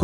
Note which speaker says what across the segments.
Speaker 1: ค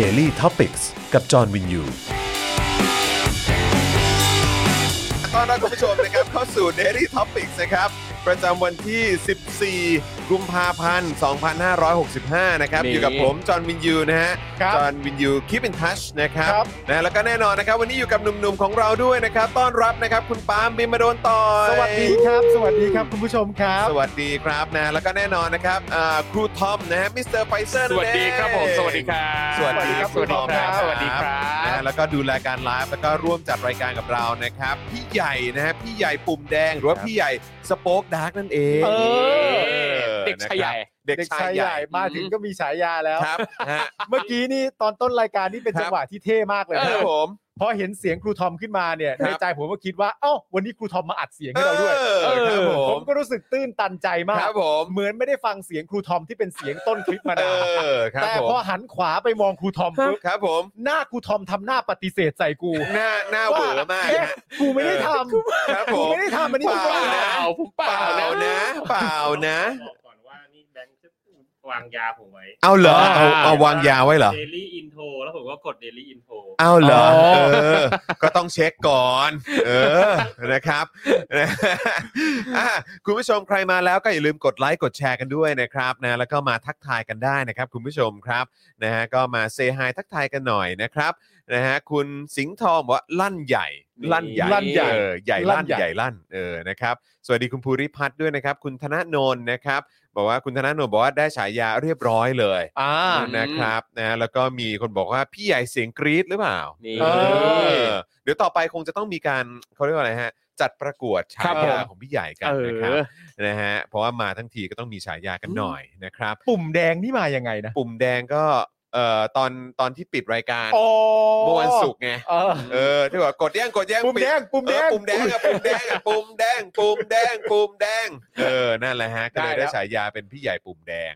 Speaker 1: Daily Topics กับจอห์นวินยู
Speaker 2: ต้อนรับคุณผู้ชมนะครับ เข้าสู่ Daily Topics นะครับ ประจำวันที่ 14 กุมภาพันธ์ 2565 นะครับ
Speaker 3: นี่
Speaker 2: อยู่กับผม จอห์นวินยูนะฮะ
Speaker 3: ครับ
Speaker 2: จอห์นวินยู Keep in touch นะครับ
Speaker 3: ครับ
Speaker 2: นะแล้วก็แน่นอนนะครับ วันนี้อยู่กับหนุ่มๆ ของเราด้วยนะครับ ต้อนรับนะครับ คุณปาล์มบิมมาโดนต่อย
Speaker 3: สวัสดีครับ สวัสดีครับคุณผู้ชมครับ
Speaker 2: สวัสดีครับนะ แล้วก็แน่นอนนะครับอ่าครูทอมนะฮะ มิสเตอร์ไฟเซอร์
Speaker 4: สวัสดีครับผม สวัสดีครับ
Speaker 2: สวัสดีครับ
Speaker 4: สวัสดี
Speaker 2: ณทอ
Speaker 4: ครับ
Speaker 2: มนะ
Speaker 4: สวัสดีครั
Speaker 2: นะฮะ
Speaker 4: บ
Speaker 2: แล้วก็ดูรายการไลฟ์แล้วก็ร่วมจัดรายการกับเรานะครับพี่ใหญ่นะฮะพี่ใหญ่ปุ่มแดงหรือว่าพี่ใหญ่สป็อกดาร์กนั่นเอง
Speaker 3: เอ
Speaker 4: อเด็กชายใหญ่
Speaker 2: เด็ก
Speaker 3: เด็ก
Speaker 2: ชา
Speaker 3: ชายย
Speaker 2: ให
Speaker 3: ให
Speaker 2: ญ่
Speaker 3: ญ่มาถึงก็มีฉายาแล้ว
Speaker 2: ครับฮะ
Speaker 3: เมื่อกี้นี่ตอนต้นรายการนี่เป็น
Speaker 2: ครับ
Speaker 3: จังหวะที่เท่มากเลย
Speaker 2: ค
Speaker 3: นะ
Speaker 2: รับผม
Speaker 3: พอเห็นเสียงครูทอมขึ้นมาเนี่ย
Speaker 2: ครับ
Speaker 3: ในใจผมก็คิดว่าเอ้าวันนี้ครูทอมมาอัดเสียงให้เราด้วย
Speaker 2: เออครับผ
Speaker 3: ผม มก็รู้สึกตื้นตันใจมา
Speaker 2: ค
Speaker 3: ก
Speaker 2: รับผม
Speaker 3: เหมือนไม่ได้ฟังเสียงครูทอมที่เป็นเสียงต้นคลิป
Speaker 2: เอน
Speaker 3: มาาน
Speaker 2: อครับ
Speaker 3: แต่
Speaker 2: ผ
Speaker 3: พอ
Speaker 2: ม
Speaker 3: หันขวาไปมองครูทอมปุ๊บ
Speaker 2: ครับผม
Speaker 3: หน้าครูทอมทำหน้าปฏิเสธใส่กู
Speaker 2: หน้าหน้าเบื่อมาก
Speaker 3: เอ๊ะ
Speaker 2: นะ
Speaker 3: กูไม่ได้ท
Speaker 2: ครับ
Speaker 3: ำ
Speaker 2: ผ
Speaker 3: กู
Speaker 2: ม
Speaker 3: ไม่ได้ทำอันนี้
Speaker 2: เป
Speaker 3: กู
Speaker 2: ล่า
Speaker 3: ว่า
Speaker 2: นะ
Speaker 4: ผมเป
Speaker 2: เป
Speaker 4: ล่า
Speaker 2: ล่า
Speaker 4: นะ
Speaker 2: นะ เปล่านะ
Speaker 5: บอกก่อนว่านี่แบงค์จะวางยาผมไว้
Speaker 2: เอาเหรอเอา
Speaker 4: อ่า
Speaker 2: เอาวางยาไว้เหรอ
Speaker 5: เดลี่อินโทรแล้วผมก็กดเดลี่อินโทร
Speaker 2: เอาเหรอ
Speaker 3: อ๋อ
Speaker 2: เออ ก็ต้องเช็คก่อน เออ นะครับ นะอ่ะคุณผู้ชมใครมาแล้วก็อย่าลืมกดไลค์กดแชร์กันด้วยนะครับนะแล้วก็มาทักทายกันได้นะครับ คุณผู้ชมครับนะฮะก็มาเซฮายทักทายกันหน่อยนะครับนะฮะคุณสิงห์ทองบอกว่าลั่นใหญ่ ลั่นใหญ่
Speaker 3: ลั่นใหญ่
Speaker 2: เออใหญ่
Speaker 3: ลั่
Speaker 2: ลั่น
Speaker 3: นใหญ่
Speaker 2: ใหญ่ลั่นเออนะครับสวัสดีคุณภูริพัฒน์ด้วยนะครับ คุณธนาโนนนะครับ บอกว่าคุณธนาโนนบอกว่าได้ฉายาเรียบร้อยเลย
Speaker 3: อ่า
Speaker 2: นะครับนะแล้วก็มีคนบอกว่าพี่ใหญ่เสียงกรี๊ดหรือเปล่า
Speaker 4: นี่
Speaker 2: เออเดี๋ยวต่อไปคงจะต้องมีการเขาเรียกว่าอะไรฮะ จัดประกวดฉา
Speaker 4: ครับผ
Speaker 2: ยาม ของพี่ใหญ่กัน
Speaker 4: เอ
Speaker 2: นะครับ
Speaker 4: อ
Speaker 2: นะฮะเพราะว่ามาทั้งทีก็ต้องมีฉายากันหน่อยนะครับ
Speaker 3: ปุ่มแดงนี่มายังไงนะ
Speaker 2: ปุ่มแดงก็เอ่อตอนตอนที่ปิดรายการเมื่อวันศุกร์ไง
Speaker 3: เออ
Speaker 2: เออที่ว่ากดแย่งกดแย่ง
Speaker 3: ปุ่ม
Speaker 2: ปิ
Speaker 3: แดงปุ่มแด
Speaker 2: เอ
Speaker 3: ง
Speaker 2: อปุ่มแดงอะปุ่มแดงอะปุ่มแดงปุ่มแดงปุ่มแดงเออนั่นแหละฮะก็เลย
Speaker 3: ได้แล้
Speaker 2: ได้
Speaker 3: ว
Speaker 2: ฉายาเป็นพี่ใหญ่ปุ่มแดง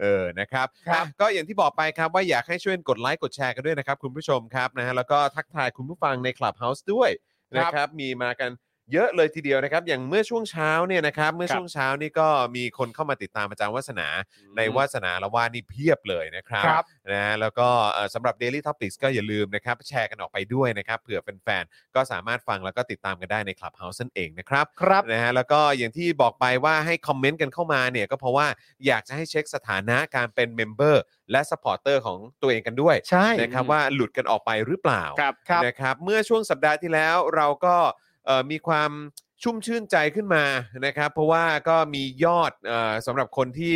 Speaker 2: เออนะครับ
Speaker 3: ครับ
Speaker 2: อ่ะก็อย่างที่บอกไปครับว่าอยากให้ช่วยกดไลค์กดแชร์กันด้วยนะครับ คุณผู้ชมครับนะฮะแล้วก็ทักทายคุณผู้ฟังใน Clubhouse ด้วยนะครับ มีมากันเยอะเลยทีเดียวนะครับ อย่างเมื่อช่วงเช้าเนี่ยนะครับ เมื่อช่วงเช้านี่ก็มีคนเข้ามาติดตามอาจารย์วัฒนา ในวาสนาละว่านี่เพียบเลยนะครับ
Speaker 3: ครับ
Speaker 2: นะฮะแล้วก็เอ่อสำหรับ Daily Topics ก็อย่าลืมนะครับ แชร์กันออกไปด้วยนะครับเผื่อแฟนๆก็สามารถฟังแล้วก็ติดตามกันได้ใน Clubhouse นั่นเองนะครับ
Speaker 3: ครับ
Speaker 2: นะฮะแล้วก็อย่างที่บอกไปว่าให้คอมเมนต์กันเข้ามาเนี่ยก็เพราะว่าอยากจะให้เช็คสถานะการเป็นเมมเบอร์และสปอร์เตอร์ของตัวเองกันด้วย
Speaker 3: ใช่
Speaker 2: นะครับว่าหลุดกันออกไปหรือเปล่า
Speaker 4: ครับ
Speaker 3: ครับ
Speaker 2: นะครับเมื่อช่วงสัปดาห์ที่แล้วเราก็เอ่อมีความชุ่มชื่นใจขึ้นมานะครับ เพราะว่าก็มียอดเอ่อสำหรับคนที่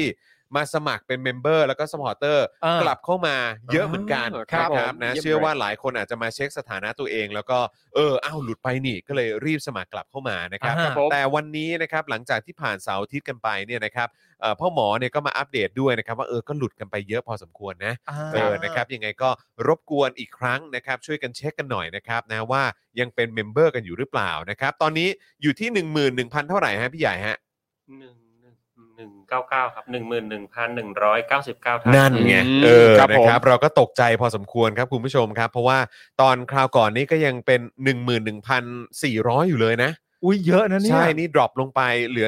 Speaker 2: มาสมัครเป็นเมมเบอร์แล้วก็สปอร์เตอร์
Speaker 3: อ่าก
Speaker 2: ลับเข้ามาเยอะเหมือนกัน
Speaker 4: อ่า
Speaker 2: นะครับ
Speaker 4: ผม
Speaker 2: นะ
Speaker 4: เยี่ยม
Speaker 2: เชื่อ
Speaker 4: เลย
Speaker 2: ว่าหลายคนอาจจะมาเช็คสถานะตัวเอง แล้วก็เอออ้าวหลุดไปนี่ก็เลยรีบสมัครกลับเข้ามานะครับ
Speaker 3: อ่าฮะ
Speaker 2: แต่วันนี้นะครับหลังจากที่ผ่านเสาร์อาทิตย์กันไปเนี่ยนะครับเอ่อพ่อหมอเนี่ยก็มาอัปเดตด้วยนะครับว่าเออก็หลุดกันไปเยอะพอสมควรนะ เออ นะครับ ยังไงก็รบกวนอีกครั้งนะครับ ช่วยกันเช็คกันหน่อยนะครับนะว่ายังเป็นเมมเบอร์กันอยู่หรือเปล่านะครับ ตอนนี้อยู่ที่ 11,000 เท่าไหร่ฮะพี่ใหญ่ฮะ
Speaker 5: หนึ่งหนึ่งหนึ่ง หนึ่งเก้าเก้าครับหนึ่งหมื่นหนึ่งพันหนึ่งร้อยเก้าสิบเก้าท่าน
Speaker 2: นั่นไง
Speaker 4: อืม
Speaker 2: เออ
Speaker 4: ครับ
Speaker 2: นะ
Speaker 4: ผม
Speaker 2: ครับเราก็ตกใจพอสมควรครับคุณผู้ชมครับ เพราะว่าตอนคราวก่อนนี้ก็ยังเป็น 11,400 อยู่เลยนะ
Speaker 3: อุ้ยเยอะนะเนี่ย
Speaker 2: ใช่ นี่ดรอปลงไปเหลือ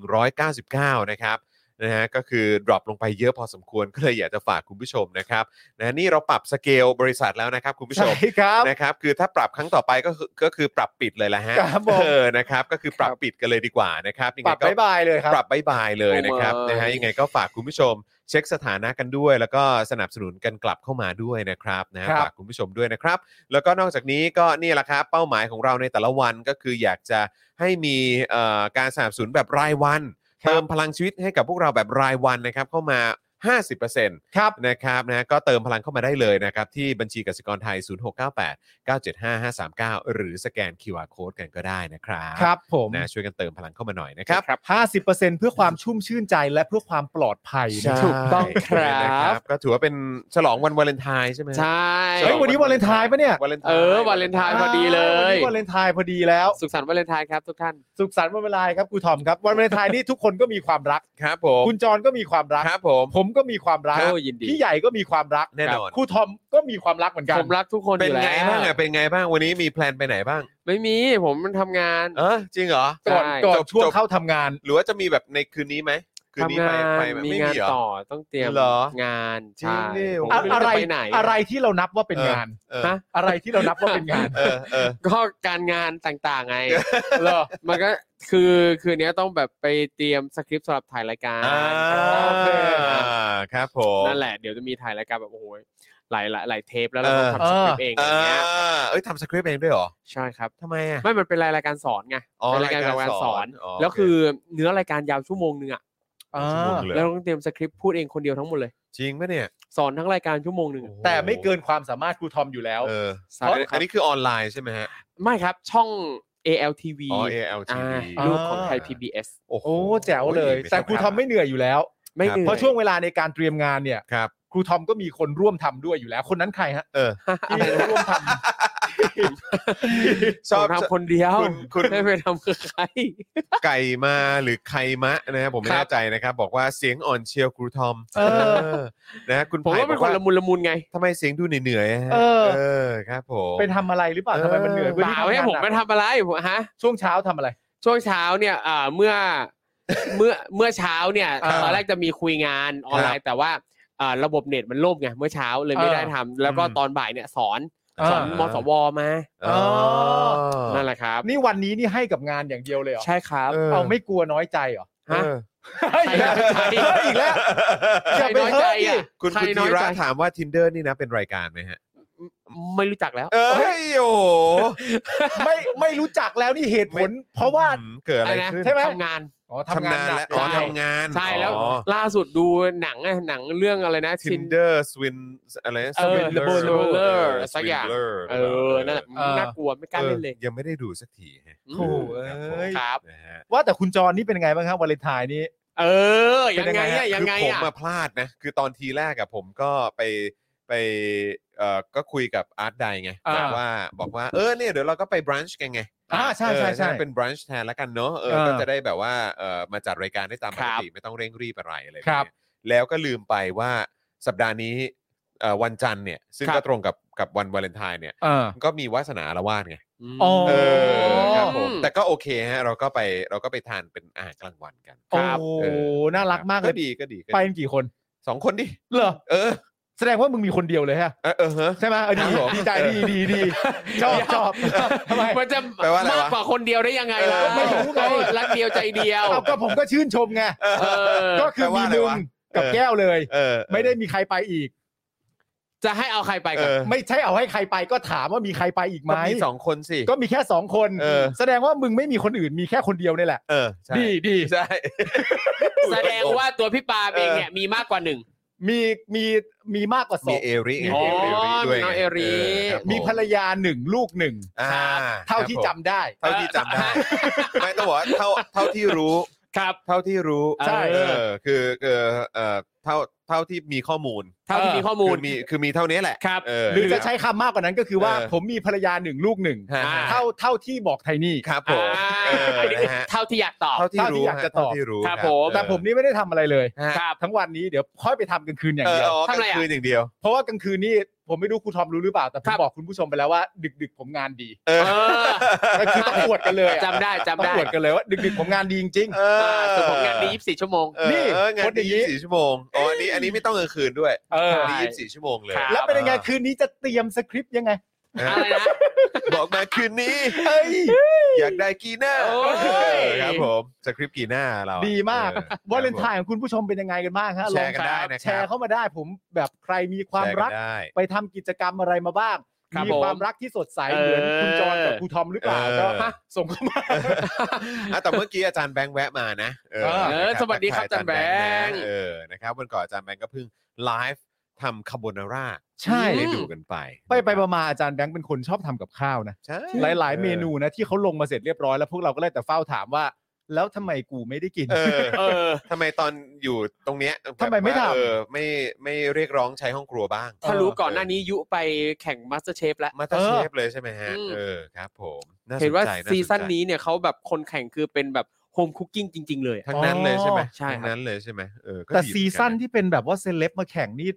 Speaker 2: 11,199 นะครับนะฮะก็คือดรอปลงไปเยอะพอสมควรก็เลยอยากจะฝากคุณผู้ชมนะครับนะนี่เราปรับสเกลบริษัทแล้วนะครับคุณผู้ช
Speaker 3: ใช่
Speaker 2: ม
Speaker 3: ครับ
Speaker 2: นะครับคือถ้าปรับครั้งต่อไปก็คือก็คือปรับปิดเลยละฮะ
Speaker 3: ครับผม
Speaker 2: เออนะครับก็คือปรับปิดกันเลยดีกว่านะครับยัง
Speaker 3: ป
Speaker 2: ไง
Speaker 3: รับ
Speaker 2: ก็
Speaker 3: บายบายเลยครับ
Speaker 2: ปรับบายบายเลยนะครับ
Speaker 4: โอ้มาย
Speaker 2: นะฮะยังไงก็ฝากคุณผู้ชม เช็คสถานะกันด้วย แล้วก็สนับสนุนกันกลับเข้ามาด้วยนะครับนะฮะ
Speaker 3: ครับ
Speaker 2: ฝากคุณผู้ชมด้วยนะครับ แล้วก็นอกจากนี้ก็นี่แหละครับเป้าหมายของเราในแต่ละวันก็คืออยากจะให้มีเอ่อการสนับสนุนแบบรายวัน เติมพลังชีวิตให้กับพวกเราแบบรายวันนะครับเข้ามา 50%
Speaker 3: ครับ
Speaker 2: นะครับนะก็เติมพลังเข้ามาได้เลยนะครับ ที่บัญชีกสิกรไทย 0698 975 539 หรือสแกน QR Code กันก็ได้นะครับ
Speaker 3: ครับผม
Speaker 2: นะช่วยกันเติมพลังเข้ามาหน่อยนะครับ
Speaker 4: ครับ
Speaker 3: ห้าสิบเปอร์เซ็นต์เพื่อความชุ่มชื่นใจและเพื่อความปลอดภัย
Speaker 2: ใช่
Speaker 3: นะ
Speaker 4: ถูกต้องครับ
Speaker 2: นะก็ถือว่าเป็นฉลองวันวาเลนไทน์ใช่ไหม
Speaker 4: ใช่
Speaker 3: เฮ้ยวันนี้วาเลนไทน์ปะเนี่ย
Speaker 2: วาเลนไทน์
Speaker 4: เออวาเลนไทน์พอดีเล
Speaker 3: วั
Speaker 4: ย
Speaker 3: นนี้วันเลนไทน์พอดีแล้ว
Speaker 4: สุขสันต์วาเลนไทน์ครับทุกท่าน
Speaker 3: สุขสันต์วันวาเลนไทน์ครับครูทอมครับ วันวาเลนไทน์นี่ทุกคนก็มีความรัก
Speaker 2: ครับผม
Speaker 3: คุณจรก็มีความรัก
Speaker 2: ครับผม
Speaker 3: ผมก็มีความรัก
Speaker 4: โอ้ยินดี
Speaker 3: พี่ใหญ่ก็มีความรัก
Speaker 2: แน่นอน
Speaker 3: ครูทอมก็มีความรักเหมือนกัน
Speaker 4: ผมรักทุกคน
Speaker 2: เป็น
Speaker 4: อยู่แล้ว
Speaker 2: ไงบ้างอ่ะเป็นไงบ้างวันนี้มีแพลนไปไหนบ้าง
Speaker 4: ไม่มีผมมันทำงาน
Speaker 2: เออจริงเหรอ
Speaker 3: ก่อน
Speaker 4: ใช่
Speaker 3: ก่อน
Speaker 2: จบ
Speaker 3: ช่วง
Speaker 2: จบ
Speaker 3: เข้าทำงาน
Speaker 2: หรือว่าจะมีแบบในคืนนี้ไหมคืนนี้
Speaker 4: ทำ
Speaker 2: ไป
Speaker 4: งาน
Speaker 2: ไปไหม
Speaker 4: มี
Speaker 2: ไม่
Speaker 4: งาน
Speaker 2: มีเหรอ
Speaker 4: ต่อต้องเตรียม
Speaker 2: เหรอง
Speaker 4: าน
Speaker 2: จริง
Speaker 4: ใช่
Speaker 2: ดิ
Speaker 4: ผม
Speaker 2: อะ
Speaker 4: ม่
Speaker 3: อะไร
Speaker 4: จไปไหน
Speaker 3: อะไรที่เรานับว่าเป็นงาน
Speaker 2: เออ
Speaker 4: ฮะ
Speaker 3: อะไรที่เรานับว่าเป็นงาน
Speaker 2: เออเออ
Speaker 4: ก็การงานต่างๆไง
Speaker 3: เหรอ
Speaker 4: มันก็คือคืนนี้ต้องแบบไปเตรียมสคริปต์สำหรับถ่ายรายการ
Speaker 2: อ่า
Speaker 4: โอเคครับ
Speaker 2: ครับผม
Speaker 4: นั่นแหละเดี๋ยวจะมีถ่ายรายการแบบโอ้โหหลายหลายหลายเทปแล้วเราต้อง
Speaker 3: เอ
Speaker 4: ทำสค
Speaker 3: อ
Speaker 4: ริปต์เองอ
Speaker 2: เอย่าง
Speaker 4: เงี้ย
Speaker 2: อเอ้ยทำสคริปต์เองด้วยเหรอ
Speaker 4: ใช่ครับ
Speaker 2: ทำไมอ่ะ
Speaker 4: ไม่มันเป็นรายรายการสอนไง
Speaker 2: อ๋อ
Speaker 4: เป็นรายการแบบ
Speaker 2: รายการ
Speaker 4: การ
Speaker 2: ส
Speaker 4: สอน
Speaker 2: อนอ๋อ
Speaker 4: แล้ว
Speaker 2: โอเค
Speaker 4: คือเนื้อรายการยาวชั่วโมงนึงอ่ะ
Speaker 3: อ่า
Speaker 2: ชั่วโมงเลย
Speaker 4: แล้วเราต้องเตรียมสคริปต์พูดเองคนเดียวทั้งหมดเลย
Speaker 2: จริงปะเนี่ย
Speaker 4: สอนทั้งรายการชั่วโมงหนึ่งอะ
Speaker 3: แต่ไม่เกินความสามารถครูทอมอยู่แล้ว
Speaker 2: เออ
Speaker 4: สา
Speaker 2: อัน
Speaker 4: ธุ
Speaker 2: นี้
Speaker 4: ค
Speaker 2: อั
Speaker 4: รับ
Speaker 2: นนี้คือออนไลน์ใช่ไหมฮะ
Speaker 4: ไม่ครับช่อง ALTV
Speaker 2: อ๋อ ALTV
Speaker 4: อ่าลูกของไทย
Speaker 2: อ่า
Speaker 4: PBS
Speaker 2: โอ้โห
Speaker 3: โอ้แจ๋วเลย
Speaker 2: ไม่
Speaker 3: แต่ครูทอมไม่เหนื่อยอยู่แล้ว
Speaker 4: ไม่เหนื่อย
Speaker 3: เพราะช่วงเวลาในการเตรียมงานเนี่ย
Speaker 2: ครับ
Speaker 3: ครูทอมก็มีคนร่วมทำด้วยอยู่แล้ว คนนั้นใครฮะ
Speaker 2: เอ อ
Speaker 4: อะ
Speaker 3: ที่
Speaker 4: ไรนะ
Speaker 3: ร่วมท
Speaker 2: ชอบ
Speaker 4: ผมทำคนเดียว
Speaker 2: คุณคุณ
Speaker 4: ไม่ไปทำกับใคร
Speaker 2: ไก่มาหรือใครมะนะฮะผมไม่
Speaker 4: ครับ
Speaker 2: แน่ใจนะครับ บอกว่าเสียงอ่อนเชียวครูทอม
Speaker 3: ำเออ
Speaker 2: เออนะฮะคุณ
Speaker 4: ผม
Speaker 2: ไผ่
Speaker 4: ว่า
Speaker 2: บ
Speaker 4: เป็น
Speaker 2: อก
Speaker 4: คน
Speaker 2: ว่า
Speaker 4: ละมุนละมุนไง
Speaker 2: ทำไมเสียงดูเหนื่อยๆฮะ
Speaker 3: เออ
Speaker 2: เออครับผม
Speaker 3: เป็นทำอะไรหรือเปล่าทำไมมันเหนื่อย
Speaker 4: บ่าไม่ให้ผมไปทำอะไรผมฮะ
Speaker 3: ช่วงเช้าทำอะไร
Speaker 4: ช่วงเช้าเนี่ยอ่าเมื่อ เมื่อ เมื่อเช้าเนี่ย
Speaker 3: อ่า
Speaker 4: ตอนแรกจะมีคุยงานออนไลน์ แต่ว่าอ่าระบบเน็ตมันล่มไง เมื่อเช้าเลยไม่
Speaker 3: อ่า
Speaker 4: ได้ทำ แล้วก็ตอนบ่ายเนี่ยสอน
Speaker 3: อ่า
Speaker 4: สอนมสวมา
Speaker 2: อ๋อ
Speaker 4: นั่นแหละครับ
Speaker 3: นี่วันนี้นี่ให้กับงานอย่างเดียวเลยเหรอ
Speaker 4: ใช่ครับ
Speaker 2: เออ
Speaker 3: เอาไม่กลัวน้อยใจเหรอ
Speaker 4: ฮะ
Speaker 2: เออ
Speaker 3: เฮ้ยอีกแล้ว
Speaker 4: ใช่
Speaker 3: เฮ้ยอีกแล้ว อย่าไป
Speaker 4: น้อย
Speaker 3: เฮ้
Speaker 4: ใจ
Speaker 3: ยดิ
Speaker 4: อ่ะ
Speaker 2: คุณ
Speaker 4: ใคร
Speaker 2: คุณ
Speaker 4: น้
Speaker 2: ธี
Speaker 4: อย
Speaker 2: ระ
Speaker 4: ใจ
Speaker 2: ถามว่า tinder นี่นะเป็นรายการไหมฮะ
Speaker 4: ไม่รู้จักแล้ว
Speaker 2: เอ้ยโอ้โห
Speaker 3: ไม่ไม่รู้จักแล้วนี่เหตุผล เพราะว่า
Speaker 2: อืมเกิดอะไร
Speaker 4: อะไรนะ
Speaker 2: ขึ้น
Speaker 3: ใช่ไหม
Speaker 4: ทำงาน
Speaker 3: อ๋อ
Speaker 2: ทำงาน
Speaker 3: ห
Speaker 2: และอ๋อ
Speaker 4: ใช่
Speaker 2: ทำงาน
Speaker 4: ใช่แล้ว
Speaker 2: อ๋อ
Speaker 4: ล่าสุดดูหนังอะหนังเรื่องอะไรนะ
Speaker 2: tinder swin อะไรนะ
Speaker 4: เออ
Speaker 2: Swindler
Speaker 4: Swindler
Speaker 2: เ
Speaker 4: สักอย่าง
Speaker 2: Swindler
Speaker 4: เออ นั่นแหละน่ากลัวไม่กล้าเล่นเลย
Speaker 2: ออยังไม่ได้ดูสักทีฮะ
Speaker 4: อืม
Speaker 3: โอ้
Speaker 2: ครับผม
Speaker 3: เอ้ย
Speaker 4: ครับ
Speaker 2: นะฮะ
Speaker 3: ว่าแต่คุณจรนี่เป็นไงบ้างครับวาเลนไทน์นี่
Speaker 4: เออ ยังไง
Speaker 3: เป็นยังไง
Speaker 4: อ่ะ
Speaker 3: อะ
Speaker 4: ยังไง
Speaker 2: คือผม
Speaker 4: อ่ะ
Speaker 2: มาพลาดนะ คือตอนทีแรกอะผมก็ไปไปเอ่อก็คุยกับอาร์ตไดไง
Speaker 3: อ่า
Speaker 2: บอกว่าบอกว่าเออเนี่ยเดี๋ยวเราก็ไปบรันช์กันไง
Speaker 3: อ่าใช่ใช่
Speaker 2: เออ
Speaker 3: ใช่
Speaker 2: เป็นบรันช์แทนแล้วกันเนาะเออ
Speaker 3: เออ
Speaker 2: ก็จะได้แบบว่าเออมาจัดรายการได้ตามปกติไม่ต้องเร่งรีบอะไรอะไรแบ
Speaker 3: ครับ บ
Speaker 2: เนี้ยแล้วก็ลืมไปว่าสัปดาห์นี้เอ่อวันจันทร์เนี่ยซึ่ง
Speaker 4: ครับ
Speaker 2: ก็ตรงกับกับวันวาเลนไทน์เนี่ยก็มีวาสนาละวาดไง
Speaker 4: ม
Speaker 3: อ๋อ
Speaker 2: เออครับผม
Speaker 4: อืม
Speaker 2: แต่ก็โอเคฮะเราก็ไปเราก็ไปทานเป็นอาหารกลางวันกัน
Speaker 3: โอ้
Speaker 4: ครับ
Speaker 2: เออ
Speaker 3: น่ารักมากเลย
Speaker 2: ดีก็ดีก็ดี
Speaker 3: ไปกันกี่คน
Speaker 2: สองคนดิ
Speaker 3: เหรอ
Speaker 2: เออ
Speaker 3: แสดงว่ามึงมีคนเดียวเลยฮะ
Speaker 2: เออเออฮะ
Speaker 3: ใช่ไหมเออดี
Speaker 2: ครับผม
Speaker 3: ดีใจดีดีดีชอบ
Speaker 4: เดี๋ยว
Speaker 3: ชอบทำไม
Speaker 4: มันจะ
Speaker 2: แปลว่าอะไรวะ
Speaker 4: มากกว่าคนเดียวได้ยังไงล่ะ
Speaker 2: เออไม่รู้ไง
Speaker 4: รักเดียวใจเดียว
Speaker 3: เอาก็ผมก็ชื่นชมไง
Speaker 2: เออ
Speaker 4: เออ
Speaker 3: ก็คือมีมึงกับ
Speaker 2: เออ
Speaker 3: แก้วเลย
Speaker 2: เออ
Speaker 3: ไม่ได้มีใครไปอีก
Speaker 4: จะให้เอาใครไป
Speaker 2: เอ
Speaker 4: ก่อน
Speaker 2: อ
Speaker 3: ไม่ใช่เอาให้ใครไปก็ถามว่ามีใครไปอีกไหม
Speaker 2: ก็มีสองคนสิ
Speaker 3: ก็มีแค่สองคน
Speaker 2: เออ
Speaker 3: แสดงว่ามึงไม่มีคนอื่นมีแค่คนเดียวนี่แหละ
Speaker 2: เออ ใช่
Speaker 3: ดีดี
Speaker 2: ใช่
Speaker 4: แสดงว่าตัวพี่ปาล์มเองเนี่ยมีมากกว่าหนึ่ง
Speaker 3: มีมีมีมากกว่าส
Speaker 2: มี
Speaker 3: อง
Speaker 2: เอริไง
Speaker 4: อ๋อ
Speaker 2: เอริด้วย
Speaker 4: มีน้อง
Speaker 2: ไ
Speaker 4: เอริ
Speaker 2: ครับ
Speaker 3: มีภรรยาหนึ่งลูกหนึ่ง
Speaker 2: อ่า
Speaker 3: เท่าที่
Speaker 2: ครับ
Speaker 3: จำได้
Speaker 2: ผมเท่าที่จำได้ ไม่ต้องบอกว่าเท่าเท่าที่รู้
Speaker 4: ครับ
Speaker 2: เท่าที่รู้
Speaker 4: ใช่
Speaker 2: เออคือคือเอ่อเท่า เท่าที่มีข้อมูล
Speaker 4: เท่าที่มีข้อมูล
Speaker 2: คือมีคือมีเท่านี้แหละ
Speaker 4: ครับ
Speaker 2: เออ
Speaker 3: หรือจะใช้คำมากกว่านั้นก็คือว่า
Speaker 2: เออ
Speaker 3: ผมมีภรรยาหนึ่งลูกหนึ่ง
Speaker 2: ฮะ
Speaker 4: อ่า
Speaker 3: เท่าเท่าที่บอกไทนี่
Speaker 2: ครับผ
Speaker 4: อ่าม
Speaker 2: เออนะฮะ
Speaker 4: เท่าที่อยากตอบ
Speaker 2: เท่าที่
Speaker 3: เท่าที่
Speaker 2: รู้
Speaker 3: อยากจะ
Speaker 2: เท่า
Speaker 3: ตอบ
Speaker 2: ที่รู้
Speaker 4: ครับ
Speaker 2: ครับ
Speaker 4: ผม
Speaker 3: แต่ผมนี่ไม่ได้ทำอะไรเลย
Speaker 2: ฮะ
Speaker 4: ครับ
Speaker 3: ทั้งวันนี้เดี๋ยวค่อยไปทำกลางคืนอย่าง
Speaker 2: เออ
Speaker 3: เดียว
Speaker 2: เอา
Speaker 4: ทำอะไรอ่ะ
Speaker 2: คืนอย่างเดียว
Speaker 3: เพราะว่ากลางคืนนี่ผมไม่รู้ครูทอมรู้หรือเปล่าแต่
Speaker 4: ค
Speaker 3: ผม
Speaker 4: รับ
Speaker 3: บอกคุณผู้ชมไปแล้วว่า ดึกๆผมงานดี
Speaker 2: เออ
Speaker 4: เออ
Speaker 3: ก็คือต้องอวดกันเลยอะ
Speaker 4: จำได้
Speaker 3: ต้
Speaker 4: จำ
Speaker 3: อง
Speaker 4: ได้
Speaker 3: อวดกันเลยว่าดึกๆผมงานดีจริง
Speaker 2: เอ
Speaker 4: เอ
Speaker 2: อ
Speaker 4: อสมผมงานดี24 ชั่วโมง
Speaker 2: เออ
Speaker 3: นี่
Speaker 2: เอองาน
Speaker 3: คนอ
Speaker 2: ดี
Speaker 3: ย่างนี้
Speaker 2: ยี่สิบสี่ชั่วโมงอ๋ออันนี้อันนี้ไม่ต้องกลางคืนด้วย
Speaker 3: ๆเออ
Speaker 2: อันนี้
Speaker 4: ใช่
Speaker 2: ยี่สิบสี่ชั่วโมงเลย
Speaker 4: ครับ
Speaker 3: แล้วเป็นยังไงคืนนี้จะเตรียมสคริปต์ยังไง
Speaker 4: อะไร นะ
Speaker 2: บอกมาคืนนี้
Speaker 3: เอ้ย
Speaker 2: อยากได้กี่หน้า
Speaker 4: โอ้ย
Speaker 2: เออครับผมสคริปต์กี่หน้าเรา
Speaker 3: ดีมาก
Speaker 2: เออ
Speaker 3: วาเลนไทน์ของคุณผู้ชมเป็นยังไงกันบ้างฮะ
Speaker 2: แชร์
Speaker 3: ลอง
Speaker 2: กันได้นะครับ
Speaker 3: แชร์เข้ามาได้ผมแบบใครมีความรัก
Speaker 2: แชกันได้
Speaker 3: ไปทำกิจกรรมอะไรมาบ้าง
Speaker 4: ครับ
Speaker 3: มีความรักที่สดใส
Speaker 4: ผม
Speaker 3: เหมือนคุณจอนกั
Speaker 4: เอ
Speaker 3: บ
Speaker 4: อ
Speaker 3: ครูทอมหรือเปล่า
Speaker 2: เออ
Speaker 3: ก็ฮะส่งเข้ามา
Speaker 2: อ่ะแต่เมื่อกี้อาจารย์แบงค์แวะมานะ
Speaker 3: เออ
Speaker 2: นะ
Speaker 4: สวัสดีครับ
Speaker 2: ทักท
Speaker 4: อาจารย์แบงค์
Speaker 2: นะเออนะครับวันก่อนอาจารย์แบงค์ก็เพิ่งไลฟ์ทำคาโบนาร่า
Speaker 3: ใช่
Speaker 2: ให้
Speaker 4: อืม
Speaker 2: ดูกันไป
Speaker 3: ไปไปมาๆอาจารย์แบงค์เป็นคนชอบทำกับข้าวนะ
Speaker 2: ใช่
Speaker 3: หลาย ๆ เมนูนะที่เขาลงมาเสร็จเรียบร้อยแล้วพวกเราก็เลยแต่เฝ้าถามว่า แล้วทำไมกูไม่ได้กิน
Speaker 2: เออ
Speaker 4: เออ
Speaker 2: ทำไมตอนอยู่ตรงเนี้ยแบบ
Speaker 3: ทำไมไม่ทำ
Speaker 2: เออไม่ไม่เรียกร้องใช้ห้องครัวบ้าง
Speaker 4: ถ้ารู้ก่อนหน้านี้ยุไปแข่งมาสเตอร์เชฟแล้ว
Speaker 2: มาตา
Speaker 3: เอ
Speaker 2: เช
Speaker 3: อ
Speaker 2: ฟเลยใช่ไหมฮะ
Speaker 4: อืม
Speaker 2: เออครับ ผมน่สนใจ
Speaker 4: เห็นว่า
Speaker 2: ใจ
Speaker 4: ซีซั่นนี้เนี่ยเขาแบบคนแข่งคือเป็นแบบโฮมคุกกิ้งจริง ๆ เลยอะ
Speaker 2: ทั้งนั้นเลยใช่ไหม
Speaker 4: อ๋อใช่ครับ
Speaker 2: ทั้งนั้นเลยใช่ไหมเออก็
Speaker 3: แต่
Speaker 2: ดีเหมือ
Speaker 3: ซี
Speaker 2: กัะ
Speaker 3: ซั่นที่เป็นแบบว่าเซเลบมาแข่งนี่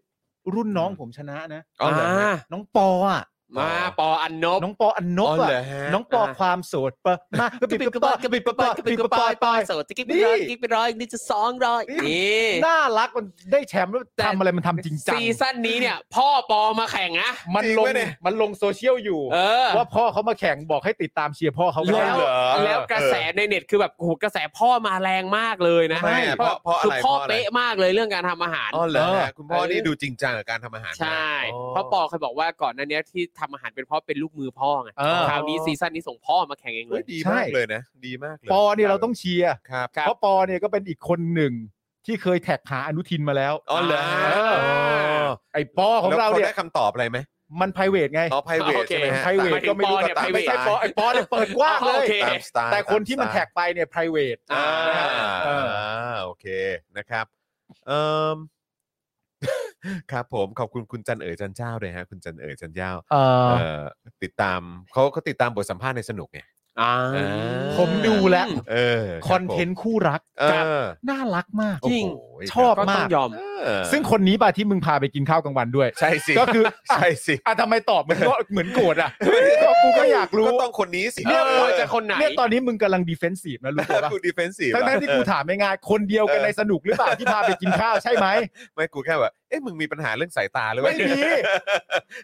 Speaker 3: รุ่นน้อง
Speaker 2: อืม
Speaker 3: ผมชนะนะ
Speaker 2: อ๋อเหรอฮะ
Speaker 3: น้องปออ่ะ
Speaker 4: มาปออันนบ
Speaker 3: น้องปออันนบ
Speaker 2: อ๋อ
Speaker 3: อ่ะ
Speaker 2: เหรอฮะ
Speaker 3: น้องปอความโสดปะมากระปิบกระปอยกระปิบกระปอยกระปิบกระปอยปอย
Speaker 4: โสดจะกิ๊บเป็นร้อยกิ๊บเป็นร้อยนี่จะสองร้อย
Speaker 3: นี่
Speaker 4: นี่
Speaker 3: น่ารักมันได้แชมป์แล้ว
Speaker 4: แต่
Speaker 3: ทำอะไรมันทำจริงจัง
Speaker 4: ซีซั่นนี้เนี่ย พ่อปอมาแข่งนะ
Speaker 3: มัน
Speaker 2: จริง
Speaker 3: ลง
Speaker 2: ไหมเนี่ย
Speaker 3: มันลงโซเชียลอยู่
Speaker 4: เออ
Speaker 3: ว่าพ่อเขามาแข่งบอกให้ติดตามเชียร์พ่อเขากัน
Speaker 4: แล้ว
Speaker 2: เหรอ
Speaker 4: แล้วกระแสในเน็ตคือแบบโอ้โหกระแสพ่อมาแรงมากเลยนะ
Speaker 2: ทำไมอะเพราะเพราะ
Speaker 4: คื
Speaker 2: อะไร
Speaker 4: พ่
Speaker 2: เพ
Speaker 4: อ
Speaker 2: ราะอะไร
Speaker 4: เป๊ะมากเลยเรื่องการทำอาหาร
Speaker 2: อ๋อเหรอฮะคุณพ่อ
Speaker 4: เออ
Speaker 2: นี่ดูจริงจังกับการทำอาหารมาก
Speaker 4: ใช่
Speaker 2: อ๋
Speaker 4: เพราะปอเคยบอกว่าก่อนหนั้นเนี้ยที่ทำอาหารเป็นเพราะเป็นลูกมือพ่อไง
Speaker 3: เออ
Speaker 4: คราวนี้ซีซั่นนี้ส่งพ่อมาแข่งเองเล
Speaker 2: เฮ้ย
Speaker 4: ย
Speaker 2: ดี
Speaker 3: ใช่
Speaker 2: มากเลยนะ ดีมากเลย
Speaker 3: ปอเนี่ยเราต้องเชียร์
Speaker 2: ครับ
Speaker 4: ครับ
Speaker 3: เพราะปอเนี่ยก็เป็นอีกคนหนึ่งที่เคยแท็กหาอนุทินมาแล้ว
Speaker 2: อ๋อเหรอฮะ
Speaker 3: เออ
Speaker 2: อ๋อ
Speaker 3: ไอ้ปอของเรา
Speaker 2: แล้ว
Speaker 3: เนี่ย
Speaker 2: ได้คำตอบอะไรไหม
Speaker 3: มันไพรเวทไง
Speaker 2: อ๋อไพรเวท
Speaker 4: โอเค
Speaker 2: ใช่ไหมฮะ
Speaker 3: ไพรเวทก็ไม่รู้
Speaker 4: หายถึงปอเนี่ย private
Speaker 3: ตามไม่ใช่ปอไอ้ปอเนี่ยเปิดกว้างเล
Speaker 4: โอย เค
Speaker 2: ตามสไตล์
Speaker 3: แต่คนที่มัน
Speaker 2: ามสไล์
Speaker 3: แท็กไปเนี่ยไพรเวท
Speaker 2: อ่า
Speaker 3: เอออ่
Speaker 2: าโอเคนะครับเอ่ม ครับผมขอบคุณคุณจันเอ๋ยจันเจ้าเลยฮะ คุณจันเอ๋ยจันเจ้า
Speaker 3: เออ
Speaker 2: เอ่อติดตามเขาก็ติดตามบทสัมภาษณ์ในสนุกไง
Speaker 4: อ่า
Speaker 3: ผมดูแล้ว
Speaker 2: เออ
Speaker 3: คอนเทนต์คู่รัก
Speaker 2: เออ
Speaker 3: น่ารักมาก
Speaker 2: โอ้โห
Speaker 4: จริง
Speaker 3: ชอบ
Speaker 4: ก็ต้อ
Speaker 3: มาก
Speaker 4: งยอม
Speaker 2: เออ
Speaker 3: ซึ่งคนนี้ป่ะที่มึงพาไปกินข้าวกลางวันด้วย
Speaker 2: ใช่สิ
Speaker 3: ก็คือ
Speaker 2: ใช่สิ
Speaker 3: อ่ะทำไมตอบมันก็เหมือนโกรธอ่ะก็กูก็อยากรู้
Speaker 2: ก็ต้องคนนี้สิ
Speaker 3: เรียก
Speaker 2: ออ
Speaker 4: ว่าจะคนไหน
Speaker 3: เนี่ยตอนนี้มึงกำลังดีเฟนซีฟนะรู้ตัวปะ
Speaker 2: กูดีเฟนซีฟ
Speaker 3: ทั้งๆที่กูถามง่ายๆคนเดียวกันในสนุกหรือเปล่าที่พาไปกินข้าวใช่ไหม
Speaker 2: ไม่กูแค่แบบเอ๊ะมึงมีปัญหาเรื่องสายตาหรือเปล่า
Speaker 3: ไม่มี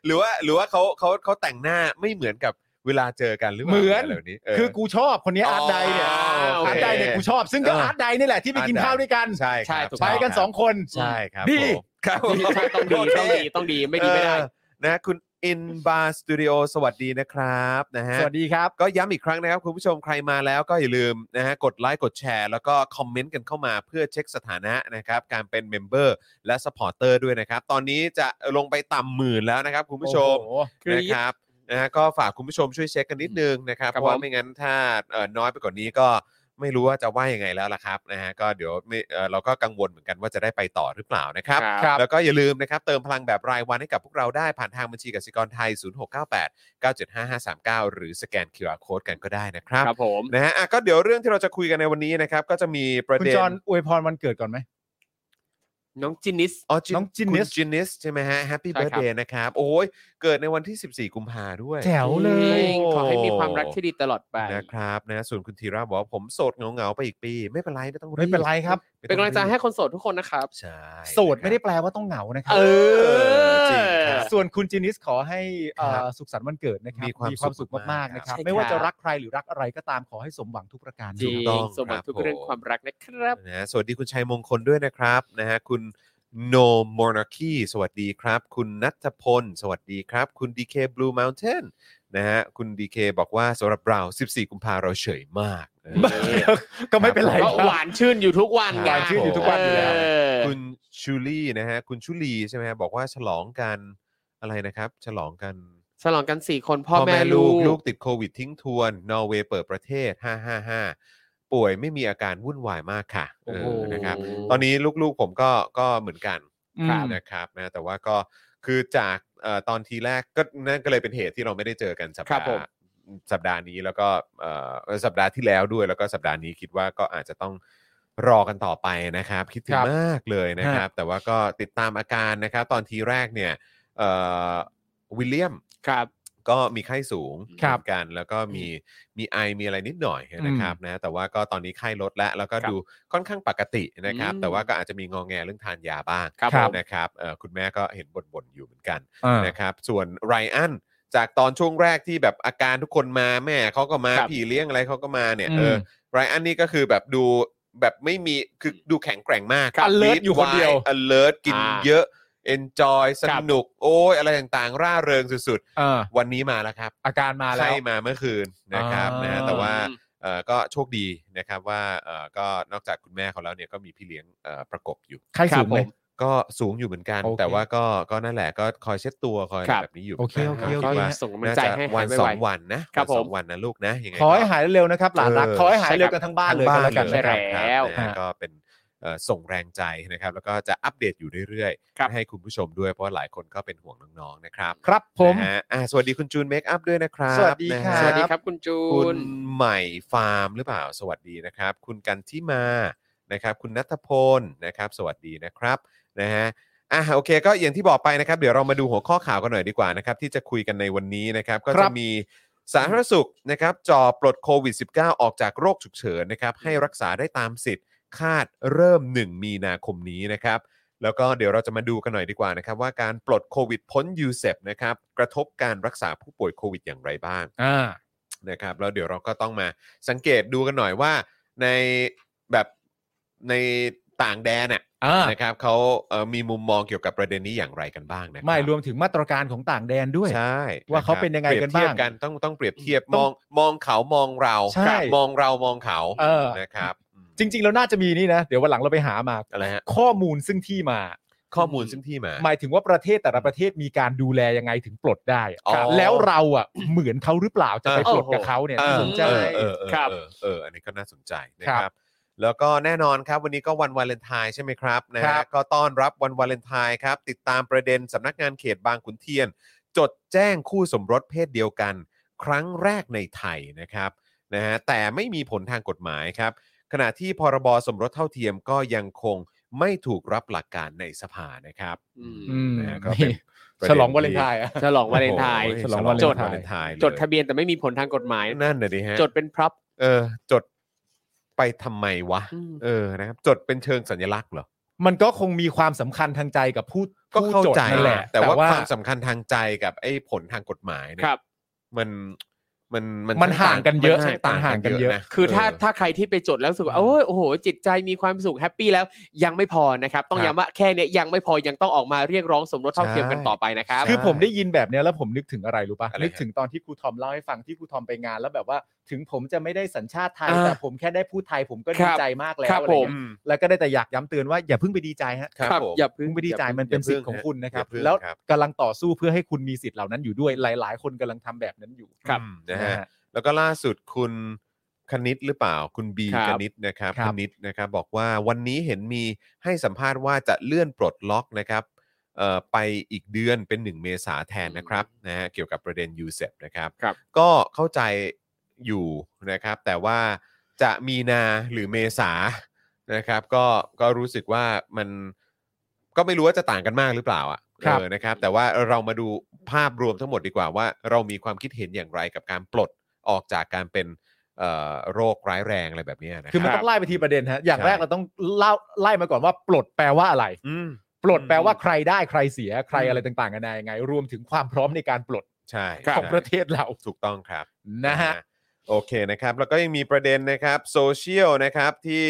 Speaker 2: หรือว่าหรือว่าเขาเขาเขาแต่งหน้าไม่เหมือนกับเวลาเจอกันหรือป
Speaker 3: เหมือน
Speaker 2: ล่าะไรแบบนี้เ
Speaker 3: คือกูชอบคนนี้อาร์ตไดเนี่ย
Speaker 2: อ๋อโอ
Speaker 3: อาร์
Speaker 2: เค
Speaker 3: ตไดเนี่ยกูชอบ ซึ่งก็
Speaker 2: เออ
Speaker 3: อาร์ตไดนี่แหละที่ไปกินข้าวด้วยกัน
Speaker 2: ใช่
Speaker 4: ใช่
Speaker 2: ครับ
Speaker 4: ถูก
Speaker 3: ไป
Speaker 4: ต้ง
Speaker 3: กันสองคน
Speaker 2: ใช่ครับ
Speaker 3: ดี
Speaker 2: ผมครับผม
Speaker 4: ใช่ต้องดี
Speaker 2: โเค
Speaker 4: ต้องดีต้องดีไม่ดีไม่ได้
Speaker 2: เออนะคุณอินบาร์สตูดิโอสวัสดีนะครับนะฮะ
Speaker 3: สวัสดีครับ
Speaker 2: ก็ย้ำอีกครั้งนะครับ คุณผู้ชมใครมาแล้วก็อย่าลืมนะฮะกดไลค์กดแชร์ แล้วก็คอมเมนต์กันเข้ามาเพื่อเช็คสถานะนะครับ การเป็นเมมเบอร์และสปอร์เตอร์ด้วยนะครับ ตอนนี้จะลงไปต่ำหมื่นแล้วนะครับ คุณผู้ชม
Speaker 3: โอ้โห
Speaker 2: นะครับนะฮะก็ฝากคุณผู้ชมช่วยเช็คกันนิดนึงนะครับ
Speaker 4: ครั
Speaker 2: เพ
Speaker 4: บ
Speaker 2: ราะว่า
Speaker 4: ผม
Speaker 2: ไม่งั้นถ้าเอ่อน้อยไปกว่านี้ก็ไม่รู้ว่าจะว่ายังไงแล้วล่ะครับนะฮะก็เดี๋ยวไม่เอ่อเราก็กังวลเหมือนกันว่าจะได้ไปต่อหรือเปล่านะครับ
Speaker 3: ครับ
Speaker 2: แล้วก็อย่าลืมนะครับ เติมพลังแบบรายวันให้กับพวกเราได้ผ่านทางบัญชีกสิกรไทย 0698 975539 หรือสแกน QR Code กันก็ได้นะครับ
Speaker 4: ครับผม
Speaker 2: นะฮะอ่ะก็เดี๋ยวเรื่องที่เราจะคุยกันในวันนี้นะครับ ก็จะมีประ
Speaker 3: คุณ
Speaker 2: เด็น
Speaker 3: จอนอวยพรวันเกิดก่อนไหม
Speaker 4: น้องจินนิส
Speaker 2: อ๋อ
Speaker 3: น้องจินนิส
Speaker 2: คุณจินนิสใช่ไหมฮะแฮปปี้
Speaker 4: ใช่
Speaker 2: เบิ
Speaker 4: ค
Speaker 2: ร์ด
Speaker 4: รับ
Speaker 2: เดย์นะครับ โอ้ยเกิดในวันที่ 14 กุมภาด้วย
Speaker 3: แจ๋วเล
Speaker 4: จ
Speaker 3: ย
Speaker 4: ริงขอให้มีความรักที่ดีตลอดไป
Speaker 2: นะครับนะส่วนคุณธีระบอกว่าผมโสดเหงาๆไปอีกปี ไม่เป็นไรไม่ต้อง
Speaker 3: ไม่เป็นไรครับ
Speaker 2: ไม่
Speaker 4: เป็
Speaker 2: ต้อน
Speaker 4: กำลังใจให้คนโสดทุกคนนะครับ
Speaker 2: ใช่
Speaker 3: โสดไม่ได้แปลว่าต้องเหงานะครั
Speaker 4: เออ
Speaker 2: จริงครับ
Speaker 3: ส่วนคุณจินิสขอให้เอ่อ
Speaker 2: ครับ
Speaker 3: สุขสันต์วันเกิดนะครับ
Speaker 2: มีความ
Speaker 3: สุข
Speaker 2: สุขมาม
Speaker 3: าก ก
Speaker 2: ๆ
Speaker 3: ๆนะครับ
Speaker 4: ใช่ครับ
Speaker 3: ไม่ว่าจะรักใครหรือรักอะไรก็ตามขอให้สมหวังทุกประการ
Speaker 4: จริ
Speaker 2: ถู
Speaker 4: ง
Speaker 2: กต้อง
Speaker 4: สมหวั
Speaker 2: ค
Speaker 4: ง
Speaker 2: รับ
Speaker 4: ทุกเรื่อง
Speaker 2: ผม
Speaker 4: ความรักนะครับ
Speaker 2: นะสวัสดีคุณชัยมงคลด้วยนะครับนะฮะคุณ No Monarchy สวัสดีครับ คุณนัทพล สวัสดีครับ คุณ DK Blue Mountain นะฮะคุณ DK บอกว่าสำหรับเรา 14 กุมภาเราเฉยมากเออ
Speaker 3: ก็ไม่เป็นไรค
Speaker 4: ก็
Speaker 3: รับ
Speaker 4: หวานชื่นอยู่ทุกวัน
Speaker 2: หวานชื่นอยู่ทุกวันอยู่แล้ว
Speaker 4: เอ
Speaker 2: คุณชูลี่นะฮะคุณชูลีใช่ไหมฮะบอกว่าฉลองกันอะไรนะครับ ฉลองกัน
Speaker 4: ฉลองกันสี่คนพ่อแม่ลูก
Speaker 2: ลูกติดโควิดทิ้งทวน นอร์เวย์เปิดประเทศ 555 ป่วยไม่มีอาการวุ่นวายมากค่ะเอ
Speaker 4: โอ้โห
Speaker 2: อนะครับ ตอนนี้ลูกๆผมก็ก็เหมือนกัน
Speaker 3: อืม
Speaker 2: ครับนะครับนะแต่ว่าก็คือจากเอ่อตอนทีแรกก็นั่นก็เลยเป็นเหตุที่เราไม่ได้เจอกันสัป
Speaker 4: ครั
Speaker 2: ดา
Speaker 4: บผม
Speaker 2: ห์สัปดาห์นี้แล้วก็เอ่อสัปดาห์ที่แล้วด้วยแล้วก็สัปดาห์นี้คิดว่าก็อาจจะต้องรอกันต่อไปนะครับ คิดถึง
Speaker 3: ครับ
Speaker 2: มากเลยนะครับ แต่ว่าก็ติดตามอาการนะครับ ตอนทีแรกเนี่ยเอ่อวิลเลียม
Speaker 4: ครับ
Speaker 2: ก็มีไข้สูง
Speaker 3: ครั
Speaker 2: เห
Speaker 3: บ
Speaker 2: มือนกันแล้วก็มีมีไอมีอะไรนิดหน่อยนะครับนะแต่ว่าก็ตอนนี้ไข้ลดแล้วแล้วก็
Speaker 4: ครับ
Speaker 2: ดูค่อนข้างปกตินะครับ
Speaker 4: อืม
Speaker 2: แต่ว่าก็อาจจะมีงองแงเรื่องทานยาบ้าง
Speaker 4: ครับผม
Speaker 2: นะครับเอ่อคุณแม่ก็เห็นบ่นๆอยู่เหมือนกัน
Speaker 3: อ่า
Speaker 2: นะครับส่วนไรอันจากตอนช่วงแรกที่แบบอาการทุกคนมาแม่เขาก็มา
Speaker 4: ครับ
Speaker 2: พี่เลี้ยงอะไรเขาก็มาเนี่ย
Speaker 3: อืม
Speaker 2: เออไรอันนี่ก็คือแบบดูแบบไม่มีคือดูแข็งแกร่งมาก
Speaker 4: ครับ alert อยู่คนเดียว
Speaker 2: alert กิน
Speaker 4: อ่า
Speaker 2: เยอะ enjoy ส
Speaker 4: ครับ
Speaker 2: นุกโอ้ยอะไรต่างๆ ร่าเริงสุดๆ
Speaker 3: เออ
Speaker 2: วันนี้มาแล้วครับ
Speaker 3: อาการมาแล้
Speaker 2: ไข้
Speaker 3: ว
Speaker 2: มาเมื่อคืนนะครับ
Speaker 3: อ่าน
Speaker 2: นะแต่ว่า
Speaker 4: อืม
Speaker 2: เอ่อก็โชคดีนะครับว่าเอ่อก็นอกจากคุณแม่เขาแล้วเนี่ยก็มีพี่เลี้ยงเอ่อประกบอยู่
Speaker 3: ไข้สูงไหม
Speaker 4: ครับผม
Speaker 2: ก็สูงอยู่เหมือนกัน
Speaker 3: โอเค
Speaker 2: แต่ว่าก็ก็นั่นแหละก็คอยเช็ดตัวคอยอะไร
Speaker 4: ครับ
Speaker 2: แบบนี้อยู่
Speaker 3: โอเค
Speaker 2: หมืนกัน
Speaker 3: โอเคโอเค
Speaker 2: ดว่า
Speaker 4: ส่งกำลัง
Speaker 2: น่า
Speaker 4: ใจ
Speaker 2: จะ
Speaker 4: ให้หา
Speaker 2: วั
Speaker 4: ย
Speaker 2: น
Speaker 4: ไวๆ
Speaker 2: สองวันนะครับวันสอง
Speaker 4: ผม
Speaker 2: วันนะลูกนะยังไง
Speaker 3: ขอให้
Speaker 2: ก็
Speaker 3: หายเร็วๆนะครับ หลานรัก
Speaker 2: เออ
Speaker 3: ขอให้หาย
Speaker 4: ใช่
Speaker 3: เร็ว
Speaker 4: ครับ
Speaker 3: กันทั้งบ้านเลย
Speaker 2: ทั้งบ้าน
Speaker 3: ก็แล้วกัน
Speaker 2: เลย
Speaker 4: ใช่แล้ว
Speaker 2: นะครับนะฮะ
Speaker 3: ฮะ
Speaker 2: ก็เป็นเอ่อส่งแรงใจนะครับ แล้วก็จะอัปเดตอยู่เรื่อย
Speaker 4: ครับ
Speaker 2: ๆให้คุณผู้ชมด้วยเพราะว่าหลายคนก็เป็นห่วงน้องๆนะครับ
Speaker 3: ครับผม
Speaker 2: นะฮะอ่ะสวัสดีคุณจูนเมคอัพด้วยนะครับ
Speaker 3: สวัสดี
Speaker 2: นะ
Speaker 3: ครั
Speaker 2: ฮะ
Speaker 3: บ
Speaker 4: สวัสดีครับคุณจู
Speaker 2: คุณ
Speaker 4: น
Speaker 2: ใหม่ฟาร์มหรือเปล่าสวัสดีนะครับ คุณกันที่มานะครับ คุณนัทพลนะครับ สวัสดีนะครับนะฮะอ่ะโอเค ก็อย่างที่บอกไปนะครับ เดี๋ยวเรามาดูหัวข้อข่าวกันหน่อยดีกว่านะครับ ที่จะคุยกันในวันนี้นะครับ ก็
Speaker 3: ครั
Speaker 2: จะ
Speaker 3: บ
Speaker 2: มีสาธารณสุขนะครับจอปลดโควิด -19 ออกจากโรคฉุกเฉินนะครับ ให้รักษาได้ตามสิทธิ์คาดเริ่ม 1 มีนาคมนี้นะครับ แล้วก็เดี๋ยวเราจะมาดูกันหน่อยดีกว่านะครับ ว่าการปลดโควิดพ้นยูเซนะครับกระทบการรักษาผู้ป่วยโควิดอย่างไรบ้าง
Speaker 3: อ่า
Speaker 2: นะครับแล้วเดี๋ยวเราก็ต้องมาสังเกตดูกันหน่อยว่าในแบบในต่างแดนน่ะ
Speaker 3: อ่า
Speaker 2: นะครับเขาเอ่อมีมุมมองเกี่ยวกับประเด็นนี้อย่างไรกันบ้างนะคบ
Speaker 3: ไม่รวมถึงมาตรการของต่างแดนด้วย
Speaker 2: ใช่
Speaker 3: ว่าเขา
Speaker 2: ะครับ
Speaker 3: เป็นยังไงกัน
Speaker 2: เปรีย
Speaker 3: บ้าง
Speaker 2: เทียกันต้องต้องเปรียบเทียบม
Speaker 3: ต้อง
Speaker 2: องมองเขามองเรา
Speaker 3: ใช่
Speaker 2: มองเรามองเขา
Speaker 3: เออ
Speaker 2: นะครับอืม
Speaker 3: จริง ๆ แล้วน่าจะมีนี่นะ เดี๋ยววันหลังเราไปหามา
Speaker 2: อะไรฮะ
Speaker 3: ข้อมูลซึ่งที่มา
Speaker 2: ข้อมูลซึ่งที่มา
Speaker 3: หมายถึงว่าประเทศแต่ละประเทศมีการดูแลยังไงถึงปลดได้อะ
Speaker 2: อ๋อ
Speaker 3: แล้วเราอ่ะ เหมือนเขาหรือเปล่าจะไป
Speaker 2: เออ
Speaker 3: ปลดกับเขาเนี่ย
Speaker 2: เอ
Speaker 3: น่า
Speaker 2: อ
Speaker 3: สนใจ
Speaker 2: เออเออเออ
Speaker 4: ครับ
Speaker 2: เออเอออันนี้ก็น่าสนใจนะค
Speaker 3: ครั
Speaker 2: รับบ แล้วก็แน่นอนครับวันนี้ก็วันวาเลนไทน์ใช่ไหมครับนะ
Speaker 3: ครั
Speaker 2: ฮะ
Speaker 3: บ
Speaker 2: ก็ต้อนรับวันวาเลนไทน์ครับ ติดตามประเด็นสำนักงานเขตบางขุนเทียน จดแจ้งคู่สมรสเพศเดียวกัน ครั้งแรกในไทยนะครับนะฮะแต่ไม่มีผลทางกฎหมายครับ ขณะที่พรบสมรสเท่าเทียมก็ยังคงไม่ถูกรับหลักการในสภานะครับ
Speaker 4: อืม
Speaker 3: อืม
Speaker 2: นะฮะก็เป็นประเด็น
Speaker 3: ฉลองวาเลนไทน์อะ
Speaker 4: ฉลองวาเลนไทน์
Speaker 2: โอ้โห
Speaker 3: ฉล
Speaker 2: ฉลอ
Speaker 3: อง
Speaker 2: ง
Speaker 3: วาเลนไทน์
Speaker 2: จดวาเลนไทน์เลย
Speaker 4: จดทะเบียนแต่ไม่มีผลทางกฎหมาย
Speaker 2: นั่นน่ะดิฮะ
Speaker 4: จดเป็นพร็อพ
Speaker 2: เออจดไปทำไมวะ เออนะครับจดเป็นเชิงสัญลักษณ์เหรอ
Speaker 3: มันก็คงมีความสำคัญทางใจกับผู้
Speaker 2: ก็
Speaker 3: ผู้
Speaker 2: เข้า
Speaker 3: จด
Speaker 2: ใจ
Speaker 3: นั่นแหละ
Speaker 2: แต่ว่าความสำคัญทางใจกับไอ้ผลทางกฎหมายเนี่ย
Speaker 4: ครับ
Speaker 2: มันมันมัน
Speaker 3: มันห่างกันเยอะ
Speaker 2: มั
Speaker 3: มันห่างกันเยอะ
Speaker 4: คือถ้า
Speaker 2: เ
Speaker 4: ถ้าใครที่ไปจดแล้วรู้สึกว่า
Speaker 3: อืม
Speaker 4: โอ้ยโอ้โห จิตใจมีความสุขแฮปปี้แล้วยังไม่พอนะครับ ต้อง
Speaker 3: ครับ
Speaker 4: ย้ำว่าแค่เนี้ยยังไม่พอยังต้องออกมาเรียกร้องสมรสเท่าเทียมกันต่อไปนะครับ
Speaker 3: คือผมได้ยินแบบเนี้ยแล้วผมนึกถึงอะไรรู้
Speaker 2: อะไร
Speaker 3: ปะ่ะ
Speaker 2: ฮะ
Speaker 3: นึกถึงตอนที่ครูทอมเล่าให้ฟังที่ครูทอมไปงานแล้วแบบว่า ถึงผมจะไม่ได้สัญชาติไทย
Speaker 4: อ่า
Speaker 3: แต่ผมแค่ได้พูดไทยผมก็
Speaker 4: ค
Speaker 3: ดี
Speaker 4: รับ
Speaker 3: ใจมากแล้ว
Speaker 4: ครับ
Speaker 3: อะไร
Speaker 4: ผม
Speaker 3: เงี้ยแล้วก็ได้แต่อยากย้ำเตือนว่าอย่าเพิ่งไปดีใจฮะ
Speaker 2: ครับผม
Speaker 4: อย่าเพึ่ง
Speaker 3: เพิ่งไปดีใจมันเป็นสิทธิ์ของคุณนะครับ
Speaker 2: อย่าเพิ่ง
Speaker 3: แล้ว
Speaker 2: ครับ
Speaker 3: กำลังต่อสู้เพื่อให้คุณมีสิทธิ์เหล่านั้นอยู่ด้วยหลาย ๆ คนกำลังทำแบบนั้นอยู่
Speaker 4: ครับ
Speaker 2: อืมนะ
Speaker 3: นะ
Speaker 2: ฮะ
Speaker 3: ฮะ
Speaker 2: แล้วก็ล่าสุดคุณคณิตหรือเปล่า คุณบี
Speaker 4: ครับ
Speaker 2: คณิตนะครับ
Speaker 3: ครับ
Speaker 2: คณิตนะครับบอกว่าวันนี้เห็นมีให้สัมภาษณ์ว่าจะเลื่อนปลดล็อกนะครับเอ่อไปอีกเดือนเป็น 1 เมษาแทนนะครับนะฮะเกี่ยวกับประเด็น u s e p นะครับ
Speaker 4: ครับ
Speaker 2: ก็เข้าใจอยู่นะครับ แต่ว่าจะมีนาหรือเมษานะครับ ก็ก็รู้สึกว่ามันก็ไม่รู้ว่าจะต่างกันมากหรือเปล่าอ่ะ
Speaker 3: ครับ
Speaker 2: เออนะครับ แต่ว่าเรามาดูภาพรวมทั้งหมดดีกว่าว่า เรามีความคิดเห็นอย่างไรกับการปลดออกจากการเป็นเอ่อโรคร้ายแรงอะไรแบบเนี้ยนะ
Speaker 3: คือมัน
Speaker 2: รับ
Speaker 3: ต้องไล่ไปทีประเด็นฮะอย่าง
Speaker 2: ใช่
Speaker 3: แรกเราต้องเล่าไล่มาก่อนว่าปลดแปลว่าอะไร
Speaker 2: อืม
Speaker 3: ปลดแปลว่า
Speaker 2: อืม
Speaker 3: ใครได้ใครเสียใครอะไรต่างๆกันยังไง รวมถึงความพร้อมในการปลด
Speaker 2: ใช่
Speaker 3: ของประเทศเรา
Speaker 2: ถูกต้องครับ
Speaker 3: นะฮะ
Speaker 2: โอเคนะครับ แล้วก็ยังมีประเด็นนะครับโซเชียลนะครับที่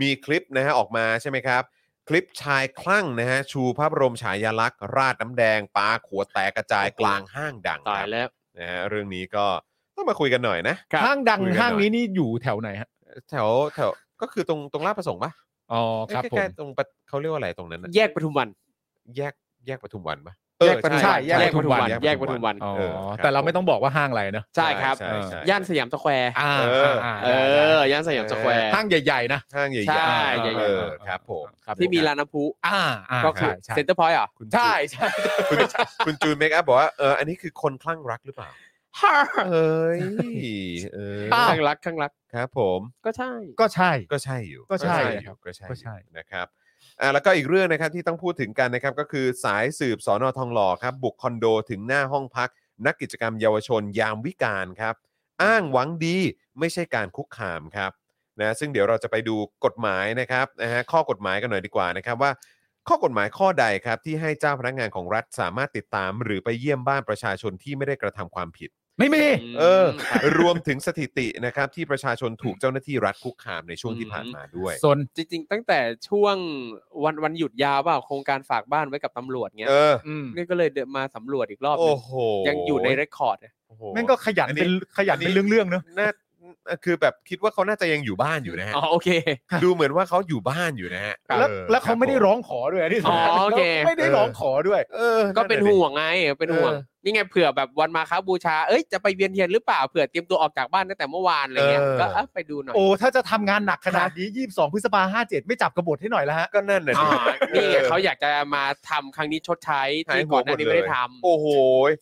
Speaker 2: มีคลิปนะฮะออกมาใช่ไหมครับ คลิปชายคลั่งนะฮะชูภาพระบรมฉายาลักษณ์ ราดน้ำแดงปาขวดแตกกระจายกลางห้างดัง
Speaker 4: ตา
Speaker 2: ค
Speaker 4: ย
Speaker 2: รับ
Speaker 4: แล้ว
Speaker 2: นะฮะเรื่องนี้ก็ต้องมาคุยกันหน่อยนะ
Speaker 4: ครับ
Speaker 3: ห้างดัง
Speaker 2: คุยกันหน่อย
Speaker 3: ห้างนี้นี่อยู่แถวไหนฮะ
Speaker 2: แถวแถวก็คือตรงตรงลาดประสงค์ปะ
Speaker 3: อ๋อครับผ
Speaker 2: ใกล้
Speaker 3: ม
Speaker 2: ๆตรงปะเขาเรียกว่าอะไรตรงนั้นนะ
Speaker 4: แยกปทุมวัน
Speaker 2: แยกแยกปทุมวันปะเอ
Speaker 4: แยกปทุม
Speaker 3: ใช่
Speaker 4: วัน
Speaker 3: แย
Speaker 4: แย
Speaker 3: ก
Speaker 4: กป
Speaker 3: ปทุ
Speaker 4: ทุ
Speaker 3: ม
Speaker 4: ม
Speaker 3: วั
Speaker 4: วัน นแยกปทุมวัน
Speaker 3: อ๋อ
Speaker 2: เออครับ
Speaker 3: แต่เราไม่ต้องบอกว่าห้างอะไรเนอะ
Speaker 4: ใช่ครับ
Speaker 2: ใช่ใช่
Speaker 4: ย่านสยามสแควร์
Speaker 3: อ่าอ่า
Speaker 4: เออย่านสยามสแควร์
Speaker 3: ห้างใหญ่ๆนะ
Speaker 2: ห้างใหญ่ๆ
Speaker 4: ใช่ใหญ่ๆ
Speaker 2: เออครับผม
Speaker 4: ที่มีร้านน้ำพุ
Speaker 3: อ่าอ่า
Speaker 4: ก็คือ
Speaker 3: ใช่
Speaker 4: เซ็นเตอร์พอยต์เหรอ
Speaker 3: ใช่ใช่
Speaker 2: คุณคุณจูนเมคอัพบอกว่าเอออันนี้คือคนคลั่งรักหรือเปล่าเอ้ยเออ
Speaker 4: ข้างรักข้างรัก
Speaker 2: ครับผม
Speaker 4: ก็ใช่
Speaker 3: ก็ใช่
Speaker 2: ก็ใช่อยู่
Speaker 3: ก็ใช่
Speaker 2: อยู่ก็ใช่
Speaker 3: ก็ใช่
Speaker 2: อยู่นะครับอ่าแล้วก็อีกเรื่องนะครับที่ต้องพูดถึงกันนะครับก็คือสายสืบสอนอทองหล่อครับบุกคอนโดถึงหน้าห้องพัก นักกิจกรรมเยาวชนยามวิการครับ อ้างหวังดีไม่ใช่การคุกคามครับนะซึ่งเดี๋ยวเราจะไปดูกฎหมายนะครับนะฮะข้อกฎหมายกันหน่อยดีกว่านะครับว่า ข้อกฎหมายข้อใดครับที่ให้เจ้าพนักงานของรัฐสามารถติดตาม หรือไปเยี่ยมบ้านประชาชนที่ไม่ได้กระทำความผิด
Speaker 3: ไม่มี
Speaker 2: เออ รวมถึงสถิตินะครับที่ประชาชนถูกเจ้าหน้าที่รัฐคุกคามในช่วงที่ผ่านมาด้วย
Speaker 3: สน
Speaker 4: จริงๆ ตั้งแต่ช่วงวันวันหยุดยาวเปล่าโครงการฝากบ้านไว้กับตำรวจเงี้ย
Speaker 2: เออ
Speaker 3: อืม
Speaker 4: นี่ก็เลยเดินมาสำรวจอีกรอบนึ
Speaker 2: โอ้
Speaker 4: ง
Speaker 2: โห
Speaker 4: ยังอยู่ในเรคคอร์ดเนี่ย
Speaker 2: โอ้โห
Speaker 3: แม่งก็ขยัน
Speaker 2: อันนี้
Speaker 3: เป็นขยันเป็นเรื่องๆเนอะ
Speaker 2: น่าคือแบบคิดว่าเขาน่าจะยังอยู่บ้านอยู่นะฮะ
Speaker 4: อ๋อโอเค
Speaker 2: ดูเหมือนว่าเขาอยู่บ้านอยู่นะฮะ
Speaker 3: แล้ว
Speaker 2: ออ
Speaker 3: แล้วเขา
Speaker 2: คบ
Speaker 3: ไม่ได้
Speaker 2: ผ
Speaker 3: ร้องขอด้วยที่สำ
Speaker 4: อ๋อ
Speaker 3: คัญ
Speaker 4: โอเค
Speaker 3: แล้วไม่ได้
Speaker 2: เออ
Speaker 3: ร้องขอด้วย
Speaker 2: เออ
Speaker 4: ก็เป็น
Speaker 2: ดิ
Speaker 4: ห่วงไงเป็นห่วง
Speaker 3: เออ
Speaker 4: นี่ไงเผื่อแบบวันมาค้าบูชา เอ้ยจะไปเวียนเทียนหรือเปล่าเผื่อเตรียมตัวออกจากบ้านตั้งแต่เมื่อวานอะไรเงี้ยก็เอ้าไปดูหน่อย
Speaker 3: โอ้ถ้าจะทำงานหนักขนาดนี้ 22 พฤษภาห้าเจ็ดไม่จับกบฏให้หน่อยละฮะ
Speaker 2: ก็นั่นน่ะ
Speaker 4: อ๋อ
Speaker 2: ดิ
Speaker 4: นี่ไงเขาอยากจะมาทำครั้งนี้ชดใช้ที่ก่อนหน้านี้ไม่ได้ทำ
Speaker 2: โอ้โหย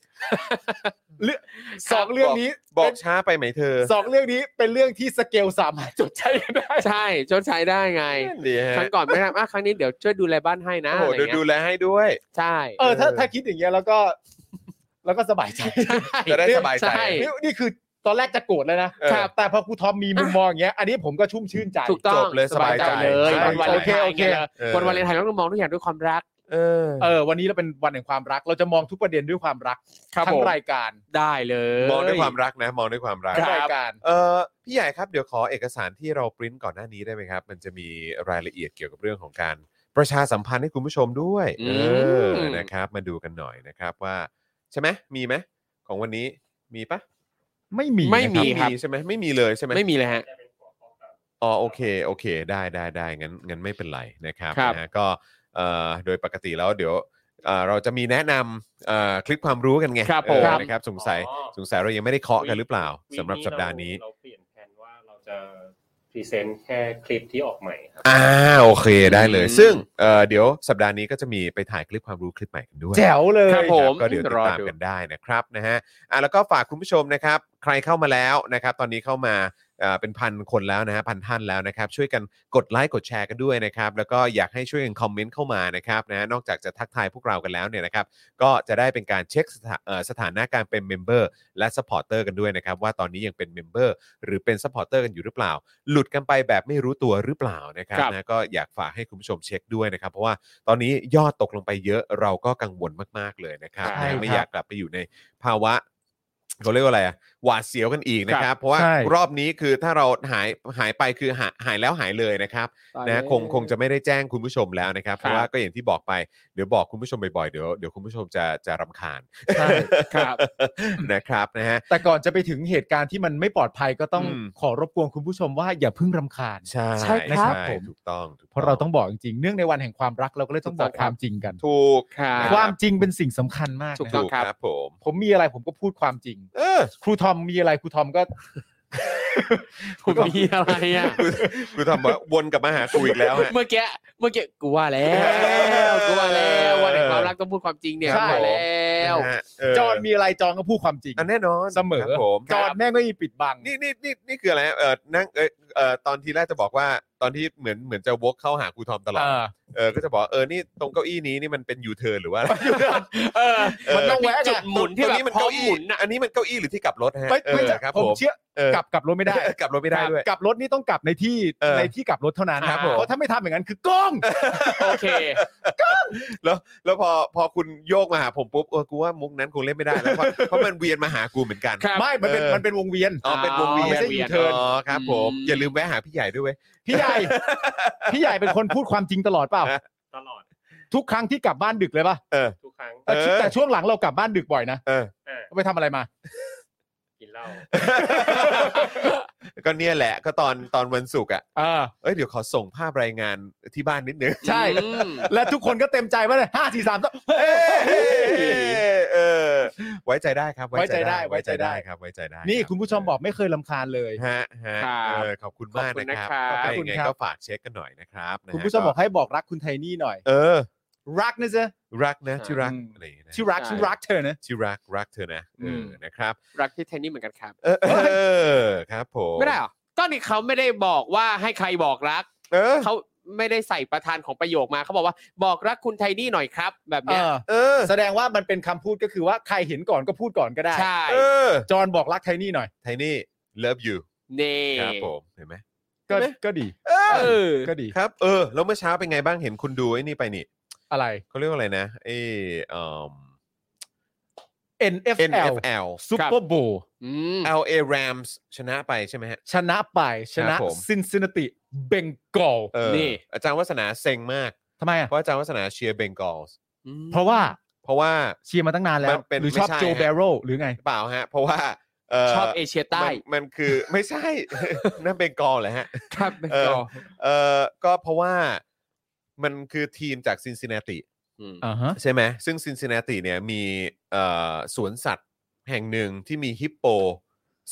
Speaker 3: สองเรื่องนี้
Speaker 2: บอก
Speaker 3: เป็น
Speaker 2: ช้าไปไหมเธอ
Speaker 3: สองเรื่องนี้เป็นเรื่องที่สเกลสามารถจดใช้ได้
Speaker 4: ใช่ชดใช้ได้ไง
Speaker 2: นั่นดีฮะ
Speaker 4: ครั้งก่อนไม่ได้ทำอ่ะครั้งนี้เดี๋ยวช่วยดูแลบ้านให้นะ
Speaker 2: โอ้
Speaker 4: อะ
Speaker 2: โห
Speaker 4: ไร
Speaker 2: เดี๋ยว
Speaker 4: เงี้
Speaker 2: ดู
Speaker 4: ย
Speaker 2: แลให้ด้วย
Speaker 4: ใช่
Speaker 3: เออ ถ้า
Speaker 2: เออ
Speaker 3: ถ้าคิดอย่างเงี้ยแล้วก็ แล้วก็สบายใจ
Speaker 2: จะได้สบายใจ
Speaker 4: ใช่
Speaker 3: นี่นี่คือตอนแรกจะโกรธแล้วนะครับ แต่พอครูทอมมีมุมมองอย่างเงี้ยอันนี้ผมก็ชุ่มชื่นใจ
Speaker 4: ถูกต้อ
Speaker 2: จ
Speaker 4: ง
Speaker 2: บเลยสบายใจ
Speaker 4: เลย
Speaker 2: ใช่
Speaker 4: วันวาเลนไทน์
Speaker 3: โอเค
Speaker 4: ไงเลย
Speaker 2: โอเค
Speaker 4: วันวาเลนไทน์ต้องมองทุกอย่างด้วยความรัก
Speaker 2: เออ
Speaker 3: เออวันนี้เราเป็นวันแห่งความรัก เราจะมองทุกประเด็นด้วยความรัก
Speaker 4: ครับ
Speaker 3: ทั้
Speaker 4: ผ
Speaker 3: ง
Speaker 4: ม
Speaker 3: รายการ
Speaker 4: ได้เลย
Speaker 2: มองด้วยความรักนะ มองด้วยความรัก
Speaker 3: ทั้งรายการ
Speaker 2: เออพี่ใหญ่ครับเดี๋ยวขอเอกสารที่เราปริ้นก่อนหน้านี้ได้ไหมครับ มันจะมีรายละเอียดเกี่ยวกับเรื่องของการประชาสัมพันธ์ให้คุณผู้ชมด้วยเออนะครับ มาดูกันหน่อยนะครับว่า ใช่ไหมมีไหมของวันนี้มีปะ
Speaker 3: ไม่มี
Speaker 4: ไม่
Speaker 3: นะ
Speaker 4: มีครับ
Speaker 2: ใช่ไหมไม่มีเลยใช่ไหม
Speaker 4: ไม่มีเลยฮะ
Speaker 2: อ๋อโอเคโอเค ได้ได้ได้งั้นงั้นไม่เป็นไรนะครับ
Speaker 4: ครับ
Speaker 2: นะฮะก็เอ่อโดยปกติแล้วเดี๋ยวเอ่อเราจะมีแนะนำเอ่อคลิปความรู้กันไง
Speaker 4: ครับผม
Speaker 2: เออนะครับสงสัยสงสัยเรายังไม่ได้เคาะกันหรือเปล่าสำหรับสัปดาห์นี้
Speaker 5: เราเปลี่ยนแผนว่าเราจะพรีเซนต์แค่คลิปที่ออกใหม่ครับ
Speaker 2: อ่าโอเคได้เลย
Speaker 4: อืม
Speaker 2: ซึ่งเอ่อเดี๋ยวสัปดาห์นี้ก็จะมีไปถ่ายคลิปความรู้คลิปใหม่กันด้วย
Speaker 3: แจ๋วเลย
Speaker 2: ครับ
Speaker 4: ผม
Speaker 2: ก็เดี๋ยวติดตามกันได้นะครับนะฮะอ่ะแล้วก็ฝากคุณผู้ชมนะครับ ใครเข้ามาแล้วนะครับ ตอนนี้เข้ามาเอ่อเป็นพันคนแล้วนะฮะพันท่านแล้วนะครับ ช่วยกันกดไลค์กดแชร์กันด้วยนะครับ แล้วก็อยากให้ช่วยกันคอมเมนต์เข้ามานะครับนะฮะนอกจากจะทักทายพวกเรากันแล้วเนี่ยนะครับ ก็จะได้เป็นการเช็คสถาเอ่อสถานะการเป็นเมมเบอร์และสปอร์เตอร์กันด้วยนะครับ ว่าตอนนี้ยังเป็นเมมเบอร์หรือเป็นสปอร์เตอร์กันอยู่หรือเปล่า หลุดกันไปแบบไม่รู้ตัวหรือเปล่านะครับ
Speaker 4: ครับ
Speaker 2: นะก็อยากฝากให้คุณผู้ชมเช็คด้วยนะครับ เพราะว่าตอนนี้ยอดตกลงไปเยอะเราก็กังวลมาก ๆ เลยนะครับ
Speaker 4: ใช่
Speaker 2: นะไม่
Speaker 4: ค
Speaker 2: อ
Speaker 4: รับ
Speaker 2: ยากกลับไปอยู่ในภาวะเขาเรียกว่าอะไรอะหวาดเสียวกันอีกนะครับ เพราะว่า
Speaker 3: ใช่
Speaker 2: รอบนี้คือถ้าเราหายหายไปคือหาหายแล้วหายเลยนะครับ นะคงคงจะไม่ได้แจ้งคุณผู้ชมแล้วนะครับ เพราะว่าก็อย่างที่บอกไปเดี๋ยวบอกคุณผู้ชมบ่อยๆเดี๋ยวเดี๋ยวคุณผู้ชมจะจะรำคาญ
Speaker 3: ใช่
Speaker 4: ค รับ
Speaker 2: นะครับนะฮะ
Speaker 3: แต่ก่อนจะไปถึงเหตุการณ์ที่มันไม่ปลอดภัยก็ต้อง
Speaker 2: อืม
Speaker 3: ขอรบกวนคุณผู้ชมว่าอย่าเพึ่งรำคาญ
Speaker 2: ใช่
Speaker 3: ใช่ครับ
Speaker 2: ใช่
Speaker 3: ผม
Speaker 2: ถูกต้องถูก
Speaker 3: เพราะเราต้องบอกจริงๆเนื่องในวันแห่งความรักเราก็เลยต้องบอก
Speaker 4: ถูกต้อง
Speaker 3: ค
Speaker 4: ครับ
Speaker 3: วามจริงกัน
Speaker 2: ถูก
Speaker 4: ครั
Speaker 3: ควา
Speaker 4: บ
Speaker 3: มจริงเป็นสิ่งสำคัญมาก
Speaker 4: ถูก
Speaker 3: นะ
Speaker 4: ต้
Speaker 2: ถู
Speaker 4: อง
Speaker 2: กครับผม
Speaker 3: ผมมีอะไรผมก็พูดความจริง
Speaker 2: เออ
Speaker 3: ครูทอมมีอะไรครูทอมก็
Speaker 4: ผมมีอะไรอ่ะ
Speaker 2: กู กูทำว่าวนกลับมาหากูอีกแล้วฮะ
Speaker 4: เมื่อกี้เมื่อกี้กูว่าแล้วกูว่าแล้ววันแห่งความรักต้องพูดความจริงเนี่ยกู
Speaker 3: ใช่
Speaker 4: ว่าแล้ว
Speaker 2: นะฮะเออ
Speaker 3: จอนมีอะไรจอนก็พูดความจริง
Speaker 2: อันแน่นอน
Speaker 3: เสม
Speaker 2: ค
Speaker 3: อ
Speaker 2: รับผม
Speaker 3: จอนแม่งไม่มีปิดบัง
Speaker 2: นี่นี่นี่นี่คืออะไรฮะเออนั่งเออเออตอนทีแรกจะบอกว่าตอนที่เหมือนเหมือนจะวกเข้าหาครูทอมตลอด
Speaker 3: เออ
Speaker 2: เออก็จะบอกเออนี่ตรงเก้าอี้นี้นี่มันเป็นยูเทิร์หรือว่าอะไร
Speaker 4: เออ
Speaker 2: เออ
Speaker 4: มันต้องแวะจุดหมุนที่แบบ
Speaker 2: นี้มัน
Speaker 4: พร้อ
Speaker 2: เก้าม อี้
Speaker 4: หมุนอ่ะ
Speaker 2: อันนี้มันเก้าอี้หรือที่กลับรถฮะ
Speaker 3: ไม่ไม่
Speaker 2: เออ
Speaker 3: ใช่
Speaker 2: ครับ
Speaker 3: ผ
Speaker 2: ผม ม
Speaker 3: เชื่อ
Speaker 2: เออก
Speaker 3: ลับกลับรถไม่ได้
Speaker 2: กลับรถไม่ได้ด้วย
Speaker 3: กลับรถนี่ต้องกลับในที่
Speaker 2: เออ
Speaker 3: ในที่กลับรถเท่านั้น
Speaker 4: ครับผม
Speaker 3: เพราะถ้าไม่ทำอย่างนั้นคือโกง
Speaker 4: โอเค
Speaker 2: แล้วแล้วพอพอคุณโยกมาหาผมปุ๊บเออกูว่ามุกนั้นคงเล่นไม่ได้แล้วเพราะ เพราะมันเวียนมาหากูเหมือนกัน
Speaker 4: ครับ
Speaker 3: ไม่ มันเป็น
Speaker 2: เออ
Speaker 3: มันเป็นวงเวียน
Speaker 2: อ๋อเป็นวงเวียน
Speaker 3: ไม่ใช่ U-turn
Speaker 2: อ๋อครับผมอย่าลืมแวะหาพี่ใหญ่ด้วยเว้ย
Speaker 3: พี่ใหญ่ พี่ใหญ่เป็นคนพูดความจริงตลอดเปล่า
Speaker 5: ตลอด
Speaker 3: ทุกครั้งที่กลับบ้านดึกเลยป่ะ
Speaker 5: ทุกครั้ง
Speaker 2: เออ
Speaker 3: แต่ช่วงหลังเรากลับบ้านดึกบ่อยนะ
Speaker 2: เออ
Speaker 5: อ่า
Speaker 3: ไปทำอะไรมา
Speaker 5: กินเหล้า
Speaker 2: ก็เนี่ยแหละก็ตอนตอนวันศุกร์อ่ะ
Speaker 3: เออ
Speaker 2: เอ้ยเดี๋ยวขอส่งภาพรายงาน ที่บ้านนิดนึง
Speaker 3: ใช่
Speaker 4: อืม
Speaker 3: และทุกคนก็เต็มใจว่าเลยห้าสี่สาม
Speaker 2: เอ้ยเออไว้ใจได้ครับ
Speaker 3: ไว้
Speaker 2: ไว้ใจ
Speaker 3: ใจได้
Speaker 2: ได้ครับไว้ใจได้
Speaker 3: นี่
Speaker 2: รับ
Speaker 3: คุณผู้ชมบอกไม่เคยลำคาญเลย
Speaker 2: ฮะฮะ
Speaker 4: ครับ
Speaker 2: เออขอบคุณมากนะค
Speaker 4: ขอบคุณนะครั
Speaker 2: รับบ ก็ยังไง
Speaker 3: ขอบคุณครับ
Speaker 2: ก็ฝากเช็คกันหน่อยนะครับนะฮะ
Speaker 3: คุณผู้ชมบอกให้บอกรักคุณไทนี่หน่อย
Speaker 2: เออ
Speaker 3: รักนะจ๊ะ
Speaker 2: รักนะที่รัก
Speaker 3: อืม
Speaker 2: อะไรอย่างเงี้ยนะ
Speaker 3: ที่รัก
Speaker 4: ใช่
Speaker 3: ที่รักเธอนะ
Speaker 2: ที่รักรักเธอนะเออ
Speaker 3: ม
Speaker 2: อนะครับ
Speaker 4: รักที่เทนนี่เหมือนกันครับ
Speaker 2: เออเออครับผม
Speaker 4: ไม่ได้เหรอก็นี่เขาไม่ได้บอกว่าให้ใครบอกรัก
Speaker 2: เออ
Speaker 4: เขาไม่ได้ใส่ประธานของประโยคมาเขาบอกว่าบอกรักคุณไทนี่หน่อยครับ แบบ
Speaker 3: เอ
Speaker 4: เนี้ย
Speaker 3: อ
Speaker 2: เออ
Speaker 3: แสดงว่ามันเป็นคำพูดก็คือว่าใครเห็นก่อนก็พูดก่อนก็ได้
Speaker 4: ใช่
Speaker 2: เออ
Speaker 3: จอห์นบอกรักไทนี่หน่อย
Speaker 2: ไทนี่ love you
Speaker 4: นี่
Speaker 2: ครับผมเห็นไหม
Speaker 3: ก็ก็ดี
Speaker 2: เออ
Speaker 4: เออ
Speaker 3: ก็ดี
Speaker 2: ครับเออแล้วเมื่อเช้าเป็นไงบ้างเห็นคุณดูไอ้นี่ไปนี่
Speaker 3: อะไร
Speaker 2: เขาเรียกว่าอะไรนะเออเอิ่ม
Speaker 3: NFL
Speaker 2: NFL
Speaker 3: Super Bowl
Speaker 4: อืม
Speaker 2: LA Rams ชนะไปใช่ไหมฮะ
Speaker 3: ชนะไปชนะครับ
Speaker 2: ผม
Speaker 3: ซินซินนติเบงกอล
Speaker 2: เออ
Speaker 4: นี่
Speaker 2: อาจารย์วัฒนาเซ็งมาก
Speaker 3: ทำไมอ่ะ
Speaker 2: เพราะอาจารย์วัฒนาเชียร์เบงกอลส์
Speaker 3: เพราะว่า
Speaker 2: เพราะว่า
Speaker 3: เชียร์มาตั้งนานแล้
Speaker 2: มั
Speaker 3: ว
Speaker 2: นเป็น
Speaker 3: หรือชอ
Speaker 2: ไม่
Speaker 3: บ
Speaker 2: ใช่
Speaker 3: โจ
Speaker 2: ฮะ
Speaker 3: เบโรหรือไง
Speaker 2: เปล่าฮะ เพราะว่าเอ่
Speaker 4: ชอบเอเชียใต้
Speaker 2: มันมันคือ ไม่ใช่ นั่นเบงกอลแหละฮะ
Speaker 4: ครับ
Speaker 2: เออ เออก็เพราะว่ามันคือทีมจากซินซินนาติ
Speaker 3: อ่าฮะ
Speaker 2: ใช่ไหมซึ่งซินซินนาติเนี่ยมีเอ่อสวนสัตว์แห่งหนึ่งที่มีฮิปโป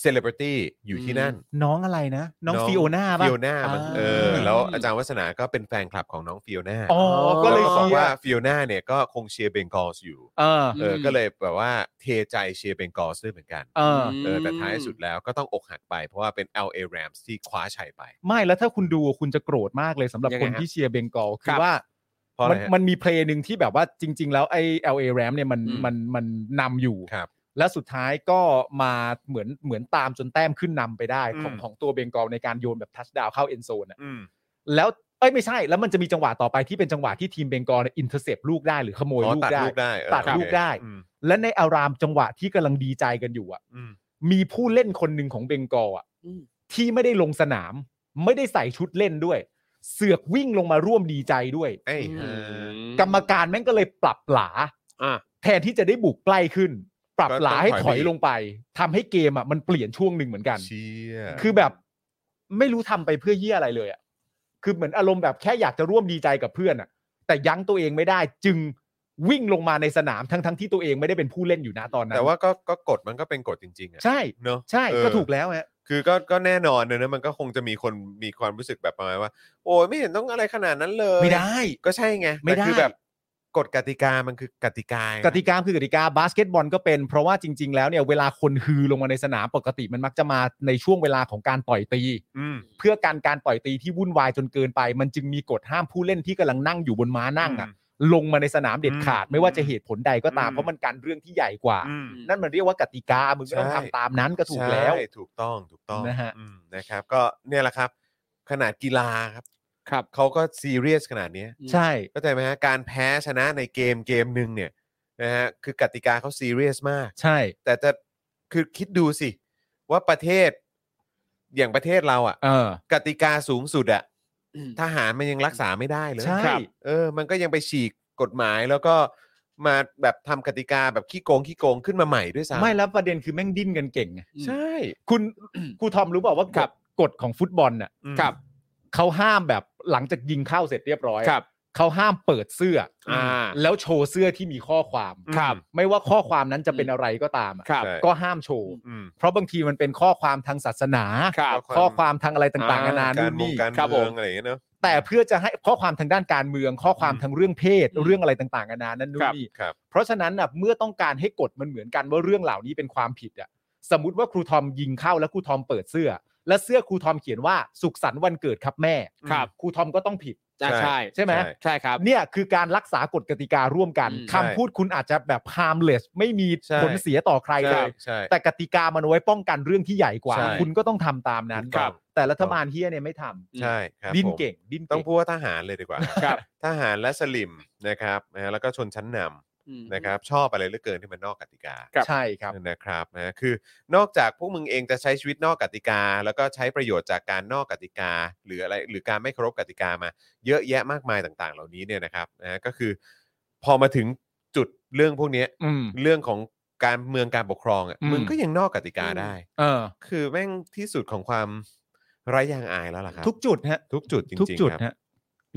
Speaker 2: เซเลบริตี้อยู่ที่นั่น
Speaker 3: น้องอะไรนะ น้อง
Speaker 2: น้อง
Speaker 3: ฟิโอนาป่ะ
Speaker 2: ฟิโอน่ามัน
Speaker 3: อ่า
Speaker 2: เออแล้วอาจารย์วัฒนาก็เป็นแฟนคลับของน้องฟิโอน่า
Speaker 3: อ๋อ ก็เลย
Speaker 2: บอ
Speaker 3: เชี
Speaker 2: ก
Speaker 3: ย
Speaker 2: ว่า
Speaker 3: ร์
Speaker 2: ฟิโอน่าเนี่ยก็คงเชียร์เบงกอลส์อยู่
Speaker 3: เออ
Speaker 2: เออ
Speaker 4: อืม
Speaker 2: ก็เลยแบบว่าเทใจเชียร์เบงกอลส์ด้วยเหมือนกัน
Speaker 3: เออ
Speaker 2: เออแต่ท้ายสุดแล้วก็ต้องอกหักไป เพราะว่าเป็น LA Rams ที่คว้าชัยไป
Speaker 3: ไม่แล้วถ้าคุณดูคุณจะโกรธมากเลยสำหรับ
Speaker 4: ยัง
Speaker 3: ค
Speaker 4: ไง
Speaker 3: น
Speaker 4: ฮะ
Speaker 3: ที่เชียร์เบงกอล
Speaker 4: ค
Speaker 3: คื
Speaker 4: รั
Speaker 3: อบ ว่า
Speaker 2: เพราะอะไร
Speaker 3: มัน
Speaker 2: ฮะ
Speaker 3: มันมีเพลงหนึ่งที่แบบว่าจริง ๆ แล้วไอ้ LA Ram เนี่ยมัน
Speaker 4: อืม
Speaker 3: มันมันนำอยู่
Speaker 2: ครับ
Speaker 3: และสุดท้ายก็มาเหมือนเหมือนตามจนแต้มขึ้นนำไปได้ของ
Speaker 2: อืม
Speaker 3: ของตัวเบงกอลในการโยนแบบทัชดาวเข้าเอนโซนอ่ะ
Speaker 2: อืม
Speaker 3: แล้วเอ้ยไม่ใช่ แล้วมันจะมีจังหวะต่อไปที่เป็นจังหวะที่ทีมเบงกอลอินเตอร์เซปลูกได้หรือขโมย
Speaker 2: อ๋อ
Speaker 3: ลูก
Speaker 2: ตัด
Speaker 3: ได้
Speaker 2: ลูกได้เออ
Speaker 3: ตัดลูก
Speaker 2: โอเค
Speaker 3: ได้
Speaker 2: อืม
Speaker 3: และในอารามจังหวะที่กำลังดีใจกันอยู่อ่ะ
Speaker 2: อืม
Speaker 3: มีผู้เล่นคนหนึ่งของเบงกอลอ่ะ
Speaker 4: อืม
Speaker 3: ที่ไม่ได้ลงสนาม ไม่ได้ใส่ชุดเล่นด้วย เสือกวิ่งลงมาร่วมดีใจด้วย
Speaker 2: เอ้ย
Speaker 4: อื
Speaker 2: ฮะ
Speaker 4: ม
Speaker 3: กรรมการแม่งก็เลยปรับหลา
Speaker 4: อ่ะ
Speaker 3: แทนที่จะได้บุกใกล้ขึ้น ปรับหลาให้ถอยลงไปทำให้เกมอ่ะมันเปลี่ยนช่วงหนึ่งเหมือนกัน
Speaker 2: เชีย
Speaker 3: คือแบบไม่รู้ทำไปเพื่อเยี่ยอะไรเลยอ่ะคือเหมือนอารมณ์แบบแค่อยากจะร่วมดีใจกับเพื่อนอ่ะ แต่ยั้งตัวเองไม่ได้จึงวิ่งลงมาในสนามทั้งทั้งๆที่ตัวเองไม่ได้เป็นผู้เล่นอยู่นะตอนนั้น
Speaker 2: แต่ว่าก็ก็กฎมันก็เป็นกฎจริง ๆ อ่ะ
Speaker 3: ใช่
Speaker 2: เนอะ
Speaker 3: ใช่
Speaker 2: เออ
Speaker 3: ก็ถูกแล้วฮะ
Speaker 2: คือก็ก็แน่นอนเนอะนะมันก็คงจะมีคนมีความรู้สึกแบบประมาณว่า โอ้ยไม่เห็นต้องอะไรขนาดนั้นเลย
Speaker 3: ไม่ได้
Speaker 2: ก็ใช่ไง
Speaker 3: ไม่
Speaker 2: แต่
Speaker 3: ได้
Speaker 2: คือแบบกฎกติกามันคือกติกาไง
Speaker 3: กติกาคือกติกาบาสเกตบอลก็เป็น เพราะว่าจริง ๆ แล้วเนี่ยเวลาคนฮือลงมาในสนามปกติมันมักจะมาในช่วงเวลาของการต่อยตี
Speaker 2: อืม
Speaker 3: เพื่อการการต่อยตีที่วุ่นวายจนเกินไป มันจึงมีกฎห้ามผู้เล่นที่กำลังนั่งอยู่บนม้านั่งอ่ะลงมาในสนามเด็ดขาด
Speaker 2: อืม
Speaker 3: ไม่ว่าจะเหตุผลใดก็ตาม
Speaker 2: อืม
Speaker 3: เพราะมันการเรื่องที่ใหญ่กว่า
Speaker 2: อืม
Speaker 3: นั่นมันเรียกว่ากติกามึงก็ต้อง
Speaker 2: ใช่
Speaker 3: ทำตามนั้นก็ถูกแล้ว
Speaker 2: ใช่ถูกต้องถูกต้อง
Speaker 3: นะฮะ
Speaker 2: อืมนะครับ ก็เนี่ยแหละครับ ขนาดกีฬาครับ
Speaker 4: ครับ
Speaker 2: เขาก็ซีเรียสขนาดเนี้ย
Speaker 3: ใช่
Speaker 2: เข้าใจไหมฮะการแพ้ชนะในเกมเกมหนึ่งเนี่ยนะฮะคือกติกาเขาซีเรียสมาก
Speaker 3: ใช่
Speaker 2: แต่จะคือคิดดูสิ ว่าประเทศอย่างประเทศเราอะ
Speaker 3: เออ
Speaker 2: กติกาสูงสุดอะ
Speaker 4: อืม
Speaker 2: ทหารมันยังรักษาไม่ได้เลย
Speaker 3: ใช่
Speaker 2: ครับเออ มันก็ยังไปฉีกกฎหมายแล้วก็มาแบบทำกติกาแบบขี้โกงขี้โกงขึ้นมาใหม่ด้วยซ้ำ
Speaker 3: ไม่แล้วประเด็นคือแม่งดิ้นกันเก่งไง
Speaker 2: ใช่
Speaker 3: คุณ ครูทอมรู้เปล่าว่ากฎกฎของฟุตบอลน่ะ
Speaker 2: อืม
Speaker 4: ครับ
Speaker 3: เขาห้ามแบบหลังจากยิงเข้าเสร็จเรียบร้อยอะ
Speaker 4: ครับ
Speaker 3: เขาห้ามเปิดเสื้ออา แล้วโชว์เสื้อที่มีข้อความ
Speaker 2: ครับ
Speaker 3: ไม่ว่าข้อความนั้นจะเป็นอะไรก็ตามอะ
Speaker 4: ครับ
Speaker 2: ใช่
Speaker 3: ก็ห้ามโชว์
Speaker 2: อืม
Speaker 3: เพราะบางทีมันเป็นข้อความทางศาสนา
Speaker 4: ครับ
Speaker 3: ข้อความทางอะไรต่างๆ
Speaker 4: อ่า
Speaker 3: นานา
Speaker 2: การ
Speaker 3: นู่น
Speaker 2: มง
Speaker 3: นี่
Speaker 2: การ
Speaker 4: ครับ
Speaker 2: เมือง
Speaker 4: ผม
Speaker 2: อะไรอย่างเงี้ยเนอะ
Speaker 3: แต่เพื่อจะให้ข้อความทางด้านการเมือง ข้อความทางเรื่องเพศ
Speaker 4: อืม
Speaker 3: เรื่องอะไรต่างๆนานานั่นนู่
Speaker 4: คน รับ
Speaker 3: นี่
Speaker 2: ครับ
Speaker 3: เพราะฉะนั้นน่ะเมื่อต้องการให้กฎมันเหมือนกันว่าเรื่องเหล่านี้เป็นความผิดอ่ะสมมติว่าครูทอมยิงเข้าแล้วครูทอมเปิดเสื้อ และเสื้อครูทอมเขียนว่าสุขสันต์วันเกิดครับแม่
Speaker 4: ครับ
Speaker 3: ครูทอมก็ต้องผิด
Speaker 4: อ่ะใช่
Speaker 3: ใช่ไหม
Speaker 4: ใช่ครับ
Speaker 3: เนี่ยคือการรักษากฎกติการ่วมกัน
Speaker 4: อืม
Speaker 3: คำพูดคุณอาจจะแบบ harmless ไม่มี
Speaker 2: ใช่
Speaker 3: ผลเสียต่อใคร
Speaker 2: ใช่
Speaker 3: เล
Speaker 2: ใช่
Speaker 3: ย
Speaker 2: ใช่
Speaker 3: แต่กติกามันเอาไว้ป้องกันเรื่องที่ใหญ่กว่า
Speaker 2: ใช่
Speaker 3: คุณก็ต้องทำตามนั้น
Speaker 2: ครับ
Speaker 3: แต่รัฐบาลเฮียเนี่ยไม่ทำ
Speaker 2: ใช่ครับ
Speaker 3: ดิ้น
Speaker 2: ผม
Speaker 3: เก่ง ดิ้น
Speaker 2: ต้
Speaker 3: เก่
Speaker 2: อง
Speaker 3: ง
Speaker 2: พูดว่าทหารเลยดีกว่า
Speaker 4: ครับ
Speaker 2: ทหารและสลิมนะครับนะฮะแล้วก็ชนชั้นนำ
Speaker 4: อืม
Speaker 2: นะครับ ชอบอะไรเหลือเกินที่มันนอกกติกา
Speaker 4: ครับ
Speaker 3: ใช่ครับ
Speaker 2: นะครับนะคือนอกจากพวกมึงเองจะใช้ชีวิตนอกกติกา แล้วก็ใช้ประโยชน์จากการนอกกติกา หรืออะไรหรือการไม่เคารพกติกามา เยอะแยะมากมายต่างๆ เหล่านี้เนี่ยนะครับนะก็คือ พอมาถึงจุดเรื่องพวกเนี้ย
Speaker 3: อืม
Speaker 2: เรื่องของ การเมืองการปกครองอ่ะ
Speaker 3: อืม
Speaker 2: มึงก็ยังนอกกติกาได้
Speaker 3: เออ
Speaker 2: คือแม่งที่สุดของความไร้ยางอายแล้วล่ะครับ
Speaker 3: ทุกจุดฮะ
Speaker 2: ทุกจุดจริงๆ
Speaker 3: ทุกจุด
Speaker 2: ครับ
Speaker 3: ฮะ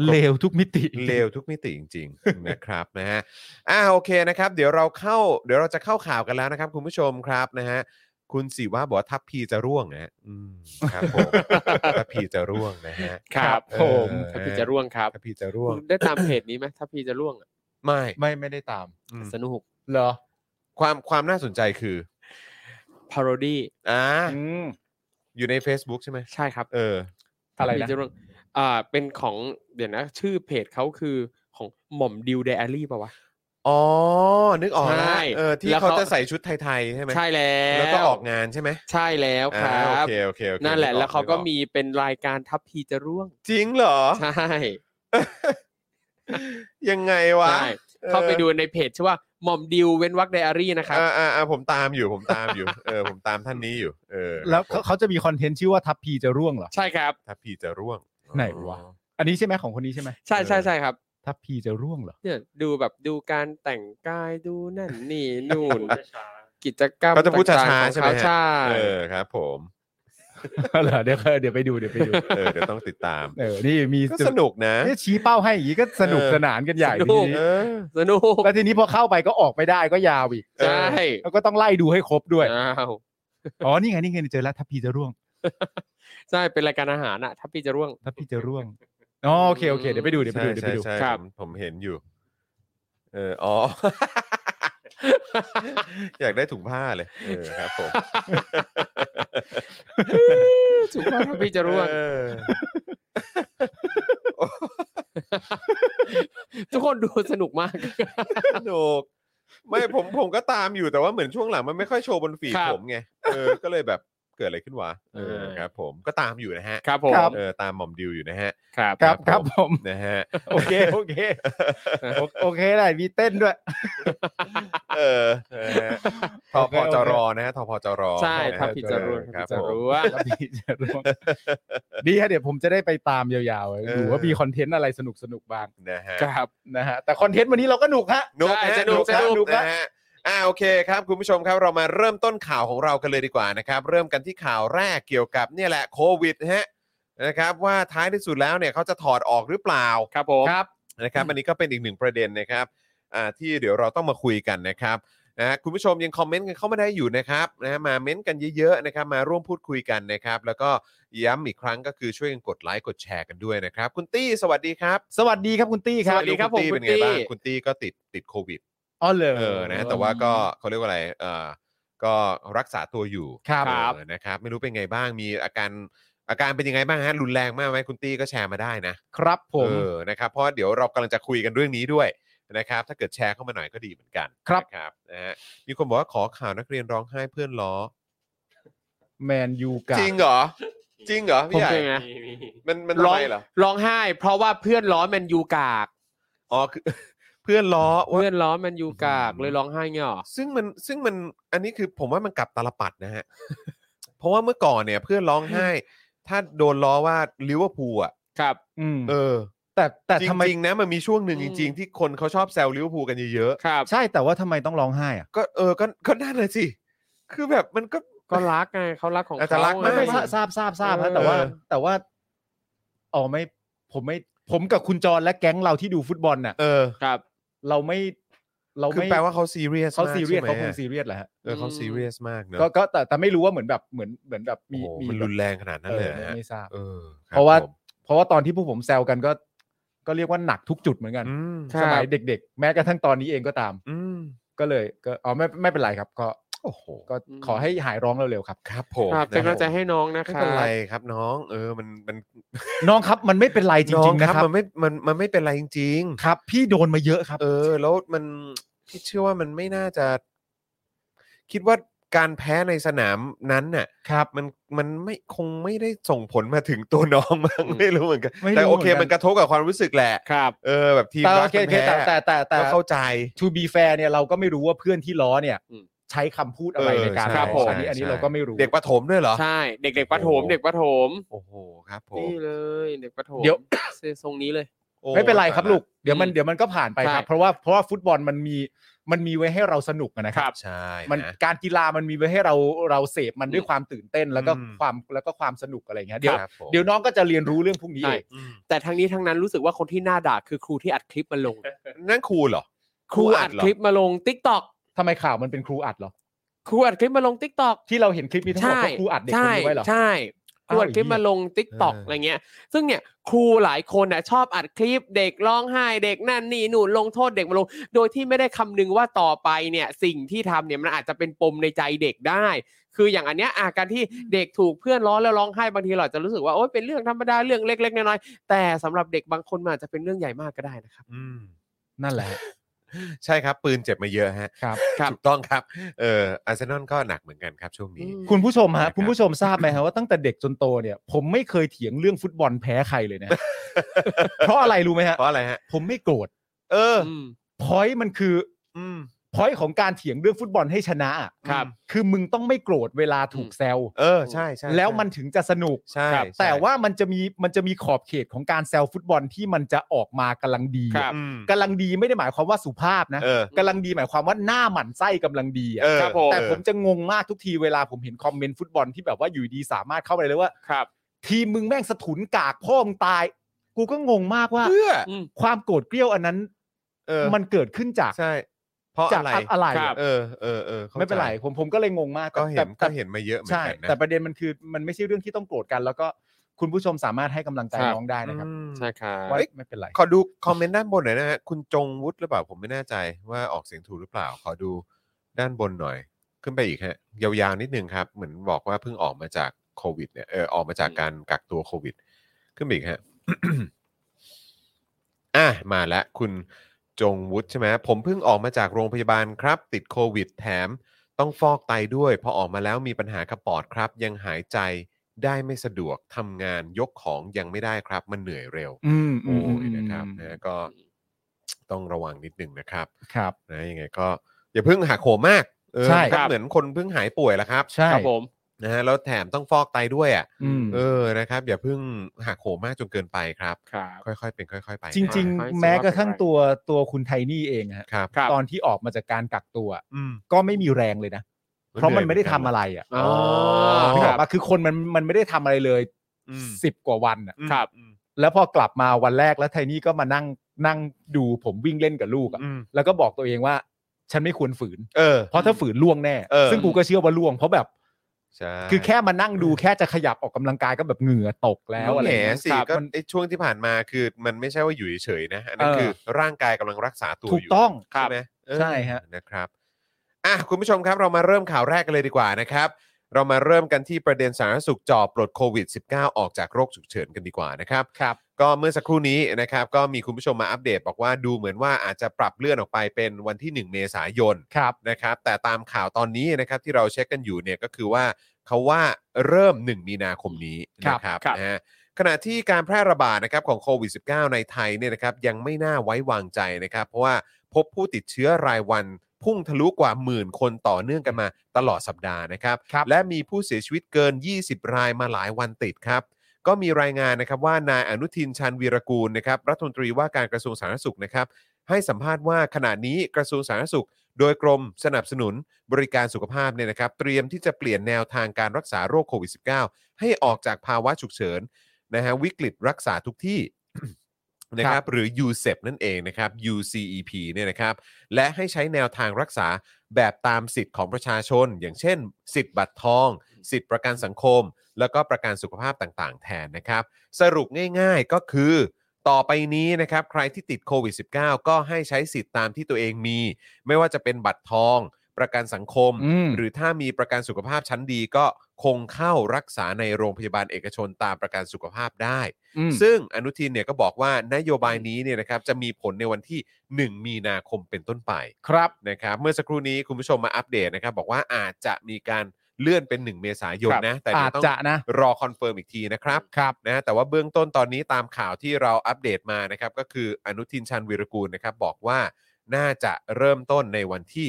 Speaker 3: เลวทุกมิติ
Speaker 2: เล วทุกมิติจริงๆ นะครับ นะฮะอ่าโอเคนะครับ เดี๋ยวเราเข้าเดี๋ยวเราจะเข้าข่าวกันแล้วนะครับ คุณผู้ชมครับนะฮะคุณสิว่าบอกว่าทัพพีจะร่วงนะฮะอืมครับผม ทัพพีจะร่วงนะฮะ
Speaker 4: ครับ
Speaker 2: เออ
Speaker 4: ผมทัพพีจะร่วงครับ
Speaker 2: ทัพพีจะร่วง
Speaker 4: คุณได้ตามเพจนี้ไหมทัพพีจะร่วงอะ
Speaker 2: ไม่
Speaker 3: ไม่ไม่ได้ตาม
Speaker 2: อืม
Speaker 4: สนุก
Speaker 3: เหรอ
Speaker 2: ความความน่าสนใจคือ
Speaker 4: พาโรดี้
Speaker 2: อ่า
Speaker 3: อืม
Speaker 2: อยู่ใน Facebook ใช่ไหม
Speaker 4: ใช่ครับ
Speaker 2: เออ
Speaker 3: อะไรนะ
Speaker 4: ทัพพีจร่วงอ่าเป็นของเดี๋ยวนะ ชื่อเพจเขาคือของหม่อมดิวไดอารี่ปะวะ
Speaker 2: อ๋อ นึกออก
Speaker 4: ใช่
Speaker 2: แล้วเออที่
Speaker 4: แล้ว
Speaker 2: เขา
Speaker 4: เขา
Speaker 2: จะใส่ชุดไทยๆใช่ไหม
Speaker 4: ใช่แล้ว
Speaker 2: แล้วก็ออกงานใช่ไหม
Speaker 4: ใช่แล้วครั
Speaker 2: อ่าโอบ เคโอเคโอเค
Speaker 4: นั่นแหละ
Speaker 2: ออ
Speaker 4: แล้วเขาก็
Speaker 2: นึออ
Speaker 4: มีเป็นรายการทัพพีจะร่วง
Speaker 2: จริงเหรอ
Speaker 4: ใช่
Speaker 2: ยังไงวะ
Speaker 4: ใช่ เข้าไปดูในเพจชื่อว่าหม่อมดิวเว้นวักไดอารี่นะครับ
Speaker 2: อ่าอ่าอ่าผมตามอยู่ผมตามอยู่ เออผมตามท่านนี้อยู่ เออ
Speaker 3: แล้วเขาเขาจะมีคอนเทนต์ชื่อว่าทัพพีจะร่วงเหรอ
Speaker 4: ใช่ครับ
Speaker 2: ถ้าพี่จะร่วง
Speaker 3: ไหนวะ อันนี้ใช่ไหมของคนนี้ใช่ไหม
Speaker 4: ใช่ใช่ใช่ครับ
Speaker 3: ทัพพีจะร่วงเหรอ
Speaker 4: เนี่ยดูแบบดูการแต่งกายดูนั่นนี่นู่น
Speaker 5: ช้า
Speaker 4: กิจกรรม
Speaker 2: เขาจะพูดช้า
Speaker 4: ต่ง
Speaker 2: ๆ
Speaker 4: ๆ
Speaker 2: ใช่ไหม
Speaker 4: ของ
Speaker 2: ฮะ
Speaker 4: เขาใช่
Speaker 2: เออครับผม
Speaker 3: เหรอเดี๋ยวเดี๋ยวไปดูเดี๋ยวไปดู
Speaker 2: เออเดี๋ยวต้องติดตาม
Speaker 3: เออนี่มี
Speaker 2: ก็
Speaker 3: จุด
Speaker 2: สนุกนะ
Speaker 3: เนี่ยชี้เป้าให้อย่างนี้ก็สนุก
Speaker 2: เออ
Speaker 3: สนานกันใหญ่
Speaker 4: ส
Speaker 3: ที
Speaker 4: นุก
Speaker 3: นี้
Speaker 2: เออ
Speaker 4: สนุก
Speaker 3: แล้วทีนี้พอเข้าไปก็ออกไม่ได้ก็ยาวอีก
Speaker 2: เออ
Speaker 4: ใช่
Speaker 3: แล้วก็ต้องไล่ดูให้ครบด้วย
Speaker 4: อ้าว
Speaker 3: อ๋อนี่ไงนี่ไงเจอแล้วทัพพีจะร่วง
Speaker 4: ใช่เป็นรายการอาหารอะทัพพีจะร่วง
Speaker 3: ทัพพีจะร่วงอ๋อโอเคโอเคเดี๋ยวไปดูเดี๋ยวไป
Speaker 2: ใช่
Speaker 3: ดูเดี๋ยว
Speaker 2: ใช่
Speaker 3: ไปดู
Speaker 2: ใช่
Speaker 4: ครับ
Speaker 2: ผมผมเห็นอยู่ เอออ๋อ อยากได้ถุงผ้าเลยเออครับผม
Speaker 4: ถูกว่าทัพพีจะร่วง
Speaker 2: เออ
Speaker 4: ทุกคนดูสนุกมาก
Speaker 2: สนุกไม่ผมผมก็ตามอยู่แต่ว่าเหมือนช่วงหลังมันไม่ค่อยโชว์บนฟีด
Speaker 4: ครับ
Speaker 2: ผมไงเออก็เลยแบบเกิดอะไรขึ้นวะเอ
Speaker 4: เอ
Speaker 2: อ
Speaker 4: อ
Speaker 2: ครับ ผมก็ตามอยู่นะฮะ
Speaker 4: ครับผม
Speaker 2: เออตามหม่อมดิวอยู่นะฮะ
Speaker 4: ครับ
Speaker 3: ครับ
Speaker 2: ค
Speaker 3: ค
Speaker 2: รั
Speaker 3: รับ บผม
Speaker 2: นะฮะ
Speaker 3: โอเคโอเคโอโอเคได้มีเต้นด้วย
Speaker 2: เอ อนะฮะทพจรนะฮะทพจร
Speaker 4: ใช่
Speaker 2: นะฮะ
Speaker 4: ทัพพีจะร่วง
Speaker 2: ค
Speaker 4: ทั
Speaker 2: รับ
Speaker 4: พพีจะ
Speaker 2: ผม
Speaker 4: ร่วง
Speaker 3: ทัพพีจะร่วง ดีฮะเดี๋ยวผมจะได้ไปตามยาวๆไว้
Speaker 2: เออ
Speaker 3: ดูว่ามีคอนเทนต์อะไรสนุกสนุกๆบ้าง
Speaker 2: นะฮะ
Speaker 4: ครับ
Speaker 3: นะฮะแต่คอนเทนต์วันนี้เราก็หนุกฮะ
Speaker 2: นุก
Speaker 4: ใช่
Speaker 2: ฮะ
Speaker 4: สนุก
Speaker 2: ฮะ
Speaker 4: สนุก
Speaker 2: นุกนะฮะอ่าโอเคครับคุณผู้ชมครับเรามาเริ่มต้นข่าวของเรากันเลยดีกว่านะครับ เริ่มกันที่ข่าวแรกเกี่ยวกับเนี่ยแหละโควิดฮะนะครับว่าท้ายที่สุดแล้วเนี่ยเขาจะถอดออกหรือเปล่า
Speaker 4: ครับผม
Speaker 3: ครับ
Speaker 2: นะครับอันนี้ก็เป็นอีกหนึ่งประเด็นนะครับอ่าที่เดี๋ยวเราต้องมาคุยกันนะครับนะฮะคุณผู้ชมยังคอมเมนต์กันเข้ามาได้อยู่นะครับนะฮะมาเม้นต์กันเยอะๆนะครับมาร่วมพูดคุยกันนะครับ แล้วก็ย้ำอีกครั้งก็คือช่วยกันกดไลค์กดแชร์กันด้วยนะครับ คุณตี้สวัสดีครับ
Speaker 3: สวัสดีครับคุณตี้ครับ
Speaker 2: ไม่ณตี้เป็นไงบ้างคุณตี้ก็ติดติดโควิด
Speaker 3: อ๋อเลย
Speaker 2: เออ นะ แต่ว่าก็เขาเรียกว่าอะไร เออก็รักษาตัวอยู่
Speaker 3: ครับ
Speaker 2: เออนะครับ ไม่รู้เป็นไงบ้าง มีอาการ อาการเป็นยังไงบ้างฮะ รุนแรงมากไหมคุณตี้ก็แชร์มาได้นะครับ
Speaker 3: ผม
Speaker 2: เออ นะครับ เพราะเดี๋ยวเรากำลังจะคุยกันเรื่องนี้ด้วยนะครับ ถ้าเกิดแชร์เข้ามาหน่อยก็ดีเหมือนกัน
Speaker 3: ครับ
Speaker 2: นะครับ นะฮะ มีคนบอกว่าขอข่าวนักเรียนร้องไห้เพื่อนล้อ
Speaker 3: แมนยูกับ
Speaker 2: จริงเหรอ จริงเหรอ
Speaker 4: ผม
Speaker 2: พี่ใหญ่
Speaker 4: เป็นไง
Speaker 5: มีมี
Speaker 2: มัน มัน
Speaker 4: ร้
Speaker 2: ร้
Speaker 4: อ
Speaker 2: อง งเหรอ
Speaker 4: ร้องไห้ เพราะว่าเพื่อนล้อแมนยูกาก
Speaker 2: อ๋อคือ เพื่อนล้อว่า
Speaker 4: เพื่อนล้อแมนยูกาก
Speaker 2: อืม
Speaker 4: เลยร้องไห้เงี้ยหรอ
Speaker 2: ซึ่งมันซึ่งมันอันนี้คือผมว่ามันกลับตาลปัดนะฮ ะ เพราะว่าเมื่อก่อนเนี่ยเพื่อนร้องไห้ ถ้าโดนล้อว่าลิเวอร์พูลอ่ะ
Speaker 4: ครับ
Speaker 3: อืม
Speaker 2: เออ
Speaker 3: แต่แต่
Speaker 2: จ
Speaker 3: ทำไม
Speaker 2: ริงๆนะมันมีช่วงหนึ่งจริง ๆ ที่คนเขาชอบแซวลิเวอร์พูลกันเยอะ
Speaker 4: ครับ
Speaker 3: ใช่แต่ว่าทำไมต้องร้องไห้อะ
Speaker 2: ๆก็เออก็ก็นั่นเลยสิคือแบบมันก็
Speaker 4: ก็รักไงเขารักของ
Speaker 2: อาจ
Speaker 4: เขา
Speaker 2: จะรัก
Speaker 4: ไง
Speaker 2: ไม่
Speaker 3: ไม่
Speaker 2: ไม่
Speaker 3: ไม่ทราบทราบทราบทราบ
Speaker 4: เออ
Speaker 3: ฮะแต่ว่าแต่ว่าอ๋อไม่ผมไม่ผมกับคุณจรและแก๊งเราที่ดูฟุตบอลน่ะ
Speaker 2: เออ
Speaker 4: ครับ
Speaker 3: เราไม่เรา
Speaker 2: คือ
Speaker 3: ไม่
Speaker 2: แปลว่าเขาซีเรียส
Speaker 3: เขาซีเรียสเขาคง
Speaker 2: ซี
Speaker 3: ซีเรียสแหละฮะ
Speaker 2: เออเขาซีเรียสมากเนอะ
Speaker 3: ก็ก็แต่แต่ไม่รู้ว่าเหมือนแบบเหมือนเหมือนแบบมี
Speaker 2: โอ้โห
Speaker 3: มี
Speaker 2: มันรุนแรงขนาดนั้น
Speaker 3: เอ
Speaker 2: เลย
Speaker 3: อ
Speaker 2: เหรอฮะ
Speaker 3: ไม่ทราบ
Speaker 2: เออคบ
Speaker 3: เพราะว่า
Speaker 2: ผม
Speaker 3: เพราะว่าตอนที่พวกผมแซวกันก็ ก็เรียกว่าหนักทุกจุดเหมือนกัน
Speaker 2: อืม
Speaker 4: ครับ
Speaker 3: สมัยเด็ก ๆ แม้กระทั่งตอนนี้เองก็ตาม
Speaker 2: อืม
Speaker 3: ก็เลยก็อ๋อไม่ไม่เป็นไรครับ ก็
Speaker 2: โอ้โห
Speaker 3: ก็ขอให้หายร้องเร็วๆครับ
Speaker 2: ครับผม
Speaker 4: ครับเป็นกำลังใจให้น้องนะ
Speaker 2: ไม่
Speaker 4: ครั
Speaker 2: เป็นไร
Speaker 4: บ
Speaker 2: ครับน้องเออมันมัน
Speaker 3: น้องครับมันไม่เป็นไรจริง ๆ
Speaker 2: อ
Speaker 3: นะครับ
Speaker 2: มันไม่มันมันไม่เป็นไรจริง
Speaker 3: ครับ พี่โดนมาเยอะครับ
Speaker 2: ๆเออ แล้วมันพี่เชื่อว่ามันไม่น่าจะ คิดว่าการแพ้ในสนามนั้นน่ะ
Speaker 3: ครับ
Speaker 2: มันมันไม่คงไม่ได้ส่งผลมาถึงตัวน้องมั้ง
Speaker 4: อืม
Speaker 2: ไม่รู้เหมือนกัน
Speaker 3: ไม่รู้
Speaker 2: แต่โอเค
Speaker 3: เหมื
Speaker 2: มั
Speaker 3: อน
Speaker 2: ก
Speaker 3: นกัน
Speaker 2: ระทบกับความรู้สึกแหละ
Speaker 4: ครับ
Speaker 2: เออ แบบทีม
Speaker 3: แต่
Speaker 2: รั
Speaker 3: โอก เคโอเค
Speaker 2: แพ้
Speaker 3: แต่แต่แต่แต่
Speaker 2: ก็เข้าใจ
Speaker 3: to be fair เนี่ยเราก็ไม่รู้ว่าเพื่อนที่ล้อเนี่ย
Speaker 4: อืม
Speaker 3: ใช้คำพูดอะไร
Speaker 2: เออ
Speaker 3: ในการ
Speaker 2: ใช่
Speaker 4: ครับผม
Speaker 3: อันนี้อันนี้
Speaker 2: ใช่
Speaker 3: เราก็ไม่รู้
Speaker 2: เด็กประถมด้วยเหรอ
Speaker 4: ใช่เด็กๆประถม
Speaker 2: โอ้โห
Speaker 4: เด็กประถม
Speaker 2: โอ้โหครับผม
Speaker 4: นี่เลย เด็กประถมทรงนี้เลย
Speaker 2: โอ้
Speaker 3: ไม่เป็นไรครับ
Speaker 2: ตายละ
Speaker 3: ลูกเดี๋ยวมัน
Speaker 4: อืม
Speaker 3: เดี๋ยวมันก็ผ่านไปครับ
Speaker 4: ใช่
Speaker 3: เพราะว่าเพราะว่าฟุตบอลมันมีมันมีไว้ให้เราสนุกอะนะค
Speaker 4: ค
Speaker 3: รั
Speaker 4: รับ บ
Speaker 2: ใช่
Speaker 3: มัน
Speaker 2: นะ
Speaker 3: การกีฬามันมีไว้ให้เราเราเสพมันด้วยความตื่นเต้นแล้วก็
Speaker 2: อืม
Speaker 3: ความแล้วก็ความสนุกอะไรอย่างเงี้ยเดี๋ยว
Speaker 2: ครับผม
Speaker 3: เดี๋ยวน้องก็จะเรียนรู้เรื่องพวกนี้
Speaker 4: ใช่
Speaker 3: เอง
Speaker 2: อืม
Speaker 4: แต่ทั้งนี้ทั้งนั้นรู้สึกว่าคนที่น่าด่าคือครูที่อัดคลิปมาลง
Speaker 2: นั่นครูเหรอ
Speaker 4: ครูอัดคลิปมาลงทิกตอก
Speaker 3: ทำไมข่าวมันเป็นครูอัดเหรอ
Speaker 4: ครูอัดคลิปมาลงทิกตอก
Speaker 3: ที่เราเห็นคลิปนี้ทั้งหมด
Speaker 4: ใช่
Speaker 3: เพราะครูอัดเด็กคน
Speaker 4: ใช่
Speaker 3: นี้ไว้เหรอ
Speaker 4: ใช่ครูอัดคลิป
Speaker 3: อ้าว
Speaker 4: มาลงทิกตอก
Speaker 2: เอออ
Speaker 4: อะไรเงี้ย ซึ่งเนี่ยครูหลายคนน่ะชอบอัดคลิปเด็กร้องไห้เด็กนั่นนี่นู่นลงโทษเด็กมาลง โดยที่ไม่ได้คำนึงว่าต่อไปเนี่ยสิ่งที่ทำเนี่ยมันอาจจะเป็นปมในใจเด็กได้ คืออย่างอันเนี้ยอาการที่เด็กถูกเพื่อนล้อแล้วร้องไห้บางทีเราอาจจะรู้สึกว่าโอ๊ยเป็นเรื่องธรรมดาเรื่องเล็กๆน้อยๆแต่สำหรับเด็กบางคนมันอาจจะเป็นเรื่องใหญ่มากก็ได้นะครับ
Speaker 2: อืม
Speaker 3: นั่นแหละฮะ
Speaker 2: ใช่ครับปืนเจ็บมาเยอะฮะ
Speaker 3: ครับ
Speaker 4: ครับ
Speaker 2: ถูกต้องครับ เอออาร์เซนอลก็หนักเหมือนกันครับช่วงนี้
Speaker 3: คุณผู้ชม
Speaker 2: นะครั
Speaker 3: ฮะ
Speaker 2: บ
Speaker 3: คุณผู้ชมทราบไหมฮะว่าตั้งแต่เด็กจนโตเนี่ย ผมไม่เคยเถียงเรื่องฟุตบอลแพ้ใครเลยนะ เพราะอะไรรู้ไหมฮะ
Speaker 2: เพราะอะไรฮะ
Speaker 3: ผมไม่โกรธ
Speaker 2: เออ
Speaker 4: อืม
Speaker 3: พอยมันคือ
Speaker 2: อืม
Speaker 3: พอยของการเถียงเรื่องฟุตบอลให้ชนะอะ
Speaker 4: ครับ
Speaker 3: คือมึงต้องไม่โกรธเวลาถูกแซว
Speaker 2: เออ ใช่ใช่
Speaker 3: แล้วมันถึงจะสนุก
Speaker 2: ใช่
Speaker 4: ครับ
Speaker 2: ใช่
Speaker 3: แต่ว่ามันจะมีมันจะมีขอบเขตของการแซวฟุตบอลที่มันจะออกมากำลังดีอะ
Speaker 4: ครับ
Speaker 2: อืม
Speaker 3: กำลังดีไม่ได้หมายความว่าสุภาพนะ
Speaker 2: เออก
Speaker 3: ำลังดีหมายความว่าหน้าหมันไส้กำลังดีอะ
Speaker 2: เออ
Speaker 4: ครับผม
Speaker 3: แต่ผมจะงงมากทุกทีเวลาผมเห็นคอมเมนต์ฟุตบอลที่แบบว่าอยู่ดีสามารถเข้าไปเลยว่า
Speaker 4: ครับ
Speaker 3: ทีมมึงแม่งสะถุนกากพ่อมึงตาย กูก็งงมากว่า
Speaker 2: เพื่อ
Speaker 4: อืม
Speaker 3: ความโกรธเกรี้ยวอันนั้น
Speaker 2: เออ
Speaker 3: มันเกิดขึ้นจาก
Speaker 2: ใช่ เพราะ
Speaker 3: จาก
Speaker 2: อะไร
Speaker 3: อะไร
Speaker 4: ครับ
Speaker 2: เออเออเออข้าใจ
Speaker 3: ไม่เป็นไรผมผมก็เลยงงมาก
Speaker 2: ก็เห็
Speaker 3: แต่
Speaker 2: น
Speaker 3: แต่
Speaker 2: ก็เห็นมาเยอะเหมือน
Speaker 3: ใช่
Speaker 2: กันนะ
Speaker 3: แต่ประเด็นมันคือมันไม่ใช่เรื่องที่ต้องโกรธกัน แล้วก็คุณผู้ชมสามารถให้กำลังใจ
Speaker 4: ครับ
Speaker 3: น้องได้นะครับ
Speaker 2: อืม
Speaker 4: ใช่ครับ
Speaker 3: ว่า
Speaker 2: เอ้ย
Speaker 3: ไม่เป็นไร
Speaker 2: ขอดูคอมเมนต์ด้านบนหน่อยนะฮะคุณจงวุฒิหรือเปล่าผมไม่แน่ใจว่าออกเสียงถูกหรือเปล่า ขอดูด้านบนหน่อย ขึ้นไปอีกฮะยาวๆนิดนึงครับ เหมือนบอกว่าเพิ่งออกมาจากโควิดเนี่ยเออออกมาจากการกักตัวโควิด ขึ้นไปอีกฮะ อ่ะมาแล้วคุณจงวุฒิใช่ไหมผมเพิ่งออกมาจากโรงพยาบาลครับ ติดโควิดแถม ต้องฟอกไตด้วย พอออกมาแล้วมีปัญหากระปอดครับ ยังหายใจได้ไม่สะดวกทำงานยกของยังไม่ได้ครับ มันเหนื่อยเร็ว
Speaker 3: อืม
Speaker 2: โอ้ยนะครับ
Speaker 3: อืม
Speaker 2: นะก็ต้องระวังนิดนึงนะครับ
Speaker 3: ครับ
Speaker 2: นะยังไงก็อย่าเพิ่งหักโหมมากเออ
Speaker 3: ใช่
Speaker 2: มันก็
Speaker 4: ครับ
Speaker 2: เหมือนคนเพิ่งหายป่วยแล้วครับ
Speaker 3: ใช่
Speaker 4: ครับผม
Speaker 2: นะฮะแล้วแถมต้องฟอกไตด้วยอ่ะ
Speaker 3: อืม
Speaker 2: เออนะครับ อย่าเพิ่งหักโหมมากจนเกินไปครับ
Speaker 4: ครับ
Speaker 2: ค่อยๆ เป็นค่อย ๆ ไป
Speaker 3: จริ
Speaker 4: ข
Speaker 3: ง
Speaker 4: อให้สุข
Speaker 3: ๆ
Speaker 4: ภาพ
Speaker 3: แม้กระทั่ง
Speaker 4: แข็งแรง
Speaker 3: ตัวตัวคุณไทนี่เองอะฮะ
Speaker 2: ครับ
Speaker 4: ครับ
Speaker 3: ตอนที่ออกมาจากการกักตัว
Speaker 2: อืม
Speaker 3: ก็ไม่มีแรงเลยนะ เพราะมันไม่ได้ทำอะไรอ่ะ
Speaker 4: อ๋อ
Speaker 3: นึก
Speaker 4: ค
Speaker 3: อ
Speaker 4: รั
Speaker 3: อบ กปะคือคนมันมันไม่ได้ทำอะไรเลย
Speaker 2: อืม
Speaker 3: สิบกว่าวันอ่ะ
Speaker 2: อืม
Speaker 4: ครับ
Speaker 2: อืม
Speaker 3: แล้วพอกลับมาวันแรกแล้วไทนี่ก็มานั่งนั่งดูผมวิ่งเล่นกับลูกอ่ะ
Speaker 2: อืม
Speaker 3: แล้วก็บอกตัวเองว่า ฉันไม่ควรฝืน
Speaker 2: เออ
Speaker 3: เพราะถ้าฝืนล่วงแน่
Speaker 2: เออ
Speaker 3: ซึ่งกูก็เชื่อว่าล่วง เพราะแบบ
Speaker 2: ใช่
Speaker 3: คือแค่มานั่งดูแค่จะขยับออกกำลังกายก็แบบเหงื่อตกแล้วอะไร
Speaker 2: แหม
Speaker 3: อย่างเงี้ย
Speaker 2: สิ
Speaker 3: ครับ
Speaker 2: ก็
Speaker 3: มัน
Speaker 2: ไอ้ช่วงที่ผ่านมาคือมันไม่ใช่ว่าอยู่เฉยๆนะอันนั้น
Speaker 3: เออ
Speaker 2: คือร่างกายกำลังรักษาตัว
Speaker 3: ถูก
Speaker 2: อยู่
Speaker 3: ต้อง
Speaker 2: ใช่ไหมเออ
Speaker 3: ใช่ฮะ
Speaker 2: นะครับอ่ะคุณผู้ชมครับเรามาเริ่มข่าวแรกกันเลยดีกว่านะครับ เรามาเริ่มกันที่ประเด็นสาธารณสุขจ่อปลดโควิด -19 ออกจากโรคฉุกเฉินกันดีกว่านะครับ
Speaker 3: ครับ
Speaker 2: ก็เมื่อสักครู่นี้นะครับก็มีคุณผู้ชมมาอัปเดต บอกว่าดูเหมือนว่าอาจจะปรับเลื่อนออกไปเป็นวันที่ 1 เมษายน
Speaker 3: ครับ
Speaker 2: นะครับแต่ตามข่าวตอนนี้นะครับที่เราเช็คกันอยู่เนี่ยก็คือว่าเขาว่าเริ่ม 1 มีนาคมนี้
Speaker 3: ครับ
Speaker 2: นะครับ
Speaker 4: ครับ
Speaker 2: นะฮะขณะที่การแพร่ระบาดนะครับของโควิด -19 ในไทยเนี่ยนะครับยังไม่น่าไว้วางใจนะครับเพราะว่าพบผู้ติดเชื้อรายวันพุ่งทะลุกว่าหมื่นคนต่อเนื่องกันมาตลอดสัปดาห์นะครับ
Speaker 3: ครับ
Speaker 2: และมีผู้เสียชีวิตเกิน 20 รายมาหลายวันติดครับ ก็มีรายงานนะครับว่านายอนุทินชาญวีรกูลนะครับรัฐมนตรีว่าการกระทรวงสาธารณสุขนะครับให้สัมภาษณ์ว่าขณะนี้กระทรวงสาธารณสุข โดยกรมสนับสนุนบริการสุขภาพเนี่ยนะครับ เตรียมที่จะเปลี่ยนแนวทางการรักษาโรคโควิด -19 ให้ออกจากภาวะฉุกเฉินนะฮะวิกฤตรักษาทุกที่ นะครับหรือ UCEP นั่นเองนะครับ UCEP เนี่ยนะครับและให้ใช้แนวทางรักษาแบบตามสิทธิ์ของประชาชน อย่างเช่น สิทธิ์บัตรทอง สิทธิ์ประกันสังคม แล้วก็ประกันสุขภาพต่างๆ แทนนะครับ สรุปง่ายๆก็คือ ต่อไปนี้นะครับใครที่ติดโควิด -19 ก็ให้ใช้สิทธิ์ตามที่ตัวเองมี ไม่ว่าจะเป็นบัตรทอง ประกันสังคม
Speaker 3: อืม
Speaker 2: หรือถ้ามีประกันสุขภาพชั้นดีก็คงเข้ารักษาในโรงพยาบาลเอกชนตามประกันสุขภาพได้
Speaker 3: อืม
Speaker 2: ซึ่งอนุทินเนี่ยก็บอกว่านโยบายนี้เนี่ยนะครับจะมีผลในวันที่ 1 มีนาคมเป็นต้นไป
Speaker 3: ครับ
Speaker 2: นะครับเมื่อสักครู่นี้คุณผู้ชมมาอัปเดตนะครับ บอกว่าอาจจะมีการเลื่อนเป็น 1 เมษายน
Speaker 4: ครับ
Speaker 2: นะ แต่
Speaker 3: อา
Speaker 2: เดี๋ย
Speaker 3: จ
Speaker 2: วต้อง
Speaker 3: จะนะ
Speaker 2: รอคอนเฟิร์มอีกทีนะครับ
Speaker 3: ครับ
Speaker 2: นะแต่ว่าเบื้องต้นตอนนี้ตามข่าวที่เราอัปเดตมานะครับ ก็คืออนุทินชันวีรกูลนะครับบอกว่าน่าจะเริ่มต้นในวันที่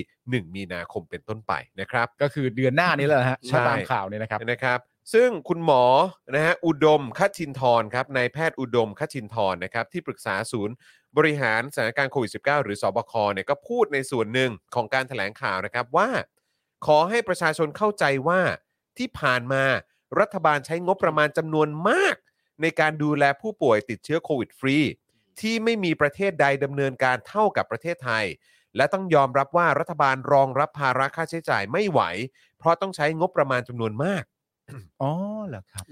Speaker 2: 1 มีนาคมเป็นต้นไปนะครับ
Speaker 3: ก็คือเดือนหน้านี้แหละฮะ
Speaker 2: ใช่
Speaker 3: ถ้าตามข่าวเนี่ยนะครับ
Speaker 2: นะครับ ซึ่งคุณหมอนะฮะอุดมคัชินทรครับนายแพทย์อุดมคัชินทรนะครับที่ปรึกษาศูนย์บริหารสถานการณ์โควิด -19 หรือสบคเนี่ยก็พูดในส่วนหนึ่งของการแถลงข่าวนะครับว่า ขอให้ประชาชนเข้าใจว่าที่ผ่านมารัฐบาลใช้งบประมาณจำนวนมาก ในการดูแลผู้ป่วยติดเชื้อโควิดฟรี ที่ไม่มีประเทศใดดำเนินการเท่ากับประเทศไทย และต้องยอมรับว่ารัฐบาลรองรับภาระค่าใช้จ่ายไม่ไหว เพราะต้องใช้งบประมาณจำนวนมาก
Speaker 3: อ๋อเหรอครับ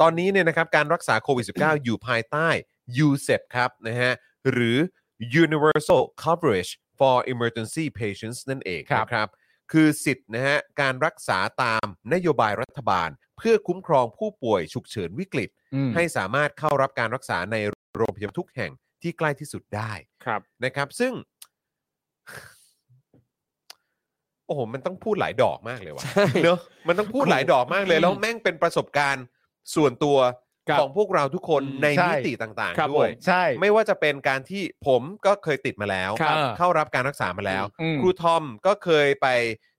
Speaker 2: ตอนนี้เนี่ยนะครับการรักษาโควิด -19 อยู่ภายใต้ UCEP ครับนะฮะหรือ Universal Coverage for Emergency Patients นั่นเอง
Speaker 3: ครับ
Speaker 2: นะครับ คือสิทธิ์นะฮะการรักษาตามนโยบายรัฐบาล เพื่อคุ้มครองผู้ป่วยฉุกเฉินวิกฤต ให้สามารถเข้ารับการรักษาในโรงพยาบาลทุกแห่งที่ใกล้ที่สุดได้
Speaker 4: ครับ
Speaker 2: นะครับซึ่ง โอ้โหมันต้องพูดหลายดอกมากเลยว่ะ
Speaker 4: ใช่
Speaker 2: เนอะมันต้องพูดหลายดอกมากเลย แล้วแม่งเป็นประสบการณ์ส่วนตัว
Speaker 4: ครับ
Speaker 2: ของพวกเราทุกคน
Speaker 4: อืม
Speaker 2: ใน
Speaker 3: ใช่
Speaker 2: มิติต่าง
Speaker 4: ครับ
Speaker 2: ๆด้วย
Speaker 4: ผม
Speaker 3: ใช่
Speaker 2: ไม่ว่าจะเป็นการที่ผมก็เคยติดมาแล้ว
Speaker 3: ครับ
Speaker 2: เข้ารับการรักษามาแล้ว
Speaker 3: อืม
Speaker 2: ครูทอมก็เคยไป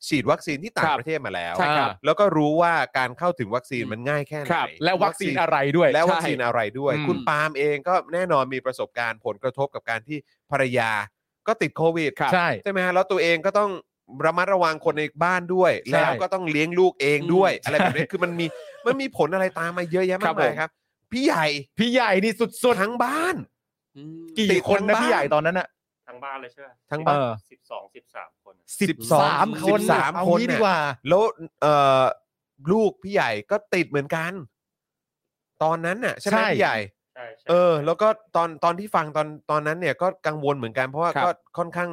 Speaker 2: ฉีดวัคซีนที่ต่า
Speaker 4: ค
Speaker 2: ง
Speaker 4: รับ
Speaker 2: ประเทศมาแล้ว
Speaker 4: ใช่ครับ
Speaker 2: แล้วก็รู้ว่าการเข้าถึงวัคซีน
Speaker 4: อืม
Speaker 2: มันง่ายแค่ไห
Speaker 4: ครั
Speaker 2: น
Speaker 4: บ
Speaker 3: และวัคซีนอะไรด้วย
Speaker 2: และ
Speaker 4: ใช่
Speaker 2: วัคซีนอะไรด้วย
Speaker 3: อืม
Speaker 2: คุณปาล์มเองก็แน่นอนมีประสบการณ์ผลกระทบกับการที่ภรรยาก็ติดโควิด
Speaker 4: ครับ
Speaker 3: ใช่
Speaker 2: ใช่ไหมฮะแล้วตัวเองก็ต้องระมัดระวังคนในบ้านด้วย
Speaker 3: ใช่
Speaker 2: แล้วก็ต้องเลี้ยงลูกเองด้วย
Speaker 4: อืม
Speaker 2: อะไรแบบนี้คือมันมีมันมีผลอะไรตามมาเยอะแยะ
Speaker 4: ครั
Speaker 2: มาก
Speaker 4: บ
Speaker 2: มา
Speaker 4: ผ
Speaker 2: ย
Speaker 4: ม
Speaker 2: ครับ พี่ใหญ่
Speaker 3: พี่ใหญ่นี่สุด
Speaker 2: ทั้งบ้าน
Speaker 4: อืม
Speaker 3: ๆ กี่
Speaker 2: ติด
Speaker 3: คน
Speaker 2: ทั้
Speaker 3: นะ
Speaker 2: งบ้าน
Speaker 3: พี่ใหญ่ตอนนั้นอะ
Speaker 5: ทั้งบ้านเลยใช่ไหม
Speaker 2: ทั้งบ้าน
Speaker 3: เออ
Speaker 5: สิบสองสิบสามคนอะ
Speaker 2: สิบสอง
Speaker 3: ค
Speaker 2: สิบ
Speaker 3: นน่ะ
Speaker 2: สาม
Speaker 3: เอา
Speaker 2: คน
Speaker 3: งี้ดี
Speaker 2: เนี่ย
Speaker 3: กว่า
Speaker 2: แล้วเอ่อลูกพี่ใหญ่ก็ติดเหมือนกัน ตอนนั้นน่ะใช่ไหม
Speaker 3: ใช่
Speaker 2: พี่ใหญ่
Speaker 5: ใช่ใช่
Speaker 2: เออ แล้วก็ตอนตอนที่ฟังตอนตอนนั้นเนี่ยก็กังวลเหมือนกันเพราะว่า
Speaker 4: ครับ
Speaker 2: ก็ค่อนข้าง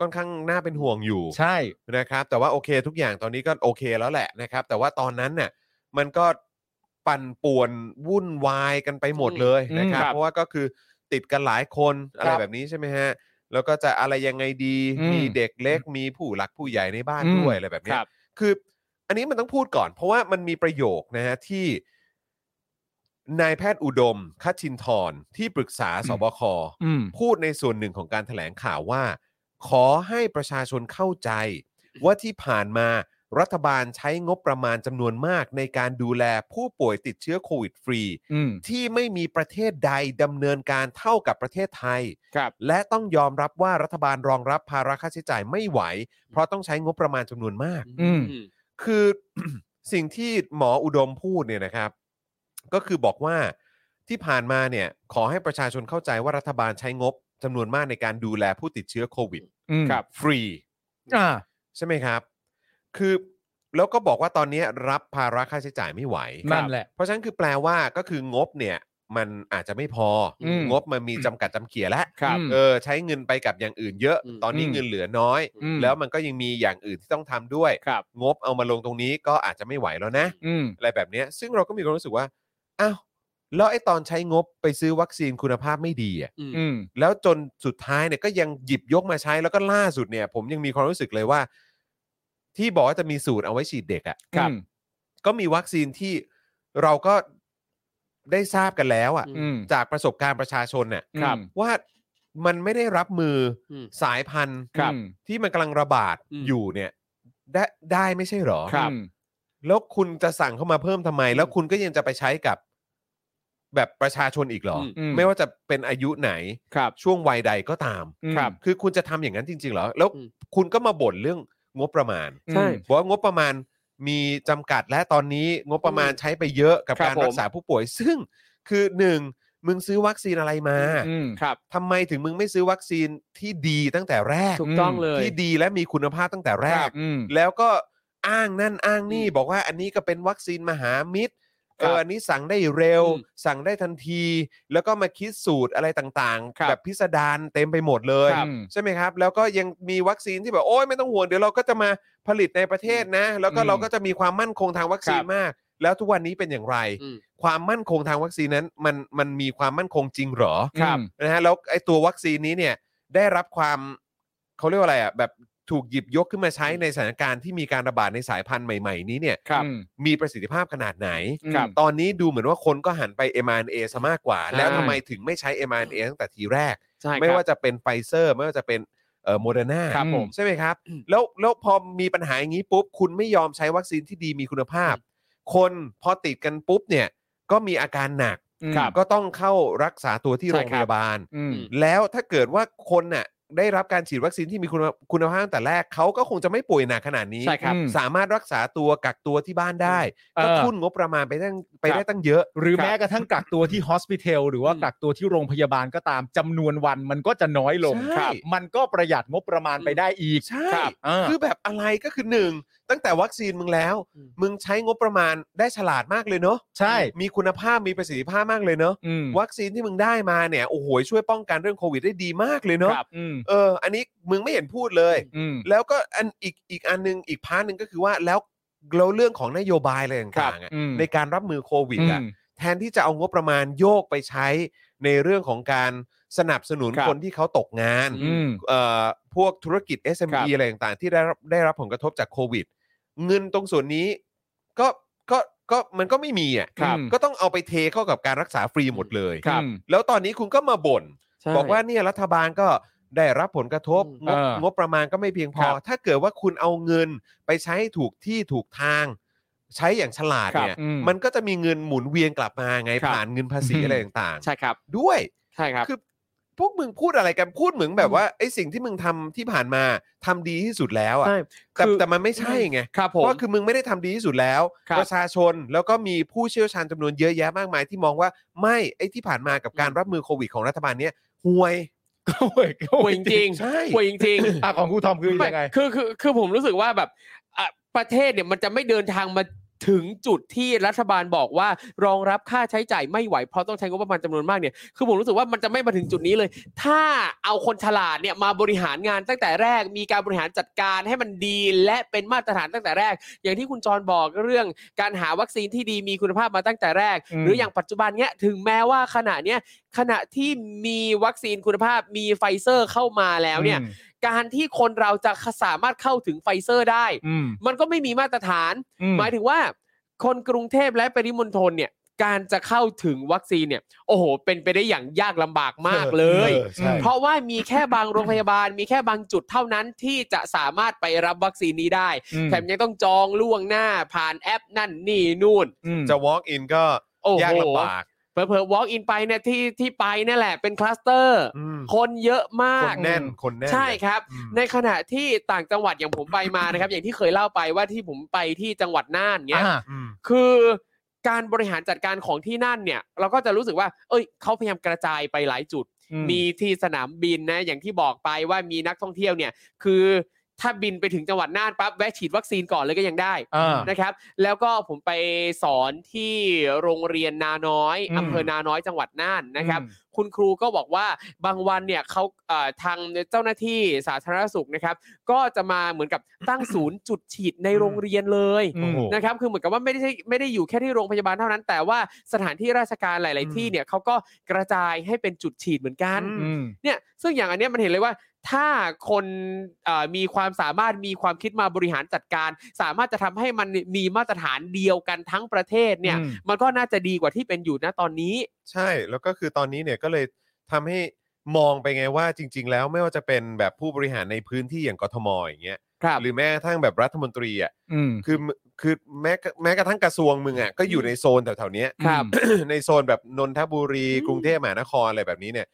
Speaker 2: ค่อนข้างน่าเป็นห่วงอยู่
Speaker 3: ใช่
Speaker 2: นะครับแต่ว่าโอเคทุกอย่างตอนนี้ก็โอเคแล้วแหละนะครับ แต่ว่าตอนนั้นเนี่ยมันก็ปั่นป่วนวุ่นวายกันไปหมดเลยนะครับ
Speaker 4: อืมครับ
Speaker 2: เพราะว่าก็คือติดกันหลายคนอะไร
Speaker 4: ครับ
Speaker 2: แบบนี้ใช่ไหมฮะแล้วก็จะอะไรยังไงดี
Speaker 3: อืม
Speaker 2: มีเด็กเล็กมีผู้หลักผู้ใหญ่ในบ้าน
Speaker 3: อืม
Speaker 2: ด้วยอะไรแบบเนี้ย
Speaker 4: ครับ
Speaker 2: คืออันนี้มันต้องพูดก่อน เพราะว่ามันมีประโยคนะฮะที่นายแพทย์อุดมคัชินทรที่ปรึกษาสบค
Speaker 3: อืม
Speaker 2: พูดในส่วนหนึ่งของการแถลงข่าวว่า ขอให้ประชาชนเข้าใจ ว่าที่ผ่านมารัฐบาลใช้งบประมาณจำนวนมากในการดูแลผู้ป่วยติดเชื้อโควิดฟรี
Speaker 3: อืม
Speaker 2: ที่ไม่มีประเทศใดดำเนินการเท่ากับประเทศไทย
Speaker 4: ครับ
Speaker 2: และต้องยอมรับว่ารัฐบาลรองรับภาระค่าใช้จ่ายไม่ไหว เพราะต้องใช้งบประมาณจำนวนมาก
Speaker 3: อืม
Speaker 2: คือ สิ่งที่หมออุดมพูดเนี่ยนะครับ ก็คือบอกว่าที่ผ่านมาเนี่ยขอให้ประชาชนเข้าใจว่ารัฐบาลใช้งบจำนวนมากในการดูแลผู้ติดเชื้อโควิด
Speaker 3: อืม
Speaker 4: ครับ
Speaker 2: ฟรี
Speaker 3: อ่า
Speaker 2: ใช่ไหมครับ คือแล้วก็บอกว่าตอนนี้รับภาระค่าใช้จ่ายไม่ไหว
Speaker 3: นั่นแหละ
Speaker 2: เพราะฉะนั้นคือแปลว่าก็คืองบเนี่ยมันอาจจะไม่พออ
Speaker 3: ม
Speaker 2: งบมันมีจำกัดจำเขียแล้ว
Speaker 4: ครับ
Speaker 3: อืม
Speaker 2: เออใช้เงินไปกับอย่างอื่นเยอะ
Speaker 4: อืม
Speaker 2: ตอนนี้
Speaker 3: อืม
Speaker 2: เงินเหลือน้อย
Speaker 3: อืม
Speaker 2: แล้วมันก็ยังมีอย่างอื่นที่ต้องทำด้วย
Speaker 4: ครับ
Speaker 2: งบเอามาลงตรงนี้ก็อาจจะไม่ไหวแล้วนะ
Speaker 3: อืม
Speaker 2: อะไรแบบเนี้ยซึ่งเราก็มีความรู้สึกว่า อ้าว แล้วไอ้ตอนใช้งบไปซื้อวัคซีนคุณภาพไม่ดีอ่ะ
Speaker 4: อืม
Speaker 3: อืม
Speaker 2: แล้วจนสุดท้ายเนี่ยก็ยังหยิบยกมาใช้แล้วก็ล่าสุดเนี่ย ผมยังมีความรู้สึกเลยว่า ที่บอกว่าจะมีสูตรเอาไว้ฉีดเด็กอ่ะ
Speaker 4: ครับ
Speaker 2: ก็มีวัคซีนที่เราก็ได้ทราบกันแล้วอ่ะ
Speaker 4: อื
Speaker 3: อืม
Speaker 2: จากประสบการณ์ประชาชนเนี่ย
Speaker 4: ครับ
Speaker 2: ว่ามันไม่ได้รับมืออ
Speaker 4: ม
Speaker 2: สายพันธุ์
Speaker 4: ครับ
Speaker 2: ที่มันกำลังระบาด
Speaker 4: อืม
Speaker 2: อยู่เนี่ย ได้ได้ไม่ใช่เหรอ
Speaker 4: ครับ
Speaker 2: แล้วคุณจะสั่งเข้ามาเพิ่มทำไม แล้วคุณก็ยังจะไปใช้กับแบบประชาชนอีกเหรอ
Speaker 3: อืม
Speaker 2: ไม่ว่าจะเป็นอายุไหน
Speaker 4: ครับ
Speaker 2: ช่วงวัยใดก็ตาม
Speaker 3: อืม
Speaker 4: ครับ
Speaker 2: คือคุณจะทำอย่างนั้นจริง ๆ เหรอ แล้ว
Speaker 4: อืม
Speaker 2: คุณก็มาบ่นเรื่องงบประมาณ
Speaker 3: อืม
Speaker 4: ใช่
Speaker 2: บอกว่างบประมาณมีจำกัดและตอนนี้งบประมาณใช้ไปเยอะกับ
Speaker 4: ครับ
Speaker 2: การรัก
Speaker 4: ผม
Speaker 2: ษาผู้ป่วย ซึ่งคือหนึ่งมึงซื้อวัคซีนอะไรมา
Speaker 3: อืม
Speaker 4: ครับ
Speaker 2: ทำไมถึงมึงไม่ซื้อวัคซีนที่ดีตั้งแต่แรก
Speaker 4: ถูกต้องเลย
Speaker 2: ที่ดีและมีคุณภาพตั้งแต่แร
Speaker 4: ครั
Speaker 2: ก
Speaker 4: บ
Speaker 3: อืม
Speaker 2: แล้วก็อ้างนั่นอ้างนี่
Speaker 4: อืม
Speaker 2: บอกว่าอันนี้ก็เป็นวัคซีนมหามิตรเอ
Speaker 4: ครับ
Speaker 2: ออันนี้สั่งได้เร็ว
Speaker 4: อืม
Speaker 2: สั่งได้ทันที แล้วก็มาคิดสูตรอะไรต่าง
Speaker 4: ครั
Speaker 2: ๆ
Speaker 4: บ
Speaker 2: แบบพิสดารเต็มไปหมดเลย
Speaker 4: ครับ
Speaker 2: ใช่ไหมครับ แล้วก็ยังมีวัคซีนที่แบบโอ้ยไม่ต้องห่วงเดี๋ยวเราก็จะมาผลิตในประเทศนะ แล้วก็
Speaker 3: อืม
Speaker 2: เราก็จะมีความมั่นคงทางวัคซีน
Speaker 4: ครับ
Speaker 2: มาก แล้วทุกวันนี้เป็นอย่างไร
Speaker 4: อืม
Speaker 2: ความมั่นคงทางวัคซีนนั้นมันมันมีความมั่นคงจริงเหรอ
Speaker 4: ครับ
Speaker 2: นะฮะแล้วไอ้ตัววัคซีนนี้เนี่ยได้รับความเขาเรียกว่าอะไรอ่ะแบบถูกหยิบยกขึ้นมาใช้ในสถานการณ์ที่มีการระบาดในสายพันธุ์ใหม่ ๆ นี้เนี่ย
Speaker 4: ครับ
Speaker 3: อืม
Speaker 2: มีประสิทธิภาพขนาดไหน
Speaker 4: ครับ
Speaker 2: ตอนนี้ดูเหมือนว่าคนก็หันไป mRNA ซะมากกว่า
Speaker 4: ใช่
Speaker 2: แล้วทำไมถึงไม่ใช้ mRNA ตั้งแต่ทีแรก
Speaker 4: ใช่
Speaker 2: ไม่
Speaker 4: ครับ
Speaker 2: ว่าจะเป็นไฟเซอร์ ไม่ว่าจะเป็นเอ่อโมเดอร์นา
Speaker 4: ครับผม
Speaker 2: ใช่ไหมครับ แล้วแล้วพอมีปัญหาอย่างนี้ปุ๊บ คุณไม่ยอมใช้วัคซีนที่ดีมีคุณภาพ คนพอติดกันปุ๊บเนี่ยก็มีอาการหนัก
Speaker 3: ครับ
Speaker 2: ก็ต้องเข้ารักษาตัวที่
Speaker 4: ใช่
Speaker 2: โรง
Speaker 4: ค
Speaker 2: พ
Speaker 4: รับ
Speaker 2: ยาบาล
Speaker 3: อืม
Speaker 2: แล้วถ้าเกิดว่าคนน่ะได้รับการฉีดวัคซีนที่มีคุณคุณภาพตั้งแต่แรกเขาก็คงจะไม่ป่วยหนักขนาดนี้
Speaker 4: ใช่ครับ
Speaker 3: อืม
Speaker 2: สามารถรักษาตัวกักตัวที่บ้านได้
Speaker 3: เอ
Speaker 2: ก็
Speaker 3: อ
Speaker 2: ทุ่นงบประมาณไปตั้งไปได้ตั้งเยอะ
Speaker 3: หรือ
Speaker 4: ครับ
Speaker 3: แม้กระทั่งกักตัวที่ฮอสพิทอลหรือว่า
Speaker 4: อืม
Speaker 3: กักตัวที่โรงพยาบาลก็ตามจำนวนวันมันก็จะน้อยลง
Speaker 2: ใช่
Speaker 3: มันก็ประหยัดงบประมาณไปได้อีก
Speaker 2: ใช่
Speaker 4: ครับ
Speaker 3: เออ
Speaker 2: คือแบบอะไรก็คือหนึ่งตั้งแต่วัคซีนมึงแล้ว
Speaker 4: อืม
Speaker 2: มึงใช้งบประมาณได้ฉลาดมากเลยเนาะ
Speaker 3: ใช่
Speaker 2: มีคุณภาพมีประสิทธิภาพมากเลยเนาะ
Speaker 3: อืม
Speaker 2: วัคซีนที่มึงได้มาเนี่ยโอ้โหช่วยป้องกันเรื่องโควิดได้ดีมากเลยเนาะ
Speaker 4: ครับ
Speaker 3: อืม
Speaker 2: เออ อันนี้มึงไม่เห็นพูดเลย
Speaker 3: อืม
Speaker 2: แล้วก็อันอีกอีกอันหนึงอีกพาร์ทหนึ่งก็คือว่าแล้วเราเรื่องของนโยบายอะไรต่างๆอะ
Speaker 3: อืม
Speaker 2: ในการรับมือโควิดอะ
Speaker 3: อืม
Speaker 2: แทนที่จะเอางบประมาณโยกไปใช้ในเรื่องของการสนับสนุน
Speaker 4: ครับ
Speaker 2: คนที่เขาตกงาน
Speaker 3: อืม
Speaker 2: เอ่อพวกธุรกิจ
Speaker 4: ครับ
Speaker 2: SME อะไรต่างๆ ที่ได้รับได้รับผลกระทบจากโควิด เงินตรงส่วนนี้ก็ก็ก็มันก็ไม่มีอ่ะ
Speaker 3: ครับ
Speaker 2: ก็ต้องเอาไปเทเข้ากับการรักษาฟรีหมดเลย
Speaker 4: ครับ
Speaker 2: แล้วตอนนี้คุณก็มาบ่น
Speaker 4: ใช่
Speaker 2: บอกว่าเนี่ยรัฐบาลก็ได้รับผลกระทบง
Speaker 4: อืม
Speaker 2: บ
Speaker 3: เออง
Speaker 2: บประมาณก็ไม่เพียงพ
Speaker 4: ค
Speaker 2: อ
Speaker 4: รับ
Speaker 2: ถ้าเกิดว่าคุณเอาเงินไปใช้ให้ถูกที่ถูกทาง ใช้อย่างฉลาด
Speaker 4: ครับ
Speaker 2: เนี่ย
Speaker 3: อืม
Speaker 2: มันก็จะมีเงินหมุนเวียนกลับมาไง
Speaker 4: ครับ
Speaker 2: ผ่านเงินภาษี
Speaker 3: อืม
Speaker 2: อะไรต่าง
Speaker 4: ใช่ครับ
Speaker 2: ๆ ด้วย
Speaker 4: ใช่ครับ
Speaker 2: คือพวกมึงพูดอะไรกันพูดเหมือนแบบว่าไอ้สิ่งที่มึงทำที่ผ่านมาทำดีที่สุดแล้วอ่ะ
Speaker 4: ใช่
Speaker 2: แต่
Speaker 4: คือ
Speaker 2: แต่มันไม่ใช่ไง
Speaker 4: ครับ
Speaker 2: เพ
Speaker 4: ผม
Speaker 2: ราะคือมึงไม่ได้ทำดีที่สุดแล้ว
Speaker 4: ครับ
Speaker 2: ประชาชนแล้วก็มีผู้เชี่ยวชาญจำนวนเยอะแยะมากมายที่มองว่าไม่ไอ้ที่ผ่านมากับการรับมือโควิดของรัฐบาลเนี้ยห่วย
Speaker 3: โอ้ยโอ้
Speaker 4: ป่วย
Speaker 3: ย
Speaker 4: จริง
Speaker 2: ใช่
Speaker 4: ๆป่วยจริงๆ
Speaker 3: อ่ะของครูทอมคือยังไง
Speaker 4: ม่คือคือคือผมรู้สึกว่าแบบอ่ะประเทศเนี่ยมันจะไม่เดินทางมาถึงจุดที่รัฐบาลบอกว่ารองรับค่าใช้จ่ายไม่ไหวเพราะต้องใช้งบประมาณจำนวนมากเนี่ยคือผมรู้สึกว่ามันจะไม่มาถึงจุดนี้เลย ถ้าเอาคนฉลาดเนี่ยมาบริหารงานตั้งแต่แรกมีการบริหารจัดการให้มันดี และเป็นมาตรฐานตั้งแต่แรก อย่างที่คุณจรบอกเรื่องการหาวัคซีนที่ดีมีคุณภาพมาตั้งแต่แรก
Speaker 3: อืม
Speaker 4: หรืออย่างปัจจุบันเนี้ยถึงแม้ว่าขณะเนี้ยขณะที่มีวัคซีนคุณภาพมีไฟเซอร์เข้ามาแล้วเนี่ย การที่คนเราจะสามารถเข้าถึงไฟเซอร์ได้
Speaker 3: อืม
Speaker 4: มันก็ไม่มีมาตรฐาน
Speaker 3: อืม
Speaker 4: หมายถึงว่า คนกรุงเทพและปริมณฑลเนี่ย การจะเข้าถึงวัคซีนเนี่ย โอ้โห เป็นไปได้อย่างยากลำบากมากเลย
Speaker 2: ออใช่
Speaker 4: เพราะว่ามีแค่บางโรงพยาบา ล มีแค่บางจุดเท่านั้นที่จะสามารถไปรับวัคซีนนี้ได้
Speaker 3: อืม
Speaker 4: แถมยังต้องจองล่วงหน้าผ่านแอปนั่นนี่นู่น
Speaker 3: อืม
Speaker 2: จะ walk in ก็
Speaker 4: โอ้โห
Speaker 2: ยากลำบาก
Speaker 4: เผลอๆ walk in ไปเนี่ยที่ที่ไปเนี่ยแหละเป็นคลัสเตอร์
Speaker 2: อืม
Speaker 4: คนเยอะมา
Speaker 2: ค
Speaker 4: ก
Speaker 2: นแน่น คนแน่น
Speaker 4: ใช่
Speaker 2: เลย
Speaker 4: ครับ
Speaker 2: อืม
Speaker 4: ในขณะที่ต่างจังหวัดอย่างผมไปมานะครับ อย่างที่เคยเล่าไปว่าที่ผมไปที่จังหวัดน่านเนี้ย
Speaker 3: อ่า
Speaker 2: อืม
Speaker 4: คือการบริหารจัดการของที่น่านเนี่ย เราก็จะรู้สึกว่า เอ้ยเขาพยายามกระจายไปหลายจุด
Speaker 3: อื
Speaker 4: มีที่สนามบินนะอย่างที่บอกไปว่ามีนักท่องเที่ยวเนี่ย คือถ้าบินไปถึงจังหวัดน่านปั๊บแวะฉีดวัคซีนก่อนเลยก็ยังได้
Speaker 3: อ่า
Speaker 4: นะครับ แล้วก็ผมไปสอนที่โรงเรียนนาน้อย
Speaker 3: อืม
Speaker 4: อำเภอนาน้อยจังหวัดน่านนะครับ คุณครูก็บอกว่าบางวันเนี่ยเขาเอ่อทางเจ้าหน้าที่สาธารณสุขนะครับ ก็จะมาเหมือนกับตั้งศูนย์จุดฉีดในโรงเรียนเลย
Speaker 3: อืม
Speaker 2: โอ้โห
Speaker 4: นะครับคือเหมือนกับว่าไม่ได้ใช่ไม่ได้อยู่แค่ที่โรงพยาบาลเท่านั้น แต่ว่าสถานที่ราชการหลาย ๆ ที่เนี่ยเขาก็กระจายให้เป็นจุดฉีดเหมือนกัน
Speaker 3: อืม
Speaker 4: เนี่ยซึ่งอย่างอันเนี้ยมันเห็นเลยว่าถ้าคนเอ่อมีความสามารถมีความคิดมาบริหารจัดการ สามารถจะทำให้มันมีมาตรฐานเดียวกันทั้งประเทศเนี่ย
Speaker 3: อืม
Speaker 4: มันก็น่าจะดีกว่าที่เป็นอยู่ณตอนนี้
Speaker 2: ใช่ แล้วก็คือตอนนี้เนี่ยก็เลยทำให้มองไปไงว่าจริง ๆ แล้วไม่ว่าจะเป็นแบบผู้บริหารในพื้นที่อย่างกทมอย่างเงี้ย
Speaker 4: ครับ
Speaker 2: หรือแม้กระทั่งแบบรัฐมนตรีอ่ะ
Speaker 3: อืม
Speaker 2: คือคือแม้แม้กระทั่งกระทรวงมึงอ่ะก็อยู่ในโซนแถวๆเนี้ย
Speaker 4: ครับ
Speaker 2: ในโซนแบบนนทบุรี
Speaker 4: อืม
Speaker 2: กรุงเทพมหานครอะไรแบบนี้เนี่ย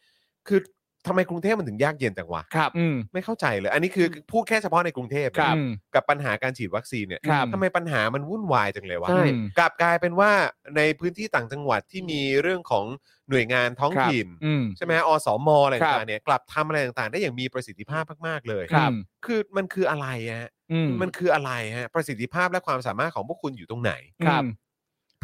Speaker 2: คือทำไมกรุงเทพมันถึงยากเย็นจังวะ
Speaker 4: ครับ
Speaker 3: อืม
Speaker 2: ไม่เข้าใจเลย อันนี้คือพูดแค่เฉพาะในกรุงเทพนะ
Speaker 4: ครับ
Speaker 3: อืม
Speaker 2: กับปัญหาการฉีดวัคซีนเนี่ย
Speaker 4: ครับ
Speaker 2: ทำไมปัญหามันวุ่นวายจังเลยวะ
Speaker 4: ใช่
Speaker 2: กลับกลายเป็นว่าในพื้นที่ต่างจังหวัดที่มีเรื่องของหน่วยงานท้อง
Speaker 4: ครับ
Speaker 2: ถิ่น
Speaker 3: อืม
Speaker 2: ใช่ไหมอสมอะไร
Speaker 4: ครับ
Speaker 2: ต่างๆเนี่ยกลับทำอะไรต่างๆ ได้อย่างมีประสิทธิภาพมากๆเลย
Speaker 4: ครับ
Speaker 2: คือมันคืออะไรฮะ
Speaker 3: อืม
Speaker 2: มันคืออะไรฮะประสิทธิภาพและความสามารถของพวกคุณอยู่ตรงไหน
Speaker 4: ครับ
Speaker 3: อืม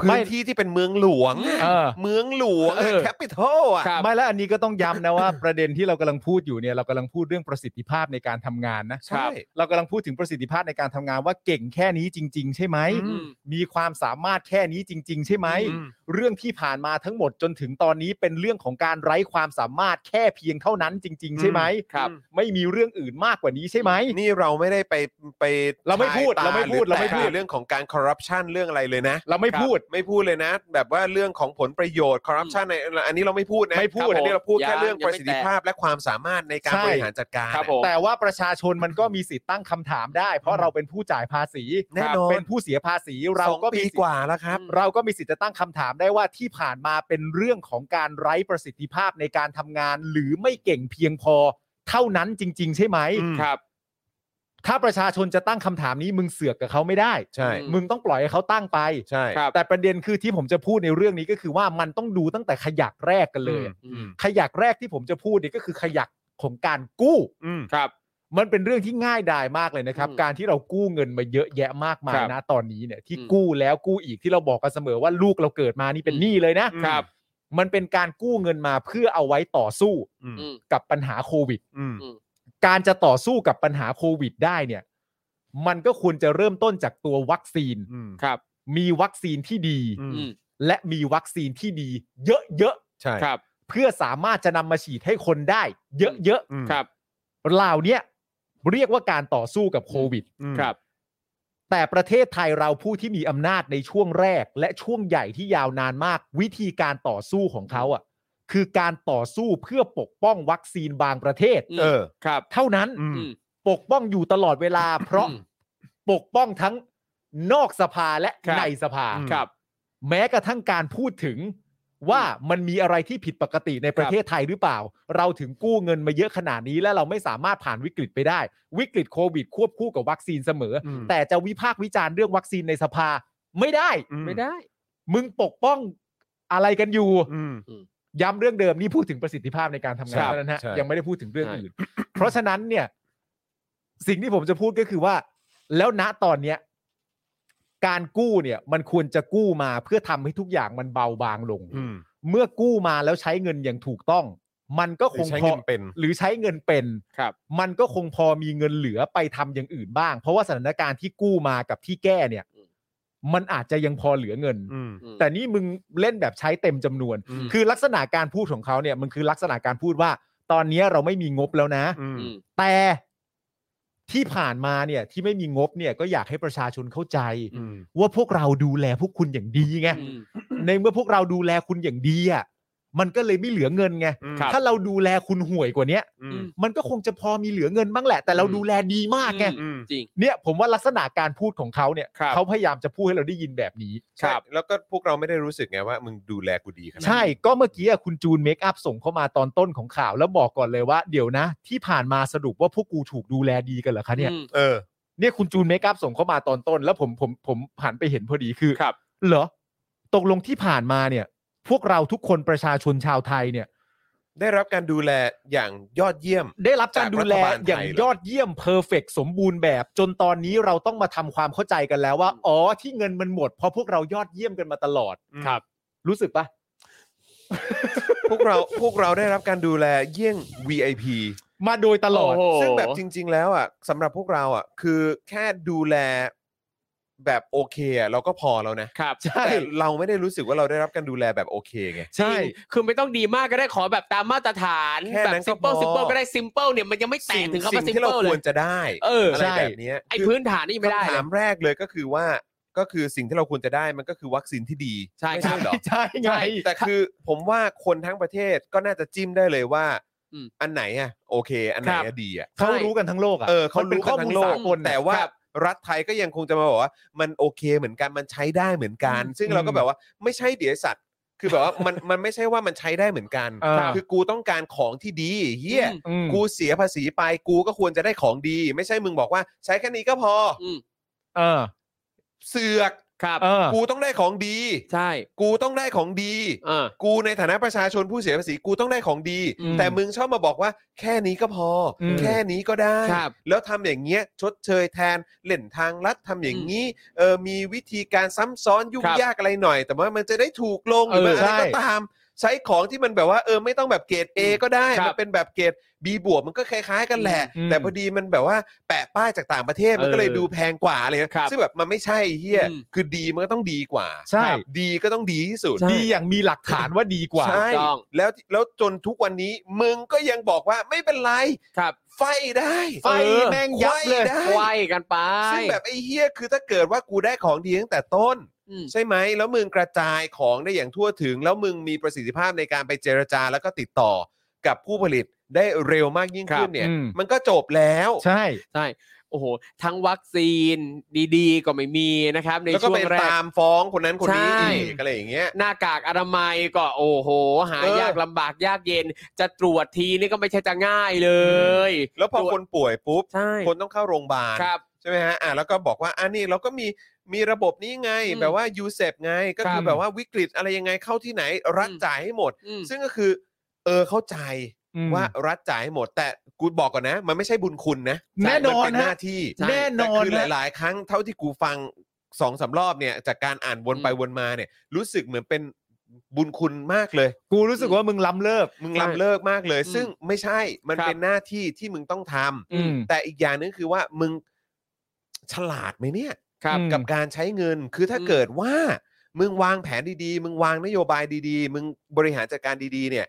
Speaker 2: พื้นที่ที่เป็นเมืองหลวงอะ
Speaker 3: เออ
Speaker 2: เมืองหลวง
Speaker 3: เออ
Speaker 2: แคปิตอลอ่ะ
Speaker 4: ครับ
Speaker 3: ไม่แล้วอันนี้ก็ต้องย้ำนะว่า ประเด็นที่เรากำลังพูดอยู่เนี่ยเรากำลังพูดเรื่องประสิทธิภาพในการทำงานนะ
Speaker 2: ใช่ครับ
Speaker 3: เรากำลังพูดถึงประสิทธิภาพในการทำงานว่าเก่งแค่นี้จริง ๆ ใช่ไหม
Speaker 2: อืม
Speaker 3: มีความสามารถแค่นี้จริง ๆ ใช่ไหม
Speaker 2: อืม
Speaker 3: เรื่องที่ผ่านมาทั้งหมดจนถึงตอนนี้เป็นเรื่องของการไร้ความสามารถแค่เพียงเท่านั้นจริง ๆ ใช่ไหม
Speaker 4: ครับ
Speaker 3: ไม่มีเรื่องอื่นมากกว่านี้ใช่ไหม
Speaker 2: นี่เราไม่ได้ไปไป
Speaker 3: เราไม่พูด
Speaker 2: ถ่ยต
Speaker 3: เราไม่พูด
Speaker 2: หอ
Speaker 3: เราไม่
Speaker 2: แตะ
Speaker 3: พูด
Speaker 2: เรื่องของการคอร์รัปชันเรื่องอะไรเลยนะ
Speaker 3: เราไม่พูด
Speaker 2: ไม่พูดเลยนะ แบบว่าเรื่องของผลประโยชน์คอร์รัปชันในอันนี้เราไม่พูดนะ
Speaker 3: ไม่พู
Speaker 2: ค
Speaker 3: ด
Speaker 2: รับอันนี้เราพูด
Speaker 4: ยัง
Speaker 2: แค่เรื่อง
Speaker 4: ยั
Speaker 2: ป
Speaker 4: งไม่
Speaker 2: ระสิทธิภาพและความสามารถในการ
Speaker 3: ใช่
Speaker 2: บริหารจัดการ
Speaker 4: ครับผม
Speaker 3: แต่ว่าประชาชนมันก็มีสิทธิ์ตั้งคำถามได้ เพราะเราเป็นผู้จ่ายภาษี
Speaker 2: แน่นอน
Speaker 3: เป็นผู้เสียภาษีเรา
Speaker 2: สอง
Speaker 3: ก็มี
Speaker 2: ปี
Speaker 3: สิทธิ์
Speaker 2: กว่าแล้วครับ
Speaker 3: เราก็มีสิทธิ์จะตั้งคำถามได้ว่าที่ผ่านมาเป็นเรื่องของการไร้ประสิทธิภาพในการทำงาน หรือไม่เก่งเพียงพอ เท่านั้นจริง ๆ ใช่ไหม
Speaker 2: อืม
Speaker 4: ครับ
Speaker 3: ถ้าประชาชนจะตั้งคำถามนี้มึงเสือกกับเขาไม่ได้
Speaker 2: ใช่
Speaker 4: อื
Speaker 3: มึงต้องปล่อยให้เขาตั้งไป
Speaker 2: ใช่
Speaker 4: ครับ
Speaker 3: แต่ประเด็นคือที่ผมจะพูดในเรื่องนี้ก็คือว่ามันต้องดูตั้งแต่ขยักแรกกันเลย
Speaker 4: อืม
Speaker 3: ขยักแรกที่ผมจะพูดเนี่ยก็คือขยักของการกู้
Speaker 2: อืม
Speaker 4: ครับ
Speaker 3: มันเป็นเรื่องที่ง่ายดายมากเลยนะครับ
Speaker 4: อืม
Speaker 3: การที่เรากู้เงินมาเยอะแยะมากมา
Speaker 4: ค
Speaker 3: ย
Speaker 4: รับ
Speaker 3: นะตอนนี้เนี่ยที่
Speaker 4: อืม
Speaker 3: กู้แล้วกู้อีกที่เราบอกกันเสมอว่าลูกเราเกิดมานี่เป็นหนี้เลยนะ
Speaker 4: ครับ
Speaker 3: มันเป็นการกู้เงินมาเพื่อเอาไว้ต่อสู้
Speaker 2: อืม
Speaker 4: อืม
Speaker 3: กับปัญหาโควิด
Speaker 2: อืม
Speaker 3: การจะต่อสู้กับปัญหาโควิดได้เนี่ย มันก็ควรจะเริ่มต้นจากตัววัคซีน
Speaker 2: อืม
Speaker 4: ครับ
Speaker 3: มีวัคซีนที่ดี
Speaker 2: อื
Speaker 4: อืม
Speaker 3: และมีวัคซีนที่ดี เยอะ
Speaker 2: ใช่
Speaker 4: ครับ
Speaker 3: ๆเพื่อสามารถจะนำมาฉีดให้คนได้ เยอะ
Speaker 2: อืม
Speaker 4: ครับ
Speaker 3: ๆเหล่าเนี้ยเรียกว่าการต่อสู้กับโควิด
Speaker 2: อืม
Speaker 4: ครับ
Speaker 3: แต่ประเทศไทยเราผู้ที่มีอำนาจในช่วงแรก และช่วงใหญ่ที่ยาวนานมาก วิธีการต่อสู้ของเขาอ่ะ คือการต่อสู้เพื่อปกป้องวัคซีนบางประเทศ
Speaker 4: อืม
Speaker 2: เออ
Speaker 4: ครับ
Speaker 3: เท่านั้น
Speaker 2: อืม
Speaker 4: อืม
Speaker 3: ปกป้องอยู่ตลอดเวลา เพราะ
Speaker 4: อืม
Speaker 3: ปกป้องทั้งนอกสภาและ
Speaker 4: ครับ
Speaker 3: ในสภา
Speaker 2: อืม
Speaker 4: ครับ
Speaker 3: แม้กระทั่งการพูดถึงว่ามันมีอะไรที่ผิดปกติในประเทศไทยหรือเปล่า เราถึงกู้เงินมาเยอะขนาดนี้และเราไม่สามารถผ่านวิกฤตไปได้ วิกฤตโควิด ควบคู่กับวัคซีนเสมออ
Speaker 2: ม
Speaker 3: แต่จะวิพากษ์วิจารณ์เรื่องวัคซีนในสภา ไม่ได้
Speaker 2: อื
Speaker 4: ไม่ได้
Speaker 3: มึงปกป้องอะไรกันอยู่
Speaker 2: อืม
Speaker 3: ย้ำเรื่องเดิมนี่พูดถึงประสิทธิภาพในการทำงา
Speaker 4: ค
Speaker 3: น
Speaker 4: รับ
Speaker 3: เท่านั้นฮะ
Speaker 2: ใช่
Speaker 3: ยังไม่ได้พูดถึงเรื่อง
Speaker 4: ใช่
Speaker 3: อื่น เพราะฉะนั้นเนี่ย สิ่งที่ผมจะพูดก็คือว่า แล้วณตอนเนี้ย การกู้เนี่ย มันควรจะกู้มาเพื่อทำให้ทุกอย่างมันเบาบางลง
Speaker 2: อืม
Speaker 3: เมื่อกู้มาแล้วใช้เงินอย่างถูกต้อง มันก็
Speaker 2: ห
Speaker 3: ค
Speaker 2: รือง ใช้
Speaker 3: พอ
Speaker 2: เงินเป็น
Speaker 3: หรือใช้เงินเป็น
Speaker 4: ครับ
Speaker 3: มันก็คงพอมีเงินเหลือไปทำอย่างอื่นบ้าง เพราะว่าสถานการณ์ที่กู้มากับที่แก้เนี่ย
Speaker 4: อืม
Speaker 3: มันอาจจะยังพอเหลือเงิน
Speaker 2: อืม
Speaker 4: อืม
Speaker 3: แต่นี่มึงเล่นแบบใช้เต็มจำนวน
Speaker 2: อืม
Speaker 3: คือลักษณะการพูดของเขาเนี่ยมันคือลักษณะการพูดว่า ตอนเนี้ยเราไม่มีงบแล้วนะ
Speaker 2: อืม
Speaker 4: อืม
Speaker 3: แต่ที่ผ่านมาเนี่ยที่ไม่มีงบเนี่ยก็อยากให้ประชาชนเข้าใจ
Speaker 2: อืม
Speaker 3: ว่าพวกเราดูแลพวกคุณอย่างดีไง
Speaker 4: อืม
Speaker 3: ในเมื่อพวกเราดูแลคุณอย่างดีอ่ะมันก็เลยไม่เหลือเงินไง
Speaker 4: ครับ
Speaker 3: ถ้าเราดูแลคุณห่วยกว่าเนี้ย
Speaker 2: อืม
Speaker 3: มันก็คงจะพอมีเหลือเงินบ้างแหละ แต่เรา
Speaker 4: อืม
Speaker 3: ดูแลดีมากไง
Speaker 2: อืม
Speaker 4: จริง
Speaker 3: เนี่ย ผมว่าลักษณะการพูดของเขาเนี่ย
Speaker 4: ครับ
Speaker 3: เขาพยายามจะพูดให้เราได้ยินแบบนี้
Speaker 2: ใช่แล้วก็พวกเราไม่ได้รู้สึกไงว่า มึงดูแลกูดีขนาด
Speaker 3: ใช่ ก็เมื่อกี้อะคุณจูนเมคอัพส่งเข้ามาตอนต้นของข่าว แล้วบอกก่อนเลยว่าเดี๋ยวนะ ที่ผ่านมาสรุปว่าพวกกูถูกดูแลดีกันเหรอคะเนี่ย
Speaker 4: อืม
Speaker 2: เออ
Speaker 3: เนี่ยคุณจูนเมคอัพส่งเข้ามาตอนต้น แล้วผมผมผมหันไปเห็นพอดีคือ
Speaker 4: ครับ
Speaker 3: เหรอตกลงที่ผ่านมาเนี่ย พวกเราทุกคนประชาชนชาวไทยเนี่ย
Speaker 2: ได้รับการดูแลอย่างยอดเยี่ยม
Speaker 3: ได้รับการดูแล
Speaker 2: จากรัฐบาลไทย
Speaker 3: อย่างยอดเยี่ยมเพอร์เฟกสมบูรณ์แบบ จนตอนนี้เราต้องมาทำความเข้าใจกันแล้วว่าอ๋อที่เงินมันหมดเพราะพวกเรายอดเยี่ยมกันมาตลอด
Speaker 2: ครับ
Speaker 3: รู้สึกปะ
Speaker 2: พวกเราพวกเราได้รับการดูแลเยี่ยง VIP
Speaker 3: มาโดยตลอด
Speaker 4: โโห
Speaker 2: ซึ่งแบบจริง ๆ แล้วอ่ะสำหรับพวกเราอ่ะคือแค่ดูแลแบบโอเคอะเราก็พอแล้วนะครับ
Speaker 3: ใช่
Speaker 2: แต่เราไม่ได้รู้สึกว่าเราได้รับการดูแลแบบโอเคไง
Speaker 3: ใช่
Speaker 4: จริงคือไม่ต้องดีมากก็ได้ขอแบบตามมาตรฐาน
Speaker 2: แค่
Speaker 4: แบ
Speaker 2: นั้
Speaker 4: บ
Speaker 2: นก็
Speaker 4: ซิมเปิล
Speaker 2: พอ
Speaker 4: ซิมเปิลก็ได้ซิมเปิลเนี่ยมันยังไม่แตะ
Speaker 2: สิ่ง
Speaker 4: ถึงคำ
Speaker 2: สิ่
Speaker 4: ว่าง ซิม
Speaker 2: ที่เรา
Speaker 4: เปิล
Speaker 2: ค
Speaker 4: เล
Speaker 2: วย รจะได้
Speaker 4: เอออ
Speaker 2: อะไรแบบเนี้ย
Speaker 4: ไอ
Speaker 2: คือ
Speaker 4: พื้นฐานนี่ยังไม่ได้
Speaker 2: คำ
Speaker 4: เล
Speaker 2: ถาย มแรกเลยก็คือว่าก็คือสิ่งที่เราควรจะได้มันก็คือวัคซีนที่ดี
Speaker 4: ใช่
Speaker 2: ไม่
Speaker 4: ครับ
Speaker 2: เหรอ
Speaker 3: ใช่ไง
Speaker 2: แต่คือผมว่าคนทั้งประเทศก็น่าจะจิ้มได้เลยว่า
Speaker 4: อืม
Speaker 2: อันไหนอ่ะโอเค อันไหน
Speaker 4: ครั
Speaker 2: อ่ะ
Speaker 4: บ
Speaker 2: ดีอ่ะ
Speaker 3: เขารู้กันทั้งโลกอ่ะ
Speaker 2: เออเขา
Speaker 3: มันป็น
Speaker 2: รู้
Speaker 3: ข้
Speaker 2: กั
Speaker 3: อน มู
Speaker 2: ทั้ง
Speaker 3: ล
Speaker 2: โลก
Speaker 3: สากลน่ะ
Speaker 2: แต่ว่า
Speaker 4: ครับ
Speaker 2: รัฐไทยก็ยังคงจะมาบอกว่า มันโอเคเหมือนกันมันใช้ได้เหมือนกัน ซึ่งเราก็แบบว่าไม่ใช่เดียสัตว์ คือแบบว่ามัน มันไม่ใช่ว่ามันใช้ได้เหมือนกัน
Speaker 3: เออ
Speaker 2: ครับคือกูต้องการของที่ดีเฮีย
Speaker 4: อืม
Speaker 3: อืม
Speaker 2: กูเสียภาษีไปกูก็ควรจะได้ของดี ไม่ใช่มึงบอกว่า ใช้แค่นี้ก็พอ
Speaker 4: อืม
Speaker 3: เออ
Speaker 2: เสือก
Speaker 4: ครับ
Speaker 3: เออ
Speaker 2: กูต้องได้ของดี
Speaker 4: ใช่
Speaker 2: กูต้องได้ของดี
Speaker 4: อ่า
Speaker 2: กูในฐานะประชาชนผู้เสียภาษีกูต้องได้ของดี
Speaker 4: อืม
Speaker 2: แต่มึงชอบมาบอกว่า แค่นี้ก็พออ
Speaker 3: ม
Speaker 2: แค่นี้ก็ได้
Speaker 4: ครับ
Speaker 2: แล้วทำอย่างเงี้ยชดเชยแทนเล่นทางรัฐทำอย่างนี้เออมีวิธีการซ้ำซ้อนยุ่
Speaker 4: ค
Speaker 2: ง
Speaker 4: รับ
Speaker 2: ยากอะไรหน่อย แต่ว่ามันจะได้ถูกลงห
Speaker 4: เอ
Speaker 2: รือ
Speaker 4: อ
Speaker 2: ว่าอะไร
Speaker 3: ใช่
Speaker 2: ก็ตาม ใช้ของที่มันแบบว่าเออไม่ต้องแบบเกรด A ก็ได้
Speaker 4: ครับ
Speaker 2: มันเป็นแบบเกรด B บวกมันก็คล้ายๆ กันแหละ
Speaker 3: อืม
Speaker 2: แต่พอดีมันแบบว่าแปะป้ายจากต่างประเทศมันก็เลย
Speaker 4: เออ
Speaker 2: ดูแพงกว่าอะไรเงี้ย
Speaker 4: ครับ
Speaker 2: ซึ่งแบบมันไม่ใช่เฮีย
Speaker 4: อืม
Speaker 2: คือดีมันก็ต้องดีกว่า
Speaker 3: ใช่
Speaker 2: ครับดีก็ต้องดีที่สุด
Speaker 4: ใช่
Speaker 3: ดีอย่างมีหลักฐานว่าดีกว่า
Speaker 2: ใช่
Speaker 4: ถูกต้อง
Speaker 2: แล้วที่แล้วจนทุกวันนี้มึงก็ยังบอกว่าไม่เป็นไร
Speaker 4: ครับ
Speaker 2: ไฟได้
Speaker 3: ไฟแม่งยับเลย
Speaker 2: ไฟได้
Speaker 4: ไขว้กันไป
Speaker 2: ซึ่งแบบไอ้เฮียคือถ้าเกิดว่ากูได้ของดีตั้งแต่ต้น
Speaker 4: อืม
Speaker 2: ใช่ไหมแล้วมึงกระจายของได้อย่างทั่วถึง แล้วมึงมีประสิทธิภาพในการไปเจรจาแล้วก็ติดต่อกับผู้ผลิตได้เร็วมากยิ่งขึ้นเนี่ย
Speaker 3: อืม
Speaker 2: มันก็จบแล้ว
Speaker 3: ใช่
Speaker 4: ใช่โอ้โห ทั้งวัคซีนดีๆ ก็ไม่มีนะครับ ใน
Speaker 2: แล้วก็
Speaker 4: ช่ว
Speaker 2: ไป
Speaker 4: งแรก
Speaker 2: ตามฟ้องคนนั้นคนนี้
Speaker 4: ใช่
Speaker 2: อีกอะไรอย่างเงี้ย
Speaker 4: หน้ากากอนามัยก็โอ้โห หา
Speaker 2: เออ
Speaker 4: ยากลำบากยากเย็น จะตรวจทีนี่ก็ไม่ใช่จะง่ายเลย
Speaker 2: แล้วพอ
Speaker 4: ตรวจ
Speaker 2: คนป่วยปุ๊บ
Speaker 4: ใช่
Speaker 2: คนต้องเข้าโรงพยาบาล
Speaker 4: ครับ
Speaker 2: ใช่ไหมฮะ อ่ะแล้วก็บอกว่าอันนี้เราก็มีมีระบบนี้ไง
Speaker 4: อืม
Speaker 2: แบบว่ายูเซฟไง ก็คื
Speaker 4: ครั
Speaker 2: อบแบบว่าวิกฤตอะไรยังไงเข้าที่ไหน รัฐ
Speaker 4: อืม
Speaker 2: จ่ายให้หมด
Speaker 4: อืม
Speaker 2: ซึ่งก็คือ เออเข้าใจว่ารัฐจ่ายให้หมด แต่กูบอกก่อนนะ มันไม่ใช่บุญคุณนะ
Speaker 3: แน่นอ
Speaker 2: มั
Speaker 3: น
Speaker 2: เป็นหน้า
Speaker 3: ฮะ
Speaker 2: ที่
Speaker 3: ใช่แน่นอน
Speaker 2: ต่คือ
Speaker 3: ฮะ
Speaker 2: หลาย ๆ ครั้งเท่าที่กูฟังสองสามรอบเนี่ย จากการอ่านวนไปวนมาเนี่ย รู้สึกเหมือนเป็นบุญคุณมากเลย
Speaker 3: กูรู้สึกว่ามึงล้ำเลิก
Speaker 2: มึง
Speaker 4: ใช่
Speaker 2: ล้ำเลิกมากเลย
Speaker 4: อืม
Speaker 2: ซึ่งไม่ใช่มัน
Speaker 4: ครับ
Speaker 2: เป็นหน้าที่ที่มึงต้องทำ
Speaker 4: อืม
Speaker 2: แต่อีกอย่างหนึงคือว่ามึงฉลาดไหมเนี่ย
Speaker 4: ครับ
Speaker 3: อืม
Speaker 2: กับการใช้เงินคือถ้า
Speaker 4: อืม
Speaker 2: เกิดว่า มึงวางแผนดีๆ มึงวางนโยบายดีๆ มึงบริหารจัดการดีๆ เนี่ย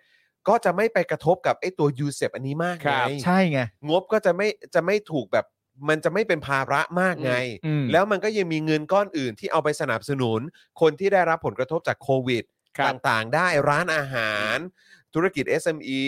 Speaker 2: ก็จะไม่ไปกระทบกับไอ้ตัวยูเซอันนี้มากไง
Speaker 3: ใช่ไง
Speaker 2: งบก็จะไม่จะไม่ถูกแบบ มันจะไม่เป็นภาระมากไง
Speaker 3: อืม
Speaker 2: แล้วมันก็ยังมีเงินก้อนอื่นที่เอาไปสนับสนุน คนที่ได้รับผลกระทบจากโควิด
Speaker 4: ครับ
Speaker 2: ต่างๆ ได้ร้านอาหาร ธุรกิจ SME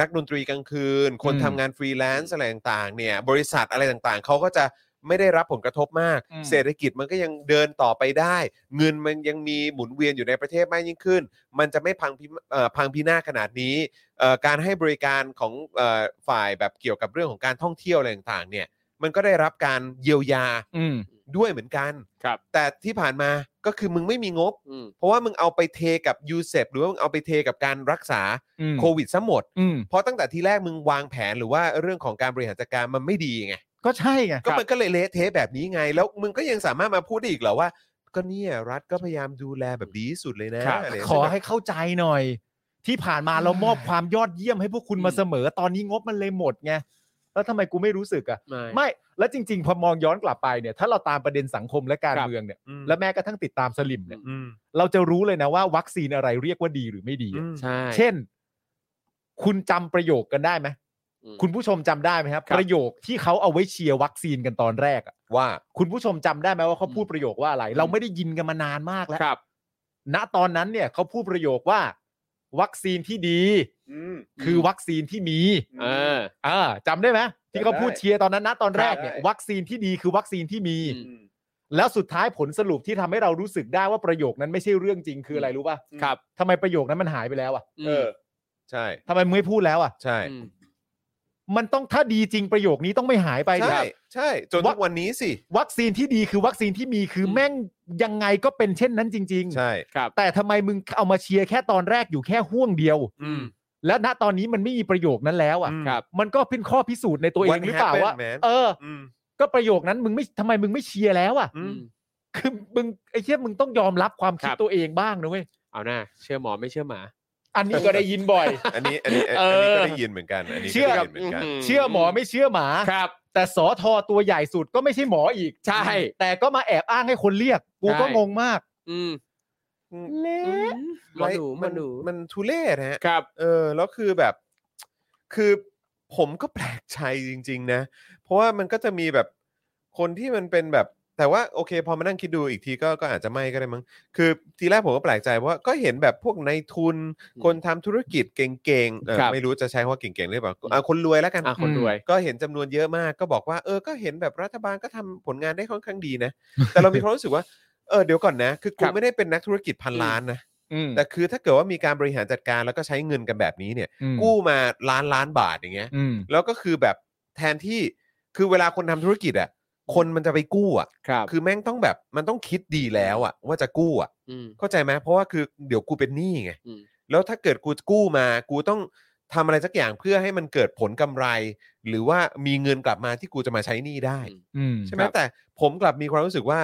Speaker 2: นักดนตรีกลางคืน คน
Speaker 3: อืม
Speaker 2: ทำงานฟรีแลนซ์อะไรต่างๆเนี่ยบริษัทอะไรต่างๆ เขาก็จะไม่ได้รับผลกระทบมาก
Speaker 3: อืม
Speaker 2: เศรษฐกิจมันก็ยังเดินต่อไปได้ เงินมันยังมีหมุนเวียนอยู่ในประเทศมากยิ่งขึ้น มันจะไม่พังพิเอ่อพังพินาศขนาดนี้เอ่อการให้บริการของเอ่อฝ่ายแบบเกี่ยวกับเรื่องของการท่องเที่ยวอะไรต่างๆเนี่ยมันก็ได้รับการเยียวยา
Speaker 3: อืม
Speaker 2: ด้วยเหมือนกัน
Speaker 4: ครับ
Speaker 2: แต่ที่ผ่านมาก็คือมึงไม่มีงบ
Speaker 4: อืม
Speaker 2: เพราะว่ามึงเอาไปเทกับยูเซฟหรือว่ามึงเอาไปเทกับการรักษา
Speaker 3: อืม
Speaker 2: โควิดซะหมด
Speaker 3: อืม
Speaker 2: เพราะตั้งแต่ทีแรกมึงวางแผนหรือว่าเรื่องของการบริหารจัดการมันไม่ดีไง
Speaker 3: ก็ใช่ไง
Speaker 2: ก็มันก็เลยเละเทะแบบนี้ไง แล้วมึงก็ยังสามารถมาพูดได้อีกเหรอว่า ก็เนี่ยรัฐก็พยายามดูแลแบบดีที่สุดเลยนะ
Speaker 4: ครับ
Speaker 2: ะไร
Speaker 3: ขอให้เข้าใจหน่อย ที่ผ่านมาเรามอบความยอดเยี่ยมให้พวกคุณมาเสมอ ตอนนี้งบมันเลยหมดไงแล้วทำไมกูไม่รู้สึกอ่ะ
Speaker 4: ไม่
Speaker 3: ไม่ แล้วจริง ๆ พอมองย้อนกลับไปเนี่ยถ้าเราตามประเด็นสังคมและการ
Speaker 4: ครับ
Speaker 3: เมืองเนี่ย
Speaker 2: อืม
Speaker 3: และแม้กระทั่งติดตามสลิมเนี่ย
Speaker 2: อืม
Speaker 3: เราจะรู้เลยนะว่าวัคซีนอะไรเรียกว่าดีหรือไม่ดี
Speaker 2: อื
Speaker 3: อะ
Speaker 2: ม
Speaker 4: ใช่
Speaker 3: เช่น คุณจำประโยคกันได้ไหม
Speaker 4: อืม
Speaker 3: คุณผู้ชมจำได้ไหมครับ
Speaker 4: ครับ
Speaker 3: ประโยคที่เขาเอาไว้เชียร์วัคซีนกันตอนแรกอะ
Speaker 2: ว่า
Speaker 3: คุณผู้ชมจำได้ไหมว่าเขาพูด
Speaker 4: อืม
Speaker 3: ประโยคว่าอะไร เราไม่ได้ยินกันมานานมากแล้ว
Speaker 4: ครับ
Speaker 3: ณตอนนั้นเนี่ยเขาพูดประโยคว่า วัคซีนที่ดี
Speaker 5: อืม
Speaker 3: คือวัคซีนที่มี
Speaker 4: เออ
Speaker 3: อ่าจำได้ไหมที่เขาพูดเชียร์ตอนนั้นณตอนแรกเนี่ย
Speaker 5: ได้
Speaker 3: วัคซีนที่ดีคือวัคซีนที่มี
Speaker 4: อื
Speaker 5: อืม
Speaker 3: แล้วสุดท้ายผลสรุปที่ทำให้เรารู้สึกได้ว่าประโยคนั้นไม่ใช่เรื่องจริงคืออะไรรู้ป่ะ
Speaker 4: ครับ
Speaker 3: ทำไมประโยคนั้นมันหายไปแล้วอ่ะ
Speaker 5: เออ
Speaker 2: ใช่
Speaker 3: ทำไมมึงไม่พูดแล้วอ่ะ
Speaker 2: ใช่
Speaker 4: มม
Speaker 3: มันต้องถ้าดีจริงประโยคนี้ต้องไม่หายไปดิ
Speaker 2: ใช่
Speaker 3: ครับ
Speaker 2: ใช่จน
Speaker 3: วั
Speaker 2: ทุ
Speaker 3: ก
Speaker 2: กวันนี้สิ
Speaker 3: วัคซีนที่ดีคือวัคซีนที่มีคืออ
Speaker 4: ม
Speaker 3: แม่งยังไงก็เป็นเช่นนั้นจริง
Speaker 2: ใช่
Speaker 4: ครับ
Speaker 3: ๆ แต่ทำไมมึงเอามาเชียร์แค่ตอนแรกอยู่แค่ห่วงเดียว
Speaker 2: อืม
Speaker 3: และณตอนนี้มันไม่มีประโยคนั้นแล้วอ่ะ
Speaker 2: อืม
Speaker 4: ครับ
Speaker 3: มันก็เป็นข้อพิสูจน์ในตัวเอง
Speaker 2: What
Speaker 3: หรือเปล่า
Speaker 2: happened,
Speaker 3: ว่า
Speaker 2: man?
Speaker 3: เออ
Speaker 2: อืม
Speaker 3: ก็ประโยคนั้นมึงไม่ทำไมมึงไม่เชียร์แล้วอ่ะ
Speaker 2: อืม
Speaker 3: คือมึงไอ้เชี่ยมึงต้องยอมรับความคิด
Speaker 4: ครับ
Speaker 3: ตัวเองบ้างนะเว้ย
Speaker 4: เอาหน้าเชื่อหมอไม่เชื่อหมา
Speaker 3: อันนี้ก็ได้ยินบ่อย
Speaker 2: อันนี้อันนี้อัน
Speaker 4: เอ
Speaker 2: อันนี้
Speaker 4: อ
Speaker 2: ก็ได้ยินเหมือนกันอันนี้
Speaker 3: เชื่
Speaker 2: ก็
Speaker 3: อ
Speaker 2: ได้ยินเหมือนกัน
Speaker 3: เชื่อหมอไม่เชื่อหมา
Speaker 4: ครับ
Speaker 3: แต่สอทอตัวใหญ่สุดก็ไม่ใช่หมออีก
Speaker 4: ใช่
Speaker 3: แต่ก็มาแอบอ้างให้คนเรียก กูก็
Speaker 4: ใช่
Speaker 3: งงมาก
Speaker 4: อืม
Speaker 3: เละ
Speaker 4: หมอหนูหมอหนู
Speaker 2: มันทุเล่นะฮะ
Speaker 4: ครับ
Speaker 2: เออแล้วคือแบบ คือผมก็แปลกใจจริง ๆ นะ เพราะว่ามันก็จะมีแบบคนที่มันเป็นแบบ แต่ว่าโอเค พอมานั่งคิดดูอีกทีก็ก็อาจจะไม่ก็ได้มั้งคือทีแรกผมก็แปลกใจเพราะว่าก็เห็นแบบพวกในายทุน
Speaker 4: อืม
Speaker 2: คนทำธุรกิจเก่งๆเออ
Speaker 4: ครับ
Speaker 2: ไม่รู้จะใช้คำว่าเก่งๆหรือเปล่าอ่ะคนรวยแล้วกัน
Speaker 4: อ่ะคนรวย
Speaker 2: ก็เห็นจำนวนเยอะมากก็บอกว่าเออก็เห็นแบบรัฐบาลก็ทำผลงานได้ค่อนข้างดีนะ แต่เรามีความรู้สึกว่าเออเดี๋ยวก่อนนะ คือกู
Speaker 4: ครับ
Speaker 2: ไม่ได้เป็นนักธุรกิจพัน
Speaker 4: อืม
Speaker 2: ล้านนะ
Speaker 3: อืม
Speaker 2: แต่คือถ้าเกิดว่ามีการบริหารจัดการแล้วก็ใช้เงินกันแบบนี้เนี่ย
Speaker 3: อืม
Speaker 2: กู้มาล้านล้านบาทอย่างเงี้ย
Speaker 3: อืม
Speaker 2: แล้วก็คือแบบแทนที่คือเวลาคนทำธุรกิจอ่ะคนมันจะไปกู้อ่ะ
Speaker 4: ครับ
Speaker 2: คือแม่งต้องแบบมันต้องคิดดีแล้วอ่ะว่าจะกู้อ่ะ
Speaker 4: อืม
Speaker 2: เข้าใจไหมเพราะว่าคือเดี๋ยวกูเป็นหนี้ไง
Speaker 4: อืม
Speaker 2: แล้วถ้าเกิดกูกู้มา กูต้องทำอะไรสักอย่างเพื่อให้มันเกิดผลกำไร หรือว่ามีเงินกลับมาที่กูจะมาใช้หนี้ได้
Speaker 4: อืม
Speaker 3: อืม
Speaker 2: ใช่ไหม
Speaker 4: ครับ
Speaker 2: แต่ผมกลับมีความรู้สึกว่า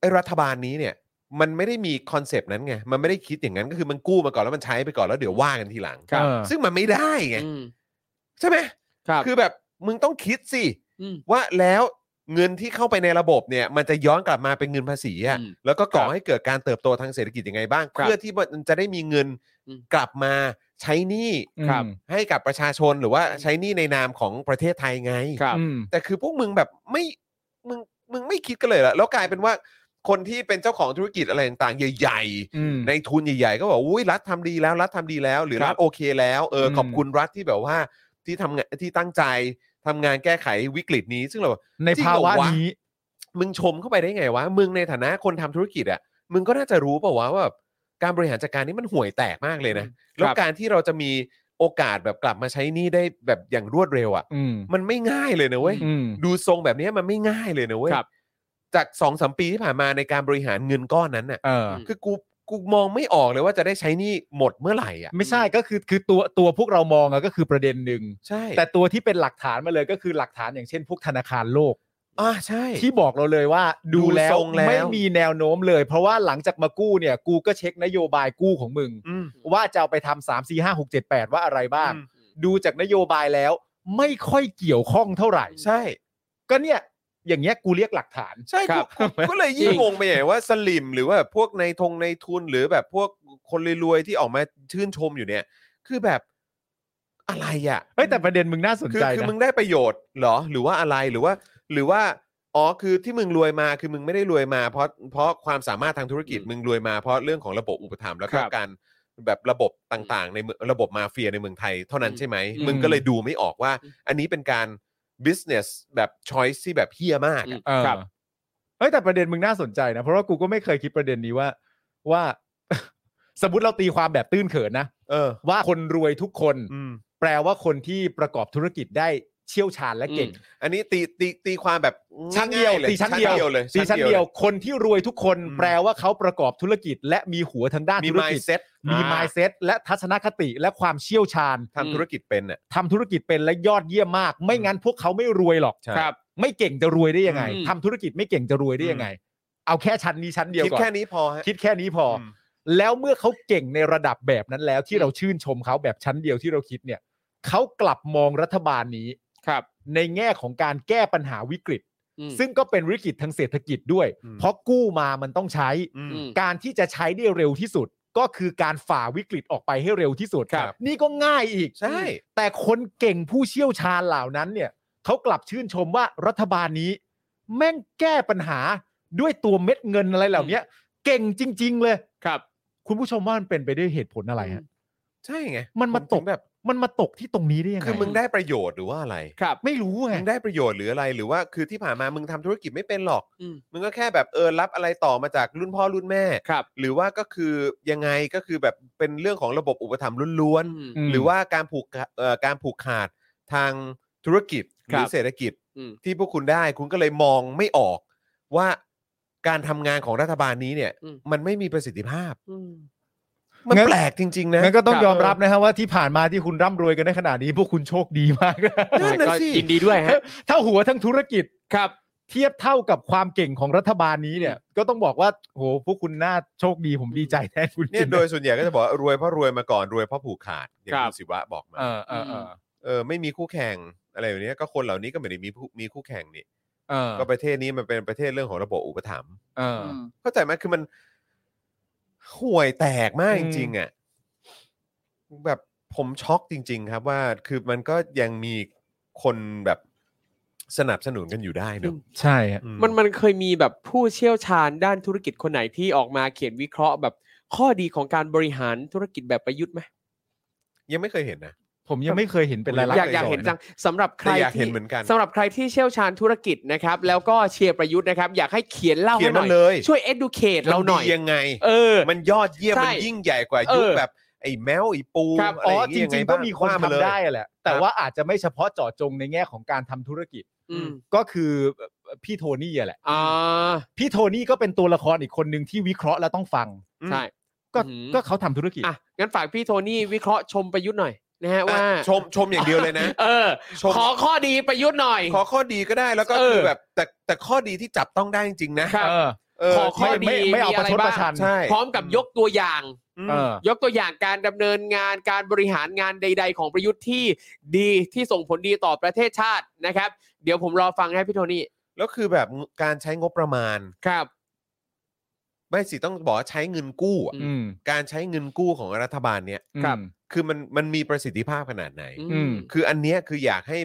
Speaker 2: ไอ้รัฐบาลนี้เนี่ย มันไม่ได้มีคอนเซปต์นั้นไงมันไม่ได้คิดอย่างนั้นก็คือมันกู้มาก่อนแล้วมันใช้ไปก่อนแล้วเดี๋ยวว่ากันทีหลัง
Speaker 4: ครับ
Speaker 3: เออ
Speaker 2: ซึ่งมันไม่ได้ไง
Speaker 4: อืม
Speaker 2: ใช่ไหม
Speaker 4: ครับ
Speaker 2: คือแบบมึงต้องคิดสิ
Speaker 4: อืม
Speaker 2: ว่าแล้วเงินที่เข้าไปในระบบเนี่ย มันจะย้อนกลับมาเป็นเงินภาษีอะ
Speaker 4: อืม
Speaker 2: แล้วก็ก่อ
Speaker 4: ครับ
Speaker 2: ให้เกิดการเติบโตทางเศรษฐกิจยังไงบ้าง
Speaker 4: ครับ
Speaker 2: เพื่อที่มันจะได้มีเงิน
Speaker 4: อืม
Speaker 2: กลับมาใช้หนี้
Speaker 4: ครับ
Speaker 2: ให้กับประชาชนหรือว่าใช้หนี้ในนามของประเทศไทยไง
Speaker 4: ครับ
Speaker 3: อืม
Speaker 2: แต่คือพวกมึงแบบไม่มึงมึงไม่คิดกันเลยเหรอแล้วกลายเป็นว่า คนที่เป็นเจ้าของธุรกิจอะไรต่างๆ ใหญ่
Speaker 3: อืม
Speaker 2: ๆ ในทุนใหญ่ๆ ก็บอกอุ้ยรัฐทำดีแล้วรัฐทำดีแล้ว หรือรัฐโอเคแล้วเอออ
Speaker 3: ม
Speaker 2: ขอบคุณรัฐที่แบบว่าที่ทำงานที่ตั้งใจทำงานแก้ไขวิกฤตนี้ ซึ่งเราแบบ
Speaker 3: ในภาวะ
Speaker 2: จริงเหรอวะ
Speaker 3: นี้
Speaker 2: มึงชมเข้าไปได้ไงวะ มึงในฐานะคนทำธุรกิจอะมึงก็น่าจะรู้เปล่าวะว่าแบบการบริหารจัดการนี่มันห่วยแตกมากเลยนะ แล้วการที่เราจะมีโอกาสแบบกลับมาใช้หนี่ได้แบบอย่างรวดเร็วอะ
Speaker 3: อืม
Speaker 2: มันไม่ง่ายเลยนะเว้ย
Speaker 3: อืม
Speaker 2: ดูทรงแบบเนี้ยมันไม่ง่ายเลยนะเว้ย
Speaker 4: ครับ
Speaker 2: จากสองสมปีที่ผ่านมาในการบริหารเงินก้อนนั้นน่ะ
Speaker 3: เออ
Speaker 2: คือกูกูมองไม่ออกเลยว่าจะได้ใช้หนี่หมดเมื่อไหร่อ่ะ
Speaker 3: ไม่ใช่ก็คือคือตัวตัวพวกเรามองอะก็คือประเด็นหนึ่ง
Speaker 2: ใช่
Speaker 3: แต่ตัวที่เป็นหลักฐานมาเลยก็คือหลักฐานอย่างเช่นพวกธนาคารโลก
Speaker 2: อ่าใช่
Speaker 3: ที่บอกเราเลยว่าดู
Speaker 2: ดู
Speaker 3: แล้ว
Speaker 2: ทรงแล้ว
Speaker 3: ไม่มีแนวโน้มเลย เพราะว่าหลังจากมากู้เนี่ย กูก็เช็คนโยบายกู้ของมึง
Speaker 2: อืม
Speaker 3: ว่าจะเอาไปทำสามสี่ห้าหกเจ็ดแปดว่าอะไรบ้าง
Speaker 2: อืม
Speaker 3: ดูจากนโยบายแล้ว ไม่ค่อยเกี่ยวข้องเท่าไหร่
Speaker 2: ใช่
Speaker 3: ก็เนี่ยอย่างเงี้ยกูเรียกหลักฐาน
Speaker 2: ใช่
Speaker 4: ค
Speaker 2: กู
Speaker 4: รับ
Speaker 2: กูก็เลยยิ่ง
Speaker 4: จริง
Speaker 2: งงไปใหญ่ว่าสลิมหรือว่าพวกในทงในทุนหรือแบบพวกคนรวยๆที่ออกมาชื่นชมอยู่เนี่ย คือแบบอะไรอ่ะ
Speaker 3: เฮ้ยแต่ประเด็นมึงน่าสน
Speaker 2: คือ
Speaker 3: ใจ
Speaker 2: คือ
Speaker 3: นะ
Speaker 2: มึงได้ประโยชน์เหรอ หรือว่าอะไรหรือว่า หรือว่าอ๋อคือที่มึงรวยมาคือมึงไม่ได้รวยมา เพราะเพราะความสามารถทางธุรกิจ
Speaker 5: อืม
Speaker 2: มึงรวยมาเพราะเรื่องของระบบอุปถัมภ์แล้วก็
Speaker 4: ครับ
Speaker 2: การแบบระบบต่างๆ ในเมืองระบบมาเฟียในเมืองไทย เท่านั้น
Speaker 4: อืม
Speaker 2: ใช่ไหม
Speaker 4: อืม
Speaker 2: มึงก็เลยดูไม่ออกว่า อันนี้เป็นการ business แบบ choice ที่แบบเฮี้ยมากอะ
Speaker 4: อืม
Speaker 3: เออ
Speaker 4: ครับ
Speaker 3: เฮ้ยแต่ประเด็นมึงน่าสนใจนะ เพราะว่ากูก็ไม่เคยคิดประเด็นนี้ว่าว่า สมมติเราตีความแบบตื้นเขินนะ
Speaker 2: เออ
Speaker 3: ว่าคนรวยทุกคน
Speaker 2: อืม
Speaker 3: แปลว่าคนที่ประกอบธุรกิจได้เชี่ยวชาญและเก่ง
Speaker 2: อันนี้ตีตีตีความแบบ
Speaker 3: ชั้นเดียว
Speaker 2: ง่าๆล
Speaker 3: ตีชั้นเดียว
Speaker 2: เลย
Speaker 3: ซีชั้นเดียว
Speaker 2: ล
Speaker 3: คนที่รวยทุกคน
Speaker 2: อืม
Speaker 3: แปลว่าเขาประกอบธุรกิจ และมีหัวทางด้าน
Speaker 2: มี
Speaker 3: ธุรกิจ
Speaker 2: mindset
Speaker 3: มี
Speaker 2: อ่า
Speaker 3: mindset และทัศนคติและความเชี่ยวชาญ
Speaker 2: ทำธุรกิจเป็นอ่ะ
Speaker 3: ทำธุรกิจเป็นและยอดเยี่ยมมาก ไม่งั้นพวกเขาไม่รวยหรอก
Speaker 2: ใช่
Speaker 4: ครับ
Speaker 3: ไม่เก่งจะรวยได้ยังไง
Speaker 4: อืม
Speaker 3: ทำธุรกิจไม่เก่งจะรวยได้ยังไง เอาแค่ชั้นนี้ชั้นเดียว
Speaker 2: คิด
Speaker 3: ก่อน
Speaker 2: แค่นี้พอฮะ
Speaker 3: คิดแค่นี้พออ
Speaker 2: ม
Speaker 3: แล้วเมื่อเขาเก่งในระดับแบบนั้นแล้ว ที่เราชื่นชมเขาแบบชั้นเดียวที่เราคิดเนี่ยเขากลับมองรัฐบาลนี้
Speaker 4: ครับ
Speaker 3: ในแง่ของการแก้ปัญหาวิกฤต
Speaker 4: อืม
Speaker 3: ซึ่งก็เป็นวิกฤตทางเศรษฐกิจด้วย
Speaker 2: อืม
Speaker 3: เพราะกู้มามันต้องใช้
Speaker 2: อืม
Speaker 4: อืม
Speaker 3: การที่จะใช้ได้เร็วที่สุด ก็คือการฝ่าวิกฤตออกไปให้เร็วที่สุด
Speaker 2: ครับ
Speaker 3: นี่ก็ง่ายอีก
Speaker 2: ใช่
Speaker 3: แต่คนเก่งผู้เชี่ยวชาญเหล่านั้นเนี่ยเขากลับชื่นชมว่ารัฐบาลนี้ แม่งแก้ปัญหาด้วยตัวเม็ดเงินอะไรเหล่าเนี้ย เก่งจริง ๆ เลย
Speaker 4: ครับ
Speaker 3: คุณผู้ชมว่ามันเป็นไปด้วยเหตุผลอะไรฮะ
Speaker 2: ใช่ไง
Speaker 3: มันมา
Speaker 2: ผ
Speaker 3: ต
Speaker 2: ถึ
Speaker 3: ก
Speaker 2: งแบบ
Speaker 3: มันมาตกที่ตรงนี้ได้ยังไง
Speaker 2: คือมึงได้ประโยชน์หรือว่าอะไร
Speaker 4: ครับ
Speaker 3: ไม่รู้ไง
Speaker 2: มึงได้ประโยชน์หรืออะไรหรือว่าคือที่ผ่านมามึงทำธุรกิจไม่เป็นหรอก
Speaker 4: อืม
Speaker 2: มึงก็แค่แบบเออรับอะไรต่อมาจากรุ่นพ่อรุ่นแม่
Speaker 4: ครับ
Speaker 2: หรือว่าก็คือยังไงก็คือแบบเป็นเรื่องของระบบอุปถัมภ์ล้วน
Speaker 4: อืม
Speaker 3: อืม
Speaker 2: ๆหรือว่าการผูกขาเอ่อการผูกขาดทางธุรกิจหรือ
Speaker 4: ครับ
Speaker 2: เศรษฐกิจ
Speaker 4: อืม
Speaker 2: ที่พวกคุณได้คุณก็เลยมองไม่ออกว่าการทำงานของรัฐบาลนี้เนี่ย
Speaker 4: อืม
Speaker 2: มันไม่มีประสิทธิภาพ
Speaker 4: อืม
Speaker 2: มัน
Speaker 3: งั้น
Speaker 2: แปลกจริง ๆ นะ
Speaker 3: งั้นก็ต้อ
Speaker 4: ค
Speaker 3: ง
Speaker 4: รับ
Speaker 3: ยอมรับนะฮะว่าที่ผ่านมาที่คุณร่ำรวยกันได้ขนาดนี้ พวกคุณโชคดีมากนะ
Speaker 2: นั่นนะ
Speaker 4: ก็
Speaker 2: สิ
Speaker 4: ยินดีด้วยฮะ
Speaker 3: ถ้าหัวทั้งธุรกิจ
Speaker 4: ครับ
Speaker 3: เทียบเท่ากับความเก่งของรัฐบาลนี้เนี่ย ก็ต้องบอกว่าโหพวกคุณน่าโชคดีผมดีใจแทนคุณ
Speaker 2: เนี่ย
Speaker 3: จริงๆ
Speaker 2: โดยส่วนใหญ่ก็จะบอกว่ารวยเพราะรวยมาก่อนรวยเพราะผูกขาดอย่าง
Speaker 4: ครั
Speaker 2: คุ
Speaker 4: บ
Speaker 2: ณศิวะบอกมา
Speaker 3: เออเออเออ
Speaker 2: เออไม่มีคู่แข่งอะไรแบบนี้ก็คนเหล่านี้ก็ไม่ได้มีผู้มีคู่แข่งนี่
Speaker 3: เออ
Speaker 2: ก็ประเทศนี้มันเป็นประเทศเรื่องของระบบอุปถัมภ์
Speaker 3: เออ
Speaker 2: เข้าใจไหมคือมันห่วยแตกมาก
Speaker 3: อื
Speaker 2: จ
Speaker 3: ม
Speaker 2: ริงๆอ่ะแบบผมช็อกจริง ๆ ครับว่าคือมันก็ยังมีคนแบบสนับสนุนกันอยู่ได้เนอะ
Speaker 3: ใช่ฮะ
Speaker 2: อื
Speaker 4: มันมันเคยมีแบบผู้เชี่ยวชาญด้านธุรกิจคนไหนที่ออกมาเขียนวิเคราะห์แบบข้อดีของการบริหารธุรกิจแบบประยุทธ์ไหม
Speaker 2: ยังไม่เคยเห็นนะ
Speaker 3: ผมยังไม่เคยเห็นเป็นรายลักษ
Speaker 4: อ
Speaker 3: ณ์
Speaker 4: ยากอยาก
Speaker 3: อัษร
Speaker 4: เห็นจัง
Speaker 3: ะ
Speaker 4: สำหรับใคร
Speaker 2: แต่อยาก
Speaker 4: ที่
Speaker 2: เห็นเหมือนกัน
Speaker 4: สำหรับใครที่เชี่ยวชาญธุรกิจนะครับ แล้วก็เชียร์ประยุทธ์นะครับ อยากให้เขียนเล่า
Speaker 2: เขีย
Speaker 4: ให้
Speaker 2: น
Speaker 4: หน่
Speaker 2: มา
Speaker 4: อย
Speaker 2: เลย
Speaker 4: ช่วย educate เราหน่อย
Speaker 2: มัดียังไง
Speaker 4: เออ
Speaker 2: มันยอดเยี่ยม
Speaker 4: ใช่
Speaker 2: มันยิ่งใหญ่กว่า
Speaker 4: เอ
Speaker 2: ยุค
Speaker 4: อ
Speaker 2: แบบไอ้แมวไอ้ปู
Speaker 4: ครับ
Speaker 2: อะไร
Speaker 3: อ๋อ
Speaker 2: อย่าง
Speaker 3: จ
Speaker 2: เงี้ยยัง
Speaker 3: ริ
Speaker 2: ไง
Speaker 3: ง ๆ
Speaker 2: บ้า
Speaker 3: ก็มีคน
Speaker 2: ว่าา
Speaker 3: ทำ
Speaker 2: เลย
Speaker 3: ได้แหละ แต่ว่าอาจจะไม่เฉพาะเจาะจงในแง่ของการทำธุรกิจ
Speaker 4: อืม
Speaker 3: ก็คือพี่โทนี่อะแหละ
Speaker 4: อ่า
Speaker 3: พี่โทนี่ก็เป็นตัวละครอีกคนหนึ่งที่วิเคราะห์และต้องฟัง
Speaker 4: ใช่
Speaker 3: ก็
Speaker 4: อืม
Speaker 3: ก็เขาทำธุรกิจ
Speaker 4: อ่ะงั้นฝากพี่โทนี่วิเคราะห์ชมประยุทธ์หน่อยนะฮะว่า
Speaker 2: อ่ะชมชมอย่างเดียวเลยนะ
Speaker 4: เออ
Speaker 2: ชม
Speaker 4: ขอข้อดีประยุทธ์หน่อย
Speaker 2: ขอข้อดีก็ได้แล้วก็
Speaker 4: เออ
Speaker 2: คือแบบแต่แต่ข้อดีที่จับต้องได้จริงๆนะครับ
Speaker 3: เออ
Speaker 2: เออ
Speaker 4: ขอข้อดี
Speaker 3: ไม่ไม่ไม่เอา
Speaker 4: อไร
Speaker 3: ประชด
Speaker 4: บ้
Speaker 3: ประชัน
Speaker 2: ใช่
Speaker 4: พร้อมกับยกตัวอย่าง
Speaker 2: อืม
Speaker 3: เออ
Speaker 4: ยกตัวอย่างการดำเนินงานการบริหารงานใด ๆ ของประยุทธ์ที่ดีที่ส่งผลดีต่อประเทศชาตินะครับ เดี๋ยวผมรอฟังนะพี่โทนี่
Speaker 2: แล้วคือแบบการใช้งบประมาณ
Speaker 4: ครับ
Speaker 2: ไม่สิต้องบอกว่าใช้เงินกู้อะ
Speaker 4: อื
Speaker 3: อืม
Speaker 2: การใช้เงินกู้ของรัฐบาลเนี่ย
Speaker 4: ครับ
Speaker 3: อืม
Speaker 2: คือมันมันมีประสิทธิภาพขนาดไหน
Speaker 3: อืม
Speaker 2: คืออันเนี้ยคืออยากให้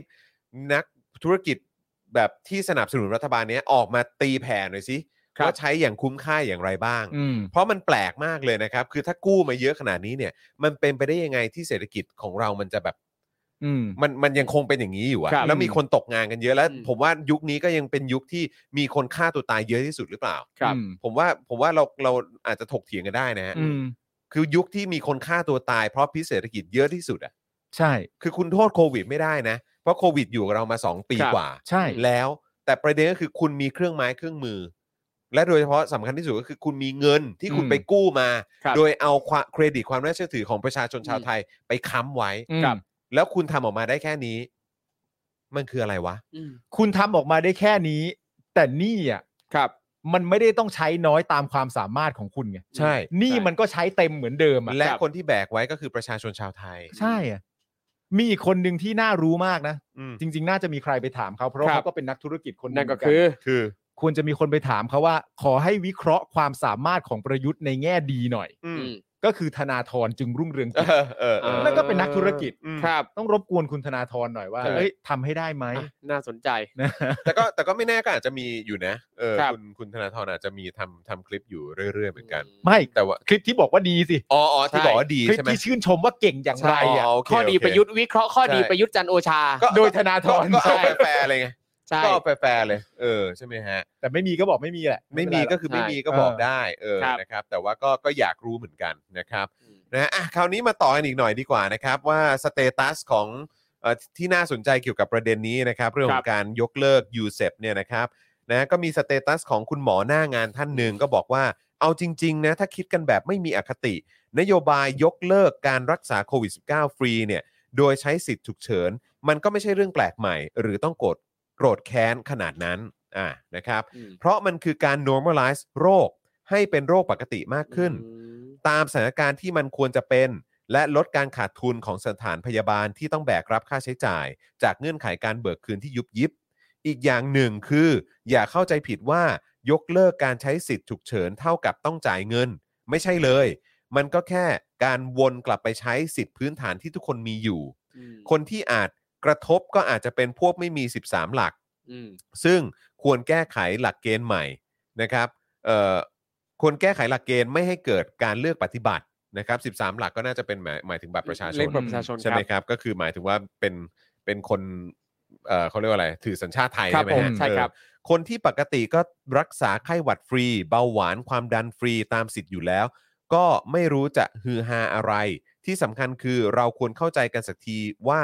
Speaker 2: นักธุรกิจแบบที่สนับสนุนรัฐบาลเนี้ยออกมาตีแผ่หน่อยสิ
Speaker 3: ครับ
Speaker 2: ว่าใช้อย่างคุ้มค่าอย่างไรบ้าง
Speaker 3: อืม
Speaker 2: เพราะมันแปลกมากเลยนะครับ คือถ้ากู้มาเยอะขนาดนี้เนี่ย มันเป็นไปได้ยังไงที่เศรษฐกิจของเรามันจะแบบ
Speaker 3: อืม
Speaker 2: มันมันยังคงเป็นอย่างนี้อยู่อะ
Speaker 4: ครับ
Speaker 2: แล้วมีคนตกงานกันเยอะแล้ว
Speaker 4: อืม
Speaker 2: ผมว่ายุคนี้ก็ยังเป็นยุคที่มีคนฆ่าตัวตายเยอะที่สุดหรือเปล่า
Speaker 4: ครับ
Speaker 2: ผมว่าผมว่าเราเราอาจจะถกเถียงกันได้นะฮะ
Speaker 3: อืม
Speaker 2: คือยุคที่มีคนฆ่าตัวตายเพราะพิษเศรษฐกิจเยอะที่สุดอะ
Speaker 3: ใช่
Speaker 2: คือคุณโทษโควิดไม่ได้นะ เพราะโควิดอยู่กับเรามา 2 ปี
Speaker 4: ครับ
Speaker 2: กว่า
Speaker 3: ใช่
Speaker 2: แล้วแต่ประเด็นก็คือคุณมีเครื่องไม้เครื่องมือ และโดยเฉพาะสำคัญที่สุดก็คือคุณมีเงินที่คุณไปกู้มา
Speaker 4: ครับ
Speaker 2: โดยเอาความเครดิตความน่าเชื่อถือของประชาชนชาวไทยไปค้ำไว้
Speaker 3: อืม
Speaker 4: ครับ
Speaker 2: แล้วคุณทำออกมาได้แค่นี้ มันคืออะไรวะ
Speaker 4: อืม
Speaker 3: คุณทำออกมาได้แค่นี้ แต่หนี่อ่ะ
Speaker 4: ครับ
Speaker 3: มันไม่ได้ต้องใช้น้อยตามความสามารถของคุณไง
Speaker 2: ใช่
Speaker 3: หนี่มันก็ใช้เต็มเหมือนเดิมอ่ะ
Speaker 2: และคนที่แบกไว้ก็คือประชาชนชาวไทย
Speaker 3: ใช่อ่ะ มีอีกคนหนึ่งที่น่ารู้มากนะ
Speaker 2: อืม
Speaker 3: จริง ๆ น่าจะมีใครไปถามเขาเพราะ
Speaker 4: ครับ
Speaker 3: เขาก็เป็นนักธุรกิจคนห
Speaker 4: นั่น
Speaker 3: ง
Speaker 4: ก็คือ
Speaker 2: คือ
Speaker 3: ควรจะมีคนไปถามเขาว่า ขอให้วิเคราะห์ความสามารถของประยุทธ์ในแง่ดีหน่อย
Speaker 2: อืม
Speaker 3: ก็คือธนาธรจึงรุ่งเรือง
Speaker 2: เอ
Speaker 3: กิจ
Speaker 2: อเออเออ
Speaker 4: อ
Speaker 3: นั่นก็เป็นนักธุรกิจ
Speaker 2: อืม
Speaker 4: ครับ
Speaker 3: ต้องรบกวนคุณธนาธรหน่อยว่า
Speaker 4: ใช่
Speaker 3: เอ้ยทำให้ได้ไหม
Speaker 4: อ่ะน่าสนใจ
Speaker 3: นะ
Speaker 2: แต่ก็แต่ก็ไม่แน่ก็อาจจะมีอยู่นะเออ
Speaker 4: ครับ
Speaker 2: คุณคุณธนาธรอาจจะมีทำทำคลิปอยู่เรื่อยๆเหมือนกัน
Speaker 3: ไม่
Speaker 2: แต่ว่า
Speaker 3: คลิปที่บอกว่าดีสิ
Speaker 2: อ๋ออ๋อที่
Speaker 4: ใช่
Speaker 2: บอกว่าดี
Speaker 3: คลิป
Speaker 2: ใช่ไหม
Speaker 3: ที่ชื่นชมว่าเก่งอย่างไรอ่ะ
Speaker 2: อ๋อโเ
Speaker 4: ข้อดี
Speaker 2: โเ
Speaker 4: ประยุทธ์วิเคราะห์ข้อดี
Speaker 2: ใช่
Speaker 4: ประยุทธ์จันทร์โอชา
Speaker 2: ก็
Speaker 3: โดยธนาธร
Speaker 2: ก็ก็เอา
Speaker 4: ใช่
Speaker 2: แฟร์ๆเลยไง
Speaker 4: ใช่
Speaker 2: ก็เอาแฟร์ๆเลย เออใช่ไหมฮะ
Speaker 3: แต่ไม่มีก็บอกไม่มีแหละ
Speaker 2: ไม่มีก็คือไม่
Speaker 4: ใช่
Speaker 2: มีก็บอก
Speaker 3: เออ
Speaker 2: ได้เออ
Speaker 4: ครับ
Speaker 2: นะครับ แต่ว่าก็ก็อยากรู้เหมือนกันนะครับ นะอ่ะคราวนี้มาต่อกันอีกหน่อยดีกว่านะครับ ว่าสเตตัสของเอ่อที่น่าสนใจเกี่ยวกับประเด็นนี้นะครับ เรื่องของการยกเลิกยูเซปเนี่ยนะครับนะก็มีสเตตัสของคุณหมอหน้างานท่านหนึ่งก็บอกว่าเอาจริง ๆ นะ ถ้าคิดกันแบบไม่มีอคติ นโยบายยกเลิกการรักษาโควิด -19 ฟรีเนี่ยโดยใช้สิทธิ์ฉุกเฉิน มันก็ไม่ใช่เรื่องแปลกใหม่ หรือต้องโกรธโกรธแค้นขนาดนั้นอ่านะครับ เพราะมันคือการ normalize โรคให้เป็นโรคปกติมากขึ้น ตามสถานการณ์ที่มันควรจะเป็น และลดการขาดทุนของสถานพยาบาลที่ต้องแบกรับค่าใช้จ่าย จากเงื่อนไขการเบิกคืนที่ยุบยิบ อีกอย่างหนึ่งคือ อย่าเข้าใจผิดว่ายกเลิกการใช้สิทธิ์ฉุกเฉินเท่ากับต้องจ่ายเงิน ไม่ใช่เลย มันก็แค่การวนกลับไปใช้สิทธิพื้นฐานที่ทุกคนมีอยู่ คนที่อาจกระทบก็อาจจะเป็นพวกไม่มี 13 หลัก ซึ่งควรแก้ไขหลักเกณฑ์ใหม่นะครับเอ่อควรแก้ไขหลักเกณฑ์ไม่ให้เกิดการเลือกปฏิบัตินะครับ 13 หลักก็น่าจะเป็นหมายหมายถึงบัตรประชาช
Speaker 4: เล่น
Speaker 2: น
Speaker 4: บัตรประชาชน
Speaker 2: ใช่ไหม
Speaker 4: ครับ
Speaker 2: ครับ ก็คือหมายถึงว่าเป็นเป็นคนเอ่อเขาเรียกว่าอะไร ถือสัญชาติไทย
Speaker 4: ครับ
Speaker 2: ใช่ไหม
Speaker 4: ผม
Speaker 2: ฮะ
Speaker 4: ใช่ครับ
Speaker 2: เออคนที่ปกติก็รักษาไข้หวัดฟรี เบาหวานความดันฟรีตามสิทธิ์อยู่แล้ว ก็ไม่รู้จะฮือฮาอะไร ที่สำคัญคือเราควรเข้าใจกันสักทีว่า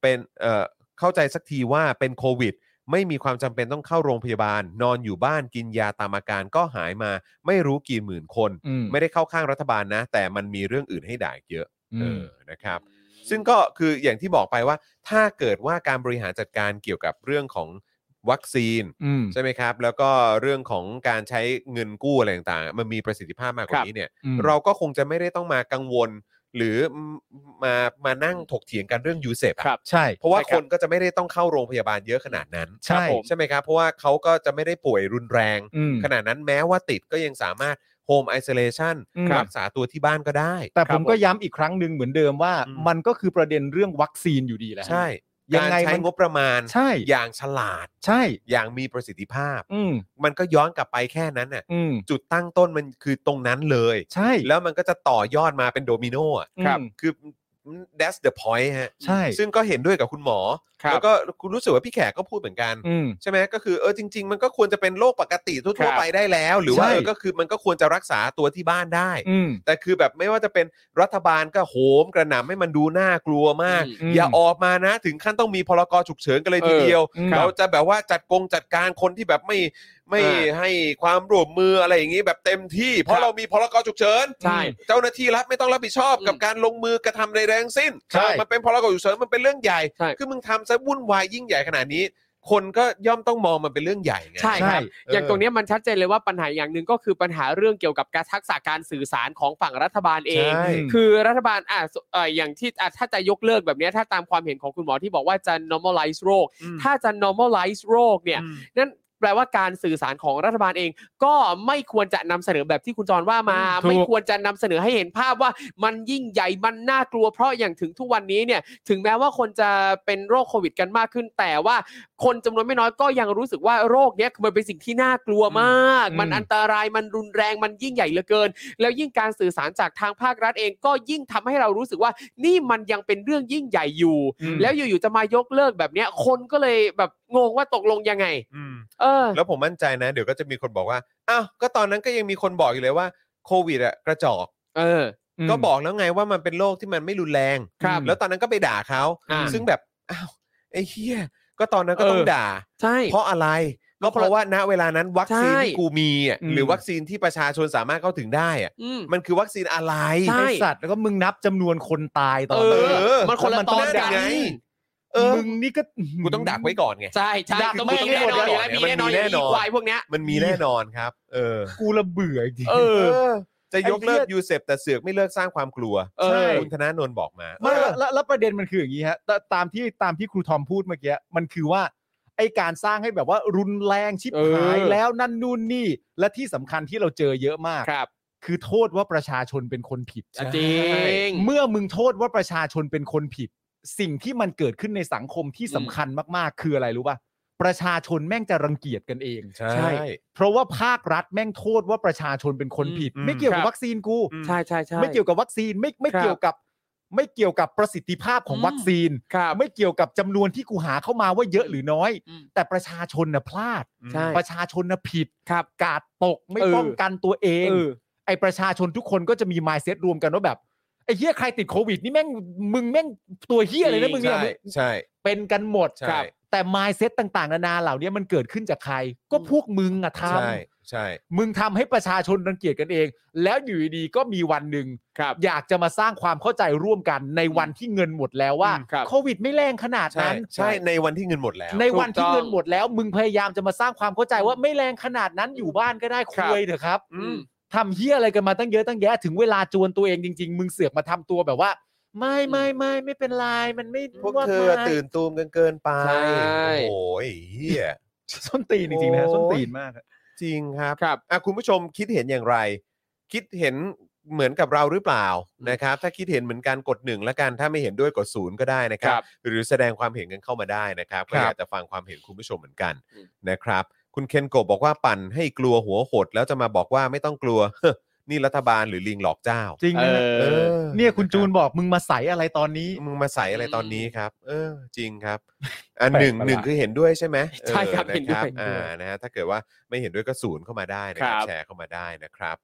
Speaker 2: เป็นเอ่อเข้าใจสักทีว่าเป็นโควิด ไม่มีความจำเป็นต้องเข้าโรงพยาบาล นอนอยู่บ้านกินยาตามอาการก็หายมา ไม่รู้กี่หมื่นคน
Speaker 3: อืม
Speaker 2: ไม่ได้เข้าข้างรัฐบาลนะ แต่มันมีเรื่องอื่นให้ด่าอีกเยอะ
Speaker 3: อื
Speaker 2: เอ
Speaker 3: ม
Speaker 2: อนะครับ ซึ่งก็คืออย่างที่บอกไปว่า ถ้าเกิดว่าการบริหารจัดการเกี่ยวกับเรื่องของวัคซีน
Speaker 3: อืม
Speaker 2: ใช่ไหมครับ แล้วก็เรื่องของการใช้เงินกู้อะไรต่างๆ มันมีประสิทธิภาพมากกว่านี้เนี่ย เราก็คงจะไม่ได้ต้องมากังวล หรือมามานั่งถกเถียงกันเรื่องยูเซป
Speaker 4: ครับ
Speaker 3: ใช่
Speaker 2: เพราะว่า
Speaker 4: ใช่ค
Speaker 2: ครับ นก็จะไม่ได้ต้องเข้าโรงพยาบาลเยอะขนาดนั้น
Speaker 4: ค
Speaker 3: ใช่
Speaker 4: รับผม
Speaker 2: ใช่ไหมครับ เพราะว่าเขาก็จะไม่ได้ป่วยรุนแรง
Speaker 3: อืม
Speaker 2: ขนาดนั้นแม้ว่าติดก็ยังสามารถโฮมไอโซเลชัน
Speaker 3: อืม
Speaker 2: รักษาตัวที่บ้านก็ได้
Speaker 3: แต่
Speaker 4: ค
Speaker 3: ผ
Speaker 4: รับ
Speaker 3: มก็
Speaker 4: ผม
Speaker 3: ย้ำอีกครั้งหนึ่งเหมือนเดิมว่า
Speaker 2: อืม
Speaker 3: มันก็คือประเด็นเรื่องวัคซีนอยู่ดีแหละ
Speaker 2: ใช่
Speaker 3: ยั
Speaker 2: กาง ร
Speaker 3: ไง
Speaker 2: ใช้
Speaker 3: มัน
Speaker 2: งบประมาณ
Speaker 3: ใช่
Speaker 2: อย่างฉลาด
Speaker 3: ใช่
Speaker 2: อย่างมีประสิทธิภาพ
Speaker 3: อืม
Speaker 2: มันก็ย้อนกลับไปแค่นั้นน่ะ
Speaker 3: อืม
Speaker 2: จุดตั้งต้นมันคือตรงนั้นเลย
Speaker 3: ใช่
Speaker 2: แล้วมันก็จะต่อยอดมาเป็นโดมิโนอ่ะ
Speaker 3: อืม
Speaker 2: คือ that's the point ฮะ
Speaker 3: ใช่
Speaker 2: ซึ่งก็เห็นด้วยกับคุณหมอ
Speaker 4: ครับ
Speaker 2: แล้วก็คุณรู้สึกว่าพี่แขกก็พูดเหมือนกัน
Speaker 3: อืม
Speaker 2: ใช่ไหมก็คือเออจริง ๆ มันก็ควรจะเป็นโรคปกติ
Speaker 4: ครั
Speaker 2: ทั่ว
Speaker 4: บ
Speaker 2: ๆไปได้แล้ว หรือว่า
Speaker 3: ใช่
Speaker 2: เออก็คือมันก็ควรจะรักษาตัวที่บ้านได้
Speaker 3: อืม
Speaker 2: แต่คือแบบไม่ว่าจะเป็นรัฐบาลก็โหมกระหน่ำให้มันดูน่ากลัวมาก
Speaker 3: อืม
Speaker 2: อย่าออกมานะถึงขั้นต้องมีพรกฉุกเฉินกันเลยทีเดียว
Speaker 3: เอออืม
Speaker 2: เราจะแบบว่าจัดกงจัดการคนที่แบบไม่ไม่
Speaker 4: อ่า
Speaker 2: ให้ความร่วมมืออะไรอย่างนี้แบบเต็มที่ เพ
Speaker 4: ครั
Speaker 2: ราะ
Speaker 4: บ
Speaker 2: เรามีพรกฉุกเฉิน
Speaker 4: ใช่
Speaker 2: เจ้าหน้าที่รัฐไม่ต้องรับผิดชอบ
Speaker 4: อืม
Speaker 2: กับการลงมือกระทำใดๆทั้งสิ้น
Speaker 3: ใช่
Speaker 2: มันเป็นพรกฉุกเฉินมันเป็นเรื่องใหญ่
Speaker 4: ใช่
Speaker 2: คือมึงทำซะวุ่นวายยิ่งใหญ่ขนาดนี้ คนก็ย่อมต้องมองมันเป็นเรื่องใหญ่ไง
Speaker 4: ใช่ครับ
Speaker 3: ใช่
Speaker 4: อย่าง
Speaker 2: เออ
Speaker 4: ตรงเนี้ยมันชัดเจนเลยว่าปัญหาอย่างหนึ่งก็คือปัญหาเรื่องเกี่ยวกับการทักษะการสื่อสารของฝั่งรัฐบาลเอง
Speaker 2: ใช่
Speaker 4: คือรัฐบาลอ่ะสเอ่ออย่างที่อ่ะถ้าจะยกเลิกแบบเนี้ยถ้าตามความเห็นของคุณหมอที่บอกว่าจะ normalize โรค
Speaker 2: อืม
Speaker 4: ถ้าจะ normalize โรคเนี่ย
Speaker 2: อืม
Speaker 4: นั่น แปลว่าการสื่อสารของรัฐบาลเอง ก็ไม่ควรจะนำเสนอแบบที่คุณจรว่ามา
Speaker 3: ถูก
Speaker 4: ไม่ควรจะนำเสนอให้เห็นภาพว่ามันยิ่งใหญ่มันน่ากลัวเพราะอย่างถึงทุกวันนี้เนี่ย ถึงแม้ว่าคนจะเป็นโรคโควิดกันมากขึ้น แต่ว่าคนจำนวนไม่น้อยก็ยังรู้สึกว่าโรคเนี้ยมันเป็นสิ่งที่น่ากลัวมาก
Speaker 3: อืม
Speaker 4: มันอันตรายมันรุนแรงมันยิ่งใหญ่เหลือเกิน แล้วยิ่งการสื่อสารจากทางภาครัฐเองก็ยิ่งทำให้เรารู้สึกว่านี่มันยังเป็นเรื่องยิ่งใหญ่อยู่
Speaker 3: อืม
Speaker 4: แล้วอยู่ๆจะมายกเลิกแบบเนี้ย คนก็เลยแบบงงว่าตกลงยังไง
Speaker 2: อืม
Speaker 4: เออ
Speaker 2: แล้วผมมั่นใจนะ เดี๋ยวก็จะมีคนบอกว่า อ้าว ก็ตอนนั้นก็ยังมีคนบอกอยู่เลยว่าโควิดอะกระจอก
Speaker 4: เออ
Speaker 2: ก็บอกแล้วไงว่ามันเป็นโรคที่มันไม่รุนแรง
Speaker 4: ครับ
Speaker 2: แล้วตอนนั้นก็ไปด่าเขา
Speaker 4: อ่า
Speaker 2: ซึ่งแบบ อ้าวไอ้เฮียก็ตอนนั้นก็ต้อง
Speaker 4: เออ
Speaker 2: ด่า
Speaker 4: ใช่
Speaker 2: เพราะอะไร ก็เพราะว่าณเวลานั้นวัคซีน
Speaker 4: ใช่
Speaker 2: ที่กูมีอะ
Speaker 3: อืม
Speaker 2: หรือวัคซีนที่ประชาชนสามารถเข้าถึงได้อะ
Speaker 4: อืม
Speaker 2: มันคือวัคซีนอะไร
Speaker 4: ใช่
Speaker 3: ไอสัตว์แล้วก็มึงนับจำนวนคนตายตอน
Speaker 4: เอ
Speaker 3: นั้น
Speaker 2: เอ
Speaker 4: อ
Speaker 2: อ
Speaker 4: มันคนละ
Speaker 3: แล้วมั
Speaker 4: ตอน
Speaker 3: ต้
Speaker 4: กั
Speaker 3: ง
Speaker 4: น
Speaker 2: ไง เออ
Speaker 3: มึงนี่ก็
Speaker 2: กูต้องดักไว้ก่อนไง
Speaker 4: ใช่ใช่
Speaker 3: ดัก
Speaker 4: ต้อง
Speaker 3: แม่
Speaker 4: มี
Speaker 3: ง
Speaker 4: แน่นอนอยู่แล้ว
Speaker 2: ให้
Speaker 4: มี
Speaker 2: หมด
Speaker 4: แน่นอน
Speaker 2: มันมีแน่นอน
Speaker 4: อยู่แล้วอีควายพวกเนี้ย
Speaker 2: มันมีแน่นอนครับ เออ
Speaker 3: กูระเบื่อจริง
Speaker 4: เออ
Speaker 2: เออ จะยกเลิก
Speaker 3: ไอ้เหี้ย
Speaker 2: ยูเซปแต่เสือกไม่เลิกสร้างความกลัว
Speaker 4: เออ
Speaker 3: ใช่
Speaker 2: คุณธนาโนนบอกมา
Speaker 3: ไม่แล้วแล้วแล้วประเด็นมันคืออย่างนี้ฮะตตามที่ตามที่ครูทอมพูดเมื่อกี้มันคือว่าไอการสร้างให้แบบว่ารุนแรงชิบ
Speaker 4: เออ
Speaker 3: หายแล้วนั่นนู่นนี่และที่สำคัญที่เราเจอเยอะมาก
Speaker 4: ครับ
Speaker 3: คือโทษว่าประชาชนเป็นคนผิด
Speaker 4: จริง
Speaker 3: เมื่อมึงโทษว่าประชาชนเป็นคนผิด สิ่งที่มันเกิดขึ้นในสังคมที่สำคัญมากๆ คืออะไรรู้ป่ะประชาชนแม่งจะรังเกียจกันเอง
Speaker 2: ใช่
Speaker 3: เพราะว่าภาครัฐแม่งโทษว่าประชาชนเป็นคนผิด
Speaker 2: อืม
Speaker 3: ไม่เกี่ยวกั
Speaker 4: ครับ บ
Speaker 3: วัคซีนกู
Speaker 2: อืม
Speaker 4: ใช่ใช่ใช่
Speaker 3: ไม่เกี่ยวกับวัคซีนไม่ไม่
Speaker 4: ครับ
Speaker 3: เกี่ยวกับไม่เกี่ยวกับประสิทธิภาพของ
Speaker 4: อืม
Speaker 3: วัคซีน
Speaker 4: ครับ
Speaker 3: ไม่เกี่ยวกับจำนวนที่กูหาเข้ามาว่าเยอะหรือน้อย
Speaker 4: อืม
Speaker 3: แต่ประชาชนน่ะพลาด
Speaker 4: ใช่
Speaker 3: ประชาชนน่ะผิด
Speaker 4: ครับ
Speaker 3: กาดตกไม่
Speaker 4: เออ
Speaker 3: ป้องกันตัวเอง
Speaker 4: เออ
Speaker 3: ไอประชาชนทุกคนก็จะมีมายเซตรวมกันว่าแบบไอเฮียใครติดโควิดนี่แม่งมึงแม่งตัวเฮียอะไร
Speaker 4: จริ
Speaker 3: นะ
Speaker 4: ง
Speaker 3: มึงเนี่ย
Speaker 2: ใช่
Speaker 3: มึง
Speaker 2: ใช่
Speaker 3: เป็นกันหมด
Speaker 2: ใช่
Speaker 3: ครับ แต่มายเซตต่างๆ นานาเหล่านี้มันเกิดขึ้นจากใคร ก็พวกมึงอะท
Speaker 2: ใช่ ใช่
Speaker 3: ำมึงทำให้ประชาชนรังเกียจกันเอง แล้วอยู่ดีๆก็มีวันหนึ่ง
Speaker 4: ครับ
Speaker 3: อยากจะมาสร้างความเข้าใจร่วมกันในวันที่เงินหมดแล้วว่า
Speaker 4: อืมครับ
Speaker 3: โควิดไม่แรงขนาด
Speaker 2: ใช่
Speaker 3: นั้น
Speaker 2: ใช่ในวันที่เงินหมดแล้ว
Speaker 3: ในวันที่
Speaker 4: ถูกต้อง
Speaker 3: เงินหมดแล้ว มึงพยายามจะมาสร้างความเข้าใจว่าไม่แรงขนาดนั้นอยู่บ้านก็ได้
Speaker 4: ครับ
Speaker 3: คุยเถอะครับ
Speaker 4: อืม
Speaker 3: ทำเฮียอะไรกันมาตั้งเยอะตั้งแยะถึงเวลาจวนตัวเองจริง ๆ มึงเสือกมาทำตัวแบบว่า ไม่ไม่ไม่ไม่เป็นไรมันไม่
Speaker 2: พวกเธอ
Speaker 3: มากมาย
Speaker 2: ตื่นตูมกันเกินไป
Speaker 4: ใช่
Speaker 2: โอ้ยเหี้ย
Speaker 3: ส้นตีนจริงๆนะฮะ
Speaker 2: โอ้ย
Speaker 3: ส้นตีนมากอะ
Speaker 2: จริงครับ
Speaker 4: ครับ
Speaker 2: อ่ะคุณผู้ชมคิดเห็นอย่างไร คิดเห็นเหมือนกับเราหรือเปล่านะครับ ถ้าคิดเห็นเหมือนกันกดหนึ่งละกัน ถ้าไม่เห็นด้วยกดศูนย์ก็ได้นะครับ
Speaker 4: ครับ
Speaker 2: หรือแสดงความเห็นกันเข้ามาได้นะครับก็อยากจะฟังความเห็นคุณผู้ชมเหมือนกัน
Speaker 4: อืม
Speaker 2: นะครับ คุณเคนโกะบอกว่าปั่นให้กลัวหัวหด แล้วจะมาบอกว่าไม่ต้องกลัว นี่รัฐบาลหรือลิงหลอกเจ้า
Speaker 3: จริง
Speaker 4: เอ
Speaker 3: นะฮะ
Speaker 4: อ
Speaker 3: เนี่ยคุณจูนบอกมึงมาใส่อะไรตอนนี้
Speaker 2: มึงมาใส่อะไรตอนนี้ครับ เออ จริง ครับ อัน
Speaker 3: แปลก
Speaker 2: หนึ่งห
Speaker 3: ประหลาด
Speaker 2: นึ่งคือเห็นด้วยใช่ไหม
Speaker 4: ใช่ครับ
Speaker 2: ออะ
Speaker 4: เห็นด้วย
Speaker 2: อ่านะฮะถ้าเกิดว่าไม่เห็นด้วยก็ศูนย์เข้ามาได้นะครับ
Speaker 4: ครับ
Speaker 2: แชร์เข้ามาได้นะครับ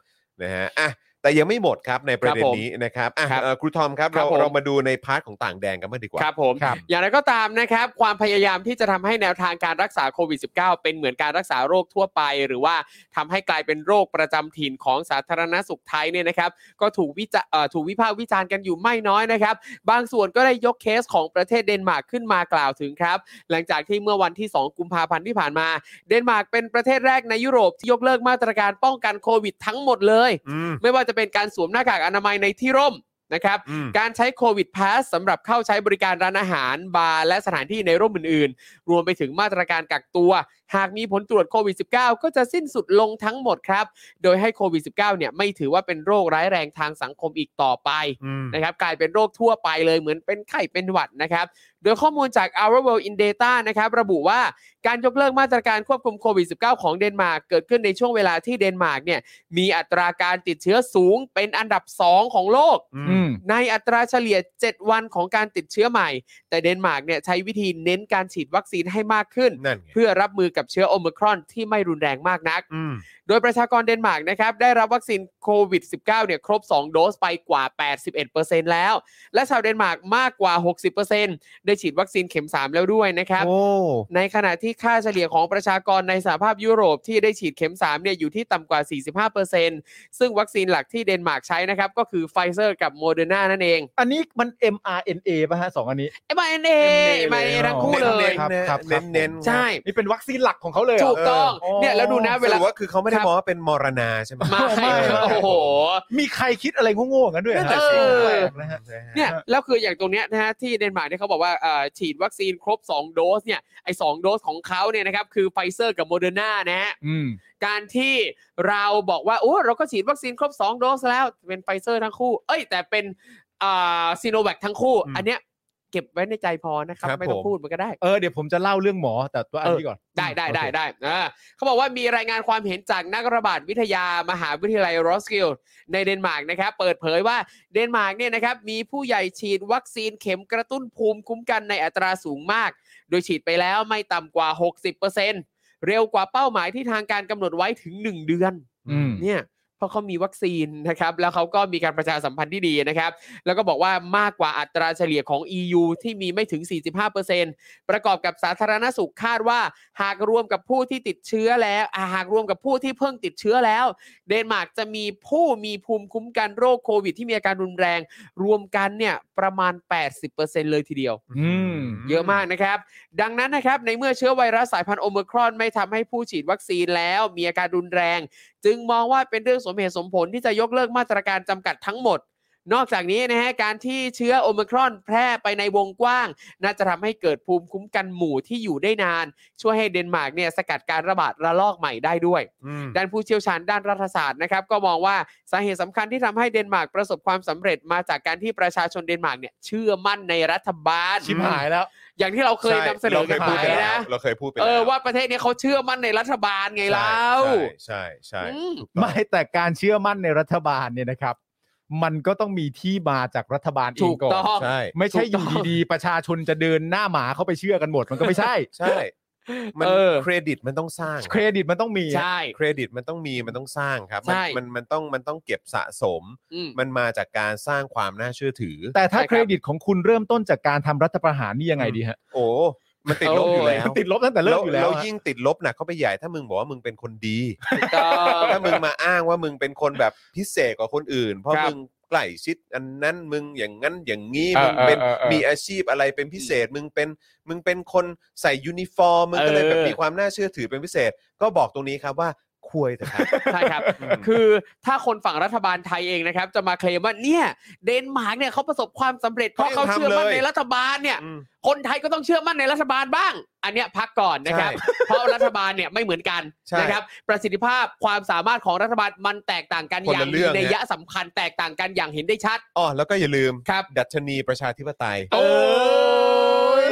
Speaker 2: นะฮะอ่ะแต่ยังไม่หมดครับในประเด็น
Speaker 4: ครับผม
Speaker 2: นี้นะครับอ่ะ
Speaker 4: ครับ
Speaker 2: เอ่อครูทอมครับ เรา
Speaker 4: ครับผม
Speaker 2: เรามาดูในพาร์ทของต่างแดงกันบ้างดีกว่า
Speaker 4: ครับผม
Speaker 3: ครับ
Speaker 4: อย่างไรก็ตามนะครับ ความพยายามที่จะทำให้แนวทางการรักษาโควิด -19 เป็นเหมือนการรักษาโรคทั่วไป หรือว่าทำให้กลายเป็นโรคประจำถิ่นของสาธารณสุขไทยเนี่ยนะครับ ก็ถูกวิจาเอ่อถูกวิพากษ์วิจารณ์กันอยู่ไม่น้อยนะครับ บางส่วนก็ได้ยกเคสของประเทศเดนมาร์กขึ้นมากล่าวถึงครับ หลังจากที่เมื่อวันที่ 2 กุมภาพันธ์ที่ผ่านมา เดนมาร์กเป็นประเทศแรกในยุโรปที่ยกเลิกมาตรการป้องกันโควิดทั้งหมดเลย
Speaker 2: อืม
Speaker 4: ไม่ว่าจะเป็นการสวมหน้ากากอนามัยในที่ร่มนะครับ
Speaker 2: อืม
Speaker 4: การใช้โควิดพาสสำหรับเข้าใช้บริการร้านอาหาร บาร์และสถานที่ในร่มอื่นๆ รวมไปถึงมาตรการกักตัว หากมีผลตรวจโควิด -19 ก็จะสิ้นสุดลงทั้งหมดครับ โดยให้โควิด -19 เนี่ยไม่ถือว่าเป็นโรคร้ายแรงทางสังคมอีกต่อไป
Speaker 2: อืม
Speaker 4: นะครับกลายเป็นโรคทั่วไปเลยเหมือนเป็นไข้เป็นหวัดนะครับ โดยข้อมูลจาก Our World in Data นะครับระบุว่าการยกเลิกมาตรการควบคุมโควิด -19 ของเดนมาร์กเกิดขึ้นในช่วงเวลาที่เดนมาร์กเนี่ยมีอัตราการติดเชื้อสูงเป็นอันดับ 2 ของโลก
Speaker 3: อืม
Speaker 4: ในอัตราเฉลี่ย 7 วันของการติดเชื้อใหม่ แต่เดนมาร์กเนี่ยใช้วิธีเน้นการฉีดวัคซีนให้มากขึ้น
Speaker 2: นั่นไง
Speaker 4: เพื่อรับมือกับเชื้อโอมครอนที่ไม่รุนแรงมากนัก
Speaker 2: อืม
Speaker 4: โดยประชากรเดนมาร์กนะครับได้รับวัคซีนโควิด -19 เนี่ยครบ 2 โดสไปกว่า 81%แล้ว และชาวเดนมาร์กมากกว่า 60%ได้ฉีดวัคซีนเข็ม 3 แล้วด้วยนะครับ
Speaker 3: โอ้
Speaker 4: ในขณะที่ค่าเฉลี่ยของประชากรในสหภาพยุโรปที่ได้ฉีดเข็ม 3 เนี่ยอยู่ที่ต่ำกว่า 45%ซึ่งวัคซีนหลักที่เดนมาร์กใช้นะครับก็คือไฟเซอร์กับโมเดอร์นานั่นเอง
Speaker 3: อันนี้มัน mRNA ป่ะฮะสองอันนี้
Speaker 4: m อ n a มาเอทั้งคู่เลย
Speaker 2: เน้นๆนะครับ เน้นๆ
Speaker 4: ใช่
Speaker 3: นี่เป็นวัคซีนหลักของเขาเลยเหรอ
Speaker 4: ถูกต้อง
Speaker 3: เออ
Speaker 4: เนี่ยแล้วดูนะ
Speaker 2: ครับ
Speaker 4: เว
Speaker 2: ส
Speaker 4: ลา
Speaker 2: รุปว่าคือเขาไม่ได้
Speaker 4: ครับ
Speaker 2: บอกว่าเป็นมรณาใช่ไหม
Speaker 4: มาให้โอ้โห
Speaker 3: มีใครคิดอะไรโง่ๆกันด้วย
Speaker 2: นั่นแหละ
Speaker 4: เอ
Speaker 2: สิ
Speaker 4: อ
Speaker 2: แปลกนะฮะ
Speaker 4: เนี่ยแล้วคืออย่างตรงเนี้ยนะฮะที่เดนมาร์กเนี่ยเขาบอกว่าเอ่อฉีดวัคซีนครบ 2 โดสเนี่ยไอ้สองโดสของเขาเนี่ยนะครับคือไฟเซอร์กับโมเดอร์นานะฮะ
Speaker 3: อืม
Speaker 4: การที่เราบอกว่าโอ้เราก็ฉีดวัคซีนครบ 2 โดสแล้วเป็นไฟเซอร์ทั้งคู่ เอ้ย แต่เป็นอ่าซีโนแวคทั้งคู่
Speaker 3: อืม
Speaker 4: อันเนี้ยเก็บไว้ในใจพอนะครับ
Speaker 2: ครับ
Speaker 4: ไม่ต้อ
Speaker 2: ผ
Speaker 4: ง
Speaker 2: ม
Speaker 4: พูดมันก็ได้
Speaker 3: เออเดี๋ยวผมจะเล่าเรื่องหมอแต่ตัวอันนี้ก่อน
Speaker 4: ได้ได้ได้
Speaker 3: โอเค
Speaker 4: ได้อ่าเขาบอกว่ามีรายงานความเห็นจากนักระบาดวิทยามหาวิทยาลัยรอสกิลในเดนมาร์กนะครับ เปิดเผยว่าเดนมาร์กเนี่ยนะครับมีผู้ใหญ่ฉีดวัคซีนเข็มกระตุ้นภูมิคุ้มกันในอัตราสูงมาก โดยฉีดไปแล้วไม่ต่ำกว่า 60%เร็วกว่าเป้าหมายที่ทางการกำหนดไว้ถึง 1 เดือน
Speaker 3: อืม
Speaker 4: เนี่ยเพราะเขามีวัคซีนนะครับแล้วเขาก็มีการประชาสัมพันธ์ที่ดีนะครับ แล้วก็บอกว่ามากกว่าอัตราเฉลี่ยของ EU ที่มีไม่ถึง 45%ประกอบกับสาธารณสุขคาดว่า หากรวมกับผู้ที่ติดเชื้อแล้วอ่าหากรวมกับผู้ที่เพิ่งติดเชื้อแล้ว เดนมาร์กจะมีผู้มีภูมิคุ้มกันโรคโควิด ที่มีอาการรุนแรง รวมกันเนี่ยประมาณ 80%เลยทีเดียว
Speaker 3: อืม
Speaker 4: เยอะมากนะครับ ดังนั้นนะครับ ในเมื่อเชื้อไวรัสสายพันธุ์โอมครอนไม่ทำให้ผู้ฉีดวัคซีนแล้ว มีอาการรุนแรง จึงมองว่าเป็นเรื่องสมเหตุสมผลที่จะยกเลิกมาตรการจำกัดทั้งหมด นอกจากนี้นะฮะการที่เชื้อโอมครอนแพร่ไปในวงกว้าง น่าจะทำให้เกิดภูมิคุ้มกันหมู่ที่อยู่ได้นาน ช่วยให้เดนมาร์กเนี่ยสกัดการระบาดระลอกใหม่ได้ด้วย
Speaker 2: อืม
Speaker 4: ด้านผู้เชี่ยวชาญด้านรัฐศาสตร์นะครับก็มองว่าสาเหตุสำคัญที่ทำให้เดนมาร์กประสบความสำเร็จมาจากการที่ประชาชนเดนมาร์กเนี่ยเชื่อมั่นในรัฐบาล
Speaker 3: ชิบหายแล้ว
Speaker 4: อย่างที่เราเคยนำเสนอกัน
Speaker 2: ใช่
Speaker 4: ไป
Speaker 2: เราเคยพูดไปแล้ว
Speaker 4: นะ
Speaker 2: เราเคยพูดไป
Speaker 4: เอ
Speaker 2: แล้ว
Speaker 4: อว่าประเทศเนี้เขาเชื่อมั่นในรัฐบาลไงแล้ว
Speaker 2: ใช่ใช่
Speaker 3: ไม่แต่การเชื่อมั่นในรัฐบาลเนี่ยนะครับ มันก็ต้องมีที่มาจากรัฐบาลเอ
Speaker 4: ถู
Speaker 3: ง
Speaker 4: ก
Speaker 3: ก่อ
Speaker 4: ต้
Speaker 3: น
Speaker 4: อง
Speaker 2: ใช่
Speaker 3: ไม่ใช่อ
Speaker 4: ถู
Speaker 3: ยู่
Speaker 4: กต้อง
Speaker 3: ดีๆ ประชาชนจะเดินหน้าหมาเข้าไปเชื่อกันหมด มันก็ไม่ใช่
Speaker 2: ใช่ มัน
Speaker 4: เออ
Speaker 2: เครดิตมันต้องสร้าง
Speaker 3: เครดิตมันต้องมี
Speaker 4: ใช่
Speaker 2: เครดิตมันต้องมีมันต้องสร้างครับ มั
Speaker 4: ใช่
Speaker 2: มันมันต้องมันต้องเก็บสะสม
Speaker 4: อืม
Speaker 2: มันมาจากการสร้างความน่าเชื่อถือ
Speaker 3: แต่ถ้า
Speaker 4: ใช่ครับ
Speaker 3: เครดิตของคุณเริ่มต้นจากการทำรัฐประหารนี่ยังไงดีฮะ
Speaker 2: โอ้ มันติดลบอยู่แล้ว
Speaker 3: มันติดลบตั้งแต่เริ่มอยู่แล้ว
Speaker 2: ว
Speaker 3: ฮะ
Speaker 2: ยิ่งติดลบหนักเข้าไปใหญ่ถ้ามึงบอกว่ามึงเป็นคนดี
Speaker 4: ถูกต้อง
Speaker 2: ถ้ามึงมาอ้างว่ามึงเป็นคนแบบพิเศษกว่าคนอื่น เพราะ
Speaker 4: ครับ
Speaker 2: มึงใกล้ชิดอันนั้นมึงอย่างนั้นอย่างนี้
Speaker 3: เออ
Speaker 2: มึงเป็น
Speaker 3: เออเออเออ
Speaker 2: มีอาชีพอะไรเป็นพิเศษ มึงเป็นมึงเป็นคนใส่ยูนิฟอร์มมึงก็เลยแบบ
Speaker 4: เออ
Speaker 2: มีความน่าเชื่อถือเป็นพิเศษ ก็บอกตรงนี้ครับว่าควยเถอะครับ
Speaker 4: ใช่ครับ
Speaker 2: อืม
Speaker 4: คือถ้าคนฝั่งรัฐบาลไทยเองนะครับ จะมาเคลมว่าเนี่ยเดนมาร์กเนี่ยเขาประสบความสำเร็จเพราะเขาเชื่อมั่นในรัฐบาลเนี่ย
Speaker 2: อืม
Speaker 4: คนไทยก็ต้องเชื่อมั่นในรัฐบาลบ้าง อันเนี้ยพักก่อนนะครับ
Speaker 2: ใช่
Speaker 4: เพราะรัฐบาลเนี่ยไม่เหมือนกัน
Speaker 2: ใช่
Speaker 4: นะครับ ประสิทธิภาพความสามารถของรัฐบาลมันแตกต่างกัน
Speaker 2: คน
Speaker 4: อ
Speaker 2: ละ
Speaker 4: ย่าง
Speaker 2: เรื่
Speaker 4: มี
Speaker 2: อง
Speaker 4: นัยยะสำคัญแตกต่างกันอย่างเห็นได้ชัด
Speaker 2: อ๋อแล้วก็อย่าลืม
Speaker 4: ครับ
Speaker 2: ดัชนีประชาธิปไตย
Speaker 4: โอ้ย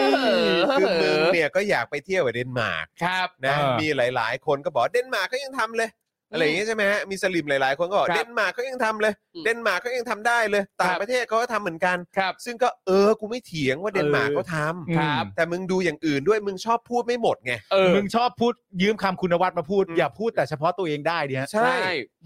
Speaker 2: คือมึงเนี่ยก็อยากไปเที่ยวกับเดนมาร์ก
Speaker 4: ครับ
Speaker 2: นะ
Speaker 3: เออ
Speaker 2: มีหลาย ๆ คนก็บอกเดนมาร์กก็ยังทำเลย อะไรอย่างเงี้ยใช่ไหมฮะมีสลิมหลาย ๆ คนก็บอก
Speaker 4: ครับ
Speaker 2: เดนมาร์กก็ยังทำเลย
Speaker 4: อืม
Speaker 2: เดนมาร์กก็ยังทำได้เลยต่าง
Speaker 4: ครับ
Speaker 2: ประเทศเขาก็ทำเหมือนกัน
Speaker 4: ครับ
Speaker 2: ซึ่งก็เออ กูไม่เถียงว่าเดนมาร์กเขาท
Speaker 3: อืม
Speaker 4: ครับ
Speaker 2: ำแต่มึงดูอย่างอื่นด้วยมึงชอบพูดไม่หมดไง
Speaker 4: เออ
Speaker 3: มึงชอบพูดยืมคำคุณวัฒน์มาพูด
Speaker 2: อืม
Speaker 3: อย่าพูดแต่เฉพาะตัวเองได้ดิฮะ
Speaker 4: ใช่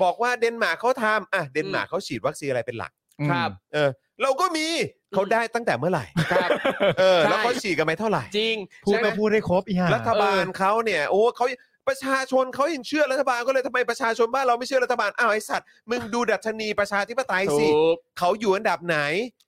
Speaker 2: บอกว่าเดนมาร์กเขาทำอ่ะเดนมาร์กเขาฉีดวัคซีนอะไรเป็นหลัก
Speaker 4: ครับ
Speaker 2: เออ เราก็มีเขาได้ตั้งแต่เมื่อไหร่
Speaker 4: ครับ
Speaker 2: เออ
Speaker 4: ใช่
Speaker 2: แล้วเขาฉีดกันไปเท่าไหร่
Speaker 4: จริง
Speaker 3: พูด
Speaker 2: ใช่ไหม
Speaker 3: ก็พูดให้ครบอีห่า
Speaker 2: รัฐบาลเขาเนี่ย โอ้เขาประชาชนเขายังเชื่อรัฐบาลก็เลยทำไมประชาชนบ้านเราไม่เชื่อรัฐบาลอ้าวไอสัตว์มึงดูดัชนีประชาธิปไตยสิ
Speaker 4: ถูก
Speaker 2: เขาอยู่อันดับไหน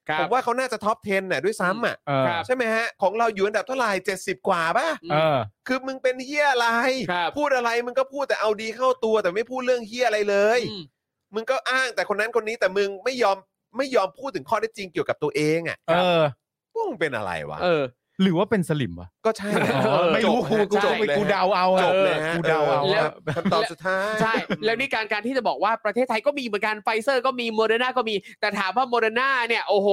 Speaker 4: ครั
Speaker 2: ผ
Speaker 4: บ
Speaker 2: มว่าเขาน่าจะท็อป 10น่ะด้วยซ้ำอ่ะ
Speaker 3: เออ
Speaker 4: ครับ
Speaker 2: ใช่ไหมฮะของเราอยู่อันดับเท่าไหร่70 กว่าป่ะ
Speaker 3: เออ
Speaker 2: คือมึงเป็นเฮียอะไร
Speaker 4: ครับ
Speaker 2: พูดอะไรมึงก็พูดแต่เอาดีเข้าตัว แต่ไม่พูดเรื่องเฮียอะไรเลย
Speaker 4: อืม
Speaker 2: มึงก็อ้างแต่คนนั้นคนนี้แต่มึงไม่ยอมไม่ยอมพูดถึงข้อเท็จจริงเกี่ยวกับตัวเองอ่ะ
Speaker 3: เออ
Speaker 2: พวกมึงเป็นอะไรวะ
Speaker 4: เออ
Speaker 3: หรือว่าเป็นสลิมวะ
Speaker 2: ก็ใช่แหละ
Speaker 4: เออ
Speaker 3: ไม่รู้
Speaker 2: จ
Speaker 3: กู
Speaker 2: บนะ
Speaker 3: กู
Speaker 2: จ
Speaker 3: จ
Speaker 2: บบ ลย
Speaker 3: ไป
Speaker 2: ฮะ
Speaker 3: กูเดาเอาอะ
Speaker 2: จบเลยฮะ
Speaker 3: กูเดาเอา
Speaker 4: แล้ว
Speaker 2: ครับคำตอบสุดท้าย
Speaker 4: ใช่ แล้วนี่การการที่จะบอกว่าประเทศไทยก็มีเหมือนกันไฟเซอร์ก็มีโมเดอร์นาก็มี แต่ถามว่าโมเดอร์นาเนี่ย โอ้โห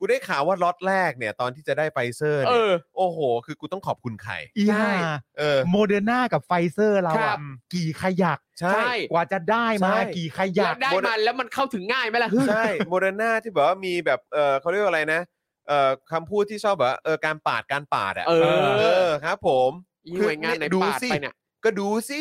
Speaker 2: กูได้ข่าวว่าล็อตแรกเนี่ย ตอนที่จะได้ไฟเซอร์
Speaker 4: เอ
Speaker 2: เนี่ย
Speaker 4: อ
Speaker 2: โอ้โห คือกูต้องขอบคุณใคร
Speaker 3: อีห่า
Speaker 4: ใช่
Speaker 2: เออ
Speaker 3: โมเดอร์นากับไฟเซอร์เรา
Speaker 4: ครั
Speaker 3: อะ
Speaker 4: บ
Speaker 3: กี่ขยัก
Speaker 2: ใช่
Speaker 4: ใช่
Speaker 3: กว่าจะได้มา
Speaker 2: ใช่
Speaker 3: กี่ข
Speaker 4: อยา
Speaker 3: ยั
Speaker 4: ก
Speaker 3: ก
Speaker 4: ได้มันแล้วมันเข้าถึงง่ายไหมล่ะ
Speaker 2: ใช่โมเดอร์นาที่แบบว่ามีแบบเออเขาเรียกว่าอะไรนะเออคำพูดที่ชอบแบบว่าเออการปาดการปาดอ่ะ
Speaker 4: เออ
Speaker 2: เออครับ ผม
Speaker 4: อีหน่วยงานไหนปาดไปเนี่ย
Speaker 2: ก็ดูสิ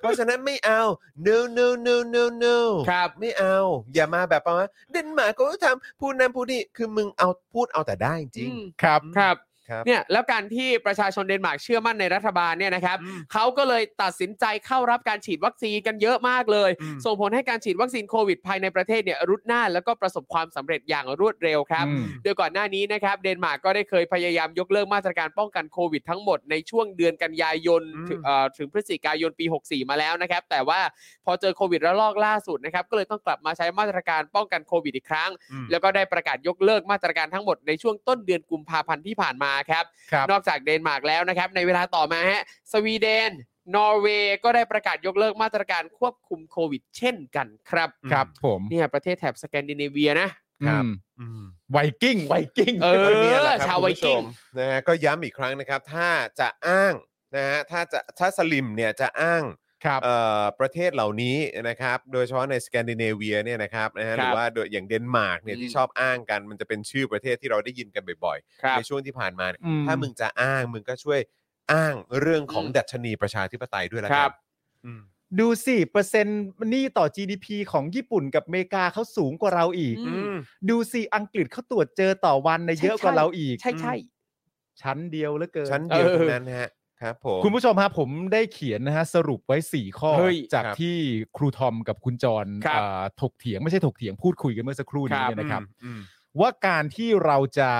Speaker 2: เพราะฉะนั้นไม่เอา no no no no no
Speaker 4: ครับ
Speaker 2: ไม่เอา อย่ามาแบบประมาณเดนมาร์กก็ทำพูดนั่นพูดนี่ คือมึงเอาพูดเอาแต่ได้จริง
Speaker 4: อืม
Speaker 3: ครับ
Speaker 4: ครับ
Speaker 2: ครับ
Speaker 4: เนี่ยแล้วการที่ประชาชนเดนมาร์กเชื่อมั่นในรัฐบาลเนี่ยนะครับเขาก็เลยตัดสินใจเข้ารับการฉีดวัคซีนกันเยอะมากเลย
Speaker 2: อืม
Speaker 4: ส่งผลให้การฉีดวัคซีนโควิดภายในประเทศเนี่ยรุดหน้าแล้วก็ประสบความสำเร็จอย่างรวดเร็วครับ
Speaker 3: อืม
Speaker 4: โดยก่อนหน้านี้นะครับเดนมาร์กก็ได้เคยพยายามยกเลิกมาตรการป้องกันโควิดทั้งหมดในช่วงเดือนกันยายน
Speaker 2: อืม
Speaker 4: ถึงเอ่อถึงพฤศจิกายนปี 64 มาแล้วนะครับ แต่ว่าพอเจอโควิดระลอกล่าสุดนะครับ ก็เลยต้องกลับมาใช้มาตรการป้องกันโควิดอีกครั้ง
Speaker 2: อืม
Speaker 4: แล้วก็ได้ประกาศยกเลิกมาตรการทั้งหมดในช่วงต้นเดือนกุมภาพันธ์ที่ผ่านมาครับ
Speaker 3: ครับ
Speaker 4: นอกจากเดนมาร์กแล้วนะครับ ในเวลาต่อมาฮะสวีเดน นอร์เวย์ก็ได้ประกาศยกเลิกมาตรการควบคุมโควิด เช่นกันครับ
Speaker 3: ครับผม
Speaker 4: เนี่ยประเทศแถบสแกนดิเนเวียนะ
Speaker 2: ครับ
Speaker 3: อืม
Speaker 2: อืม
Speaker 3: ไวกิ้งไวกิ้ง
Speaker 4: เออ
Speaker 2: ก็เนี่ยแหละครับ
Speaker 4: ชาว
Speaker 2: คุณผู้ชม
Speaker 4: ไวกิ้
Speaker 2: นะฮะก็ย้ำอีกครั้งนะครับ ถ้าจะอ้างนะฮะถ้าจะถ้าสลิมเนี่ยจะอ้าง
Speaker 3: ครับ
Speaker 2: เอ่อประเทศเหล่านี้นะครับ โดยเฉพาะในสแกนดิเนเวียเนี่ยนะครับนะฮะหรือว่าโดยอย่างเดนมาร์กเนี่ย
Speaker 4: อืม
Speaker 2: ที่ชอบอ้างกันมันจะเป็นชื่อประเทศที่เราได้ยินกันบ่อย
Speaker 4: ครั
Speaker 2: ๆ
Speaker 4: บ
Speaker 2: ในช่วงที่ผ่านมาเนี่ย
Speaker 3: อืม
Speaker 2: ถ้ามึงจะอ้างมึงก็ช่วยอ้างเรื่องของ
Speaker 4: อืม
Speaker 2: ดัชนีประชาธิปไตยด้วยละค
Speaker 4: ครั
Speaker 2: รับบ อืม
Speaker 3: ดูสิ เปอร์เซ็นต์หนี้ต่อ GDP ของญี่ปุ่นกับอเมริกาเขาสูงกว่าเราอีก
Speaker 4: อืม
Speaker 3: ดูสิ อังกฤษเขาตรวจเจอต่อวันในะ
Speaker 4: ใช่
Speaker 3: เยอะกว่าเราอีก
Speaker 4: ใช่ใช่
Speaker 3: ชั้นเดียวเหลือเกิน
Speaker 2: ชั้นเดียว
Speaker 4: เออ
Speaker 2: เท่านั้นฮะครับผม
Speaker 3: คุณผู้ชมฮะผมได้เขียนนะฮะสรุปไว้ 4 ข้อ
Speaker 4: เฮ้ย
Speaker 3: จาก
Speaker 2: ครับ
Speaker 3: ที่ครูทอมกับคุณจร
Speaker 4: ครับ
Speaker 3: เอ่อถกเถียงไม่ใช่ถกเถียงพูดคุยกันเมื่อสักครู่นี้
Speaker 4: ครับ
Speaker 3: เนี่ยนะครับ
Speaker 2: อืม
Speaker 3: ว่าการที่เราจะ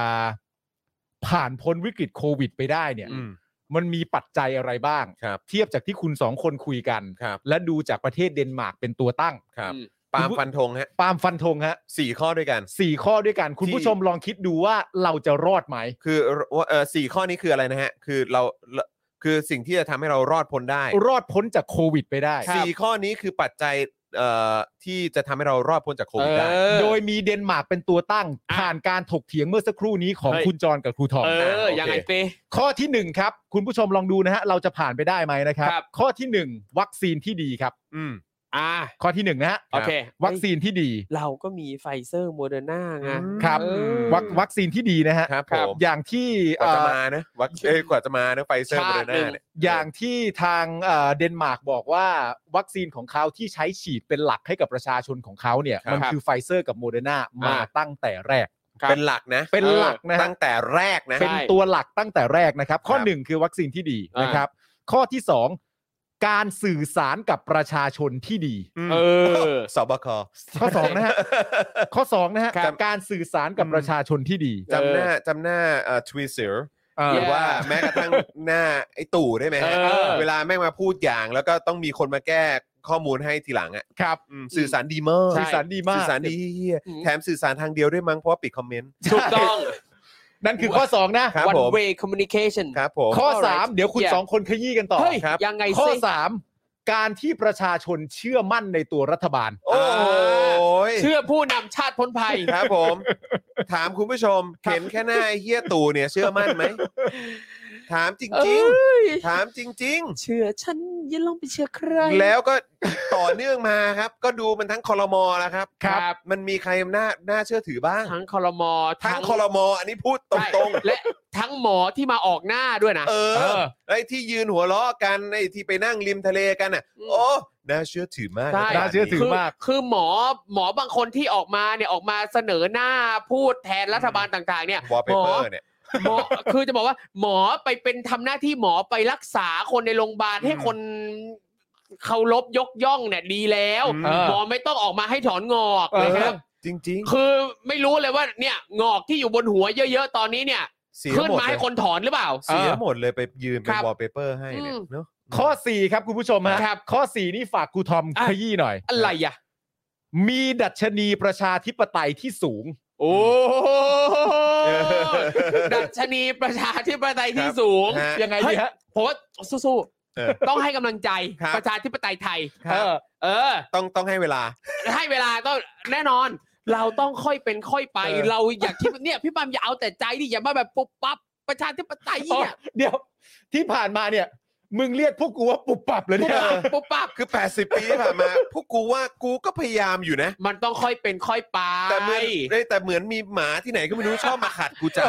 Speaker 3: ผ่านพ้นวิกฤตโควิดไปได้เนี่ย
Speaker 2: อืม
Speaker 3: มันมีปัจจัยอะไรบ้าง
Speaker 2: ครับ
Speaker 3: เทียบจากที่คุณสองคนคุยกัน
Speaker 2: ครับ
Speaker 3: และดูจากประเทศเดนมาร์กเป็นตัวตั้ง
Speaker 2: ครับ
Speaker 4: อืม
Speaker 2: ปาล์มฟันธงฮะ
Speaker 3: ปาล์มฟันธงฮะ
Speaker 2: สี่ข้อด้วยกัน
Speaker 3: สี่ข้อด้วยกันคุณผู้ชมลองคิดดูว่าเราจะรอดไหม
Speaker 2: คือว่าเออสี่ข้อนี้คืออะไรนะฮะ คือเราเราคือสิ่งที่จะทำให้เรารอดพ้นได้
Speaker 3: รอดพ้นจากโควิดไปได้
Speaker 2: สี่ข้อนี้คือปัจจัยเอ่อที่จะทำให้เรารอดพ้นจากโควิดได้
Speaker 4: เออ
Speaker 3: โดยมีเดนมาร์กเป็นตัวตั้ง
Speaker 4: อ่ะ
Speaker 3: ผ่านการถกเถียงเมื่อสักครู่นี้ของ
Speaker 4: เฮ้ย
Speaker 3: คุณจรกับครูทอม
Speaker 4: เอ
Speaker 3: นะ
Speaker 4: อ
Speaker 2: โอเค
Speaker 4: ยังไงเป้
Speaker 3: ข้อที่หนึ่งครับ คุณผู้ชมลองดูนะฮะเราจะผ่านไปได้ไหมนะครับ
Speaker 4: ครับ
Speaker 3: ข้อที่หนึ่งวัคซีนที่ดีครับ
Speaker 2: อืม
Speaker 4: อ่า
Speaker 3: ข้อที่หนึ่งนะฮะ
Speaker 4: โอเค
Speaker 3: วัคซีนที่ดี
Speaker 4: เราก็มีไฟเซอร์โมเดอร์นาไง
Speaker 3: ครับ
Speaker 4: เออ
Speaker 3: วัควัคซีนที่ดีนะฮะ
Speaker 2: ครับผม
Speaker 3: อย่างที่
Speaker 2: กว่าจะ
Speaker 3: เอ่อ
Speaker 2: มานะวัคเอ้ยกว่าจะมานะไฟเซอร์
Speaker 4: ชา
Speaker 2: โม
Speaker 4: ติ
Speaker 2: เดอร์นาเนี่ย
Speaker 3: อย่างที่ทางเอ่อเดนมาร์กบอกว่า วัคซีนของเขาที่ใช้ฉีดเป็นหลักให้กับประชาชนของเขาเนี่ย
Speaker 4: ครับ
Speaker 3: มันคือไฟเซอร์กับโมเดอร์นามา
Speaker 4: อ่า
Speaker 3: ตั้งแต่แรก
Speaker 4: ครับ
Speaker 2: เป็นหลักนะ
Speaker 3: เป็นหลักนะฮะ
Speaker 2: ตั้งแต่แรกนะ
Speaker 3: เป็น
Speaker 4: ใช่
Speaker 3: ตัวหลักตั้งแต่แรกนะครับ ข้อ
Speaker 2: ครับ
Speaker 3: หนึ่งคือวัคซีนที่ดี
Speaker 4: อ่าน
Speaker 3: นะครับ ข้อที่สองการสื่อสารกับประชาชนที่ดี
Speaker 4: เออ
Speaker 2: สบค
Speaker 3: ข้อสองนะฮะ ข้อสองนะฮะ
Speaker 2: ครับ
Speaker 3: การสื่อสารกับประชาชนที่ดี
Speaker 2: จำหน้าจำหน้าเอ่อทวีเซอร์
Speaker 3: เออ
Speaker 2: ห
Speaker 4: แย่
Speaker 2: รือว่าแม้กระทั่งหน้าไอ้ตู่ได้ไหมฮะ
Speaker 4: เออ
Speaker 2: เวลาแม่งมาพูดอย่างแล้วก็ต้องมีคนมาแก้ข้อมูลให้ทีหลังอ่ะ
Speaker 3: ครับ
Speaker 2: อืมสื่อสารดีมาก
Speaker 4: ใช่
Speaker 3: สื่อสารดีมาก
Speaker 2: สื่อสารดีเหี้ย
Speaker 4: อืม
Speaker 2: แถมสื่อสารทางเดียวด้วยมั้งเพราะว่าปิดคอมเมนต์
Speaker 4: ถูกต้อง
Speaker 3: นั่นคือข้อสองนะ
Speaker 2: ครับ
Speaker 4: one
Speaker 2: ผม
Speaker 4: way communication
Speaker 2: ครับผม
Speaker 3: ข้อ
Speaker 4: Alright
Speaker 3: สามเดี๋ยวคุณ
Speaker 4: Yeah
Speaker 3: สองคนขยี้กันต่อ
Speaker 4: เฮ้ย
Speaker 2: ครับ
Speaker 4: ยังไง
Speaker 3: ข้อ
Speaker 4: สิ
Speaker 3: สามการที่ประชาชนเชื่อมั่นในตัวรัฐบาล
Speaker 2: โอ้ย
Speaker 4: เชื่อผู้นำชาติพ้นภัย
Speaker 2: ครับผม ถามคุณผู้ชม เห็นแค่หน้าไอ้เฮียตู่เนี่ยเชื่อมั่นไหม ถามจ
Speaker 4: เอ
Speaker 2: ริง้
Speaker 4: ย
Speaker 2: ๆ ถามจริง
Speaker 4: เชื่อฉันอย่าลองไปเชื่อใคร
Speaker 2: ๆ แล้วก็ ต่อเนื่องมาครับ ก็ดูมันทั้งคอรมอแล้วครับ
Speaker 4: ครับ
Speaker 2: มันมีใครน่าน่าเชื่อถือบ้าง
Speaker 4: ทั้งคอรมอ
Speaker 2: ทั้งคอรมออันนี้พูดต
Speaker 4: ใช่
Speaker 2: รงๆ
Speaker 4: และทั้งหมอที่มาออกหน้าด้วยนะ
Speaker 2: เอ
Speaker 3: เอ
Speaker 2: อ
Speaker 3: อ
Speaker 2: ไอ้ที่ยืนหัวเราะกันไอ้ที่ไปนั่งริมทะเลกันอ่ะ
Speaker 4: อืม
Speaker 2: โอ้น่าเชื่อถือมา
Speaker 4: ใช่
Speaker 2: กะ
Speaker 3: น่าเชื่อถื
Speaker 4: คือ
Speaker 3: มาก
Speaker 4: คือหมอหมอบางคนที่ออกมาเนี่ยออกมาเสนอหน้าพูดแทนรัฐบาลต่างๆ เนี่ย
Speaker 2: วอลเป
Speaker 4: หม
Speaker 2: เป
Speaker 4: อ
Speaker 2: อร์เนี่ย
Speaker 4: หมอคือจะบอกว่า หมอไปเป็นทำหน้าที่หมอไปรักษาคนในโรงพยาบาลให้
Speaker 2: อืม
Speaker 4: คนเคารพยกย่องเนี่ยดีแล้ว
Speaker 2: อืม
Speaker 4: หมอไม่ต้องออกมาให้ถอนงอกนะครับ
Speaker 2: จริง
Speaker 4: คือไม่รู้เลยว่าเนี่ยงอกที่อยู่บนหัวเยอะๆ ตอนนี้เนี่ย
Speaker 2: ๆ เสีย
Speaker 4: ขึ้น
Speaker 2: หมด
Speaker 4: มา
Speaker 2: เล
Speaker 4: ให้
Speaker 2: ย
Speaker 4: คนถอนหรือเปล่า
Speaker 2: เสียหมดเลยไปยืนเป็
Speaker 4: คน รับ
Speaker 2: วอลเปเปอร์ให้เนี่ย
Speaker 4: อืม
Speaker 2: เนาะ
Speaker 3: ข้อสี่ครับคุณผู้ชมฮะ
Speaker 4: ครับ
Speaker 3: ข้อสี่นี่ฝากครูทอม
Speaker 4: อ่ะ
Speaker 3: ขยี้หน่อย
Speaker 4: อะไรอ่ะ
Speaker 3: มีดัชนีประชาธิปไตยที่สูง
Speaker 4: โอ้ดัชนีประชาธิปไตยที่สูง
Speaker 2: ฮะ
Speaker 3: ยังไงดีฮะ
Speaker 4: ผมว่าสู้
Speaker 2: เออ
Speaker 4: ๆต้องให้กำลังใจ
Speaker 2: ครับ
Speaker 4: ประชาธิปไตยไทย
Speaker 2: ครับ
Speaker 4: เออ เออ
Speaker 2: ต้องต้องให้เวลา
Speaker 4: ให้เวลาก็แน่นอน เราต้องค่อยเป็นค่อยไป
Speaker 2: เออ
Speaker 4: เราอยากคิดว่าเนี่ยพี่ปามอย่าเอาแต่ใจดิอย่ามาแบบปุบปั๊บประชาธิปไตย
Speaker 3: อ๋อ
Speaker 4: เนี่ย
Speaker 3: เดี๋ยวที่ผ่านมาเนี่ย มึงเรียกพวกกูว่าปุบปับเลย
Speaker 4: ปุบ
Speaker 3: เนี่ย
Speaker 4: ปั๊บปุบปั๊บ
Speaker 2: คือ 80 ปีที่ผ่านมา พวกกูว่ากูก็พยายามอยู่นะ
Speaker 4: มันต้องค่อยเป็นค่อยไป
Speaker 2: แต่เหมือนได้แต่เหมือนมีหมาที่ไหนก็ไม่ รู้ชอบมาขัดกูจัง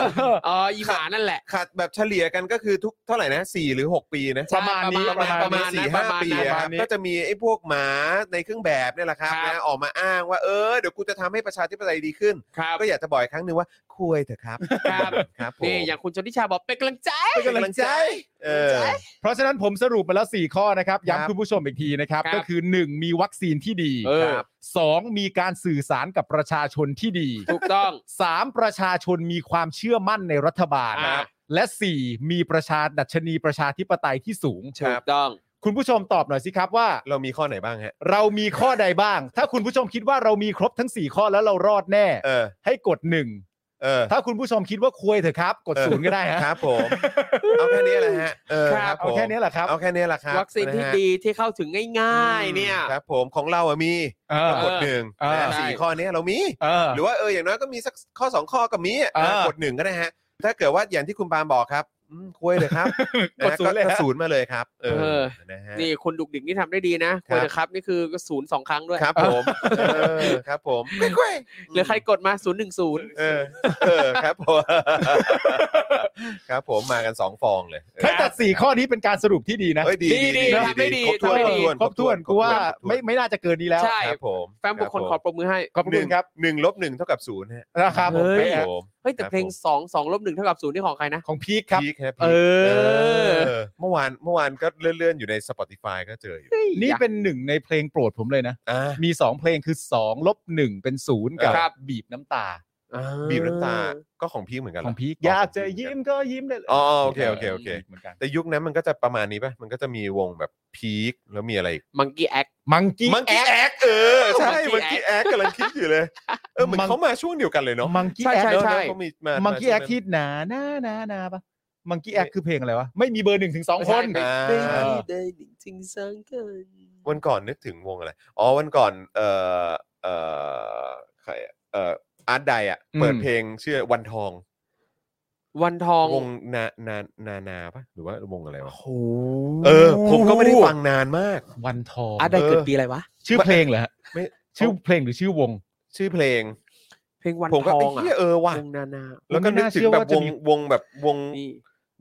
Speaker 4: เอออีหมานั่นแหละ
Speaker 2: ขัดแบบเฉลี่ยกันก็คือทุกเท่าไหร่นะสี่หรือหกปีนะ
Speaker 4: ใช่
Speaker 3: ประมาณนี้
Speaker 4: ประมาณ
Speaker 2: ประมาณ
Speaker 4: นั้
Speaker 2: สี่
Speaker 4: นป
Speaker 2: ห้า
Speaker 4: ระมาณ
Speaker 2: ปีอะค
Speaker 4: นั้นประมา
Speaker 2: รั
Speaker 4: ณ
Speaker 2: บ
Speaker 4: นี้
Speaker 2: ก็จะมีไอ้พวกหมาในเครื่องแบบเนี่ยแหละครับ
Speaker 4: ครับ
Speaker 2: นะออกมาอ้างว่าเออเดี๋ยวกูจะทำให้ประชาธิปไตยดีขึ้น
Speaker 4: ครับ
Speaker 2: ก็อยากจะบอกอีกครั้งหนึ่งว่า คุยเถอะครับ
Speaker 4: ครับ
Speaker 2: ครับผม
Speaker 4: นี่อย่างคุณชนทิชาบอกเป็นกำลังใจ
Speaker 2: เป็นกำลังใจเออ
Speaker 3: เพราะฉะนั้นผมสรุปมาแล้ว 4 ข้อนะครับ
Speaker 2: ครับ
Speaker 3: ย้ำคุณผู้ชมอีกทีนะครับ
Speaker 4: ครับ
Speaker 3: ก็คือ 1 มีวัคซีนที่ดี
Speaker 4: เออ
Speaker 3: ครับสองมีการสื่อสารกับประชาชนที่ดี
Speaker 4: ถูกต้อง
Speaker 3: สามประชาชนมีความเชื่อมั่นในรัฐบาล
Speaker 4: อ่า
Speaker 3: และสี่มีประชาดัชนีประชาธิปไตยที่สูง
Speaker 4: ถูกต้อง
Speaker 3: คุณผู้ชมตอบหน่อยสิครับว่า
Speaker 2: เรามีข้อไหนบ้างฮะ
Speaker 3: เรามีข้อใดบ้าง ถ้าคุณผู้ชมคิดว่าเรามีครบทั้ง 4 ข้อแล้วเรารอดแน่
Speaker 2: เออ
Speaker 3: ให้กดหนึ่ง
Speaker 2: เออ
Speaker 3: ถ้าคุณผู้ชมคิดว่าคุยเถอะครับ กด
Speaker 2: เออ
Speaker 3: ศูนย์ก็ได้ฮะ
Speaker 2: ครับผมเอาแค่นี้แหละฮะเออ
Speaker 4: ค
Speaker 2: ค
Speaker 4: รับ
Speaker 2: รับผ
Speaker 3: เอา
Speaker 2: ม
Speaker 3: แค่นี้แหละครับ
Speaker 2: เอาแค่นี้แหละครับ
Speaker 4: วัคซีนที่
Speaker 2: ะฮะ
Speaker 4: ดีที่เข้าถึงง่ายๆ เนี่ย
Speaker 2: ครับผมของเราอะมี
Speaker 3: เออ
Speaker 2: กดหนึ่ง
Speaker 3: เออ
Speaker 2: นะฮะสี่ข้อนี้เรามี
Speaker 3: เออ
Speaker 2: หรือว่าเอออย่างน้อยก็มีสักข้อ 2 ข้อก็มีอะ
Speaker 3: เออก
Speaker 2: ดหนึ่งก็ได้ฮะ ถ้าเกิดว่าอย่างที่คุณปาล์มบอกครับอืมคุยเลย ครับ
Speaker 3: กดศูนย์เลยฮะ
Speaker 2: ก็ศูนย์มาเลยครับ เอ
Speaker 4: เอ
Speaker 2: อ
Speaker 4: อ
Speaker 2: นะฮะ
Speaker 4: นี่คนดุกดิกนี่ทำได้ดีนะ
Speaker 2: ครั
Speaker 4: คุ
Speaker 2: บ
Speaker 4: ยนะครับ นี่คือศูนย์สองครั้งด้วย
Speaker 2: ครับผมเออครับผมไม่คุย
Speaker 4: หรือใครกดมาศูนย์หนึ่งศูนย์
Speaker 2: เออเออครับผม ครับผมมากัน 2 ฟองเลยเออ
Speaker 3: เฮ้ยแต่สี่ข้อนี้เป็นการสรุปที่ดีนะ
Speaker 2: เฮ้ยดี
Speaker 4: ดีดี
Speaker 2: ดี
Speaker 4: ทำได้ดี
Speaker 2: ครบถ้วน
Speaker 4: ทำ
Speaker 2: ครบ
Speaker 4: ได้ดี
Speaker 2: ถ้วน
Speaker 3: ครบถ้วน
Speaker 2: ค
Speaker 3: กูว่า
Speaker 2: ครบถ้น
Speaker 3: ไม่ไม่น่าจะเกินนี้แล้ว
Speaker 4: ใช่
Speaker 2: ครับผม
Speaker 4: แฟนบุคคลขอปรบมือให้
Speaker 3: ขอบ
Speaker 2: ห
Speaker 3: คุ
Speaker 2: นึ่
Speaker 3: ณ
Speaker 2: ง
Speaker 3: ครับ
Speaker 2: หนึ่งลบหนึ่งเท่ากับศูนย์ฮะ
Speaker 3: นะครับ
Speaker 4: เฮ้ย
Speaker 2: ครับผม
Speaker 4: เฮ้ยแต่เพลง
Speaker 2: ครับผม
Speaker 4: สองสองลบหนึ่งเท่ากับศูนย์นี่ของใครนะ
Speaker 3: ของพีคครับ
Speaker 2: พีคฮะพีค
Speaker 4: เออ
Speaker 2: เออ เมื่อวานเมื่อวานก็เลื่อนๆอยู่ใน Spotify ก็เจออยู่
Speaker 3: นี่เป็นหนึ่งในเพลงโปรดผมเลยนะ
Speaker 2: อ่า
Speaker 3: มี 2 เพลงคือ2ลบหนึ่งเป็นศูนย์กับ
Speaker 4: ครับ
Speaker 3: บีบน้ำตา
Speaker 2: บีบน้ำตา ก็ของพีคเหมือนกันเห
Speaker 3: ข
Speaker 2: ร
Speaker 3: องพีคอยากจะยิ้มก็ยิ้มได้เลย
Speaker 2: อ๋อโอเคโอเคโอเค
Speaker 3: เหมือนกัน
Speaker 2: แต่ยุคนั้นมันก็จะประมาณนี้ป่ะ มันก็จะมีวงแบบพีคแล้วมีอะไรอีก
Speaker 4: มังกี้แอค
Speaker 3: มังกี้
Speaker 2: มังกี้แอคเออ ใช่
Speaker 4: Monkey
Speaker 2: มังกี้แอคกำลังคิดอยู่เลย เออเหมือนเขามาช่วงเดียวกันเลยเนาะ
Speaker 3: มังกี้
Speaker 4: ใช่
Speaker 3: แอ
Speaker 4: ใช่
Speaker 3: ค
Speaker 2: เนอะเนอะเขามีา
Speaker 3: มังกี้
Speaker 2: า
Speaker 3: แอ
Speaker 2: ช่ว
Speaker 3: ค
Speaker 2: งนั้น
Speaker 3: ที่หนาหนาหนาหนาปะมังกี้แอคคือเพลงอะไรวะ ไม่มีเบอร์หนึ่งถึงสองคน
Speaker 4: ไม่
Speaker 2: อ่า
Speaker 4: ใช่
Speaker 3: เออ
Speaker 4: ได้หนึ่งถึงสองคน
Speaker 2: วันก่อนนึกถึงวงอะไร อ๋อวันก่อนเออเออใครอะเอออาร์ตไดอะเปิด
Speaker 3: อืม
Speaker 2: เพลงชื่อวันทอง
Speaker 4: วันทอง
Speaker 2: วงนานานานาป่ะหรือว่าวงอะไรวะ
Speaker 3: โอ้โห
Speaker 2: เออ ผมก็ไม่ได้ฟังนานมาก
Speaker 3: วันทอง
Speaker 4: อ่ะได้เกิดปีอะไรวะ
Speaker 3: ชื่อเพลงเหรอฮะ
Speaker 2: ไม่
Speaker 3: ชื่อเพลงหรือชื่อวง
Speaker 2: ชื่อเพลง
Speaker 4: เพลงวัน
Speaker 2: ผม
Speaker 4: ท
Speaker 2: ก็
Speaker 4: อ
Speaker 2: ไอ้
Speaker 4: งอ่ะ
Speaker 2: เหี้ยเออว่ะ
Speaker 4: วงนานา
Speaker 2: แล้วก็
Speaker 3: ไม่
Speaker 2: นึก
Speaker 3: น่า
Speaker 2: ถึง
Speaker 3: เชื่อ
Speaker 2: แบบ
Speaker 3: ว่าว จะ
Speaker 2: ง
Speaker 3: มี
Speaker 2: วงแบบวง
Speaker 4: นี่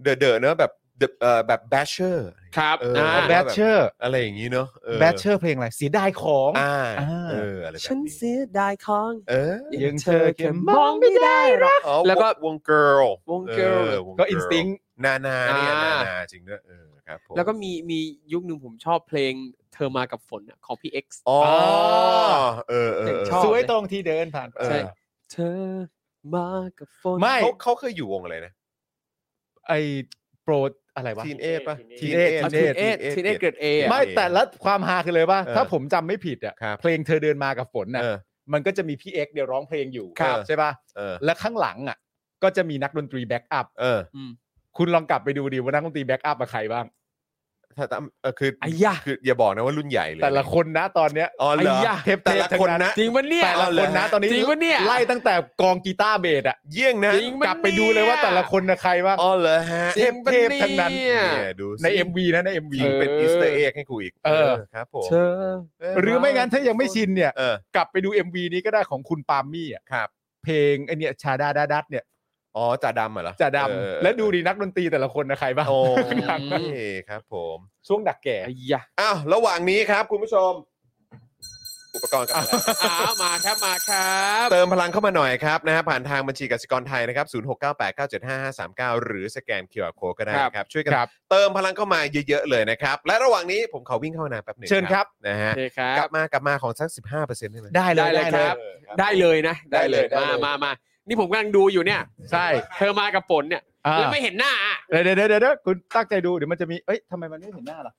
Speaker 2: เดอะเดอะเนอะแบบเดอะเอ่อแบบแบชเชอร์
Speaker 4: ครับ
Speaker 2: เออ
Speaker 4: อ่า
Speaker 3: แบทเชอร์
Speaker 2: อะไรอย่างนี้เนอะ
Speaker 3: แบทเชอร์เพลงอะไรเสียดายของ
Speaker 2: อ่า
Speaker 3: อ่า
Speaker 2: เอออะไรแบบ
Speaker 4: ฉัน
Speaker 2: นี้
Speaker 4: เสียดายของ
Speaker 2: เออ
Speaker 3: ยังเธอแค่มองไม่ได้หรอก
Speaker 2: อ๋อ
Speaker 4: แล้วก็
Speaker 2: วง girl
Speaker 4: วง girl
Speaker 2: เวง
Speaker 3: ก็
Speaker 2: girl
Speaker 3: อินสติ้ง
Speaker 2: นานาเนี่ย
Speaker 4: อ่า
Speaker 2: นานาจริงด้วยเออครับผม
Speaker 4: แล้วก็มีมียุคหนึ่งผมชอบเพลงเธอมากับฝนอะของพี่ X
Speaker 2: อ๋อ
Speaker 3: อ
Speaker 2: เออเออเออ
Speaker 4: ชอบ
Speaker 3: สวยตรงที่เดินผ่าน
Speaker 2: เออ
Speaker 4: ใช่ เธอมากับฝน
Speaker 3: ไม่
Speaker 2: เขาเขาเคยอยู่วงอะไรนะ
Speaker 3: ไอโปรดอะไรวะ
Speaker 2: ทีนเอป่ะ
Speaker 5: Teen
Speaker 4: เอ
Speaker 3: Age
Speaker 4: ทีเอสทีเอสเกรดเอ
Speaker 3: ไม่แต่ละความฮาคือเลยว่า
Speaker 2: เออ
Speaker 3: ถ้าผมจำไม่ผิดอ่ะ
Speaker 2: ครับ
Speaker 3: เพลงเธอเดินมากับฝน
Speaker 2: เอ
Speaker 3: น่ะ
Speaker 2: อ
Speaker 3: มันก็จะมีพี่เอ็กซ์เดี๋ยวร้องเพลงอยู่
Speaker 2: ครับ
Speaker 3: ใช่ป่ะ
Speaker 2: เออ
Speaker 3: และข้างหลังอ่ะ ก็จะมีนักดนตรีแบ็กอัพ
Speaker 2: เออ
Speaker 3: คุณลองกลับไปดูดิว่านักดนตรีแบ็กอัพมาใครบ้าง
Speaker 2: ถ้าตามเออคือ
Speaker 4: ไอ้ยะ
Speaker 2: คืออย่าบอกนะว่ารุ่นใหญ่เลย
Speaker 3: แต่ละคนนะตอนเนี้ย
Speaker 2: อ๋อเหรอ
Speaker 3: ไอ้ยะเทป
Speaker 2: แต่ละ
Speaker 3: เทปทั้ง
Speaker 2: คน
Speaker 3: นั้น
Speaker 2: นะ
Speaker 4: จริงปะเนี่ย
Speaker 3: แต่ละคนนะตอนนี้
Speaker 4: จริงปะเนี่ย
Speaker 3: ไล่ตั้งแต่กองกีตาร์เบสอ่ะ
Speaker 2: เยี่ยงนะ
Speaker 4: จริงปะเนี่ย
Speaker 3: กลับไปดูเลยว่าแต่ละคนนะใครบ้าง
Speaker 2: อ๋อเหรอฮะ
Speaker 4: จริงปะ
Speaker 3: เทพ
Speaker 4: เนี่ย
Speaker 3: ทั้งนั้น
Speaker 2: เนี่ยดูสิ
Speaker 3: ใน MV นะใน MV
Speaker 2: ยิงเป็น
Speaker 4: เอออี
Speaker 2: อีสเตอร์เอ็กให้กูอีก
Speaker 3: เออ
Speaker 2: ครับผม
Speaker 4: เธอ
Speaker 3: หรือไม่งั้นถ้ายังไม่ชินเนี่ย
Speaker 2: เออก
Speaker 3: ลับไปดู MV นี้ก็ได้ของคุณปาล์มมี่อ่ะ
Speaker 2: ครับ
Speaker 3: เพลงไอเนี่ยชาดาดาดัดเนี่ย
Speaker 2: อ๋อจ่าดำเหรอ
Speaker 3: จะด
Speaker 2: เออ
Speaker 3: ำและดูดีนักดนตรีแต่ละคนนะใครบ้าง
Speaker 2: โอ้
Speaker 4: อืม
Speaker 2: ยครับผม
Speaker 3: ช่วงดักแก่
Speaker 4: ไอ้ยะ
Speaker 2: อ้าวระหว่างนี้ครับคุณผู้ชม อุปกรณ์กับอะไร
Speaker 4: อ้าวมาครับมาครับ
Speaker 2: เติมพลังเข้ามาหน่อยครับนะฮะผ่านทางบัญชีกสิกรไทยนะครับ 0698975539 หรือสแกน QR Code ก็ได้นะครับ ช่วยกัน
Speaker 3: ครับ
Speaker 2: เติมพลังเข้ามาเยอะๆเลยนะครับ และระหว่างนี้ผมขอวิ่งเข้าห้องน้ำแป๊บหนึง
Speaker 3: เชิญครับ
Speaker 2: นะฮะ
Speaker 4: โอเคครั
Speaker 2: ก
Speaker 4: บ
Speaker 2: ลับมากลับมาของสัก 15%ได้ไหม
Speaker 3: ได้เลย
Speaker 4: ได้เลยครับ
Speaker 2: เออ
Speaker 4: ได้เลยนะ ได้เลย
Speaker 2: ได้
Speaker 4: มา
Speaker 2: เลย
Speaker 4: มามานี่ผมกำลังดูอยู่เนี่ย
Speaker 3: ใช่
Speaker 4: เธอมากับฝนเนี่ย
Speaker 3: อ่า
Speaker 4: แล้วไม่เห็นหน้าอะ
Speaker 3: เดี๋ยวเดี๋ยวเดี๋ยวเดี๋ยวคุณตั้งใจดูเดี๋ยวมันจะมีเอ้ยทำไมมันไม่เห็นหน้าล่ะ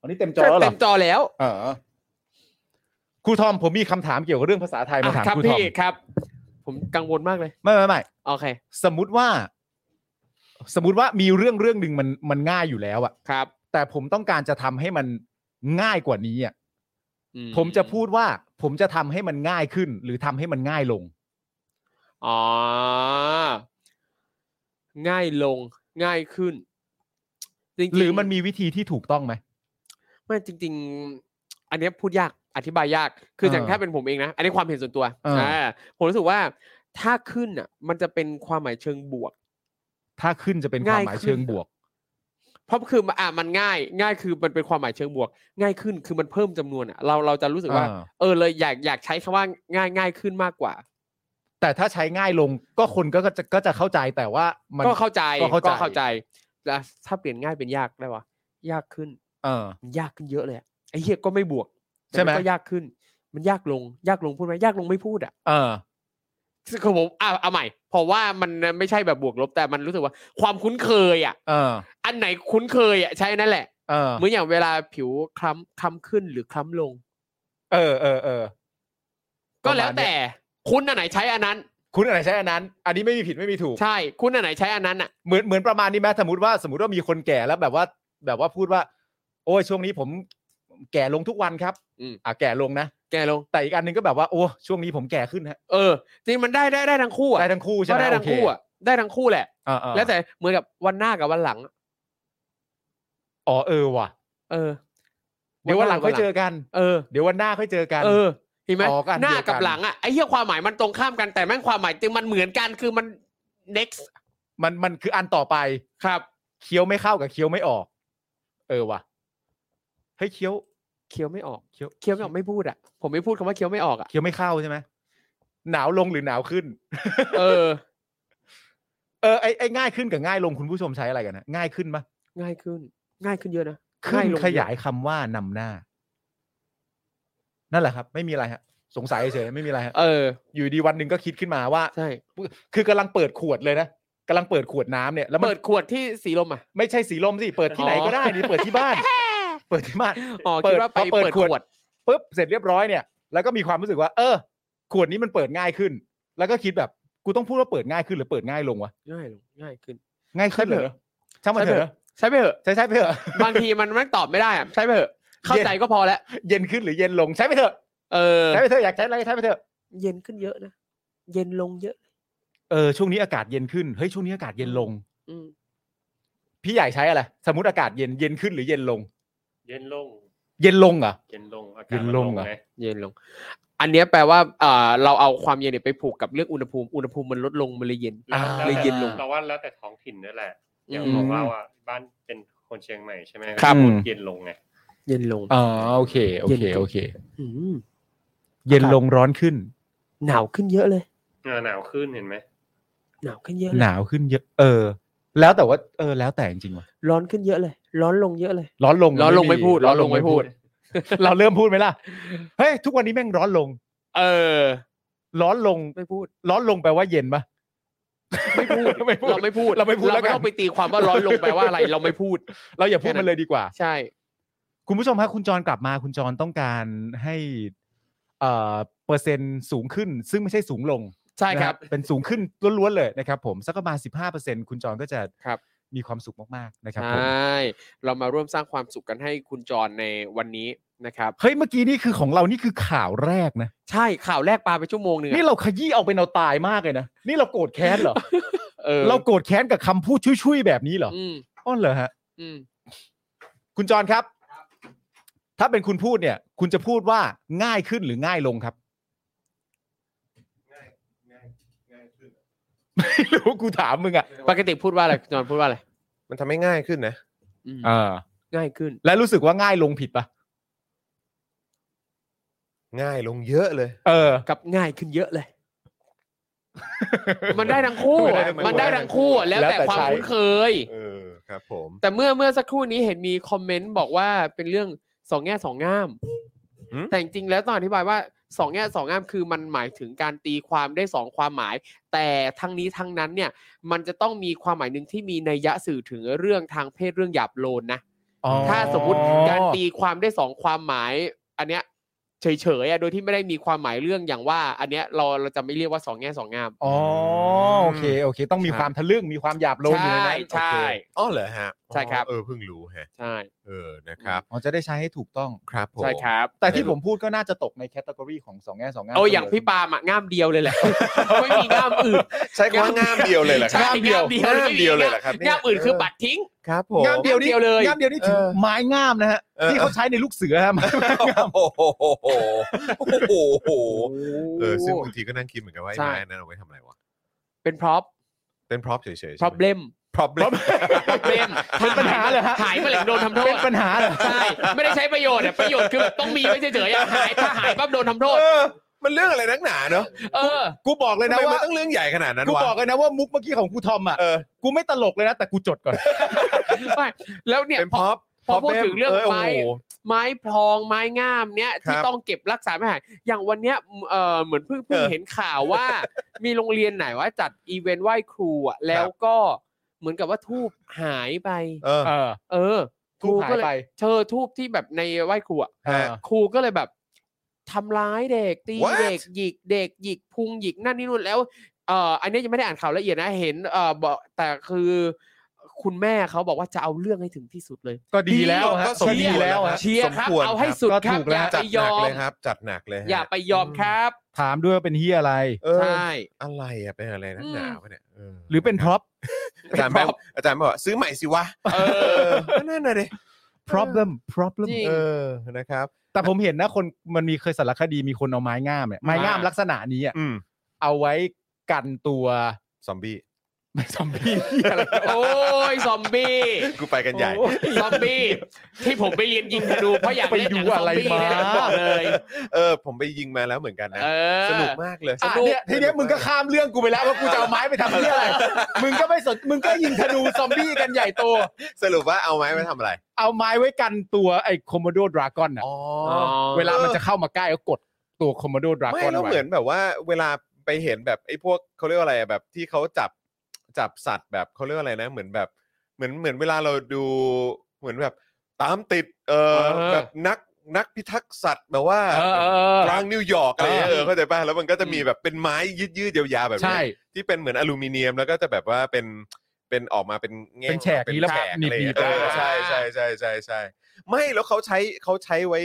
Speaker 3: อันนี้เต็มจอแล้วเหร
Speaker 4: เต็
Speaker 3: อ
Speaker 4: มจอแล้ว
Speaker 3: เออครูทอมผมมีคำถามเกี่ยวกับเรื่องภาษาไทยมาถาม
Speaker 4: อ่ะครับ
Speaker 3: ครูทอม
Speaker 4: พี่ครับ ผมกังวลมากเลย
Speaker 3: ไม่ไม่ไม่
Speaker 4: โอเค
Speaker 3: สมมติว่า สมมติว่ามีเรื่องเรื่องหนึ่งมันมันง่ายอยู่แล้วอะ
Speaker 4: ครับ
Speaker 3: แต่ผมต้องการจะทำให้มันง่ายกว่านี้อะ
Speaker 4: อื
Speaker 3: ผมจะพูดว่า ผมจะทำให้มันง่ายขึ้น หรือทำให้มันง่ายลง
Speaker 4: อ๋อ ง่ายลงง่ายขึ้นจงๆ
Speaker 3: หรือมันมีวิธีที่ถูกต้องไหม
Speaker 4: ไม่จริง ๆ อันเนี้ยพูดยากอธิบายยาก คือ
Speaker 3: เอออ
Speaker 4: อย่างถ้าเป็นผมเองนะ อันนี้ความเห็นส่วนตัว
Speaker 3: เอออ่
Speaker 4: าผมรู้สึกว่าถ้าขึ้นอ่ะ มันจะเป็นความหมายเชิงบวก
Speaker 3: ถ้าขึ้นจะเป็นความหมาย
Speaker 4: ง่ายขึ้น
Speaker 3: เชิงบวก
Speaker 4: เพราะคือมันอ่ะมันง่าย ง่ายคือมันเป็นความหมายเชิงบวก ง่ายขึ้นคือมันเพิ่มจำนวนอ่ะเราเราจะรู้สึกว่า
Speaker 3: อ่า
Speaker 4: เออเลยอยากอยากใช้คำว่าง่ายง่ายขึ้นมากกว่า
Speaker 3: แต่ถ้าใช้ง่ายลงก็คนก็จะก็จะเข้าใจแต่ว่ามัน
Speaker 4: ก็เข้าใจ
Speaker 3: ก็เข้าใจ
Speaker 4: แต่ถ้าเปลี่ยนง่ายเป็นยากได้ปะยากขึ้น
Speaker 3: เออ
Speaker 4: มันยากขึ้นเยอะเลยอะไอ้เหี้ยก็ไม่บวกแต่
Speaker 3: ใช่ไหม
Speaker 4: นก็ยากขึ้น มันยากลงยากลงพูดไหมยากลงไม่พูดอ่ะ
Speaker 3: เออ
Speaker 4: คือผมอ่ะเอาใหม่เพราะว่ามันไม่ใช่แบบบวกลบแต่มันรู้สึกว่า ความคุ้นเคยอ่ะ
Speaker 3: เออ
Speaker 4: อันไหนคุ้นเคยอ่ะใช่นั่นแหละ
Speaker 3: เออ
Speaker 4: เหมือนอย่างเวลาผิวคล้ำคล้ำขึ้นหรือคล้ำลง
Speaker 3: เออเออเออ
Speaker 4: ก็แล้วแต่คุณอันไหนใช้อันนั้น
Speaker 3: คุณอะไรใช้อันนั้น อันนี้ไม่มีผิดไม่มีถูก
Speaker 4: ใช่ คุณอันไหนใช้อันนั้นอ่ะ
Speaker 3: เหมือนเหมือนประมาณนี้ไหมสมมติว่าสมมติว่ามีคนแก่แล้วแบบว่า แบบว่าพูดว่า โอ้ยช่วงนี้ผมแก่ลงทุกวันครับ
Speaker 4: อืม
Speaker 3: อ่าแก่ลงนะ
Speaker 4: แกลง
Speaker 3: แต่อีกอันหนึงก็แบบว่าโอ้ช่วงนี้ผมแก่ขึ้นฮะ
Speaker 4: เออ จริงมันได้ได้ได้ทั้งคู่อ่ะ
Speaker 3: ได้ทั้งคู่ใช่
Speaker 4: ก็
Speaker 3: ไหม
Speaker 4: ได้ทั้งคู่อ่ะได้ทั้งคู่แหละ
Speaker 3: โอเค
Speaker 4: แล้วแต่เหมือนกับวันหน้ากับวันหลังอะ
Speaker 3: อ๋อเออว่ะ
Speaker 4: เออ
Speaker 3: เดี๋ยววันหลังค่อยเจอกัน
Speaker 4: เออ
Speaker 3: เดี๋ยววันหน้าค่อยเจอกัน
Speaker 4: เออเห็นไหม
Speaker 3: อ๋อก็อัน
Speaker 4: ห
Speaker 3: เดียวกัน
Speaker 4: น้ากับหลังอ่ะไอ้เหี้ยความหมายมันตรงข้ามกันแต่แม่งความหมายจริงมันเหมือนกันคือมัน next
Speaker 3: มันมันคืออันต่อไป
Speaker 4: ครับ
Speaker 3: เคี้ยวไม่เข้ากับเคี้ยวไม่ออก เออว่ะเฮ้ยเคี้ยว
Speaker 4: เคี้ยวไม่ออก
Speaker 3: เคี้ยว
Speaker 4: เคี้ยวไม่ออกไม่พูดอ่ะ ผมไม่พูดคำว่าเคี้ยวไม่ออกอ่ะ
Speaker 3: เคี้ยวไม่เข้าใช่ไหมหนาวลงหรือหนาวขึ้น
Speaker 4: เออ
Speaker 3: เออไอ้ไอ้ง่ายขึ้นกับง่ายลงคุณผู้ชมใช้อะไรกันนะง่ายขึ้นปะ
Speaker 4: ง่ายขึ้น ง่ายขึ้นเยอะนะ
Speaker 3: ขึ้
Speaker 4: ง่
Speaker 3: น
Speaker 4: ลง
Speaker 3: ขยายคำว่านำหน้า นั่นแหละครับ ไม่มีอะไรฮะ สงสัยเฉยๆไม่มีอะไรฮะ
Speaker 4: เออ
Speaker 3: อยู่ดีวันหนึ่งก็คิดขึ้นมาว่า
Speaker 4: ใช่
Speaker 3: คือกำลังเปิดขวดเลยนะกำลังเปิดขวดน้ำเนี่ยแล้วมัน
Speaker 4: เปิดขวดที่สีลมอ่ะ
Speaker 3: ไม่ใช่สีลมสิเปิดที่ไหนก็ได้นี่เปิดที่บ้าน เปิดที่บ้าน
Speaker 4: อ๋อ
Speaker 3: เปิ
Speaker 4: คิ
Speaker 3: ด
Speaker 4: ดว่าไป
Speaker 3: พอเปิ
Speaker 4: เปิ
Speaker 3: ด
Speaker 4: ด
Speaker 3: ข
Speaker 4: ข
Speaker 3: วด
Speaker 4: วด
Speaker 3: ปุ๊บเสร็จเรียบร้อยเนี่ยแล้วก็มีความรู้สึกว่า เออ ขวดนี้มันเปิดง่ายขึ้น แล้วก็คิดแบบกูต้องพูดว่าเปิดง่ายขึ้นหรือเปิดง่ายลงวะ
Speaker 4: ง่ายลงง่ายขึ้น
Speaker 3: ง่ายขึ้นเหรอช่างมันเถอะ
Speaker 4: ใช้ไปเถอะ
Speaker 3: ใช้ใช้ไปเถอะ
Speaker 4: บางทีมันไม่ตอบไม่ได้อะใช้ไปเถอะ เข้าใจก็พอแล้ว
Speaker 3: เย็นขึ้นหรือเย็นลงใช้ไปเถอะ
Speaker 4: เออ
Speaker 3: ใช้ไปเถอะอยากใช้อะไรใช้ไปเถอะ
Speaker 4: เย็นขึ้นเยอะนะ เย็นลงเยอะ
Speaker 3: เออช่วงนี้อากาศเย็นขึ้นเฮ้ยช่วงนี้อากาศเย็นลง
Speaker 4: อืม
Speaker 3: พี่ใหญ่ใช้อะไรสมมติอากาศเย็นเย็นขึ้นหรือเย็นลง
Speaker 5: เย็นลง
Speaker 3: เย็นลงเหรอ่ะ
Speaker 5: เย็นลง อากาศ
Speaker 3: เย็นลงเหรอ
Speaker 5: ไ
Speaker 4: เย็นลง อันเนี้ยแปลว่าเอ่อเราเอาความเย็นเนี่ยไปผูกกับเรื่องอุณหภูมิ อุณหภูมิมันลดลงมันเลยเย็น
Speaker 5: แล้วแต่
Speaker 4: เลยเย็นลง
Speaker 5: เราว่าแล้วแต่ท้องถิ่นด้วยแหละ อย่าง
Speaker 4: อืม
Speaker 5: ของเราอ่ะบ้านเป็นคนเชียงใหม่ใช่ไหม
Speaker 3: ครับ
Speaker 5: พูดเย็นลงไง
Speaker 4: เย็นลง
Speaker 3: อ๋อโอเคโอเค
Speaker 4: เย็นขึ้น
Speaker 3: โอเค
Speaker 4: อืม
Speaker 3: เย็นลงร้อนขึ้น
Speaker 4: หนาวขึ้นเยอะเลย
Speaker 5: หนาวขึ้นเห็นไหม
Speaker 4: หนาวขึ้นเยอะเล
Speaker 3: ห
Speaker 4: ย
Speaker 3: นาวขึ้นเยอะ เออ แล้วแต่ว่าเออแล้วแต่จริงๆว่ะ
Speaker 4: ร้อนขึ้นเยอะเลย ร้อนลงเยอะเลย
Speaker 3: ร้อนลง
Speaker 4: ร้อนลงไม่พูดร้อนลงไม่พูด
Speaker 3: เราเริ่มพูดไหมล่ะเฮ้ยทุกวันนี้แม่งร้อนลง
Speaker 4: เออ
Speaker 3: ร้อนลง
Speaker 4: ไม่พูด
Speaker 3: ร้อนลงแปลว่าเย็นปะ
Speaker 4: ไม่พูด
Speaker 3: ไม่พูด
Speaker 4: เราไม่พูด
Speaker 3: เราไม่พูด
Speaker 4: เรา
Speaker 3: แล้วกั
Speaker 4: ไม่
Speaker 3: น
Speaker 4: ต้องไปตีความว่าร้อนลงแปลว่าอะไร เราไม่พูด
Speaker 3: เราอย่าพูดมันเลยดีกว่า
Speaker 4: ใช่
Speaker 3: คุณผู้ชมฮะคุณจรกลับมาคุณจรต้องการให้เอ่อเปอร์เซ็นต์สูงขึ้น ซึ่งไม่ใช่สูงลง
Speaker 4: ใช่ครับ
Speaker 3: นะเป็นสูงขึ้นล้วนๆเลยนะครับผมสักประมาณ15%คุณจรก็จะ
Speaker 4: ครับ
Speaker 3: มีความสุขมากๆนะครับ
Speaker 4: ใช
Speaker 3: ผม่
Speaker 4: เรามาร่วมสร้างความสุขกันให้คุณจรในวันนี้นะครับ
Speaker 3: เฮ้ยเมื่อกี้นี่คือของเรานี่คือข่าวแรกนะ
Speaker 4: ใช่ ข่าวแรกปลาไปชั่วโมงหนึ่ง
Speaker 3: นี่
Speaker 4: อะ
Speaker 3: เราขยี้เอาเป็นเอาตายมากเลยนะ นี่เราโกรธแค้นเหรอ
Speaker 4: เออ
Speaker 3: เราโกรธแค้นกับคำพูดชุยๆแบบนี้เหรอ
Speaker 4: อืม
Speaker 3: อ้อเหรอฮะ
Speaker 4: อืม
Speaker 3: คุณจรครับ ถ้าเป็นคุณพูดเนี่ย คุณจะพูดว่าง่ายขึ้นหรือง่ายลงครับ
Speaker 5: ง่ายง่ายง่ายขึ้น
Speaker 3: ไม่รู้กูถามมึงอ่ะ
Speaker 4: ปกติพูดว่าอะไรคุณจรพูดว่าอะไร
Speaker 2: มันทำให้ง่ายขึ้นนะ
Speaker 4: อืม
Speaker 3: เออ
Speaker 4: ง่ายขึ้น
Speaker 3: แล้วรู้สึกว่าง่ายลงผิดปะ
Speaker 2: ง่ายลงเยอะเลย
Speaker 3: เออ
Speaker 4: กับง่ายขึ้นเยอะเลย มันได้ทั้งคู่
Speaker 2: มันได้ทั้งคู่
Speaker 4: มันได้ทั้งคู่อะแล้วแต่
Speaker 3: แล้วแต่
Speaker 4: ความ
Speaker 3: ใช้
Speaker 4: คุ้นเคย
Speaker 2: เออครับผม
Speaker 4: แต่เมื่อเมื่อสักครู่นี้เห็นมีคอมเมนต์บอกว่าเป็นเรื่องสองแง่สองง่าม
Speaker 2: หืม
Speaker 4: แต่จริงๆแล้วต้องอธิบายว่าสองแง่สองง่ามคือมันหมายถึงการตีความได้สองความหมาย แต่ทั้งนี้ทั้งนั้นเนี่ย มันจะต้องมีความหมายหนึ่งที่มีนัยยะสื่อถึงเรื่องทางเพศเรื่องหยาบโลนนะ
Speaker 3: อ๋อ
Speaker 4: ถ้าสมมติการตีความได้สองความหมาย อันเนี้ยเฉยๆอะโดยที่ไม่ได้มีความหมายเรื่องอย่างว่า อันเนี้ยเราเราจะไม่เรียกว่าสองแง่สองงาม
Speaker 3: อ๋อโอเคโอเค ต้องมี
Speaker 4: ใช่
Speaker 3: ความทะลึ่งมีความหยาบโลงอยู่ในนั้น
Speaker 4: ใช่
Speaker 3: โอเค
Speaker 2: อ๋อเหรอฮะ
Speaker 4: ใช่ครับ
Speaker 2: เออเพิ่งรู้ฮะ
Speaker 4: ใช่
Speaker 2: เออนะครับ
Speaker 3: อ๋อจะได้ใช้ให้ถูกต้อง
Speaker 2: ครับผม
Speaker 4: ใช่ครับ
Speaker 3: แต่ที่ผมพูดก็น่าจะตกในแคตตากรีของสองแง่สองง่าม
Speaker 4: โอ้ยอย่างพี่ปาล์มอะง่ามเดียวเลยแหละ ไม่มีง่ามอื่น
Speaker 2: ใช้คำว่าง่ามเดียวเลยเหรอค
Speaker 4: ใช่
Speaker 2: รับง่ามเดียวเลยเหรอครับ
Speaker 4: ง่ามอื่นคือปัดทิ้ง
Speaker 2: ครับผม
Speaker 3: ง่ามเดียวนี่
Speaker 4: ง่ามเดียวเลย
Speaker 3: ง่ามเดียวนี่ถือ
Speaker 2: เออ
Speaker 3: ไม้ง่ามนะฮะ
Speaker 2: เออ
Speaker 3: ที่เขาใช้ในลูกเสือฮะไม้ ง่าม
Speaker 2: โอ้โหโอ้โหเออซึ่งบางทีก็นั่งคิดเหมือนกันว่าไอ้
Speaker 4: ใช่
Speaker 2: ไม้นั้นเอาไว้ทำอะไรวะ
Speaker 4: เป็นพร็อพ
Speaker 2: เต้นพร็อพเฉยๆใช่ไหม
Speaker 4: พร็อพเล่ม
Speaker 2: problem
Speaker 4: พร็อพเล่ม
Speaker 3: เป็นปัญหาเหรอฮะ
Speaker 4: หายไปเลยโดนทำโท
Speaker 3: เป็
Speaker 4: ษ
Speaker 3: นปัญหาเหรอ
Speaker 4: ใช่ไม่ได้ใช้ประโยชน์อะประโยชน์คือต้องมีไว้เฉยๆอะหายถ้าหายปั๊บโดนทำโทษ
Speaker 2: เออ มันเรื่องอะไรนักหนาเนาะ
Speaker 4: เออ
Speaker 3: กูบอกเลย
Speaker 2: ทำ
Speaker 3: นะ
Speaker 2: ไมมัน
Speaker 3: ว่า
Speaker 2: ต้องเรื่องใหญ่ขนาดนั้น
Speaker 3: กู
Speaker 2: วะ
Speaker 3: บอกเลยนะว่ามุกเมื่อกี้ของกูทอมอ่ะ
Speaker 2: เออ
Speaker 3: กูไม่ตลกเลยนะแต่กูจดก่อน
Speaker 4: ไม่แล้วเนี่ย
Speaker 2: เป็น
Speaker 4: พอ
Speaker 2: พ็อป
Speaker 4: พอพูดถึงเรื่อง
Speaker 2: โอ้
Speaker 4: ไม้
Speaker 2: โห
Speaker 4: ไม้พลองไม้งามเนี้ย
Speaker 2: ค
Speaker 4: ที่
Speaker 2: รับ
Speaker 4: ต้องเก็บรักษาไม่หายอย่างวันเนี้ยเออเหมือนเพิ่งเพิ่ง
Speaker 2: เออ
Speaker 4: เห็นข่าว ว่า มีโรงเรียนไหนว่าจัดอีเวนต์ไหว้ครูอ่ะแล้วก็เหมือนกับว่าทูบหายไป
Speaker 2: เออ
Speaker 3: เออ
Speaker 4: เออค
Speaker 3: ทู
Speaker 4: รู
Speaker 3: บหาย
Speaker 4: ก็เล
Speaker 3: ไป
Speaker 4: ยเชอทูบที่แบบในไหว้ครูอ่ะ
Speaker 3: เออ
Speaker 4: ครูก็เลยแบบทำร้ายเด็กตี
Speaker 2: What?
Speaker 4: เด็กหยิกเด็กหยิกพุงหยิกนั่นนี่นู่นแล้วเอ่ออันนี้ยังไม่ได้อ่านข่าวละเอียดนะเห็นเอ่อบอกแต่คือ คุณแม่เขาบอกว่าจะเอาเรื่องให้ถึงที่สุดเลย
Speaker 3: ก็ดีแล้วฮะ
Speaker 2: ก็สม
Speaker 3: ก็ดี
Speaker 2: ควร
Speaker 3: แล้วฮะ
Speaker 2: นะ
Speaker 4: เชียร์ครับ
Speaker 2: สมควร
Speaker 4: เอาให้สุด
Speaker 3: ค
Speaker 4: ครับ
Speaker 3: รับก็ถูก
Speaker 4: อ
Speaker 3: แล้ว
Speaker 4: ย่า
Speaker 2: จั
Speaker 4: ไป
Speaker 2: ด
Speaker 4: ย
Speaker 2: หนั
Speaker 4: อก ม
Speaker 2: เลยครับ จัดหนักเลยฮะ
Speaker 4: อย่าไปยอมครับ
Speaker 3: ถามด้วยว่าเป็นเฮียอะไร
Speaker 2: เออ
Speaker 4: ใช่
Speaker 2: อะไรอะเป็นอะไรนักหนาวะเนี่ยเห
Speaker 3: รือเป็นพร็อพ
Speaker 2: อาจารย์แม่งอาจารย์แม่งบอกซื้อใหม่สิวะเอ
Speaker 4: เออ
Speaker 2: อนั่นน่ะดิ
Speaker 3: problem problem
Speaker 4: จริง
Speaker 2: เออนะครับ
Speaker 3: แต่ผมเห็นนะคนมันมีเคยสารคดีมีคนเอาไม้งามเนี่ยไม้งาม
Speaker 4: อ่า
Speaker 3: ลักษณะนี้อะ
Speaker 2: อืม
Speaker 3: เอาไว้กันตัว
Speaker 2: ซอมบี้
Speaker 3: ไม่ซอมบี้เหี้ยอะไร
Speaker 4: โอ้ยซอมบี้
Speaker 2: กูไปกันใหญ่
Speaker 3: โอ้ย
Speaker 4: ซอมบี้ที่ผมไปเรียนยิงธนูเพราะอยากเล่นหนังซอมบี้
Speaker 3: ไปดูอะไรมา
Speaker 4: เนี่ยนะบอกเลย
Speaker 2: เออ ผมไปยิงมาแล้วเหมือนกันนะ
Speaker 4: เออ
Speaker 2: สนุกมากเลย
Speaker 4: ส
Speaker 3: อ่ะ
Speaker 4: นุก
Speaker 3: เนี่ยทีเนี้ยมึงก็ข้ามเรื่องกูไปแล้วว่ากูจะเอาไม้ไปทำเพื่ออะไร มึงก็ไม่สนมึงก็ยิงธนูซอมบี้กันใหญ่โต
Speaker 2: สรุปว่าเอาไม้ไว้ทำอะไร
Speaker 3: เอาไม้ไว้กันตัวไอ้คอมโมโดดราก้อนอ่ะ
Speaker 2: อ๋อ
Speaker 3: เวลามันจะเข้ามาใกล้ก็กดตัวคอมโมโดดรา
Speaker 2: ไม่
Speaker 3: ก้อน
Speaker 2: แล้ว
Speaker 3: ไว้
Speaker 2: เหมือนแบบว่าเวลาไปเห็นแบบไอ้พวกเขาเรียกว่าอะไรอะแบบที่เขาจับจับสัตว์แบบเขาเรียกว่าอะไรนะ เหมือนแบบ เหมือนเหมือนเวลาเราดูเหมือนแบบตามติดเออ
Speaker 4: เออ
Speaker 2: แบบนักนักพิทักษ์สัตว์แบบว่า
Speaker 3: เออเออเออ
Speaker 2: กลางนิวยอร์กอะไรเงี้ย
Speaker 3: เอ
Speaker 2: เอ
Speaker 3: อ
Speaker 2: อเข้าใจป่ะแล้วมันก็จะมีแบบเป็นไม้ยืดยืดๆยาวๆแบบเนี้
Speaker 3: ใช่
Speaker 2: ยที่เป็นเหมือนอลูมิเนียม แล้วก็จะแบบว่าเป็นเป็นออกมาเป็นแง่
Speaker 3: เป็นแฉก
Speaker 2: เป็น
Speaker 3: นี้แล้ว
Speaker 2: แฉกอะไร
Speaker 3: หนีบๆ
Speaker 2: เออ
Speaker 3: ได้
Speaker 2: ใช่ใช่ใช่ใช่ใช่ไม่แล้วเขาใช้เขาใช้ไว้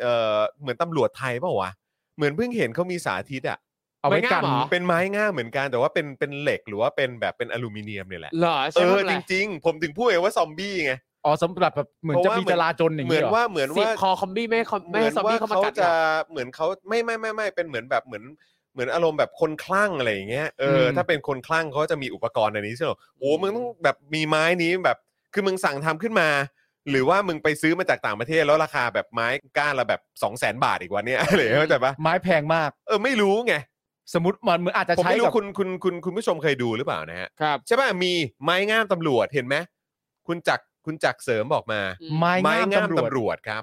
Speaker 2: เออเหมือนตำรวจไทยเปล่าวะเหมือนเพิ่งเห็นเขามีสาธิตอะ
Speaker 3: เอาไว้กัน
Speaker 4: ไม้งามเหรอ
Speaker 2: เป็นไม้ง่ามเหมือนกันแต่ว่าเป็นเป็นเหล็กหรือว่าเป็นแบบเป็นอลูมิเนียมเนี่ยแหละ
Speaker 4: เหรอ
Speaker 2: เอ
Speaker 4: ใช่ไหม
Speaker 2: อ
Speaker 4: อะไร
Speaker 2: จริง ๆ ผมถึงพูดไงว่าซอมบี้ไง
Speaker 3: อ๋อสำหรับแบบเหมือน
Speaker 2: เพ
Speaker 3: จะ
Speaker 2: ราะว่า
Speaker 3: มีจราจนอย่าง
Speaker 2: เหมือน
Speaker 3: หร
Speaker 2: ว่าเหมือน
Speaker 4: สิบ
Speaker 2: ว่า
Speaker 4: คอคอมบี้ไม่ให้คอม
Speaker 2: เห
Speaker 4: ไม่
Speaker 2: มื
Speaker 4: ให้
Speaker 2: น
Speaker 4: ซอม
Speaker 2: ว่า
Speaker 4: บี้เข้ามา
Speaker 2: เขา
Speaker 4: กัดเหร
Speaker 2: จะ
Speaker 4: อ
Speaker 2: เหมือนเขาไม่ไม่ไม่ไม่เป็นเหมือนแบบเหมือนเหมือนอารมณ์แบบคนคลั่งอะไรอย่างเงี้ยเอออ
Speaker 4: ม
Speaker 2: ถ้าเป็นคนคลั่งเขาจะมีอุปกรณ์อันนี้ใช่ไหมโอ้มึงต้องแบบมีไม้นี้แบบ คือมึงสั่งทำขึ้นมา หรือว่ามึงไปซื้อมาจากต่างประเทศแล้วราคาแบบไม้ก้านละแบบ 2 0 0 0 0นบาทอีกวันเนี้ย อะไรเข้าใจปะ
Speaker 3: ไม้แพงมาก
Speaker 2: เออไม่รู้ไง
Speaker 3: สมมติมันมันอาจจะ
Speaker 2: ผม
Speaker 3: ใช้
Speaker 2: ไม่รู้
Speaker 3: กับ
Speaker 2: คุณคุณคุณคุณผู้ชมเคยดูหรือเปล่านะฮะ
Speaker 4: ครับ
Speaker 2: ใช่ป่ะมีไม้งามตำรวจเห็นไหมคุณจักรคุณจักรเสริมบอกมา
Speaker 3: ไม้
Speaker 2: ไม้
Speaker 3: งาม
Speaker 2: งาม
Speaker 3: ตำรวจ
Speaker 2: ตำรวจครับ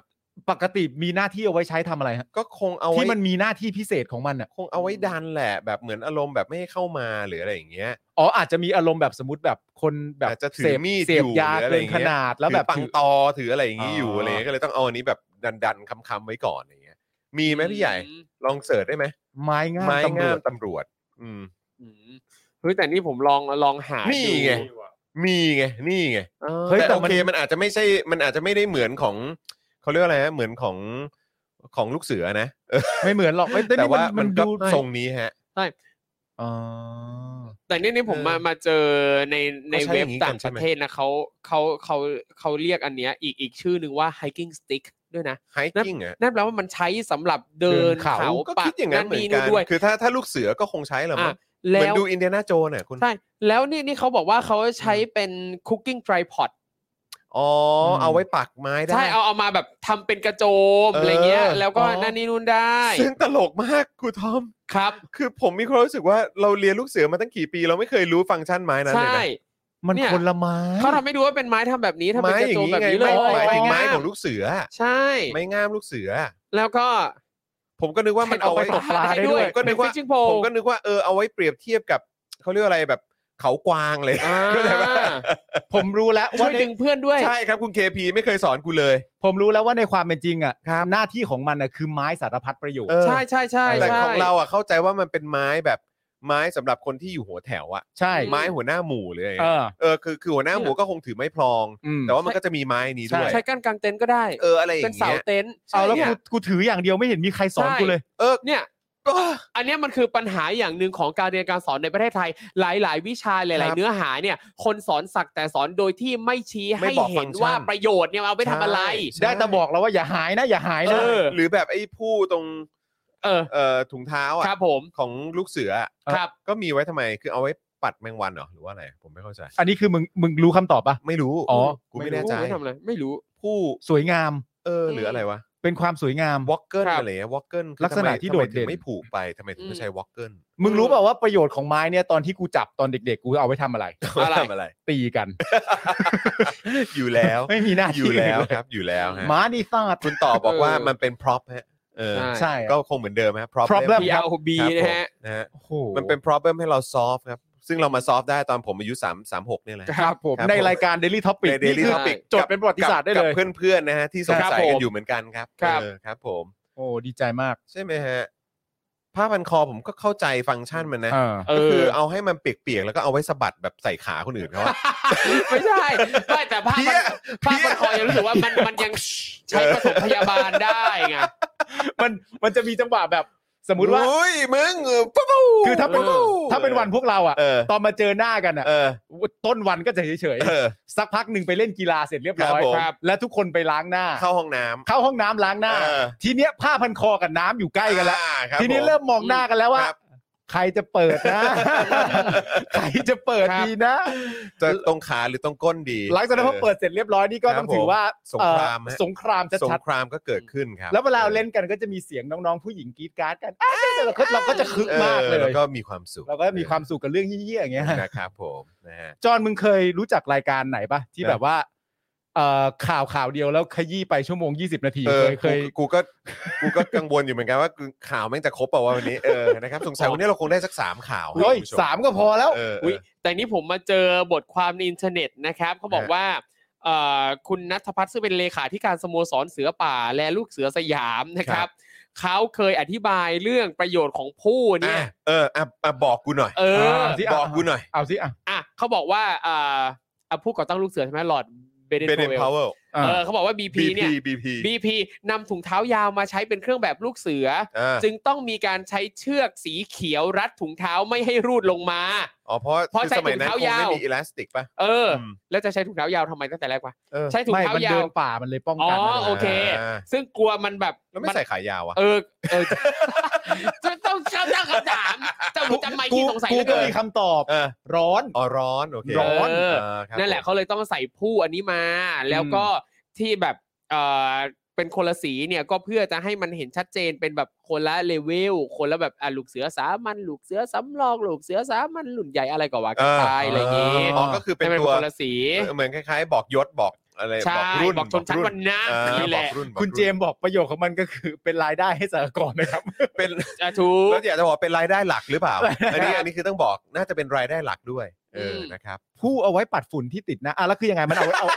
Speaker 3: ปกติมีหน้าที่เอาไว้ใช้ทำอะไรฮะ
Speaker 2: ก็คงเอาไว้
Speaker 3: ที่มันมีหน้าที่พิเศษของมันอ่ะ
Speaker 2: คงเอาไว้ดันแหละ แบบเหมือนอารมณ์แบบไม่ให้เข้ามาหรืออะไรอย่างเงี้ย
Speaker 3: อ๋ออาจจะมีอารมณ์แบบสมมติแบบคนแบบ
Speaker 2: อาจจะถือ
Speaker 3: เสพ
Speaker 2: มีด
Speaker 3: เส
Speaker 2: อยู่
Speaker 3: พยา
Speaker 2: หรืออะไรอน
Speaker 3: เกิ
Speaker 2: ย่างเงี้
Speaker 3: ข
Speaker 2: ย
Speaker 3: นาดแล้วแบ
Speaker 2: ถื
Speaker 3: บ
Speaker 2: อปัง
Speaker 3: ถือ
Speaker 2: ตอถืออะไรอย่างงี้อยู่
Speaker 3: อ๋ออ
Speaker 2: อะไรเงี้ยก็เลยต้องเอาอันนี้แบบดันดันๆค้ำๆไว้ก่อนอย่างเงี้ย มีไหมพี่ใหญ่
Speaker 4: อืม
Speaker 2: ลองเสิร์ชได้ไหม
Speaker 3: ไม้งาม
Speaker 2: ไม้
Speaker 3: ตำรง
Speaker 2: าว ม
Speaker 3: จ
Speaker 2: ตำรวจ อืม
Speaker 4: อืมเฮ้ยแต่นี่ผมลองลองหา
Speaker 2: นี่
Speaker 4: นี่
Speaker 2: ไง มีไงนี่ไง
Speaker 3: เฮ้ย
Speaker 2: แต่
Speaker 3: แต่
Speaker 2: โอ
Speaker 3: มัน
Speaker 2: เคมันอาจจะไม่ใช่มันอาจจะไม่ได้เหมือนของเขาเรียกว่าอะไรนะเหมือนของของลูกเสือนะเออ
Speaker 3: ไม่เหมือนหรอกไม่
Speaker 2: แต่
Speaker 3: แต่
Speaker 2: ว่า
Speaker 3: ว่า
Speaker 2: มั
Speaker 3: มัน น
Speaker 2: ก็
Speaker 3: ดู
Speaker 2: ทรงนี้ฮะ
Speaker 3: อ๋อ
Speaker 4: แต่เนี่ยนี่ผมมามาเจอในใน
Speaker 2: เขาใช้
Speaker 4: เว็
Speaker 2: อบ ย่างนี้กัน
Speaker 4: ต่างประ
Speaker 2: ใช่ไหม
Speaker 4: เทศนะเขาเขาเขาเขาเรียกอันเนี้ยอีกอีกชื่อหนึ่งว่า hiking stick ด้วยนะ
Speaker 2: ไฮกิ้งอ่ะ
Speaker 4: นั่นแปลว่ามันใช้สำหรับเดิน
Speaker 3: เดินเขา
Speaker 4: เขา
Speaker 2: ก็
Speaker 4: ป่า
Speaker 2: คิดอย่างนั้นเหมือนกัน
Speaker 4: ด้วย
Speaker 2: คือถ้าถ้าลูกเสือก็คงใช้แหละมั้
Speaker 4: อ่ะ
Speaker 2: งเหมือน
Speaker 4: แล้ว
Speaker 2: ดูอินเดียนาโจนอ่ะคุณ
Speaker 4: ใช่แล้วนี่นี่เขาบอกว่าเขาใช้เป็นคุกกิ้งไตรพอด
Speaker 2: อ๋ออ
Speaker 3: ม
Speaker 2: เอาไว้ปักไม้ได้
Speaker 4: ใช่เอาเอามาแบบทำเป็นกระโจม
Speaker 2: เอออ
Speaker 4: อะไรเงี้ย แล้วก็
Speaker 2: อ๋อ
Speaker 4: นั่นนี่นู่นได้
Speaker 2: ซึ่งตลกมากครูทอม
Speaker 4: ครับ
Speaker 2: คือผมมีความรู้สึกว่าเราเรียนลูกเสือมาตั้งกี่ปี เราไม่เคยรู้ฟังก์ชันไม้นั้นเลยน
Speaker 4: ใช่
Speaker 2: ะ
Speaker 3: มัน
Speaker 4: เนี่ย
Speaker 3: คนละไม้
Speaker 4: เขาทำให้ดูว่าเป็นไม้ทำแบบนี้ทำเป็น
Speaker 2: ไม้
Speaker 4: กระ
Speaker 2: อย่า
Speaker 4: โจ
Speaker 2: ง
Speaker 4: ม
Speaker 2: นี้
Speaker 4: แบบ
Speaker 2: ไง
Speaker 4: นี้เล
Speaker 2: ไม่
Speaker 4: ย
Speaker 2: หมายถึงไม้
Speaker 4: โย
Speaker 2: ของลูกเสืออะ
Speaker 4: ใช่
Speaker 2: ไม้งามลูกเสืออะ
Speaker 4: แล้วก็
Speaker 2: ผมก็นึกว่ามันเอาไว้
Speaker 4: ปลาได้ด้วย
Speaker 2: ผมก็นึกว่า
Speaker 4: เป็น fishing pole
Speaker 2: ผมก็นึกว่าเออเอาไว้เปรียบเทียบกับเขาเรียกว่าอะไรแบบเขากวางเลย
Speaker 4: อ่า
Speaker 2: เข้าใจปะ
Speaker 3: ผมรู้แล้ว
Speaker 4: ช่
Speaker 3: ว่า
Speaker 4: วย
Speaker 3: ใน
Speaker 4: ดึงเพื่อนด้วย
Speaker 2: ใช่ครับคุณเคพีไม่เคยสอนกูเลย
Speaker 3: ผมรู้แล้วว่าในความเป็นจริงอ่ะหน้าที่ของมันอ่ะคือไม้สารพัดประโยชน์
Speaker 2: เออ
Speaker 4: ใช่ใช่ใช่
Speaker 2: แต่
Speaker 4: ใช่
Speaker 2: ของเราอ่ะเข้าใจว่ามันเป็นไม้แบบไม้สำหรับคนที่อยู่หัวแถวอ่ะ
Speaker 3: ใช่
Speaker 2: ไม้หัวหน้าหมู่หรืออะไร
Speaker 3: เอ
Speaker 2: เงี้ย
Speaker 3: อ
Speaker 2: เออคือคือหัวหน้าหมู่ก็คงถือไม้พลอง
Speaker 3: อืม
Speaker 2: แต่ว่ามันก็จะมีไม้นี้ด้วย
Speaker 4: ใช้กันกลางเต็นท์ก็ได้
Speaker 2: เอออะไรอย่า
Speaker 4: เป็น
Speaker 2: ง
Speaker 4: เสา
Speaker 2: เงี้ย
Speaker 4: เต็นท์
Speaker 3: เอาแล้ว
Speaker 4: เนี่ย
Speaker 3: กูกูถืออย่างเดียวไม่เห็นมีใครสอน
Speaker 4: ใช่
Speaker 3: กูเลย
Speaker 2: เออ
Speaker 4: เนี่ย
Speaker 2: ก็
Speaker 4: อันเนี้ยมันคือปัญหาอย่างหนึ่งของการเรียนการสอนในประเทศไทย หลาย ๆ วิชาหลาย ๆ เนื้อหาเนี่ย คนสอนสักแต่สอนโดยที่ไม่ชี้ให้เห็นว่าประโยชน์เนี่ยเอาไปทำอะไร
Speaker 2: ใช่
Speaker 3: ได้แต่บอกแล้วว่าอย่าหายนะ อย่าหาย
Speaker 2: เอ
Speaker 3: นะ
Speaker 2: อหรือแบบไอ้ผู้ตรง
Speaker 4: เออ
Speaker 2: เอ่อถุงเท้าอ่ะ
Speaker 4: ครับผม
Speaker 2: ของลูกเสืออะ
Speaker 4: ครับ
Speaker 2: ก็มีไว้ทำไมคือเอาไว้ปัดแมงวันเหรอหรือว่าอะไรผมไม่เข้าใจ
Speaker 3: อันนี้คือมึงมึงรู้คำตอบปะ
Speaker 2: ไม่รู้
Speaker 3: อ๋อ
Speaker 2: กูไม่แน่ใจ
Speaker 4: รู้ว่าทำอะไรไม่รู้
Speaker 2: ผู้
Speaker 3: สวยงาม
Speaker 2: เออหรืออะไรวะ
Speaker 3: เป็นความสวยงาม
Speaker 2: วอลเกิล
Speaker 4: ครับ
Speaker 2: อะไรวอลเกิล
Speaker 3: ลักษณะที่โดดเด่น
Speaker 2: ไม่ผูกไปทำไมถึงไม่ใช้วอลเกิล
Speaker 3: มึงรู้เปล่าว่าประโยชน์ของไม้เนี่ยตอนที่กูจับตอนเด็ก ๆ กูเอาไว้ทำอะไร
Speaker 4: อะไร
Speaker 2: ทำอะไร
Speaker 3: ตีกัน
Speaker 2: อยู่แล้ว
Speaker 3: ไม่มีหน้า
Speaker 2: อ
Speaker 3: ที่
Speaker 2: ยู่แล้ว
Speaker 3: นเย
Speaker 2: ครับอยู่แล้วฮะ
Speaker 3: หมาดีซาด
Speaker 2: คุณต่อบอกว่า
Speaker 4: เออ
Speaker 2: มันเป็นพร็อพฮะเออ
Speaker 3: ใช่
Speaker 2: ก็คงเหมือนเดิมฮะพร็อพ
Speaker 3: problem
Speaker 4: เอาบีนะฮะ
Speaker 2: นะฮะ
Speaker 3: โอ้โห
Speaker 2: มันเป็น problem ให้เรา solve ครับ ซึ่งเรามา solve ได้ตอนผมอายุ 3 3 6เนี่ยแหละ
Speaker 3: ครับผม
Speaker 2: ครับ
Speaker 3: ในรายการ Daily Topic
Speaker 2: ใน Daily
Speaker 3: นี่คือ
Speaker 2: Topic
Speaker 3: จดเป็นประวัติศาสตร์ได้เลย
Speaker 2: กับเพื่อนๆนะฮะที่สงสัยกันอยู่เหมือนกันครับ
Speaker 4: ครับ
Speaker 2: เออครับผม
Speaker 3: โอ้ดีใจมาก
Speaker 2: ใช่ไหมฮะผ้าพันคอผมก็เข้าใจฟังก์ชันมันนะ
Speaker 4: เอ
Speaker 3: เออ
Speaker 2: ก็คือ
Speaker 4: อ
Speaker 2: เอาให้มันเปียกๆ แล้วก็เอาไว้สะบัดแบบใส่ขาคนอื่น เขาอะ
Speaker 4: ไม่ใช่ไม่แต่ภาพ
Speaker 2: เพี้ย
Speaker 4: มันภาพมันคอยยังรู้สึกว่ามันมันยังใช้ผสมพยาบาลได้ไง
Speaker 3: มันมันจะมีจังหวะแบบ สมมุติว่า
Speaker 2: โอ้ยมึงเออปุ๊บปุ๊บ
Speaker 3: คือถ้าเป็น
Speaker 4: เออ
Speaker 3: ถ้าเป็นวันพวกเราอ่ะ
Speaker 2: เออ
Speaker 3: ตอนมาเจอหน้ากันอ่ะ
Speaker 2: เออ
Speaker 3: ต้นวันก็จะเฉย
Speaker 2: เออ
Speaker 3: ๆ สักพักหนึ่งไปเล่นกีฬาเสร็จเรียบร้อ
Speaker 2: ครั
Speaker 3: ย
Speaker 2: บผม
Speaker 3: ครับ และทุกคนไปล้างหน้า
Speaker 2: เข้าห้องน้ำ
Speaker 3: เข้าห้องน้ำล้างหน้า
Speaker 2: เออ
Speaker 3: ทีเนี้ยผ้าพันคอกับน้ำอยู่ใกล้กันแล้ว
Speaker 2: อ่าคบ
Speaker 3: ทีนี้
Speaker 2: ผ
Speaker 3: เริ่มมองหน้ากันแล้วว่า
Speaker 2: ครับ
Speaker 3: ใครจะเปิดนะ ใครจะเปิด
Speaker 4: ครับ
Speaker 3: ดีนะ
Speaker 2: จะตรงขาหรือตรงก้นดี
Speaker 3: หลังจากนั้นพอเปิดเสร็จเรียบร้อยนี่ก็
Speaker 2: ครับ
Speaker 3: ต้องถือว่า
Speaker 2: ผมสงคราม
Speaker 3: เอ่อ
Speaker 2: ฮะ
Speaker 3: สงคราม
Speaker 2: สง
Speaker 3: ชัด
Speaker 2: ครามก็เกิดขึ้นครับ
Speaker 3: ๆแล้วเวลาเราเล่นกันก็จะมีเสียงน้องๆผู้หญิงกรีดกราร์ดกันเอ้ยเราก็เราก็จะคึก
Speaker 2: เออ
Speaker 3: มากเล
Speaker 2: แล้ว
Speaker 3: ย
Speaker 2: ก็มีความสุข
Speaker 3: เราก็มีความสุขกับเรื่องเยี่ยๆอย่างเงี้ย
Speaker 2: นะครับผมนะฮะ
Speaker 3: จอห์นมึงเคยรู้จักรายการไหนปะ
Speaker 2: ค
Speaker 3: ที่
Speaker 2: รับ
Speaker 3: แบบว่าเอ่อข่าวข่าวเดียวแล้วขยี้ไปชั่วโมง 20 นาที
Speaker 2: เอ
Speaker 3: เค
Speaker 2: อย
Speaker 3: เคย
Speaker 2: กูกูก็กูก็ กังวลอยู่เหมือนกันว่า ข่าวแม่งจะครบเปล่าวะวันนี้เออนะครับ สงสัยวันนี้เราคงได้สักสามข่าว
Speaker 3: เฮ้ย
Speaker 2: คุณผู้ช
Speaker 3: สามก็พอแล้ว
Speaker 2: เออเอ
Speaker 4: อุ๊ย
Speaker 2: อ
Speaker 4: แต่นี่ผมมาเจอบทความในอินเทอร์เน็ตนะครับเขาบอก
Speaker 2: ฮะ
Speaker 4: ว่าเอ่อคุณนัทพัฒน์ซึ่งเป็นเลขาธิการสโมสรเสือป่าและลูกเสือสยามนะครับเขาเคยอธิบายเรื่องประโยชน์ของผู้เนี่
Speaker 2: อ่ะ
Speaker 4: ย
Speaker 2: เอออ่ะอ่ะบอกกูหน่อย
Speaker 4: เออ
Speaker 3: อ่า สิ
Speaker 2: บอกกูหน่อย
Speaker 3: เอาสิอ่ะ
Speaker 4: อ่ะเขาบอกว่าอ่าอ่ะผู้ก่อตั้งลูกเสือใช่ไหมหลอดเบเดน
Speaker 2: เป็น
Speaker 4: โพเวล
Speaker 2: power
Speaker 3: อ่ะ
Speaker 4: เออเขาบอกว่า BP เนี่ย
Speaker 2: BP
Speaker 4: BP นำถุงเท้ายาวมาใช้เป็นเครื่องแบบลูกเสือ
Speaker 2: อ่า
Speaker 4: จึงต้องมีการใช้เชือกสีเขียวรัดถุงเท้าไม่ให้รูดลงมา
Speaker 2: อ๋อเพราะ
Speaker 4: เพราะ
Speaker 2: คือ
Speaker 4: ใช้
Speaker 2: สมัยนั้นคง
Speaker 4: ถุงเท้ายาว
Speaker 2: ไม่มีอิลาสติกป่ะ
Speaker 4: เอออ
Speaker 2: ม
Speaker 4: แล้วจะใช้ถุงเท้ายาวทำไมตั้งแต่แรกวะ
Speaker 2: เออ
Speaker 4: ใช้ถุง
Speaker 3: ไม่
Speaker 4: เท้า
Speaker 3: มัน
Speaker 4: ยา
Speaker 3: เดิ
Speaker 4: วน
Speaker 3: ป่ามันเลยป้อง
Speaker 4: อ๋อ
Speaker 3: กัน
Speaker 4: โอเค
Speaker 2: า
Speaker 4: ซึ่งกลัวมันแบบ
Speaker 2: แล้วไม่ใส่ขายาวอ่ะ
Speaker 4: เออเอ อจะต้องจะตั้งคำถามจะรู้ทำไมที่สงสัย
Speaker 3: กู
Speaker 4: เหลือ
Speaker 3: ก็
Speaker 4: เกิน
Speaker 3: มีคำตอบ
Speaker 2: เออ
Speaker 3: ร้อน
Speaker 2: อ๋อร้อนโอเค
Speaker 3: ร้อน
Speaker 4: เออ
Speaker 2: าครับ
Speaker 4: นั่นแหละ
Speaker 2: ผม
Speaker 4: เขาเลยต้องใส่ผู้อันนี้มา แล้วก็ที่แบบเออเป็นคนละสีเนี่ยก็เพื่อจะให้มันเห็นชัดเจนเป็นแบบคนละเลเวลคนละแบบอ่ะลูกเสือสามัญลูกเสือสำรองลูกเสือสามัญหลุ่นใหญ่อะไรก็ว่ากันไป
Speaker 2: เอออ
Speaker 4: อะไรอย่างงี้
Speaker 2: อ๋อก็คือเป็น
Speaker 4: ให้มั
Speaker 2: ตัว
Speaker 4: คนละสี
Speaker 2: เออเหมือนคล้ายๆ บอกยศบอกอะไร
Speaker 4: ใช่
Speaker 2: บอกรุ่น
Speaker 4: บอกชนชั้น
Speaker 2: รุ่
Speaker 4: วันนะ
Speaker 2: เออ
Speaker 4: นี่แห
Speaker 2: บอ
Speaker 4: ละ
Speaker 2: กรุ่นบอก
Speaker 3: คุณเจมส์บอกประโยชน์ของมันก็คือเป็นรายได้ให้สหกรณ์นะครับ
Speaker 2: รุ่นเป็น
Speaker 4: อ่ะถูก
Speaker 2: แล้วอยากจะบอกเป็นรายได้หลักหรือเปล่า อันนี้
Speaker 4: ครับ
Speaker 2: อันนี้คือต้องบอกน่าจะเป็นรายได้หลักด้วย เอออ
Speaker 4: ม
Speaker 2: นะครับ
Speaker 3: ผู้เอาไว้ปัดฝุ่นที่ติดหนะอ่ะแล้วคือยังไงมันเอาไว้เอา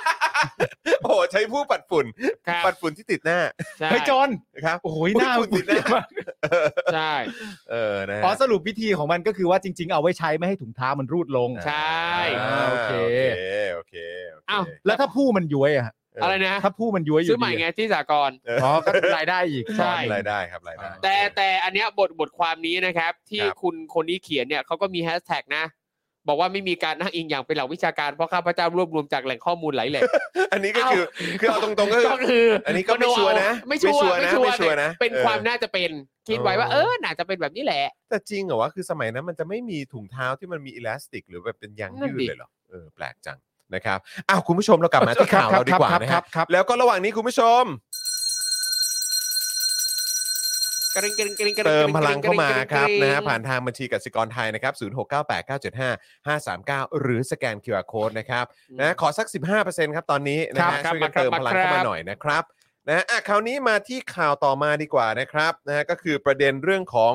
Speaker 2: โอ้โหใช้ผู้ปัดฝุ่น
Speaker 4: ครับ
Speaker 2: ปัดฝุ่นที่ติดหน้า
Speaker 4: ใช่
Speaker 3: เฮ้ยจอน
Speaker 2: ครับ
Speaker 3: โอ้ย
Speaker 2: อุ๊ย
Speaker 3: หน้า
Speaker 2: ฝุ่นติดหน้า
Speaker 4: ใช่
Speaker 2: เออนะฮะ
Speaker 3: อ๋อสรุปวิธีของมันก็คือว่าจริง ๆ เอาไว้ใช้ไม่ให้ถุงเท้ามันรูดลง
Speaker 4: ใช่
Speaker 2: อ่าโอเค โอเคโเค
Speaker 4: อ้าว
Speaker 3: แล้วถ้าผู้มันย้วยอะฮะ
Speaker 4: อะไรนะ
Speaker 3: ถ้าผู้มันย้วยอยู่
Speaker 4: ซื้อใหม่ไงที่สากล
Speaker 2: เออ
Speaker 3: อ๋อก็รายได้อีก
Speaker 4: ใช่
Speaker 2: รายได้ครับรายได้
Speaker 4: แต่แต่อันเนี้ยบทบทความนี้นะครับ
Speaker 2: ค
Speaker 4: ที่
Speaker 2: รับ
Speaker 4: คุณคนนี้เขียนเนี่ยเขาก็มีแฮชแท็กนะ บอกว่าไม่มีการอ้างอิงอย่างเป็นหลักวิชาการเพราะข้าพเจ้ารวบรวมจากแหล่งข้อมูลหลายแหล่ง
Speaker 2: อันนี้ก็คือ คือเอาตรงๆก็คือ
Speaker 4: ก็คือ
Speaker 2: อันนี้ก็ไม่ชัวร์นะ
Speaker 4: ไม่ชัวร์
Speaker 2: ไม่
Speaker 4: ไม่
Speaker 2: ชั
Speaker 4: ชั
Speaker 2: วร์นะ
Speaker 4: ว
Speaker 2: ไม่ชัวร์
Speaker 4: ร์
Speaker 2: นะ
Speaker 4: เป็น
Speaker 2: เออ
Speaker 4: ความน่าจะเป็นคิดไว้ว่า
Speaker 2: เอ
Speaker 4: เอ
Speaker 2: อ
Speaker 4: อน่าจะเป็นแบบนี้แหละ
Speaker 2: แต่จริงเหรอวะคือสมัยนั้นมันจะไม่มีถุงเท้าที่มันมีอิลาสติก หรือแบบเป็นยาง
Speaker 4: นั่น
Speaker 2: ยืด
Speaker 4: ดิ
Speaker 2: เลยเหรอเออแปลกจังนะครับอ้าวคุณผู้ชมเรากลับมาที่ข่าวเราดีกว่านะ
Speaker 3: ครั
Speaker 2: ฮะ
Speaker 3: บครับ
Speaker 2: แล้วก็ระหว่างนี้คุณผู้ชม
Speaker 4: กระเร่งกระเร่งกระเร่งกระเร่ง
Speaker 2: เติมพลังเข้ามาครับนะฮะ
Speaker 4: กเง
Speaker 2: ผ่านทางบัญชีกสิกรไทยนะครับ 0698975539 หรือสแกน QR Code นะครับนะขอสัก 15%ครับตอนนี้นะฮะ
Speaker 4: ครับ
Speaker 2: ช่วยกันเติมพลังเข้ามาหน่อยนะครับนะอ่ะคราวนี้มาที่ข่าวต่อมาดีกว่านะครับนะฮะก็คือประเด็นเรื่องของ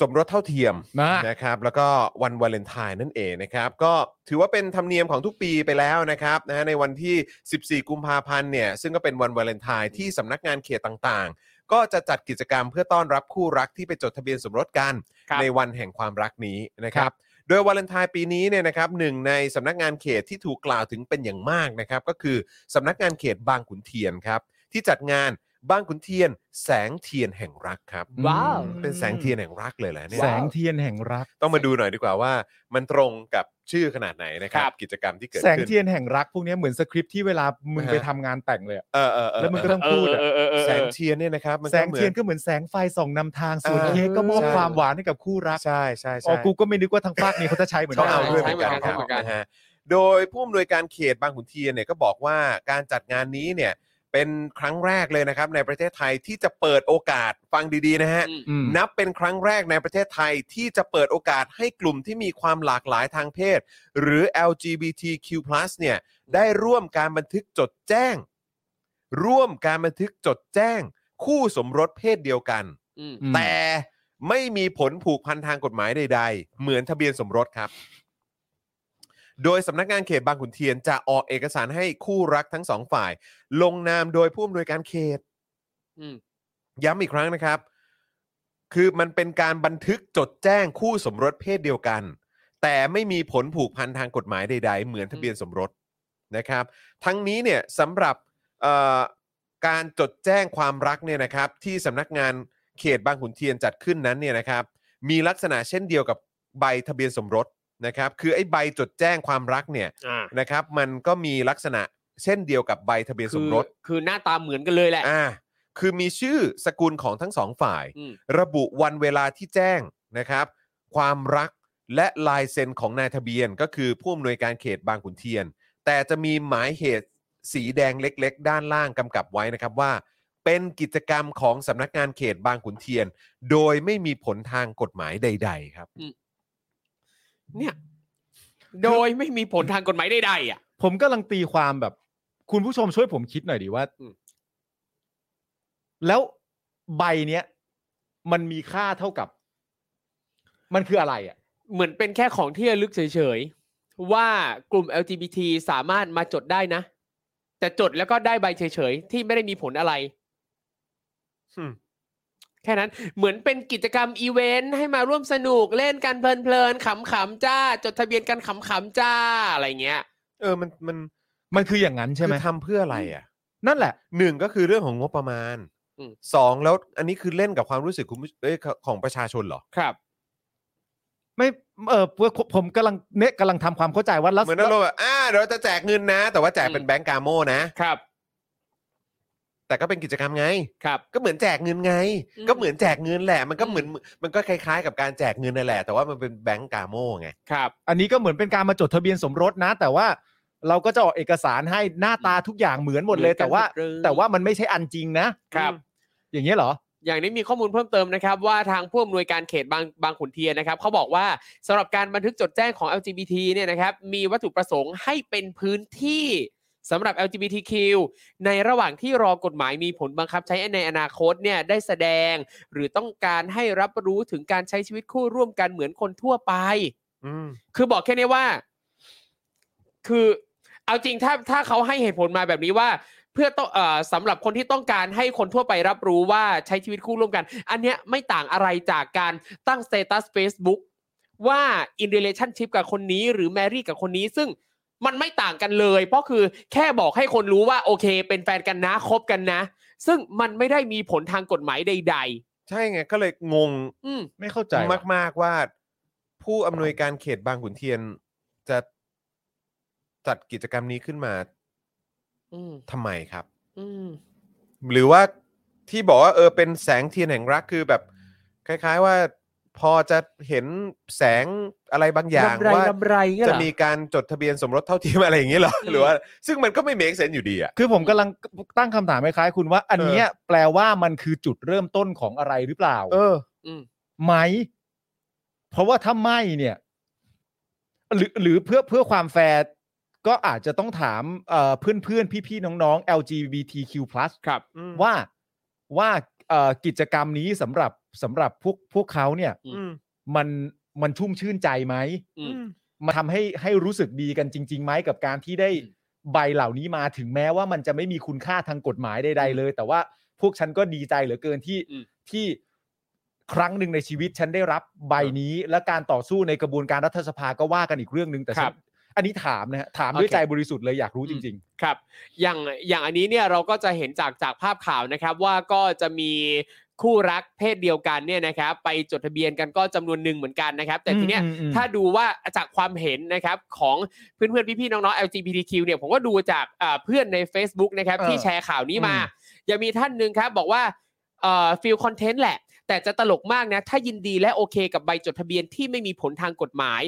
Speaker 2: สมรสเท่าเทียม
Speaker 3: นะ
Speaker 2: นะครับแล้วก็วันวาเลนไทน์นั่นเองนะครับก็ถือว่าเป็นธรรมเนียมของทุกปีไปแล้วนะครับนะฮะในวันที่ 14 กุมภาพันธ์เนี่ยซึ่งก็เป็นวันวาเลนไทน์ที่สำนักงานเขตต่าง ๆ ก็จะจัดกิจกรรมเพื่อต้อนรับคู่รักที่ไปจดทะเบียนสมรสกัน
Speaker 4: ครับ
Speaker 2: ในวันแห่งความรักนี้นะครับ โดยวาเลนไทน์ปีนี้เนี่ยนะครับหนึ่งในสำนักงานเขตที่ถูกกล่าวถึงเป็นอย่างมากนะครับ ก็คือสำนักงานเขตบางขุนเทียนครับ ที่จัดงานบางขุนเทียน แสงเทียนแห่งรักครับ
Speaker 4: ว้าว
Speaker 2: เป็นแสงเทียนแห่งรักเลยแหละเนี่ย
Speaker 3: แสงเทียนแห่งรัก
Speaker 2: ต้องมาดูหน่อยดีกว่าว่า มันตรงกับชื่อขนาดไหนนะครับ
Speaker 4: ครับ
Speaker 2: กิจกรรมที่เกิด
Speaker 3: แสง
Speaker 2: ขึ้น
Speaker 3: เทียนแห่งรักพวกเนี้ยเหมือนสคริปต์ที่เวลามึง
Speaker 2: นะฮะ
Speaker 3: ไปทำงานแต่งเลยอะ
Speaker 2: เออเออเออ
Speaker 3: แล้วมึงก็ต้อง
Speaker 4: เอ
Speaker 3: พู
Speaker 4: อ
Speaker 3: ดอะ
Speaker 4: เออเออเออ
Speaker 2: แสงเทียนเนี่ยนะครับมัน
Speaker 3: แส
Speaker 2: ก็
Speaker 3: ง
Speaker 2: หมือ
Speaker 3: เทียนก็เหมือนแสงไฟส่องนำทางส่วน
Speaker 2: เออ
Speaker 3: เค้กก็มอบ
Speaker 2: ใช่
Speaker 3: ความหวานให้กับคู่รัก
Speaker 2: ใช่ใช่
Speaker 3: อ๋อ
Speaker 2: ใช่
Speaker 3: กูก็ไม่นึกว่าทางภาคนี้เขาจะใช้เหมือน
Speaker 2: ช่อง
Speaker 3: กั
Speaker 2: เราด้วยเห
Speaker 4: ใช่
Speaker 2: มือนกันค
Speaker 4: ใช่
Speaker 2: รับ
Speaker 4: เหมือนกัน
Speaker 2: นะฮะโดยผู้อำนวยการเขตบางขุนเทียนเนี่ยก็บอกว่าการจัดงานนี้เนี่ย เป็นครั้งแรกเลยนะครับในประเทศไทยที่จะเปิดโอกาสฟังดีๆนะฮะ
Speaker 4: อืม
Speaker 3: อืม
Speaker 2: นับเป็นครั้งแรกในประเทศไทยที่จะเปิดโอกาสให้กลุ่มที่มีความหลากหลายทางเพศ หรือ LGBTQ+ เนี่ยได้ร่วมการบันทึกจดแจ้ง ร่วมการบันทึกจดแจ้ง คู่สมรสเพศเดียวกัน
Speaker 4: อืม
Speaker 3: อืม
Speaker 2: แต่ไม่มีผลผูกพันทางกฎหมายใดๆ เหมือนทะเบียนสมรสครับ โดยสำนักงานเขตบางขุนเทียนจะออกเอกสารให้คู่รักทั้งสองฝ่าย ลงนามโดยผู้อำนวยการเขต
Speaker 4: อืม
Speaker 2: ย้ำอีกครั้งนะครับ คือมันเป็นการบันทึกจดแจ้งคู่สมรสเพศเดียวกัน แต่ไม่มีผลผูกพันทางกฎหมายใด ๆ เหมือนทะเบียนสมรสนะครับ ทั้งนี้เนี่ยสำหรับเอ่อการจดแจ้งความรักเนี่ยนะครับ ที่สำนักงานเขตบางขุนเทียนจัดขึ้นนั้นเนี่ยนะครับ มีลักษณะเช่นเดียวกับใบทะเบียนสมรสนะครับ คือไอ้ใบจดแจ้งความรักเนี่ย
Speaker 5: อ่า
Speaker 2: นะครับ มันก็มีลักษณะเช่นเดียวกับใบทะเบียนสมรส
Speaker 4: คือคือหน้าตาเหมือนกันเลยแหละ
Speaker 2: อ่า คือมีชื่อสกุลของทั้งสองฝ่าย
Speaker 4: อืม
Speaker 2: ระบุวันเวลาที่แจ้งนะครับ ความรักและลายเซ็นของนายทะเบียนก็คือผู้อำนวยการเขตบางขุนเทียน แต่จะมีหมายเหตุสีแดงเล็กๆ ด้านล่างกำกับไว้นะครับว่า เป็นกิจกรรมของสำนักงานเขตบางขุนเทียน โดยไม่มีผลทางกฎหมายใด ๆ ครับ
Speaker 4: เนี่ย โดยไม่มีผลทางกฎหมายใดๆอ่ะ
Speaker 3: ผมกำลังตีความแบบ คุณผู้ชมช่วยผมคิดหน่อยดีว่า
Speaker 4: อืม
Speaker 3: แล้วใบเนี้ย มันมีค่าเท่ากับ มันคืออะไรอ่ะ
Speaker 4: เหมือนเป็นแค่ของที่ระลึกเฉยๆ ว่ากลุ่ม LGBT สามารถมาจดได้นะ แต่จดแล้วก็ได้ใบเฉยๆ ที่ไม่ได้มีผลอะไร
Speaker 2: อืม
Speaker 4: แค่นั้นเหมือนเป็นกิจกรรมอีเวนต์ให้มาร่วมสนุกเล่นกันเพลินๆขำๆจ้า จดทะเบียนกันขำๆจ้า อะไรเงี้ย
Speaker 2: เออ มันมัน
Speaker 3: มันคืออย่างนั้นใช่ไหม
Speaker 2: คือทำเพื่ออะไรอ่ะ
Speaker 3: นั่นแหละ
Speaker 2: หนึ่งก็คือเรื่องของงบประมาณ
Speaker 4: อืม
Speaker 2: สองแล้วอันนี้คือเล่นกับความรู้สึกคุณผู้ชเอ้ยของประชาชนเหรอ
Speaker 4: ครับ
Speaker 3: ไม่เออผมผมกำลังเนี่ยกำลังทำความเข้าใจว่าแล้ว
Speaker 2: เหมือนอารมณ์แบบอ่าเดี๋ยวเราจะแจกเงินนะ แต่ว่าแจกเป็น
Speaker 4: อืม
Speaker 2: แบงก์กาโมนะ
Speaker 4: ครับ
Speaker 2: แต่ก็เป็นกิจกรรมไง
Speaker 4: ครับ
Speaker 2: ก็เหมือนแจกเงินไง
Speaker 4: อืม
Speaker 2: ก็เหมือนแจกเงินแหละ มันก็เหมือนมันก็คล้ายๆ กับการแจกเงินนั่นแหละ แต่ว่ามันเป็นแบงก์กาโมไง
Speaker 4: ครับ
Speaker 3: อันนี้ก็เหมือนเป็นการมาจดทะเบียนสมรสนะ แต่ว่าเราก็จะออกเอกสารให้หน้าตาทุกอย่างเหมือนหมดเลย
Speaker 4: เหมือนกัน
Speaker 3: แต่ว่า
Speaker 4: หมดเลย
Speaker 3: แต่ว่ามันไม่ใช่อันจริงนะครับ อย่างเงี้ยเหรอ
Speaker 4: อย่างนี้มีข้อมูลเพิ่มเติมนะครับ ว่าทางผู้อำนวยการเขตบางบางขุนเทียนนะครับเขาบอกว่าสำหรับการบันทึกจดแจ้งของ LGBT เนี่ยนะครับมีวัตถุประสงค์ให้เป็นพื้นที่สำหรับ LGBTQ ในระหว่างที่รอกฎหมายมีผลบังคับใช้ในอนาคตเนี่ยได้แสดง หรือต้องการให้รับรู้ถึงการใช้ชีวิตคู่ร่วมกันเหมือนคนทั่วไป
Speaker 2: อืม
Speaker 4: คือบอกแค่นี้ว่า คือเอาจริงถ้าถ้าเขาให้เหตุผลมาแบบนี้ว่า เพื่อต้องเอ่อสำหรับคนที่ต้องการให้คนทั่วไปรับรู้ว่าใช้ชีวิตคู่ร่วมกัน อันเนี้ยไม่ต่างอะไรจากการตั้งสเตตัส Facebook ว่า in relationship กับคนนี้หรือ marry กับคนนี้ ซึ่งมันไม่ต่างกันเลย เพราะคือแค่บอกให้คนรู้ว่าโอเค เป็นแฟนกันนะคบกันนะ ซึ่งมันไม่ได้มีผลทางกฎหมายใด
Speaker 2: ใช่ไง ก็เลยงง
Speaker 4: ๆ อืม
Speaker 3: ไม่เข้าใจว่ะ
Speaker 2: มากๆว่า ผู้อำนวยการเขตบางขุนเทียนจะจัดกิจกรรมนี้ขึ้นมา
Speaker 4: อืม
Speaker 2: ทำไมครับ
Speaker 4: อืม
Speaker 2: หรือว่าที่บอกว่าเออเป็นแสงเทียนแห่งรักคือแบบ คล้ายๆว่าพอจะเห็นแสงอะไรบางอย่างว่า
Speaker 4: รำไรเงี้ยเห
Speaker 2: จะ
Speaker 4: รอ
Speaker 2: มีการจดทะเบียนสมรสเท่าเทียมอะไรอย่างนี้เหรอ
Speaker 4: อืม
Speaker 2: หรือว่า ซึ่งมันก็ไม่เม e เซนอยู่ดีอ่ะ
Speaker 3: คือผมกำลังตั้งคำถามคล้ายๆคุณว่า อันเนี้ยแปลว่ามันคือจุดเริ่มต้นของอะไรหรือเปล่า
Speaker 2: เออ
Speaker 4: อืม
Speaker 3: ไหม เพราะว่าถ้าไม่เนี่ย หรือหรือเพื่อเพื่อความแฟร์ก็อาจจะต้องถามเพื่อนเพื่อนๆ พี่ๆ น้องๆ LGBTQ+
Speaker 4: ครับ
Speaker 3: ว่าว่าเอ่อกิจกรรมนี้สำหรับสำหรับพวกพวกเขาเนี่ย
Speaker 4: อื
Speaker 2: ม
Speaker 3: มันมันชุ่มชื่นใจไหม
Speaker 4: อืม
Speaker 3: มันทำให้ให้รู้สึกดีกันจริงๆไหมกับการที่ได้
Speaker 4: อืม
Speaker 3: ใบเหล่านี้มาถึงแม้ว่ามันจะไม่มีคุณค่าทางกฎหมายใดๆเลย แต่ว่าพวกฉันก็ดีใจเหลือเกินที่
Speaker 4: อืม
Speaker 3: ที่ครั้งหนึ่งในชีวิตฉันได้รับใบนี้ และการต่อสู้ในกระบวนการรัฐสภาก็ว่ากันอีกเรื่องหนึ่งแต่
Speaker 4: ค
Speaker 3: ฉั
Speaker 4: รั
Speaker 3: น
Speaker 4: บ
Speaker 3: อันนี้ถามนะฮะถามด้วย
Speaker 4: โอเค
Speaker 3: ใจบริสุทธิ์เลยอยากรู้จริง
Speaker 4: ครับ อย่างอย่างอันนี้เนี่ยเราก็จะเห็นจากจากภาพข่าวนะครับ ว่าก็จะมีคู่รักเพศเดียวกันเนี่ยนะครับ ไปจดทะเบียนกันก็จำนวนหนึ่งเหมือนกันนะครับ แต่ทีเนี้ย
Speaker 3: อืมอืมอืม
Speaker 4: ถ้าดูว่าจากความเห็นนะครับของเพื่อนๆพี่ๆน้องๆ LGBTQ เนี่ยผมก็ดูจากอ่าเพื่อนใน Facebook นะครับที่แชร์ข่าวนี้มา ยังมีท่านหนึ่งครับบอกว่าเอ่อฟิลคอนเทนต์แหละ แต่จะตลกมากนะ ถ้ายินดีและโอเคกับใบจดทะเบียนที่ไม่มีผลทางกฎหมาย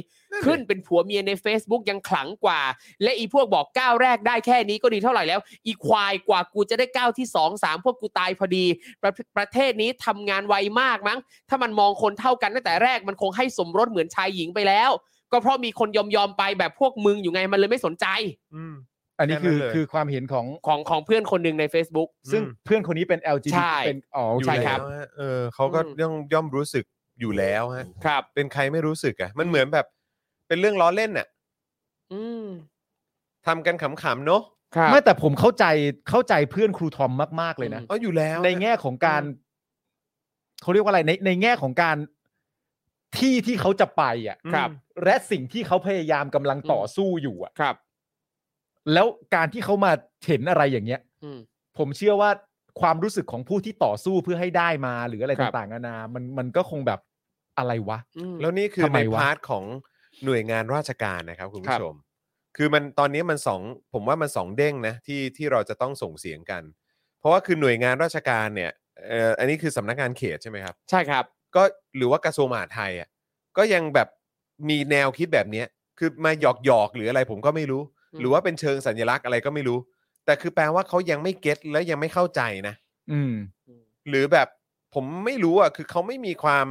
Speaker 4: ขึ้นเป็นผัวเมียใน Facebook ยังขลังกว่า และอีพวกบอกก้าวแรกได้แค่นี้ก็ดีเท่าไหร่แล้ว อีควายกว่ากูจะได้ก้าวที่สองสามพวกกูตายพอดี ประประเทศนี้ทำงานไวมากมั้ง ถ้ามันมองคนเท่ากันตั้งแต่แรกมันคงให้สมรสเหมือนชายหญิงไปแล้ว ก็เพราะมีคนยอมยอมๆไปแบบพวกมึงอยู่ไงมันเลยไม่สนใจ
Speaker 2: อืม
Speaker 3: อันนี้คือ
Speaker 2: แค่นั้นเลย
Speaker 3: คือความเห็นของ
Speaker 4: ของของเพื่อนคนหนึ่งใน Facebook
Speaker 3: ซึ่ง
Speaker 2: อืม
Speaker 3: เพื่อนคนนี้เป็น LGBT
Speaker 4: ใช่
Speaker 3: เป็นอ๋อโอ
Speaker 2: อยู่
Speaker 3: เ
Speaker 4: ใช่ครับ
Speaker 2: แล้วฮะเออเขาก็ย่อมย่อมรู้สึกอยู่แล้วฮะ
Speaker 4: ครับ
Speaker 2: เป็นใครไม่รู้สึกอ่ะ มันเหมือนแบบ เป็นเรื่องล้อเล่นน่ะ
Speaker 4: อืม
Speaker 2: ทำกันขำๆเนาะ
Speaker 4: ครับ
Speaker 3: ไม่แต่ผมเข้าใจเข้าใจเพื่อนครูทอมมาก ๆ เลยนะ
Speaker 4: อืม
Speaker 2: อ๋ออยู่แล้ว
Speaker 3: ในแง่ของการเขาเรียกว่าอะไรในในแง่ของการที่ที่เขาจะไปอ่ะ
Speaker 2: อืม
Speaker 4: ครับ
Speaker 3: และสิ่งที่เขาพยายามกำลังต่อสู้อยู่อ่ะ
Speaker 4: ครับ
Speaker 3: แล้วการที่เขามาเห็นอะไรอย่างเงี้ย
Speaker 4: อืม
Speaker 3: ผมเชื่อว่าความรู้สึกของผู้ที่ต่อสู้เพื่อให้ได้มาหรืออะไร
Speaker 4: ครับ
Speaker 3: ต่างๆนานา มันมันก็คงแบบอะไรวะ
Speaker 4: อืม
Speaker 2: แล้วนี่คือ
Speaker 3: ทำไม
Speaker 2: ใน
Speaker 3: วะ
Speaker 2: พาร์ทของหน่วยงานราชการนะครับ คุณ
Speaker 4: ครั
Speaker 2: ผู้
Speaker 4: บ
Speaker 2: ชม คือมันตอนนี้มันสองผมว่ามันสองเด้งนะที่ที่เราจะต้องส่งเสียงกัน เพราะว่าคือหน่วยงานราชการเนี่ยเอ่ออันนี้คือสำนักงานเขตใช่ไหมครับ
Speaker 4: ใช่ครับ
Speaker 2: ก็หรือว่ากระทรวงมหาดไทยอ่ะก็ยังแบบมีแนวคิดแบบเนี้ยคือมาหยอกหยอกๆหรืออะไรผมก็ไม่รู้
Speaker 4: อืม
Speaker 2: หรือว่าเป็นเชิงสัญลักษณ์อะไรก็ไม่รู้ แต่คือแปลว่าเขายังไม่เก็ตและยังไม่เข้าใจนะ
Speaker 3: อืม
Speaker 2: หรือแบบผมไม่รู้อ่ะคือเขาไม่มีความ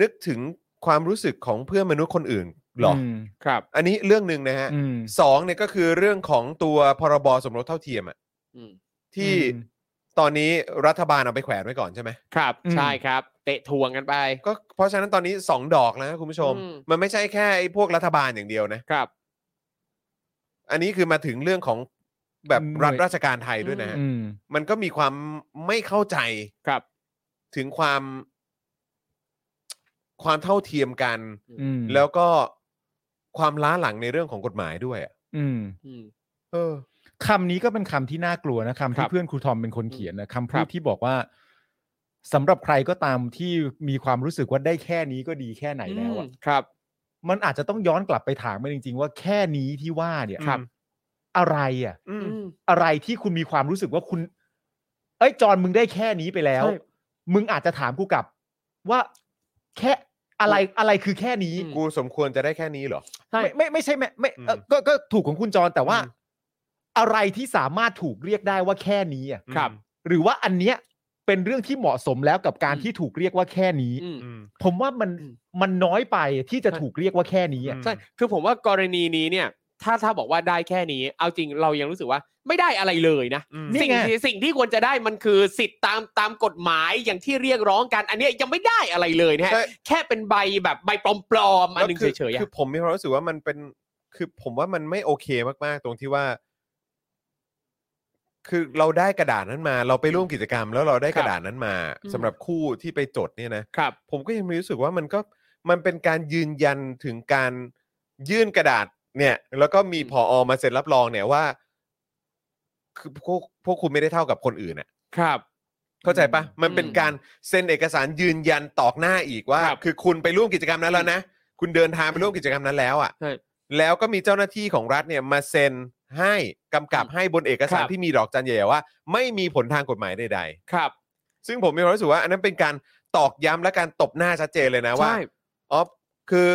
Speaker 2: นึกถึงความรู้สึกของเพื่อนมนุษย์คนอื่นหรออ
Speaker 3: ม
Speaker 4: ครับ
Speaker 2: อันนี้เรื่องหนึ่งนะฮะ
Speaker 3: อืม
Speaker 2: สองเนี่ยก็คือเรื่องของตัวพรบสมรสเท่าเทียมอ่ะ
Speaker 4: อืม
Speaker 2: ที่
Speaker 3: อืม
Speaker 2: ตอนนี้รัฐบาลเอาไปแขวนไว้ก่อนใช่ไหม
Speaker 4: ครับ
Speaker 3: อืม
Speaker 4: ใช่ครับ เตะทวงกันไป
Speaker 2: ก็เพราะฉะนั้นตอนนี้ 2 ดอกแล้วนะคุณผู้ชม
Speaker 4: อืม
Speaker 2: มันไม่ใช่แค่ไอ้พวกรัฐบาลอย่างเดียวนะ
Speaker 4: ครับ
Speaker 2: อันนี้คือมาถึงเรื่องของแบบ
Speaker 3: หน่วย
Speaker 2: รัฐราชการไทยด้วยนะฮะ
Speaker 3: อืม
Speaker 2: มันก็มีความไม่เข้าใจ
Speaker 4: ครับ
Speaker 2: ถึงความ ความเท่าเทียมกัน
Speaker 3: อืม
Speaker 2: แล้วก็ความล้าหลังในเรื่องของกฎหมายด้วยอะ
Speaker 3: อืม
Speaker 4: อืม
Speaker 2: เออ
Speaker 3: คำนี้ก็เป็นคำที่น่ากลัวนะคำ
Speaker 4: ครั
Speaker 3: ที่
Speaker 4: บ
Speaker 3: เพื่อนครูทอมเป็นคนเขียนนะคำ
Speaker 4: ค
Speaker 3: พู
Speaker 4: รั
Speaker 3: ด
Speaker 4: บ
Speaker 3: ที่บอกว่าสำหรับใครก็ตามที่มีความรู้สึกว่าได้แค่นี้ก็ดีแค่ไหนแล้วอะ
Speaker 4: อืมครับ
Speaker 3: มันอาจจะต้องย้อนกลับไปถามมันจริง ๆ ว่าแค่นี้ที่ว่าเนี่ย
Speaker 2: ครับ
Speaker 3: อะไรอ่ะ
Speaker 2: อืม
Speaker 4: อืม
Speaker 3: อะไรที่คุณมีความรู้สึกว่าคุณ เอ้ยจอนมึงได้แค่นี้ไปแล้ว
Speaker 4: ใช่
Speaker 3: มึงอาจจะถามกูกลับ ว่าแค่อะไรอะไรคือแค่นี้
Speaker 4: อืม
Speaker 2: กูสมควรจะได้แค่นี้เหรอ
Speaker 4: ใช่
Speaker 3: ไม่ไม่ไม่ใช่แม่ไม่เอ่ออ
Speaker 2: ม
Speaker 3: ก็ก็ถูกของคุณจอนแต่ว่า
Speaker 2: อืม
Speaker 3: อะไรที่สามารถถูกเรียกได้ว่าแค่นี้อ่ะ
Speaker 4: ครับ
Speaker 3: หรือว่าอันเนี้ยเป็นเรื่องที่เหมาะสมแล้วกับการ
Speaker 4: อืม
Speaker 3: ที่ถูกเรียกว่าแค่นี้
Speaker 4: อืม
Speaker 2: อืม
Speaker 3: ผมว่ามัน
Speaker 4: อืม
Speaker 3: มันน้อยไปที่จะ
Speaker 4: ใช่
Speaker 3: ถูกเรียกว่าแค่นี้อ่ะ
Speaker 4: ใช่ คือผมว่ากรณีนี้เนี่ย ถ้าถ้าบอกว่าได้แค่นี้ เอาจริงเรายังรู้สึกว่าไม่ได้อะไรเลยนะ
Speaker 2: อืม
Speaker 4: สิ่งที่สิ่งที่ควรจะได้มันคือสิทธิ์ตามตามกฎหมายอย่างที่เรียกร้องกัน อันเนี้ยยังไม่ได้อะไรเลยนะฮะ
Speaker 2: ใช่
Speaker 4: แค่เป็นใบแบบใบปลอมๆอันหนึง
Speaker 2: แล้วคือ
Speaker 4: เฉยๆอะ
Speaker 2: คือผมมีความรู้สึกว่ามันเป็นคือผมว่ามันไม่โอเคมากๆ ตรงที่ว่า คือเราได้กระดาษนั้นมา เราไปร่วมกิจกรรม แล้วเราได้กระดาษนั้นมาสำหรับคู่ที่ไปจดเนี่ยนะครับ ผมก็ยังมีรู้สึกว่ามันก็มันเป็นการยืนยันถึงการยื่นกระดาษ เนี่ย แล้วก็มี
Speaker 4: อืม
Speaker 2: พออมาเซ็นรับรองเนี่ยว่า คือพวกพวกคุณไม่ได้เท่ากับคนอื่นอ่ะ
Speaker 4: ครับ
Speaker 2: เข้าใจปะมันเป็น
Speaker 4: อืม
Speaker 2: การเซ็นเอกสารยืนยันตอกหน้าอีกว่า
Speaker 4: ครับ
Speaker 2: คือคุณไปร่วมกิจกรรมนั้นแล้วนะ คุณเดินทางไปร่วมกิจกรรมนั้นแล้วอ่ะ
Speaker 4: ใช่
Speaker 2: แล้วก็มีเจ้าหน้าที่ของรัฐเนี่ยมาเซ็นให้กำกับให้บนเอกสาร
Speaker 4: ครับ
Speaker 2: ที่มีดอกจันใหญ่ว่า ไม่มีผลทางกฎหมายใด
Speaker 4: ครับ
Speaker 2: ๆ ซึ่งผมมีความรู้สึกว่า อันนั้นเป็นการตอกย้ำและการตบหน้าชัดเจนเลยนะว่า
Speaker 4: ใช่
Speaker 2: อ๋อคือ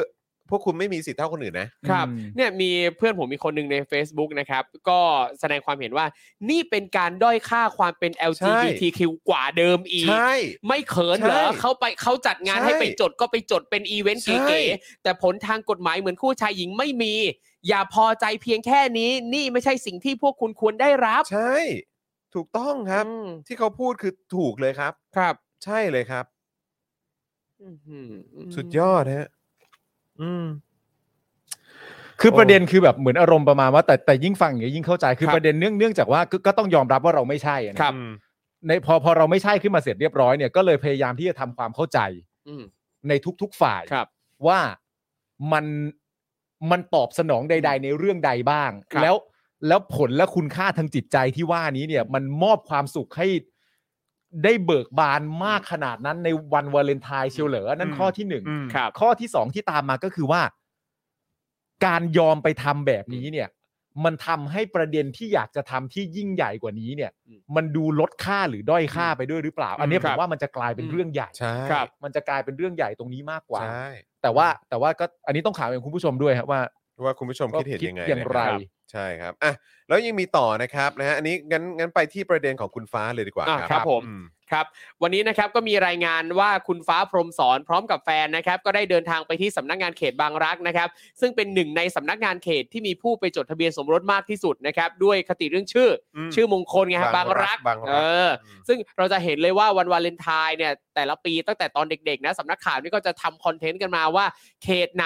Speaker 2: พวกคุณไม่มีสิทธิ์เท่าคนอื่นนะ
Speaker 4: ครับ
Speaker 3: อืม
Speaker 4: เนี่ยมีเพื่อนผมมีคนหนึ่งใน Facebook นะครับ ก็แสดงความเห็นว่านี่เป็นการด้อยค่าความเป็น LGBTQ กว่าเดิมอีก
Speaker 2: ใช่
Speaker 4: ไม่เขินเหรอ
Speaker 2: ใช่
Speaker 4: เขาไปเขาจัดงาน
Speaker 2: ใช่
Speaker 4: ให้ไปจดก็ไปจดเป็นอีเวนต์
Speaker 2: ใช่
Speaker 4: เก๋ๆแต่ผลทางกฎหมายเหมือนคู่ชายหญิงไม่มี อย่าพอใจเพียงแค่นี้ นี่ไม่ใช่สิ่งที่พวกคุณควรได้รับ
Speaker 2: ใช่ ถูกต้องครับ
Speaker 4: อืม
Speaker 2: ที่เขาพูดคือถูกเลยครับ
Speaker 4: ครับ
Speaker 2: ใช่เลยครับ
Speaker 4: อื้อหือ
Speaker 2: สุดยอดฮะอืม
Speaker 3: คือ
Speaker 2: โอ้
Speaker 3: ประเด็นคือแบบเหมือนอารมณ์ประมาณว่าแต่แต่ยิ่งฟังอย่างเงี้ยยิ่งเข้าใจคือ
Speaker 2: ครับ
Speaker 3: ประเด็นเนื่องเนื่องจากว่าก็ก็ต้องยอมรับว่าเราไม่ใช่อะนะครับ
Speaker 2: อืม
Speaker 3: ในพอพอเราไม่ใช่ขึ้นมาเสร็จเรียบร้อยเนี่ยก็เลยพยายามที่จะทำความเข้าใจ
Speaker 4: อืม
Speaker 3: ในทุก ๆ ฝ่าย
Speaker 4: ครับ
Speaker 3: ว่ามันมันตอบสนองใด ๆ ในเรื่องใดบ้าง
Speaker 4: ครับ
Speaker 3: แล้วแล้วผลและคุณค่าทางจิตใจที่ว่านี้เนี่ย มันมอบความสุขให้ได้เบิกบานมากขนาดนั้นในวันวาเลนไทน์เชียวเหรอนั่นข้อที่หนึ่ง
Speaker 2: อืม
Speaker 4: ครับ
Speaker 3: ข้อที่สองที่ตามมาก็คือว่า การยอมไปทำแบบนี้เนี่ย มันทำให้ประเด็นที่อยากจะทำที่ยิ่งใหญ่กว่านี้เนี่ย
Speaker 4: อืม
Speaker 3: มันดูลดค่าหรือด้อยค่าไปด้วยหรือเปล่า อันเนี้ย
Speaker 4: อืม
Speaker 3: ผ
Speaker 4: ครั
Speaker 3: ม
Speaker 4: บ
Speaker 3: ว่ามันจะกลายเป็นเรื่องใหญ่
Speaker 2: ใช่
Speaker 4: ครับ
Speaker 3: มันจะกลายเป็นเรื่องใหญ่ตรงนี้มากกว่า
Speaker 2: ใช่
Speaker 3: แต่ว่าแต่ว่าก็อันนี้ต้องถามเองคุณผู้ชมด้วยครับว่า
Speaker 2: ว่าคุณผู้ชมคิดเห็นยังไง
Speaker 3: คิดอย่างไร
Speaker 2: นะคบใช่ครับอ่ะแล้วยังมีต่อนะครับนะฮะอันนี้งั้นงั้นไปที่ประเด็นของคุณฟ้าเลยดีกว่า
Speaker 4: อ่ะ
Speaker 2: ครับ
Speaker 4: ครับผม
Speaker 2: อื
Speaker 4: ครับวันนี้นะครับก็มีรายงานว่าคุณฟ้าพรหมสอนพร้อมกับแฟนนะครับก็ได้เดินทางไปที่สำนักงานเขตบางรักนะครับ ซึ่งเป็นหนึ่งในสำนักงานเขตที่มีผู้ไปจดทะเบียนสมรสมากที่สุดนะครับด้วยคติเรื่องชื่อ ชื่อมงคลไงฮะบา
Speaker 2: บาง งรั
Speaker 4: รัก
Speaker 2: กบางรัก
Speaker 4: เอออ
Speaker 2: ม
Speaker 4: ซึ่งเราจะเห็นเลยว่าวันวาเลนไทน์เนี่ยแต่ละปีตั้งแต่ตอนเด็กๆนะสำนักข่าวนี่ก็จะทำคอนเทนต์กันมาว่า เขตไหน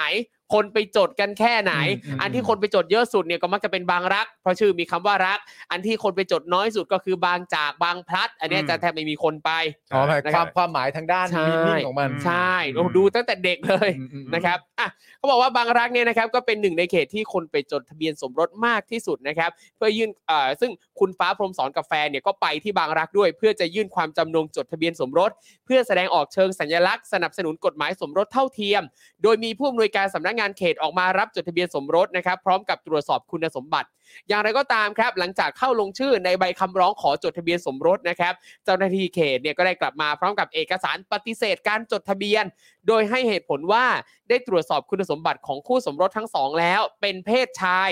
Speaker 4: คนไปจดกันแค่ไหน
Speaker 3: อืม
Speaker 4: อันที่คนไปจดเยอะสุดเนี่ยก็มักจะเป็นบางรัก เพราะชื่อมีคำว่ารัก อันที่คนไปจดน้อยสุดก็คือบางจากบางพลัด อันเนี้ย
Speaker 2: อืม
Speaker 4: จะแทบไม่มีคนไป
Speaker 3: อ๋อหมาย
Speaker 4: นะครับ
Speaker 3: ความความหมายทางด้าน
Speaker 4: ใช่
Speaker 3: มีนิ่งของมัน
Speaker 4: ใช่
Speaker 2: อืม
Speaker 4: ดูตั้งแต่เด็กเลย
Speaker 3: อืมอืมอืม
Speaker 4: นะครับอ่ะเขาบอกว่าบางรักเนี่ยนะครับก็เป็นหนึ่งในเขตที่คนไปจดทะเบียนสมรสมากที่สุดนะครับ เพื่อยื่นเอ่อซึ่งคุณฟ้าพรหมสอนกับแฟนเนี่ยก็ไปที่บางรักด้วย เพื่อจะยื่นความจำนงจดทะเบียนสมรส เพื่อแสดงออกเชิงสัญลักษณ์สนับสนุนกฎหมายสมรสเท่าเทียม โดยมีผู้อำนวยการสำนักงานเขตออกมารับจดทะเบียนสมรสนะครับ พร้อมกับตรวจสอบคุณสมบัติ อย่างไรก็ตามครับ หลังจากเข้าลงชื่อในใบคำร้องขอจดทะเบียนสมรสนะครับ เจ้าหน้าที่เขตเนี่ยก็ได้กลับมาพร้อมกับเอกสารปฏิเสธการจดทะเบียน โดยให้เหตุผลว่าได้ตรวจสอบคุณสมบัติของคู่สมรสทั้งสองแล้ว เป็นเพศชาย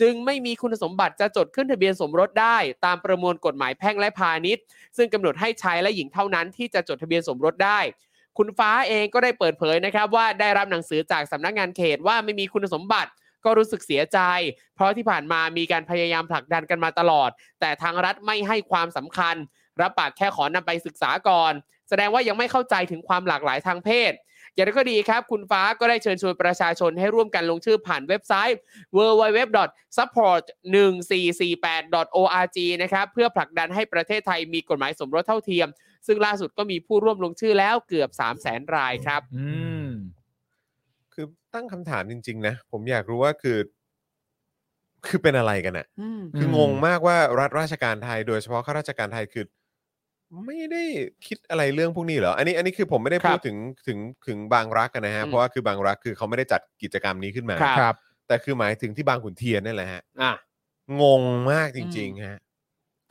Speaker 4: จึงไม่มีคุณสมบัติจะจดขึ้นทะเบียนสมรสได้ ตามประมวลกฎหมายแพ่งและพาณิชย์ ซึ่งกำหนดให้ชายและหญิงเท่านั้นที่จะจดทะเบียนสมรสได้ คุณฟ้าเองก็ได้เปิดเผยนะครับ ว่าได้รับหนังสือจากสำนักงานเขตว่าไม่มีคุณสมบัติก็รู้สึกเสียใจ เพราะที่ผ่านมามีการพยายามผลักดันกันมาตลอด แต่ทางรัฐไม่ให้ความสำคัญ รับปากแค่ขอนำไปศึกษาก่อน แสดงว่ายังไม่เข้าใจถึงความหลากหลายทางเพศ อย่างไรก็ดีครับ คุณฟ้าก็ได้เชิญชวนประชาชนให้ร่วมกันลงชื่อผ่านเว็บไซต์ www.support1448.org นะครับเพื่อผลักดันให้ประเทศไทยมีกฎหมายสมรสเท่าเทียม ซึ่งล่าสุดก็มีผู้ร่วมลงชื่อแล้วเกือบ 3 0 0แสนรายครับ
Speaker 3: อืม
Speaker 2: คือตั้งคำถามจริง ๆ นะ ผมอยากรู้ว่าคือ คือเป็นอะไรกันอะคือง
Speaker 3: ม
Speaker 2: งมากว่ารัฐราชการไทย โดยเฉพาะข้าราชการไทยคือ ไม่ได้คิดอะไรเรื่องพวกนี้เหรอ อันนี้อันนี้คือผมไม่ได้พูด
Speaker 4: ครับ
Speaker 2: ถึงถึงถึงบางรักอะนะฮะ
Speaker 4: อืม
Speaker 2: เพราะว่าคือบางรักคือเขาไม่ได้จัดกิจกรรมนี้ขึ้นมา
Speaker 4: ครับ
Speaker 3: ครับ
Speaker 2: แต่คือหมายถึงที่บางขุนเทียนนั่นแหละฮะ
Speaker 4: อ่ะ
Speaker 2: งงมากจริง ๆ ฮะ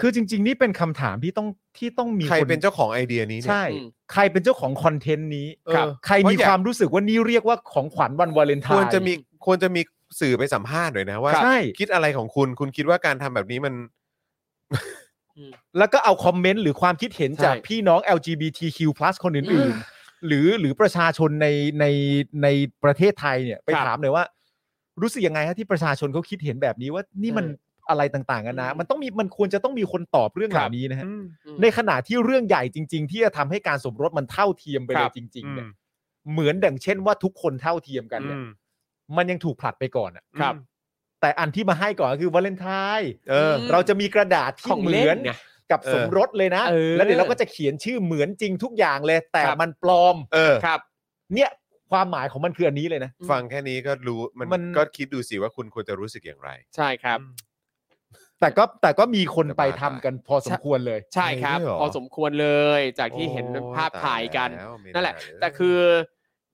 Speaker 3: คือจริง ๆ นี่เป็นคำถามที่ต้องที่ต้องมี
Speaker 2: ใคร
Speaker 3: น
Speaker 2: เป็นเจ้าของไอเดียนี้เนี่ย
Speaker 3: ใช่
Speaker 4: อืม
Speaker 3: ใครเป็นเจ้าของคอนเทนต์นี้
Speaker 2: ครับ
Speaker 3: ใครมีความรู้สึกว่านี่เรียกว่าของขวัญวันวาเลนไท
Speaker 2: ควร
Speaker 3: น์
Speaker 2: จะมีควรจะมีสื่อไปสัมภาษณ์หน่อยนะว่า
Speaker 3: ใช่
Speaker 2: คิดอะไรของคุณ คุณคิดว่าการทำแบบนี้มัน
Speaker 3: แล้วก็เอาคอมเมนต์หรือความคิดเห็น
Speaker 4: ใช่
Speaker 3: จากพี่น้อง LGBTQ+ คนอื่นๆ หรือหรือประชาชนในในในประเทศไทยเนี่ยไปถามหน่อยว่า รู้สึกยังไงฮะที่ประชาชนเขาคิดเห็นแบบนี้ว่านี่มันอะไรต่างๆกันนะ มันต้องมีมันควรจะต้องมีคนตอบเรื่องเหล่านี้นะฮะ ในขณะที่เรื่องใหญ่จริง ๆ ที่จะทำให้การสมรสมันเท่าเทียมไป
Speaker 4: ค
Speaker 3: เล
Speaker 4: รั
Speaker 3: ย
Speaker 4: บ
Speaker 3: จริงๆเนี่ยเหมือนดังเช่นว่าทุกคนเท่าเทียมกันเนี่ย มันยังถูกผลัดไปก่อนอะ
Speaker 4: ครับ
Speaker 3: แต่อันที่มาให้ก่อนก็คือวาเลนไทน์
Speaker 2: เออ
Speaker 4: ม
Speaker 3: เราจะมีกระดาษที่
Speaker 4: ของ
Speaker 3: เหมื
Speaker 4: เล่
Speaker 3: อน
Speaker 4: นไง
Speaker 3: กับ
Speaker 2: เออ
Speaker 3: สมรสเลยนะ
Speaker 4: เออ
Speaker 3: แล้วเดี๋ยวเราก็จะเขียนชื่อเหมือนจริงทุกอย่างเลย แต่
Speaker 4: ครับ
Speaker 3: มันปลอม
Speaker 2: เออ
Speaker 4: ครับ
Speaker 3: เนี่ยความหมายของมันคืออันนี้เลยนะ
Speaker 4: อืม
Speaker 2: ฟังแค่นี้ก็รู้มัน
Speaker 3: มัน
Speaker 2: ก็คิดดูสิว่าคุณควรจะรู้สึกอย่างไร
Speaker 4: ใช่ครับ
Speaker 3: แต่ก็แต่ก็มีคนไปทำกันพอส
Speaker 4: ใช่
Speaker 3: มควรเลย
Speaker 4: ใช่ครับ
Speaker 2: ไม่ได้หรอ
Speaker 4: พอสมควรเลยจากที่เห็น
Speaker 2: โอ้
Speaker 4: ภาพถ่ายกัน
Speaker 2: ตแล้วไม่
Speaker 4: นั่นแหละ
Speaker 2: ได้เย
Speaker 4: แต่คือ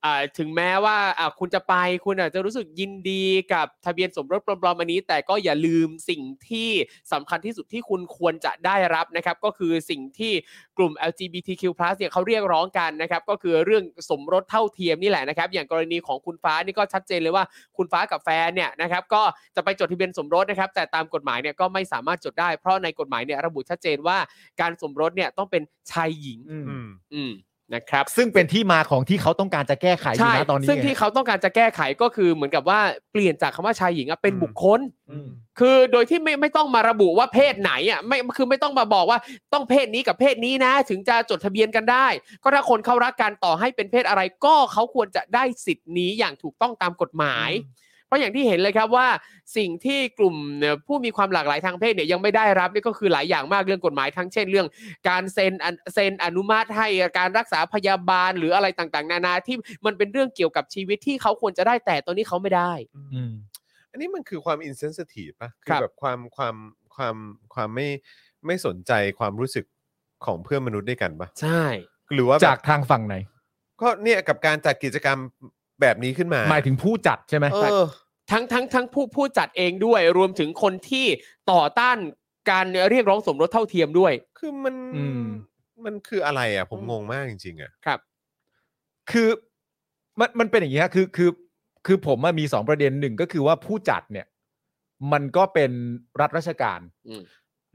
Speaker 4: อ่าถึงแม้ว่าอ่าคุณจะไปคุณอาจจะรู้สึกยินดีกับทะเบียนสมรสปลอมๆอันนี้ แต่ก็อย่าลืมสิ่งที่สำคัญที่สุดที่คุณควรจะได้รับนะครับ ก็คือสิ่งที่กลุ่ม LGBTQ+ เนี่ยเขาเรียกร้องกันนะครับ ก็คือเรื่องสมรสเท่าเทียมนี่แหละนะครับ อย่างกรณีของคุณฟ้านี่ก็ชัดเจนเลยว่าคุณฟ้ากับแฟนเนี่ยนะครับ ก็จะไปจดทะเบียนสมรสนะครับ แต่ตามกฎหมายเนี่ยก็ไม่สามารถจดได้เพราะในกฎหมายเนี่ยระบุชัดเจนว่าการสมรสเนี่ยต้องเป็นชายหญิง
Speaker 3: อืม
Speaker 2: อืม
Speaker 4: อืมนะครับ
Speaker 3: ซึ่งเป็นที่มาของที่เขาต้องการจะแก้ไขอยู่
Speaker 4: ใช่
Speaker 3: นะตอนนี้
Speaker 4: ซึ่ง
Speaker 3: ไ
Speaker 4: ที่เขาต้องการจะแก้ไขก็คือเหมือนกับว่าเปลี่ยนจากคำว่าชายหญิงอะเป็น
Speaker 2: อืม
Speaker 4: บุคคล
Speaker 3: อืม
Speaker 4: คือโดยที่ไม่ไม่ต้องมาระบุว่าเพศไหนอ่ะไม่คือไม่ต้องมาบอกว่าต้องเพศนี้กับเพศนี้นะ ถึงจะจดทะเบียนกันได้ ก็ถ้าคนเขารักกันต่อให้เป็นเพศอะไรก็เขาควรจะได้สิทธิ์นี้อย่างถูกต้องตามกฎหมาย เพราะอย่างที่เห็นเลยครับว่าสิ่งที่กลุ่มเอ่อผู้มีความหลากหลายทางเพศเนี่ยยังไม่ได้รับนี่ก็คือหลายอย่างมากเรื่องกฎหมายทั้งเช่นเรื่อง การเซ็นอันเซ็นอนุมัติให้การรักษาพยาบาลหรืออะไรต่างๆ นานาที่มันเป็นเรื่องเกี่ยวกับชีวิตที่เขาควรจะได้แต่ตอนนี้เขาไม่ได้
Speaker 3: อืม
Speaker 2: อันนี้มันคือความอินเซนส i ี e ป่ะคื
Speaker 4: ครั
Speaker 2: อบ แบบความความความความไม่ไม่สนใจความรู้สึกของเพื่อนมนุษย์ด้วยกันป่ะ
Speaker 4: ใช่
Speaker 2: หรือว่าแบบ
Speaker 3: จากทางฝั่งไหน
Speaker 2: ก็เนี่ยกับการจัดกิจกรรมแบบนี้ขึ้นมา
Speaker 3: หมายถึงผู้จัดใช่ไหม
Speaker 2: เออ
Speaker 4: ทั้งทั้งทั้งผู้ผู้จัดเองด้วย รวมถึงคนที่ต่อต้านการเรียกร้องสมรสเท่าเทียมด้วย
Speaker 2: คือมัน
Speaker 3: อืม
Speaker 2: มันคืออะไรอ่ะ ผมงงมากจริงๆอ่ะ
Speaker 4: ครับ
Speaker 3: คือมันมันเป็นอย่างนี้ฮะคือคือคือผมอะมีสองประเด็นหนึ่งก็คือว่าผู้จัดเนี่ย มันก็เป็นรัฐราชการ
Speaker 4: อืม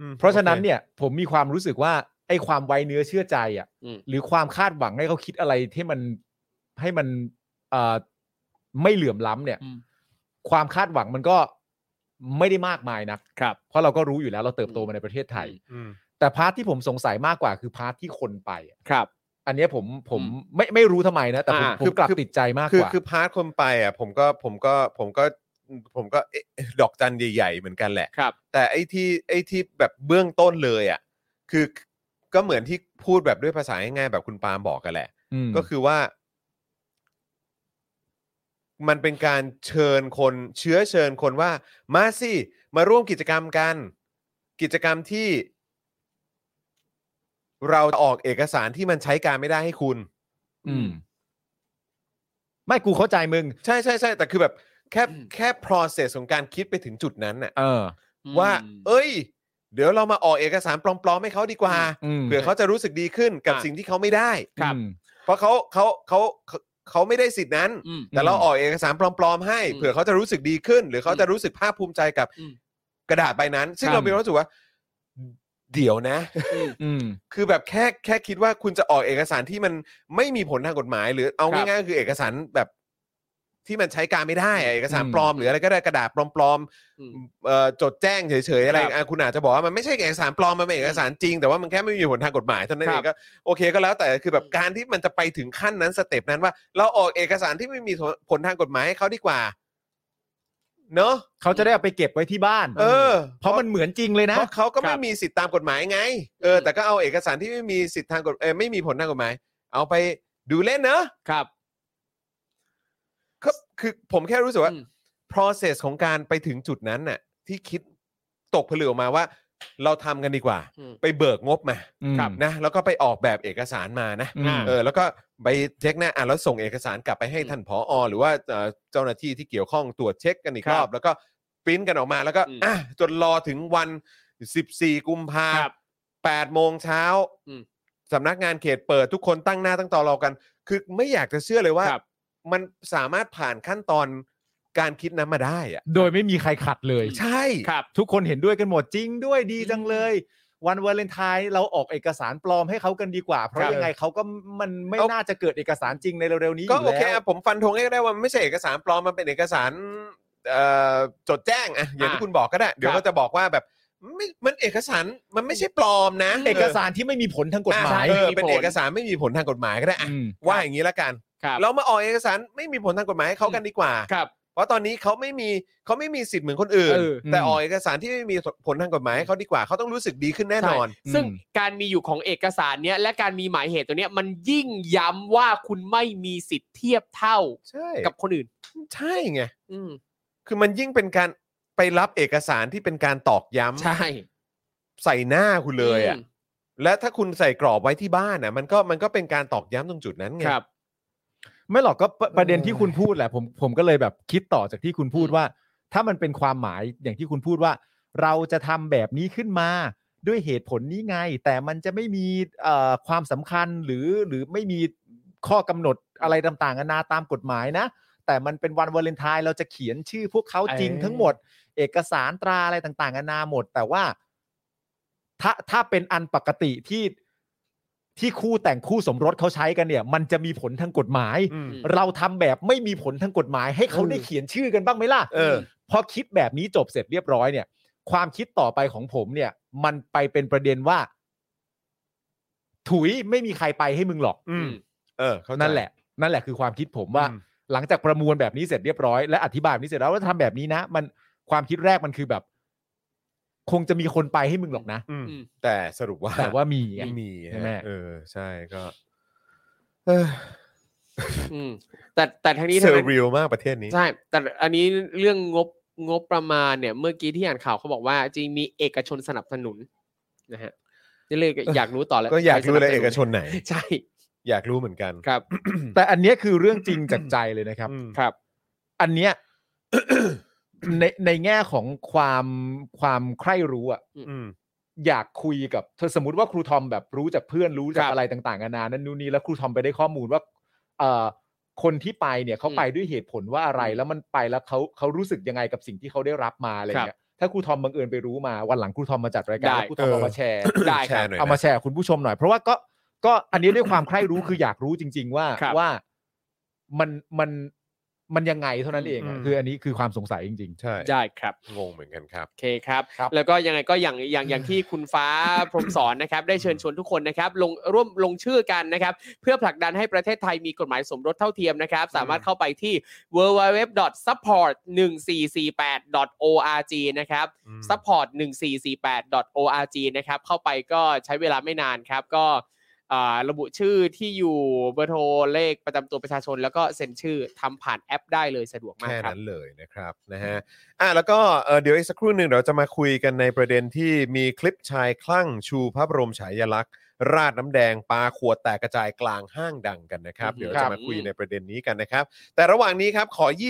Speaker 2: อืม
Speaker 3: เพราะฉะนั้น
Speaker 2: โอค
Speaker 3: เนี่ยผมมีความรู้สึกว่าไอ้ความไว้เนื้อเชื่อใจอ่ะ
Speaker 4: อืม
Speaker 3: หรือความคาดหวังให้เขาคิดอะไรที่มันให้มันเอ่อไม่เหลื่อมล้ำเนี่ย
Speaker 4: อืม
Speaker 3: ความคาดหวังมันก็ไม่ได้มากมายนะครับ เพราะเราก็รู้อยู่แล้วเราเติบโตมาในประเทศไทย
Speaker 4: อืม
Speaker 2: อืม
Speaker 3: แต่พาร์ทที่ผมสงสัยมากกว่าคือพาร์ทที่คนไปอะ
Speaker 4: ครับ
Speaker 3: อันเนี้ยผมผม
Speaker 4: อืม
Speaker 3: ไม่ไม่รู้ทำไมนะแต่ผม
Speaker 4: อ่า
Speaker 3: ผมกลับ
Speaker 2: คือ
Speaker 3: ติดใจมาก
Speaker 2: คือก
Speaker 3: ว่า
Speaker 2: คือพาร์ทคนไปอ่ะ ผมก็ผมก็ผมก็ผมก็เอ๊ะดอกจันใหญ่ ๆ เหมือนกันแหละ
Speaker 4: ครับ
Speaker 2: แต่ไอ้ที่ไอ้ที่แบบเบื้องต้นเลยอ่ะคือก็เหมือนที่พูดแบบด้วยภาษาง่ายๆแบบคุณปาล์มบอกกันแหละ
Speaker 3: ม
Speaker 2: ก็คือว่า มันเป็นการเชิญคนเชื้อเชิญคนว่า มาสิมาร่วมกิจกรรมกัน กิจกรรมที่ เราจะออกเอกสารที่มันใช้การไม่ได้ให้คุณ
Speaker 3: มไม่กูเข้าใจมึง
Speaker 2: ใช่ใช่ใช่แต่คือแบบแค่
Speaker 4: อืม
Speaker 2: แค่ process ของการคิดไปถึงจุดนั้นน่ะ
Speaker 3: เออ
Speaker 2: ว่า
Speaker 4: อืม
Speaker 2: เอ้ย เดี๋ยวเรามาออกเอกสารปลอมๆให้เขาดีกว่า
Speaker 3: อืม
Speaker 2: เผื่อเขาจะรู้สึกดีขึ้นกับ
Speaker 4: อ่ะ
Speaker 2: สิ่งที่เขาไม่ได้
Speaker 4: ครับ
Speaker 3: อืม
Speaker 2: เพราะเขาเขาเขาเขาเขาไม่ได้สิทธินั้น
Speaker 4: อืม
Speaker 2: แต่เราออกเอกสารปลอมๆให้
Speaker 4: อืม
Speaker 2: เผื่อเขาจะรู้สึกดีขึ้น หรือเขาจะรู้สึกภาคภูมิใจกับ
Speaker 4: อืม
Speaker 2: กระดาษใบนั้น ซึ่ง
Speaker 3: ครับ
Speaker 2: เรามีความรู้สึกว่า เดี๋ยวนะ
Speaker 3: อืม
Speaker 2: คือแบบแค่แค่คิดว่าคุณจะออกเอกสารที่มันไม่มีผลทางกฎหมาย หรือเอา
Speaker 4: ครับ
Speaker 2: ง่ายๆก็คือเอกสารแบบที่มันใช้การไม่ได้อะเอกสาร
Speaker 3: อืม
Speaker 2: ปลอมหรืออะไรก็ได้กระดาษปลอม
Speaker 4: อืม
Speaker 2: ๆเอ่อจดแจ้งเฉยๆอะไร
Speaker 4: ครับ
Speaker 2: อ่ะคุณอาจจะบอกว่ามันไม่ใช่เอกสารปลอมมันเป็นเอกสารจริงแต่ว่ามันแค่ไม่มีผลทางกฎหมายเท่านั้น
Speaker 4: ค
Speaker 2: เอ
Speaker 4: รับ
Speaker 2: งก็โอเคก็แล้วแต่คือแบบการที่มันจะไปถึงขั้นนั้นสเต็ปนั้นว่า เราออกเอกสารที่ไม่มีผลทางกฎหมายให้เขาดีกว่า เนอะ
Speaker 3: เขาจะได้เอาไปเก็บไว้ที่บ้าน
Speaker 2: เออ
Speaker 3: เพราะมันเหมือนจริงเลยนะ
Speaker 2: เพราะเขาก็ไม่
Speaker 4: ครับ
Speaker 2: มีสิทธิตามกฎหมายไง เออ
Speaker 4: อืม
Speaker 2: แต่ก็เอาเอกสารที่ไม่มีสิทธิทางกฎเออไม่มีผลทางกฎหมาย เอาไปดูเล่นเนอะ
Speaker 4: ครับ
Speaker 2: ครับคือผมแค่รู้สึกว่า
Speaker 4: อืม
Speaker 2: process ของการไปถึงจุดนั้นน่ะ ที่คิดตกผลึกออกมาว่า เราทำกันดีกว่า
Speaker 4: อืม
Speaker 2: ไปเบิกงบมา
Speaker 3: อืม
Speaker 4: ครับ
Speaker 2: นะ แล้วก็ไปออกแบบเอกสารมานะ
Speaker 3: อืม
Speaker 2: เออ แล้วก็ไปเช็คหน้าอ่ะแล้วส่งเอกสารกลับไปให้ท่านผออหรือว่าเอ่อเจ้าหน้าที่ที่เกี่ยวข้องตรวจเช็คกันอีก
Speaker 4: ครั
Speaker 2: ร
Speaker 4: บ
Speaker 2: อบ แล้วก็ปริ้นกันออกมาแล้วก็
Speaker 4: อืม
Speaker 2: อ่ะจนรอถึงวัน 14 กุมภา
Speaker 4: ครับ
Speaker 2: 8โมงเช้า
Speaker 4: อืม
Speaker 2: สำนักงานเขตเปิดทุกคนตั้งหน้าตั้งตารอกัน คือไม่อยากจะเชื่อเลยว่า
Speaker 4: ครับ
Speaker 2: มันสามารถผ่านขั้นตอนการคิดนั้นมาได้อะ
Speaker 3: โดยไม่มีใครขัดเลย
Speaker 2: ใช่
Speaker 4: ครับ
Speaker 3: ทุกคนเห็นด้วยกันหมดจริงด้วยดีจังเลย วันวาเลนไทน์เราออกเอกสารปลอมให้เขากันดีกว่า เพราะยังไงเขาก็มันไม่น่าจะเกิดเอกสารจริงในเร็วๆนี้
Speaker 2: ก็
Speaker 3: ยู่
Speaker 2: โอเค
Speaker 3: แล้ว
Speaker 2: อ่ะผมฟันธงให้ก็ได้ว่ามันไม่ใช่เอกสารปลอมมันเป็นเอกสารเอ่อจดแจ้งอ่ะอย่างที่
Speaker 4: อ่ะ
Speaker 2: คุณบอกก็ได้ เดี๋ยว
Speaker 4: ครับ
Speaker 2: ก็จะบอกว่าแบบไม่มันเอกสารมันไม่ใช่ปลอมนะ
Speaker 3: เอกสารที่ไม่มีผลทางกฎหมาย
Speaker 2: เออ
Speaker 4: มีผล
Speaker 2: เป็นเอกสารไม่มีผลทางกฎหมายก็ได้อะ
Speaker 3: ม
Speaker 2: ว่าอย่างนี้ละกัน
Speaker 4: ครับ
Speaker 2: เรามาออกเอกสารไม่มีผลทางกฎหมายให้เขากันดีกว่า
Speaker 4: ครับ
Speaker 2: เพราะตอนนี้เขาไม่มีเขาไม่มีสิทธิ์เหมือนคนอื่น
Speaker 4: เออ
Speaker 2: แต่ออกเอกสารที่ไม่มีผลทางกฎหมายให้เขาดีกว่าเขาต้องรู้สึกดีขึ้นแน่นอน
Speaker 4: ใช่ซึ่งการมีอยู่ของเอกสารเนี้ยและการมีหมายเหตุตัวเนี้ยมันยิ่งย้ำว่าคุณไม่มีสิทธิ์เทียบเท่า
Speaker 2: ใช่
Speaker 4: กับคนอื่น
Speaker 2: ใช่ไง
Speaker 4: อืม
Speaker 2: คือมันยิ่งเป็นการไปรับเอกสารที่เป็นการตอกย้ำ
Speaker 4: ใช่
Speaker 2: ใส่หน้าคุณเลยอ่ะ
Speaker 4: ม
Speaker 2: และถ้าคุณใส่กรอบไว้ที่บ้านอ่ะ มันก็มันก็เป็นการตอกย้ำตรงจุดนั้นไง
Speaker 4: ครับ
Speaker 3: ไม่หรอกก็ประประเด็น
Speaker 2: เออ
Speaker 3: ที่คุณพูดแหละผมผมก็เลยแบบคิดต่อจากที่คุณพูดว่า ถ้ามันเป็นความหมายอย่างที่คุณพูดว่า เราจะทำแบบนี้ขึ้นมาด้วยเหตุผลนี้ไง แต่มันจะไม่มีเอ่อความสำคัญหรือหรือไม่มีข้อกำหนดอะไรต่างๆนานาตามกฎหมายนะ แต่มันเป็นวันวาเลนไทน์เราจะเขียนชื่อพวกเขาจริง
Speaker 4: เอ้ย
Speaker 3: ทั้งหมด เอกสารตราอะไรต่างๆนานาหมด แต่ว่าถ้าถ้าเป็นอันปกติที่ที่คู่แต่งคู่สมรสเขาใช้กันเนี่ย มันจะมีผลทางกฎหมาย
Speaker 2: อืม
Speaker 3: เราทำแบบไม่มีผลทางกฎหมาย ให้เขาได้เขียนชื่อกันบ้างไหมล่ะ
Speaker 2: เออ
Speaker 3: พอคิดแบบนี้จบเสร็จเรียบร้อยเนี่ย ความคิดต่อไปของผมเนี่ย มันไปเป็นประเด็นว่า ถุยไม่มีใครไปให้มึงหรอก
Speaker 2: อืมเออเข้าใจ
Speaker 3: นั่นแหละ นั่นแหละคือความคิดผมว่า
Speaker 2: อืม
Speaker 3: หลังจากประมวลแบบนี้เสร็จเรียบร้อยและอธิบายแบบนี้เสร็จแล้วว่าทำแบบนี้นะ มันความคิดแรกมันคือแบบ คงจะมีคนไปให้มึงหรอกนะ
Speaker 2: อืม
Speaker 4: อืม
Speaker 2: แต่สรุปว่า
Speaker 3: แต่ว่ามีไง
Speaker 2: ไม่มี
Speaker 3: ใช่ไหม
Speaker 2: ฮะเออ ใช่ก็ เอ้ย
Speaker 4: อืมแต่แต่ทั้งนี้
Speaker 2: เซ
Speaker 4: ทั้
Speaker 2: อง
Speaker 4: นั้
Speaker 2: ร์
Speaker 4: น
Speaker 2: ริลมากประเทศนี้
Speaker 4: ใช่ แต่อันนี้เรื่องงบงบประมาณเนี่ย เมื่อกี้ที่อ่านข่าวเขาบอกว่าจริงมีเอกชนสนับสนุนนะฮะนี่เลยอยากรู้ต่อแล้ว
Speaker 2: ก็อยากรู้เลย
Speaker 4: ใคส
Speaker 2: เอ
Speaker 4: ส
Speaker 2: กชนไหน
Speaker 4: ใช่
Speaker 2: อยากรู้เหมือนกัน
Speaker 4: ครับ
Speaker 3: แต่อันเนี้ยคือเรื่องจริงจากใจเลยนะครับ
Speaker 2: อืม
Speaker 4: ครับ
Speaker 3: อันเนี้ย ในในแง่ของความความใคร่รู้อะ
Speaker 2: อืม
Speaker 3: อยากคุยกับเธอสมมติว่าครูทอมแบบรู้จากเพื่อนรู้
Speaker 4: ค
Speaker 3: จา
Speaker 4: รั
Speaker 3: ก
Speaker 4: บ
Speaker 3: อะไรต่างๆนานานั่นนู่นนี่แล้วครูทอมไปได้ข้อมูลว่าเอ่อคนที่ไปเนี่ยเขา
Speaker 4: อืม
Speaker 3: ไปด้วยเหตุผลว่าอะไรแล้วมันไปแล้วเขาเขารู้สึกยังไงกับสิ่งที่เขาได้รับมาอะไรเงี้ยถ้าครูทอมบังเอิญไปรู้มาวันหลังครูทอมมาจัดรายการ
Speaker 4: ได้
Speaker 3: แล้วครูทอมเอามาแชร์
Speaker 4: ได้
Speaker 2: แช
Speaker 4: ครั
Speaker 2: ร์
Speaker 4: บ
Speaker 2: หน่อย
Speaker 3: เอามา
Speaker 2: นะ
Speaker 3: แชร์คุณผู้ชมหน่อย เพราะว่าก็ก็อันนี้ด้วยความใคร่รู้คืออยากรู้จริง ๆ ว่า
Speaker 4: ครับ
Speaker 3: ว่ามันมันมันยังไงเท่านั้นเองอะ
Speaker 2: อืม
Speaker 3: คืออันนี้คือความสงสัยจริง
Speaker 2: ใช่
Speaker 4: ได้ครับ
Speaker 2: งงเหมือนกันครับ
Speaker 4: โอเคครับ
Speaker 3: ครับ
Speaker 4: แล้วก็ยังไงก็อย่างอย่างอย่างที่คุณฟ้า พรหมสอนนะครับ ได้เชิญชวนทุกคนนะครับ ลงร่วมลงชื่อกันนะครับ เพื่อผลักดันให้ประเทศไทยมีกฎหมายสมรสเท่าเทียมนะครับ สามารถเข้าไปที่ www.support1448.org นะครับ
Speaker 2: อืม
Speaker 4: support1448.org นะครับ เข้าไปก็ใช้เวลาไม่นานครับ ก็อ่าระบุชื่อที่อยู่เบอร์โทรเลขประจำตัวประชาชน แล้วก็เซ็นชื่อทำผ่านแอปได้เลยสะดวกมาก
Speaker 2: แค่
Speaker 4: ครับ
Speaker 2: นั้นเลยนะครับนะฮะอ่ะแล้วก็เอ่อเดี๋ยวอีกสักครู่หนึ่งเราจะมาคุยกันในประเด็นที่มีคลิปชายคลั่งชูพระบรมฉายาลักษณ์ ราดน้ำแดงปลาขวดแตกกระจายกลางห้างดังกันนะครับ
Speaker 4: อืม
Speaker 2: เดี๋ยว
Speaker 4: ครั
Speaker 2: จะ
Speaker 4: บ
Speaker 2: มาคุยในประเด็นนี้กันนะครับ แต่ระหว่างนี้ครับขอ 20%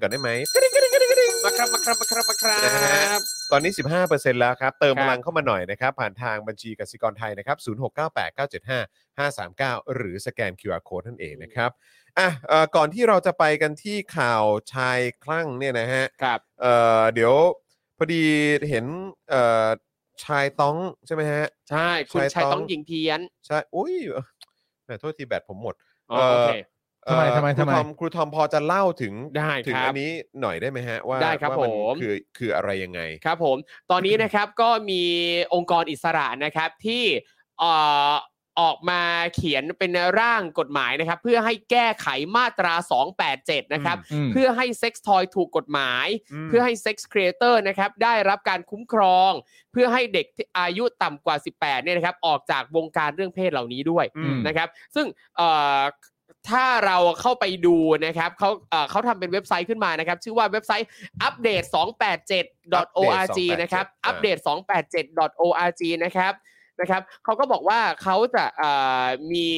Speaker 2: ก่อนได้ไหม
Speaker 4: มาครับมาครับมาครับมาครั
Speaker 2: นะฮะ
Speaker 4: บ
Speaker 2: ตอนนี้ 15%แล้วครับ เติม
Speaker 4: ครั
Speaker 2: พ
Speaker 4: บ
Speaker 2: ลังเข้ามาหน่อยนะครับ ผ่านทางบัญชีกสิกรไทยนะครับ0698 975 539 หรือสแกน QR Code นั่นเองนะครับอ่ะเอ่อก่อนที่เราจะไปกันที่ข่าวชายคลั่งเนี่ยนะฮะ
Speaker 4: ครับ
Speaker 2: เอ่อเดี๋ยวพอดีเห็นเอ่อชายต้องใช่ไหมฮะ
Speaker 4: ใช่คุณ
Speaker 2: ชาย
Speaker 4: ชาย
Speaker 2: ต้
Speaker 4: ต้
Speaker 2: อ
Speaker 4: อง งหญิงเพี้ยน
Speaker 2: ใช่อุ้ยแหมโทษทีแบตผมหมด
Speaker 4: อ๋อโอเค
Speaker 2: เอ่อ
Speaker 3: ทำไมทำไม
Speaker 2: ครูทอ
Speaker 3: ทำไม
Speaker 2: ครูทอมพอจะเล่าถึง
Speaker 4: ได้
Speaker 2: ถึง
Speaker 4: ครั
Speaker 2: อั
Speaker 4: บ
Speaker 2: นนี้หน่อยได้ไหมฮะ ว่า
Speaker 4: ได้ครับ
Speaker 2: ว่ามัน
Speaker 4: ผม
Speaker 2: คือคืออะไรยังไง
Speaker 4: ครับผม ตอนนี้ นะครับก็มีองค์กรอิสระนะครับที่เอ่อออกมาเขียนเป็นร่างกฎหมายนะครับ เพื่อให้แก้ไขมาตรา 287 นะครับ
Speaker 3: ๆอืม
Speaker 4: เพื่อให้เซ็กซ์ทอยถูกกฎหมาย เพื่อให้เซ็กซ์ครีเอเตอร์นะครับได้รับการคุ้มครอง เพื่อให้เด็กที่อายุต่ำกว่า 18เนี่ยนะครับออกจากวงการเรื่องเพศเหล่านี้ด้วย
Speaker 2: อืม
Speaker 4: นะครับซึ่งเอ่อถ้าเราเข้าไปดูนะครับเขาเอ่อเขาทำเป็นเว็บไซต์ขึ้นมานะครับ ชื่อว่าเว็บไซต์ update 2 8 7 org นะครับ update 2 8 7 org นะครับนะครับเขาก็บอกว่าเขาจะเอ่อมี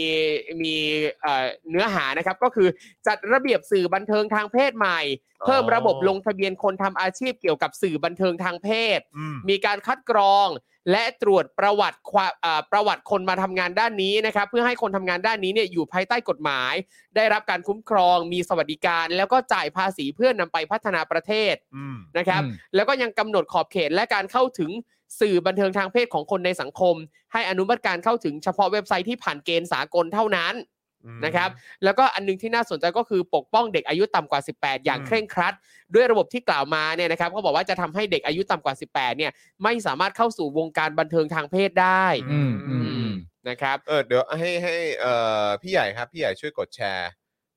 Speaker 4: มีเอ่อเนื้อหานะครับ ก็คือจัดระเบียบสื่อบันเทิงทางเพศใหม่
Speaker 2: อ๋อ
Speaker 4: เพิ่มระบบลงทะเบียนคนทำอาชีพเกี่ยวกับสื่อบันเทิงทางเพศ
Speaker 2: อืม
Speaker 4: มีการคัดกรองและตรวจประวัติความอ่าประวัติคนมาทำงานด้านนี้นะครับ เพื่อให้คนทำงานด้านนี้เนี่ยอยู่ภายใต้กฎหมาย ได้รับการคุ้มครอง มีสวัสดิการ แล้วก็จ่ายภาษีเพื่อนนำไปพัฒนาประเทศ
Speaker 2: อืม
Speaker 4: นะครับ
Speaker 3: อืม
Speaker 4: แล้วก็ยังกำหนดขอบเขตและการเข้าถึงสื่อบันเทิงทางเพศของคนในสังคม ให้อนุมัติการเข้าถึงเฉพาะเว็บไซต์ที่ผ่านเกณฑ์สากลเท่านั้น
Speaker 2: อืม
Speaker 4: นะครับแล้วก็อันหนึงที่น่าสนใจก็คือปกป้องเด็กอายุต่ำกว่า 18 อย่าง
Speaker 2: อืม
Speaker 4: เคร่งครัด ด้วยระบบที่กล่าวมาเนี่ยนะครับเขาบอกว่าจะทำให้เด็กอายุต่ำกว่า 18 เนี่ยไม่สามารถเข้าสู่วงการบันเทิงทางเพศได้
Speaker 3: อืมอืม
Speaker 4: อื
Speaker 3: อื
Speaker 4: ม
Speaker 3: ม
Speaker 4: นะครับ
Speaker 2: เออเดี๋ยวให้ให้เอ่อพี่ใหญ่ครับ พี่ใหญ่ช่วยกดแชร์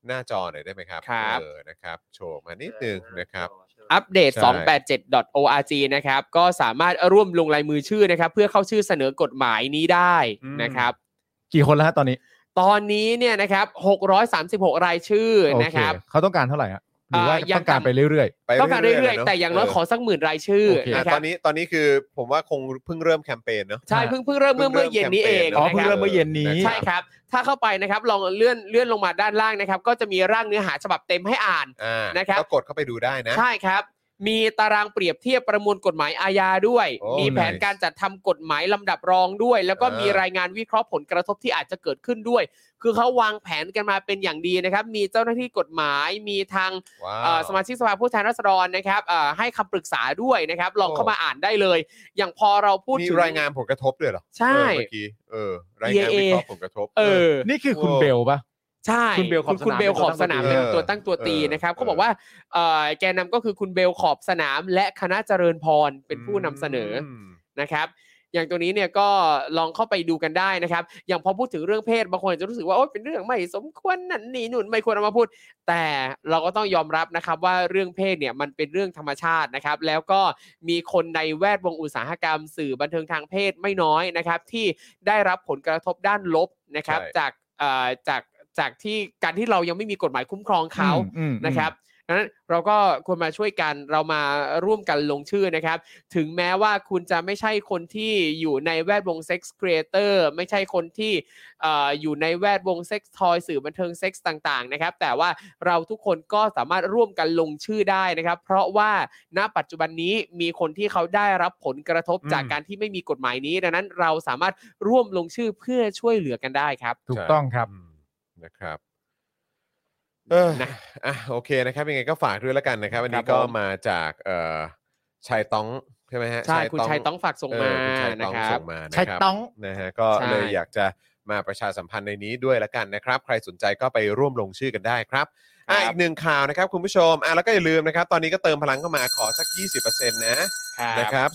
Speaker 2: หน้าจอหน่อยได้ไหมครับ
Speaker 4: ครับ
Speaker 2: เออนะครับ โชว์มานิดนึงนะครับ
Speaker 4: อัปเดต
Speaker 2: ใช่
Speaker 4: 287.org นะครับก็สามารถร่วมลงลายมือชื่อนะครับเพื่อเข้าชื่อเสนอกฎหมายนี้ได้
Speaker 2: อืม
Speaker 4: นะครับ
Speaker 3: กี่คนแล้วฮะตอนนี้
Speaker 4: ตอนนี้เนี่ยนะครับ636 รายชื่อ
Speaker 3: โอ
Speaker 4: นะ
Speaker 3: เค
Speaker 4: ครับ
Speaker 3: เขาต้องการเท่าไหร่ฮะหรือว่า
Speaker 4: อ่ายัง
Speaker 3: ต้องการไปเรื่อย
Speaker 2: ไป
Speaker 4: ต้องการเรื่อย
Speaker 2: ๆะ
Speaker 4: ๆ
Speaker 2: นะ
Speaker 4: แต่อย่างน้อยขอสักหมื่นรายชื่อ
Speaker 3: โอเค
Speaker 2: อ่ะ
Speaker 4: นะค
Speaker 2: ต
Speaker 4: รั
Speaker 2: อบนนี้ตอนนี้คือผมว่าคงเพิ่งเริ่มแคมเปญเนอะ
Speaker 4: ใช่เพิ่งเพิ่งเริ่มเมื่อเมื่อเย็นนี้เอง
Speaker 3: ๆอ๋อเพิ่ง
Speaker 4: นะครั
Speaker 3: เริ่
Speaker 4: บ
Speaker 3: มเมื่อเย็นนี้
Speaker 4: ใช่ครับ ถ้าเข้าไปนะครับลองเลื่อนเลื่อนลงมาด้านล่างนะครับ ก็จะมีร่างเนื้อหาฉบับเต็มให้อ่าน
Speaker 2: อ่า
Speaker 4: นะครับ
Speaker 2: ก็กดเข้าไปดูได้นะ
Speaker 4: ใช่ครับ มีตารางเปรียบเทียบประมวลกฎหมายอาญาด้วย
Speaker 2: โอ้
Speaker 4: มีแผน
Speaker 2: nice
Speaker 4: การจัดทำกฎหมายลำดับรองด้วย แล้วก็
Speaker 2: อ่ามี
Speaker 4: มีรายงานวิเคราะห์ผลกระทบที่อาจจะเกิดขึ้นด้วย คือเขาวางแผนกันมาเป็นอย่างดีนะครับ มีเจ้าหน้าที่กฎหมาย มีทาง
Speaker 2: ว้า
Speaker 4: เอ่อ
Speaker 2: ว
Speaker 4: สมาชิกสภาผู้แทนราษฎรนะครับเอ่อให้คำปรึกษาด้วยนะครับ ลอง
Speaker 2: โอ้
Speaker 4: เข้ามาอ่านได้เลย อย่างพอเราพูด
Speaker 2: มี
Speaker 4: ถึง
Speaker 2: รายงานผลกระทบด้วยเหรอ
Speaker 4: ใช่
Speaker 2: เออเมื่อกี้เออรายงาน
Speaker 4: EAA
Speaker 2: วิเคราะห์ผลกระทบ
Speaker 4: เออ
Speaker 3: นี่คือคุณเบลปะ
Speaker 4: ใช่
Speaker 3: คุณเบลขอบส
Speaker 4: คุ
Speaker 3: นาม
Speaker 4: ณเบลขอบสนาม
Speaker 2: เป็
Speaker 4: เป็นน
Speaker 2: ตั
Speaker 4: ตัว ว
Speaker 2: ตั้
Speaker 4: ตั้
Speaker 2: ง
Speaker 4: ง
Speaker 2: ตั
Speaker 4: ตัว ว
Speaker 2: ตี
Speaker 4: ตี
Speaker 2: เออ
Speaker 4: นะครับเขา
Speaker 2: เออ
Speaker 4: บอกว่าเอ่อแกนนำก็คือคุณเบลขอบสนาม และคณะเจริญพรเป็นผู้นำเสนอ
Speaker 2: ม
Speaker 4: นะครับ อย่างตัวนี้เนี่ยก็ลองเข้าไปดูกันได้นะครับ อย่างพอพูดถึงเรื่องเพศบางคนอาจจะรู้สึกว่าโอ๊ยเป็นเรื่องไม่สมควรนั่นนี่นู่นไม่ควรเอามาพูด แต่เราก็ต้องยอมรับนะครับว่าเรื่องเพศเนี่ยมันเป็นเรื่องธรรมชาตินะครับ แล้วก็มีคนในแวดวงอุตสาหกรรม สื่อบันเทิงทางเพศไม่น้อยนะครับ ที่ได้รับผลกระทบด้านลบนะครับ
Speaker 2: ใช่
Speaker 4: จากเอ่อจากจากที่การที่เรายังไม่มีกฎหมายคุ้มครองเขา
Speaker 3: อืมอืม
Speaker 4: นะครับ ดังนั้นเราก็ควรมาช่วยกันเรามาร่วมกันลงชื่อนะครับ ถึงแม้ว่าคุณจะไม่ใช่คนที่อยู่ในแวดวงเซ็กซ์ครีเอเตอร์ไม่ใช่คนที่เอ่ออยู่ในแวดวงเซ็กซ์ทอยสื่อบันเทิงเซ็กซ์ต่างๆนะครับ แต่ว่าเราทุกคนก็สามารถร่วมกันลงชื่อได้นะครับ เพราะว่าณปัจจุบันนี้มีคนที่เขาได้รับผลกระทบจาก
Speaker 2: อืม
Speaker 4: การที่ไม่มีกฎหมายนี้ ดังนั้นเราสามารถร่วมลงชื่อเพื่อช่วยเหลือกันได้ครับ
Speaker 3: ถูกต้องครับ
Speaker 2: อืมนะครับเออ
Speaker 4: นะ
Speaker 2: อ่ะโอเคนะครับ ยังไงก็ฝากด้วยแล้วกันนะครับ อันนี้
Speaker 4: ครับ
Speaker 2: ก็
Speaker 4: ผม
Speaker 2: มาจากเอ่อชายต้องใช่ไหมฮะ
Speaker 4: ใช่คุณชัยต้องฝากส่งมา
Speaker 2: เออคุณชายต้
Speaker 4: นะ
Speaker 2: อง
Speaker 4: ครับ
Speaker 2: ส่งมานะ
Speaker 3: ใช่
Speaker 2: ครับ
Speaker 3: ต้อง
Speaker 2: นะฮะก็
Speaker 4: ใช่
Speaker 2: เลยอยากจะมาประชาสัมพันธ์ในนี้ด้วยละกันนะครับ ใครสนใจก็ไปร่วมลงชื่อกันได้ครับอ่ะอีกหนึ่งข่าวนะครับคุณผู้ชมอ่ะแล้วก็อย่าลืมนะครับ ตอนนี้ก็เติมพลังเข้ามาขอสัก 20%นะนะครับ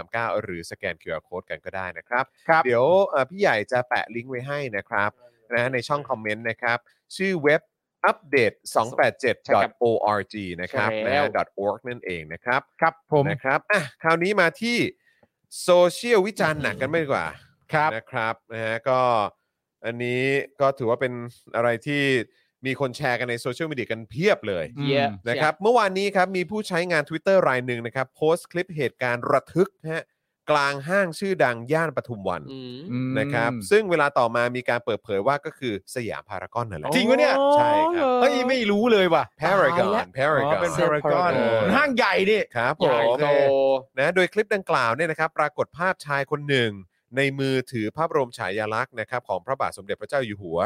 Speaker 2: 0698975539 หรือสแกน QR Code กันก็ได้นะครับ
Speaker 3: ครับ
Speaker 2: เดี๋ยวเอ่อพี่ใหญ่จะแปะลิงก์ไว้ให้นะครับนะในช่องคอมเมนต์นะครับ ชื่อเว็บ update 287 org นะครับนะฮะ .org นั่นเองนะครับ
Speaker 3: ครับผม
Speaker 2: นะครับ อ่ะ คราวนี้มาที่โซเชียลวิจารณ์หนักกันไม่ดีกว่า
Speaker 3: ครับ
Speaker 2: นะครับ นะฮะ ก็อันนี้ก็ถือว่าเป็นอะไรที่มีคนแชร์กันในโซเชียลมีเดียกันเพียบเลย
Speaker 3: อืม
Speaker 4: เยอะ
Speaker 2: นะครับ เมื่อวานนี้ครับ มีผู้ใช้งาน Twitter รายหนึ่งนะครับ โพสต์คลิปเหตุการณ์ระทึกนะฮะ กลางห้างชื่อดังย่านปทุมวัน
Speaker 4: อืม
Speaker 3: อืม
Speaker 2: นะครับ ซึ่งเวลาต่อมามีการเปิดเผยว่าก็คือสยามพารากอนนั่นแหละ
Speaker 3: จริงปะเนี่ย
Speaker 2: ใช่ครับ
Speaker 3: เฮ้ยไม่รู้เลยว่ะ
Speaker 2: Paragon
Speaker 4: ตายแล้ว
Speaker 2: Paragon
Speaker 3: อ๋อเป็น Paragon
Speaker 2: เออ
Speaker 3: ห้างใหญ่นี่
Speaker 2: ครับผ
Speaker 4: ใหญ่
Speaker 2: ม
Speaker 4: โต
Speaker 2: นะโดยคลิปดังกล่าวเนี่ยนะครับปรากฏภาพชายคนหนึ่ง ในมือถือพระบรมฉายาลักษณ์นะครับของพระบาทสมเด็จพระเจ้าอยู่หัว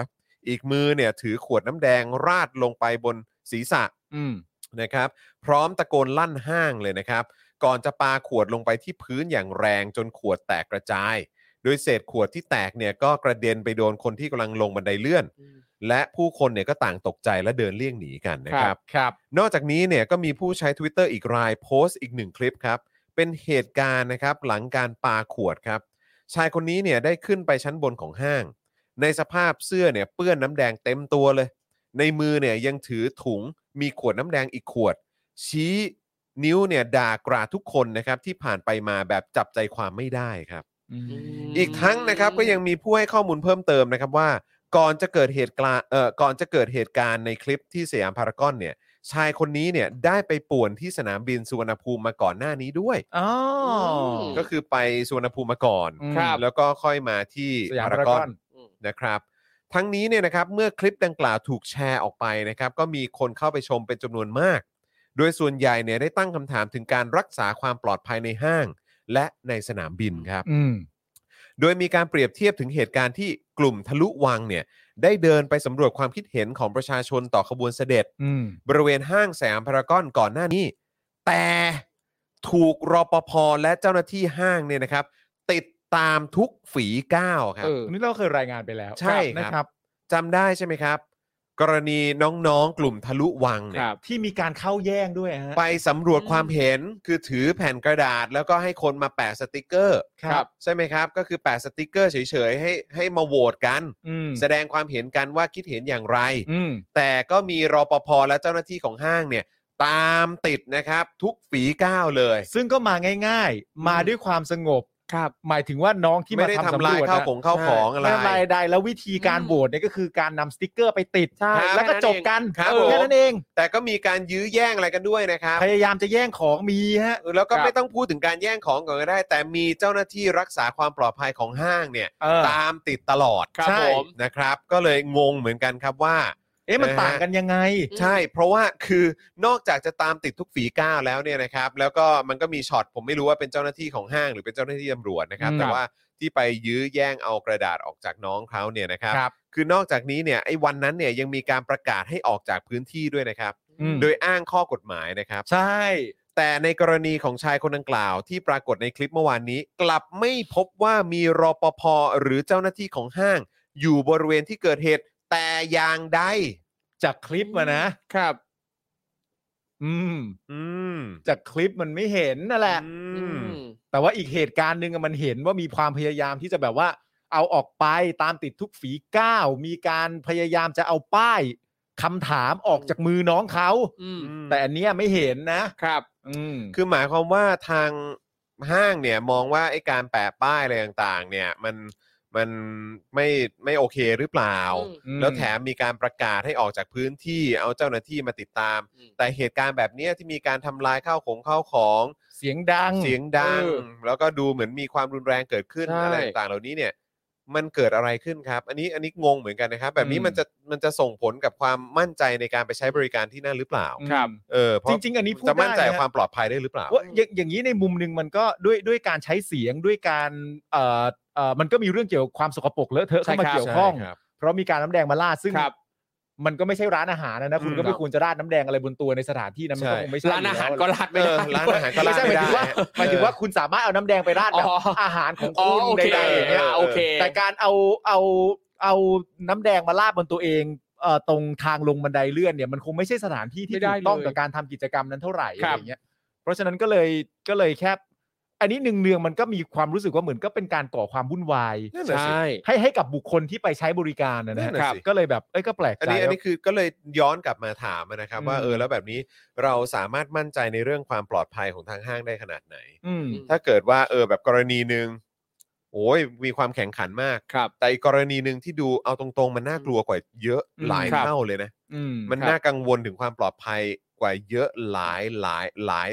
Speaker 2: อีกมือเนี่ยถือขวดน้ำแดงราดลงไปบนศีรษะ
Speaker 3: อืม
Speaker 2: นะครับ พร้อมตะโกนลั่นห้างเลยนะครับ ก่อนจะปาขวดลงไปที่พื้นอย่างแรงจนขวดแตกกระจาย โดยเศษขวดที่แตกเนี่ยก็กระเด็นไปโดนคนที่กำลังลงบันไดเลื่อน และผู้คนเนี่ยก็ต่างตกใจและเดินเลี่ยงหนีกันนะครับ
Speaker 3: ครับ
Speaker 2: นอกจากนี้เนี่ยก็มีผู้ใช้ Twitter อีกรายโพสต์อีกหนึ่งคลิปครับ เป็นเหตุการณ์นะครับหลังการปาขวดครับ ชายคนนี้เนี่ยได้ขึ้นไปชั้นบนของห้าง ในสภาพเสื้อเนี่ยเปื้อนน้ำแดงเต็มตัวเลย ในมือเนี่ยยังถือถุงมีขวดน้ำแดงอีกขวด ชี้นิ้วเนี่ยด่ากราดทุกคนนะครับที่ผ่านไปมาแบบจับใจความไม่ได้ครับ อีกทั้งนะครับก็ยังมีผู้ให้ข้อมูลเพิ่มเติมนะครับว่า ก่อนจะเกิดเหตุการณ์เอ่อก่อนจะเกิดเหตุการณ์ในคลิปที่สยามพารากอนเนี่ยชายคนนี้เนี่ยได้ไปป่วนที่สนามบินสุวรรณภูมิมาก่อนหน้านี้ด้วย
Speaker 3: อ๋ออ
Speaker 4: ม
Speaker 2: ก็คือไปสุวรรณภูมิมาก่อน
Speaker 3: ครับ
Speaker 2: แล้วก็ค่อยมาที่
Speaker 3: สยามพา
Speaker 2: พาาร
Speaker 3: ราก ก
Speaker 2: อ
Speaker 3: อน น
Speaker 2: นะครับ ทั้งนี้เนี่ยนะครับเมื่อคลิปดังกล่าวถูกแชร์ออกไปนะครับ ก็มีคนเข้าไปชมเป็นจำนวนมาก โดยส่วนใหญ่เนี่ยได้ตั้งคำถามถึงการรักษาความปลอดภัยในห้าง และในสนามบินครับ
Speaker 3: อืม
Speaker 2: โดยมีการเปรียบเทียบถึงเหตุการณ์ที่กลุ่มทะลุวังเนี่ยได้เดินไปสำรวจความคิดเห็นของประชาชนต่อขบวนเสด็จ
Speaker 3: อืม
Speaker 2: บริเวณห้างแสมพารากอนก่อนหน้านี้ แต่ถูกรปภและเจ้าหน้าที่ห้างเนี่ยนะครับ ติดตามทุกฝีก้าวครับ
Speaker 4: เออ
Speaker 3: อันนี้เราเคยรายงานไปแล้ว
Speaker 2: ใช่ครับ
Speaker 3: นะครับ
Speaker 2: จำได้ใช่ไหมครับ กรณีน้องๆ กลุ่มทะลุวังเนี่
Speaker 4: ค
Speaker 2: ย
Speaker 4: รับ
Speaker 3: ที่มีการเข้าแย่งด้วยฮะ
Speaker 2: ไปสำรวจความเห็นคือถือแผ่นกระดาษ แล้วก็ให้คนมาแปะสติกเกอร์
Speaker 3: ครับ
Speaker 2: ใช่ไหมครับ ก็คือแปะสติกเกอร์เฉยๆให้ให้มาโหวตกัน
Speaker 3: อืม
Speaker 2: แสดงความเห็นกันว่าคิดเห็นอย่างไร
Speaker 3: อืม
Speaker 2: แต่ก็มีรอปภและเจ้าหน้าที่ของห้างเนี่ย ตามติดนะครับทุกฝีก้าวเลย
Speaker 3: ซึ่งก็มาง่าย ๆ มาด้วยความสงบ
Speaker 4: ครับ
Speaker 3: หมายถึงว่าน้องที่
Speaker 2: ไม่
Speaker 3: มา
Speaker 2: ได้
Speaker 3: ทำ
Speaker 2: ทำ
Speaker 3: สำร
Speaker 2: ลายว
Speaker 3: จ
Speaker 2: ข้าว
Speaker 3: นะ
Speaker 2: ของเข้าวของอะไร
Speaker 3: ไม่ทำลายใดแล้ววิธีการ
Speaker 4: อืม
Speaker 3: โหวตเนี่ยก็คือการนำสติกเกอร์ไปติด
Speaker 4: ใช่
Speaker 3: แล้วก็จบกัน
Speaker 2: ครับ
Speaker 3: เออ
Speaker 2: ผ
Speaker 3: แค่
Speaker 2: ม
Speaker 3: นั้นเอง
Speaker 2: แต่ก็มีการยื้อแย่งอะไรกันด้วยนะครับ
Speaker 3: พยายามจะแย่งของมีฮะ
Speaker 2: แล้วก็
Speaker 4: ครับ
Speaker 2: ไม่ต้องพูดถึงการแย่งของก่อนก็ได้ แต่มีเจ้าหน้าที่รักษาความปลอดภัยของห้างเนี่ย
Speaker 3: เออ
Speaker 2: ตามติดตลอด
Speaker 4: ครับ
Speaker 3: ใช่
Speaker 4: ผม
Speaker 2: นะครับ ก็เลยงงเหมือนกันครับว่า
Speaker 3: เอ๊ะมัน
Speaker 2: นะฮะ
Speaker 3: ต่างกันยังไง
Speaker 2: ใช่ เพราะว่าคือนอกจากจะตามติดทุกฝีก้าวแล้วเนี่ยนะครับ แล้วก็มันก็มีช็อตผมไม่รู้ว่าเป็นเจ้าหน้าที่ของห้างหรือเป็นเจ้าหน้าที่ตำรวจนะครับ
Speaker 3: อืม
Speaker 2: แต่ว่าที่ไปยื้อแย่งเอากระดาษออกจากน้องเขาเนี่ยนะครับ
Speaker 3: ครับ
Speaker 2: คือนอกจากนี้เนี่ยไอ้วันนั้นเนี่ยยังมีการประกาศให้ออกจากพื้นที่ด้วยนะครับ
Speaker 3: อืม
Speaker 2: โดยอ้างข้อกฎหมายนะครับ
Speaker 3: ใช่
Speaker 2: แต่ในกรณีของชายคนดังกล่าวที่ปรากฏในคลิปเมื่อวานนี้ กลับไม่พบว่ามีรปภหรือเจ้าหน้าที่ของห้าง อยู่บริเวณที่เกิดเหตุ แต่อย่างใด
Speaker 3: จากคลิปมานะ
Speaker 4: ครับ
Speaker 3: อืม
Speaker 2: อืม
Speaker 3: จากคลิปมันไม่เห็นนั่นแหละ
Speaker 2: อื
Speaker 4: อื
Speaker 2: ม
Speaker 4: ม
Speaker 3: แต่ว่าอีกเหตุการณ์หนึ่งอะมันเห็นว่ามีความพยายามที่จะแบบว่า เอาออกไปตามติดทุกฝีก้าว มีการพยายามจะเอาป้ายคำถามออกจากมือน้องเขา
Speaker 4: อืม
Speaker 3: แต่อันเนี้ยไม่เห็นนะ
Speaker 4: ครับ
Speaker 3: อืม
Speaker 2: คือหมายความว่าทางห้างเนี่ยมองว่าไอ้การแปะป้ายอะไรต่างๆ เนี่ยมัน มันไม่ไม่โอเคหรือเปล่า
Speaker 4: อืม
Speaker 2: แล้วแถมมีการประกาศให้ออกจากพื้นที่เอาเจ้าหน้าที่มาติดตาม
Speaker 4: อืม
Speaker 2: แต่เหตุการณ์แบบเนี้ยที่มีการทำลายข้าวของข้าวของ
Speaker 3: เสียงดัง
Speaker 2: เสียงดัง
Speaker 3: เออ
Speaker 2: แล้วก็ดูเหมือนมีความรุนแรงเกิดขึ้น
Speaker 4: ใช่
Speaker 2: อะไรต่างๆเหล่านี้เนี่ย มันเกิดอะไรขึ้นครับ อันนี้อันนี้งงเหมือนกันนะครับ แบบนี้
Speaker 3: อืม
Speaker 2: มันจะมันจะส่งผลกับความมั่นใจในการไปใช้บริการที่นั่นหรือเปล่า
Speaker 3: ครับ
Speaker 2: เออเพาะ
Speaker 3: จริงๆอันนี้พูด
Speaker 2: จะมั่นใจ
Speaker 3: ได้นะ
Speaker 2: ความปลอดภัยได้หรือเปล่า
Speaker 3: ว่าอย่างอย่างนี้ในมุมหนึ่งมันก็ด้วยด้วยการใช้เสียงด้วยการเอ่อเอ่อมันก็มีเรื่องเกี่ยวกับความสกปรกเลอะเทอะเข้ามา
Speaker 4: ใช่ครับ
Speaker 3: เกี่ยวข้อง
Speaker 2: ใช่ครับ
Speaker 3: เพราะมีการน้ำแดงมาล่าดซึ่ง
Speaker 4: ครับ
Speaker 3: มันก็ไม่ใช่ร้านอาหารนะนะคุณ
Speaker 2: อืม
Speaker 3: ก็ไม่ควรจะราดน้ำแดงอะไรบนตัวในสถานที่นั้นมันก็
Speaker 2: ใช่
Speaker 3: คงไม่ใช่
Speaker 4: ร้านอาหาร
Speaker 3: ยู่
Speaker 4: ก็
Speaker 3: แล้ว
Speaker 4: รัดไม่ได้
Speaker 2: เออร้านอาหารก็
Speaker 3: ไม่
Speaker 2: ร้าน
Speaker 3: ใช่ห
Speaker 2: ไม่ได้
Speaker 3: มายถึงว่าหมายถึงว่าคุณสามารถเอาน้ำแดงไปราดแบบ
Speaker 4: อ๋อ
Speaker 3: อาหารของ
Speaker 4: อ๋อ
Speaker 3: คุ
Speaker 4: โอ
Speaker 3: ณ
Speaker 4: เค
Speaker 3: ใดๆอย่างเงี้ย
Speaker 4: อ่าโอเค
Speaker 3: แต่การเอาเอาเอาน้ำแดงมาลาดบนตัวเองเอ่อตรงทางลงบันไดเลื่อนเนี่ยมันคงไม่ใช่สถานที่ที่
Speaker 4: ไม่ได้
Speaker 3: ถูกต้อง
Speaker 4: เลย
Speaker 3: กับการทำกิจกรรมนั้นเท่าไหร่อะ
Speaker 4: ครั
Speaker 3: ไร
Speaker 4: บ
Speaker 3: อย่างเงี้ยเพราะฉะนั้นก็เลยก็เลยแค่อันนี้หนึ่งเนืองๆมันก็มีความรู้สึกว่าเหมือนก็เป็นการก่อความวุ่นวาย
Speaker 2: นั่นน่ะสิ
Speaker 4: ใช่
Speaker 3: ให้ให้กับบุคคลที่ไปใช้บริการนะนะ
Speaker 2: นั่นน่ะ
Speaker 3: ครับ
Speaker 2: สิ
Speaker 3: ก็เลยแบบเอ้ยก็แปลก
Speaker 2: อัน
Speaker 3: ใจ
Speaker 2: นี้อัน
Speaker 3: ว่า
Speaker 2: นี้คือก็เลยย้อนกลับมาถามนะครับ ว่า
Speaker 3: อืม
Speaker 2: เออแล้วแบบนี้เราสามารถมั่นใจในเรื่องความปลอดภัยของทางห้างได้ขนาดไหน
Speaker 3: อืม
Speaker 2: ถ้าเกิดว่าเออแบบกรณีหนึ่งโอ้ยมีความแข่งขันมาก
Speaker 4: ครับ
Speaker 2: แต่อีกกรณีหนึ่งที่ดูเอาตรงๆ มันน่ากลัวกว่าเยอะ
Speaker 3: อืม
Speaker 2: หลาย
Speaker 4: ครับ
Speaker 2: เท่าเลยนะ
Speaker 3: อืม
Speaker 2: มันน่ากังวลถึงความปลอดภัยกว่าเยอะหลายหลายหลาย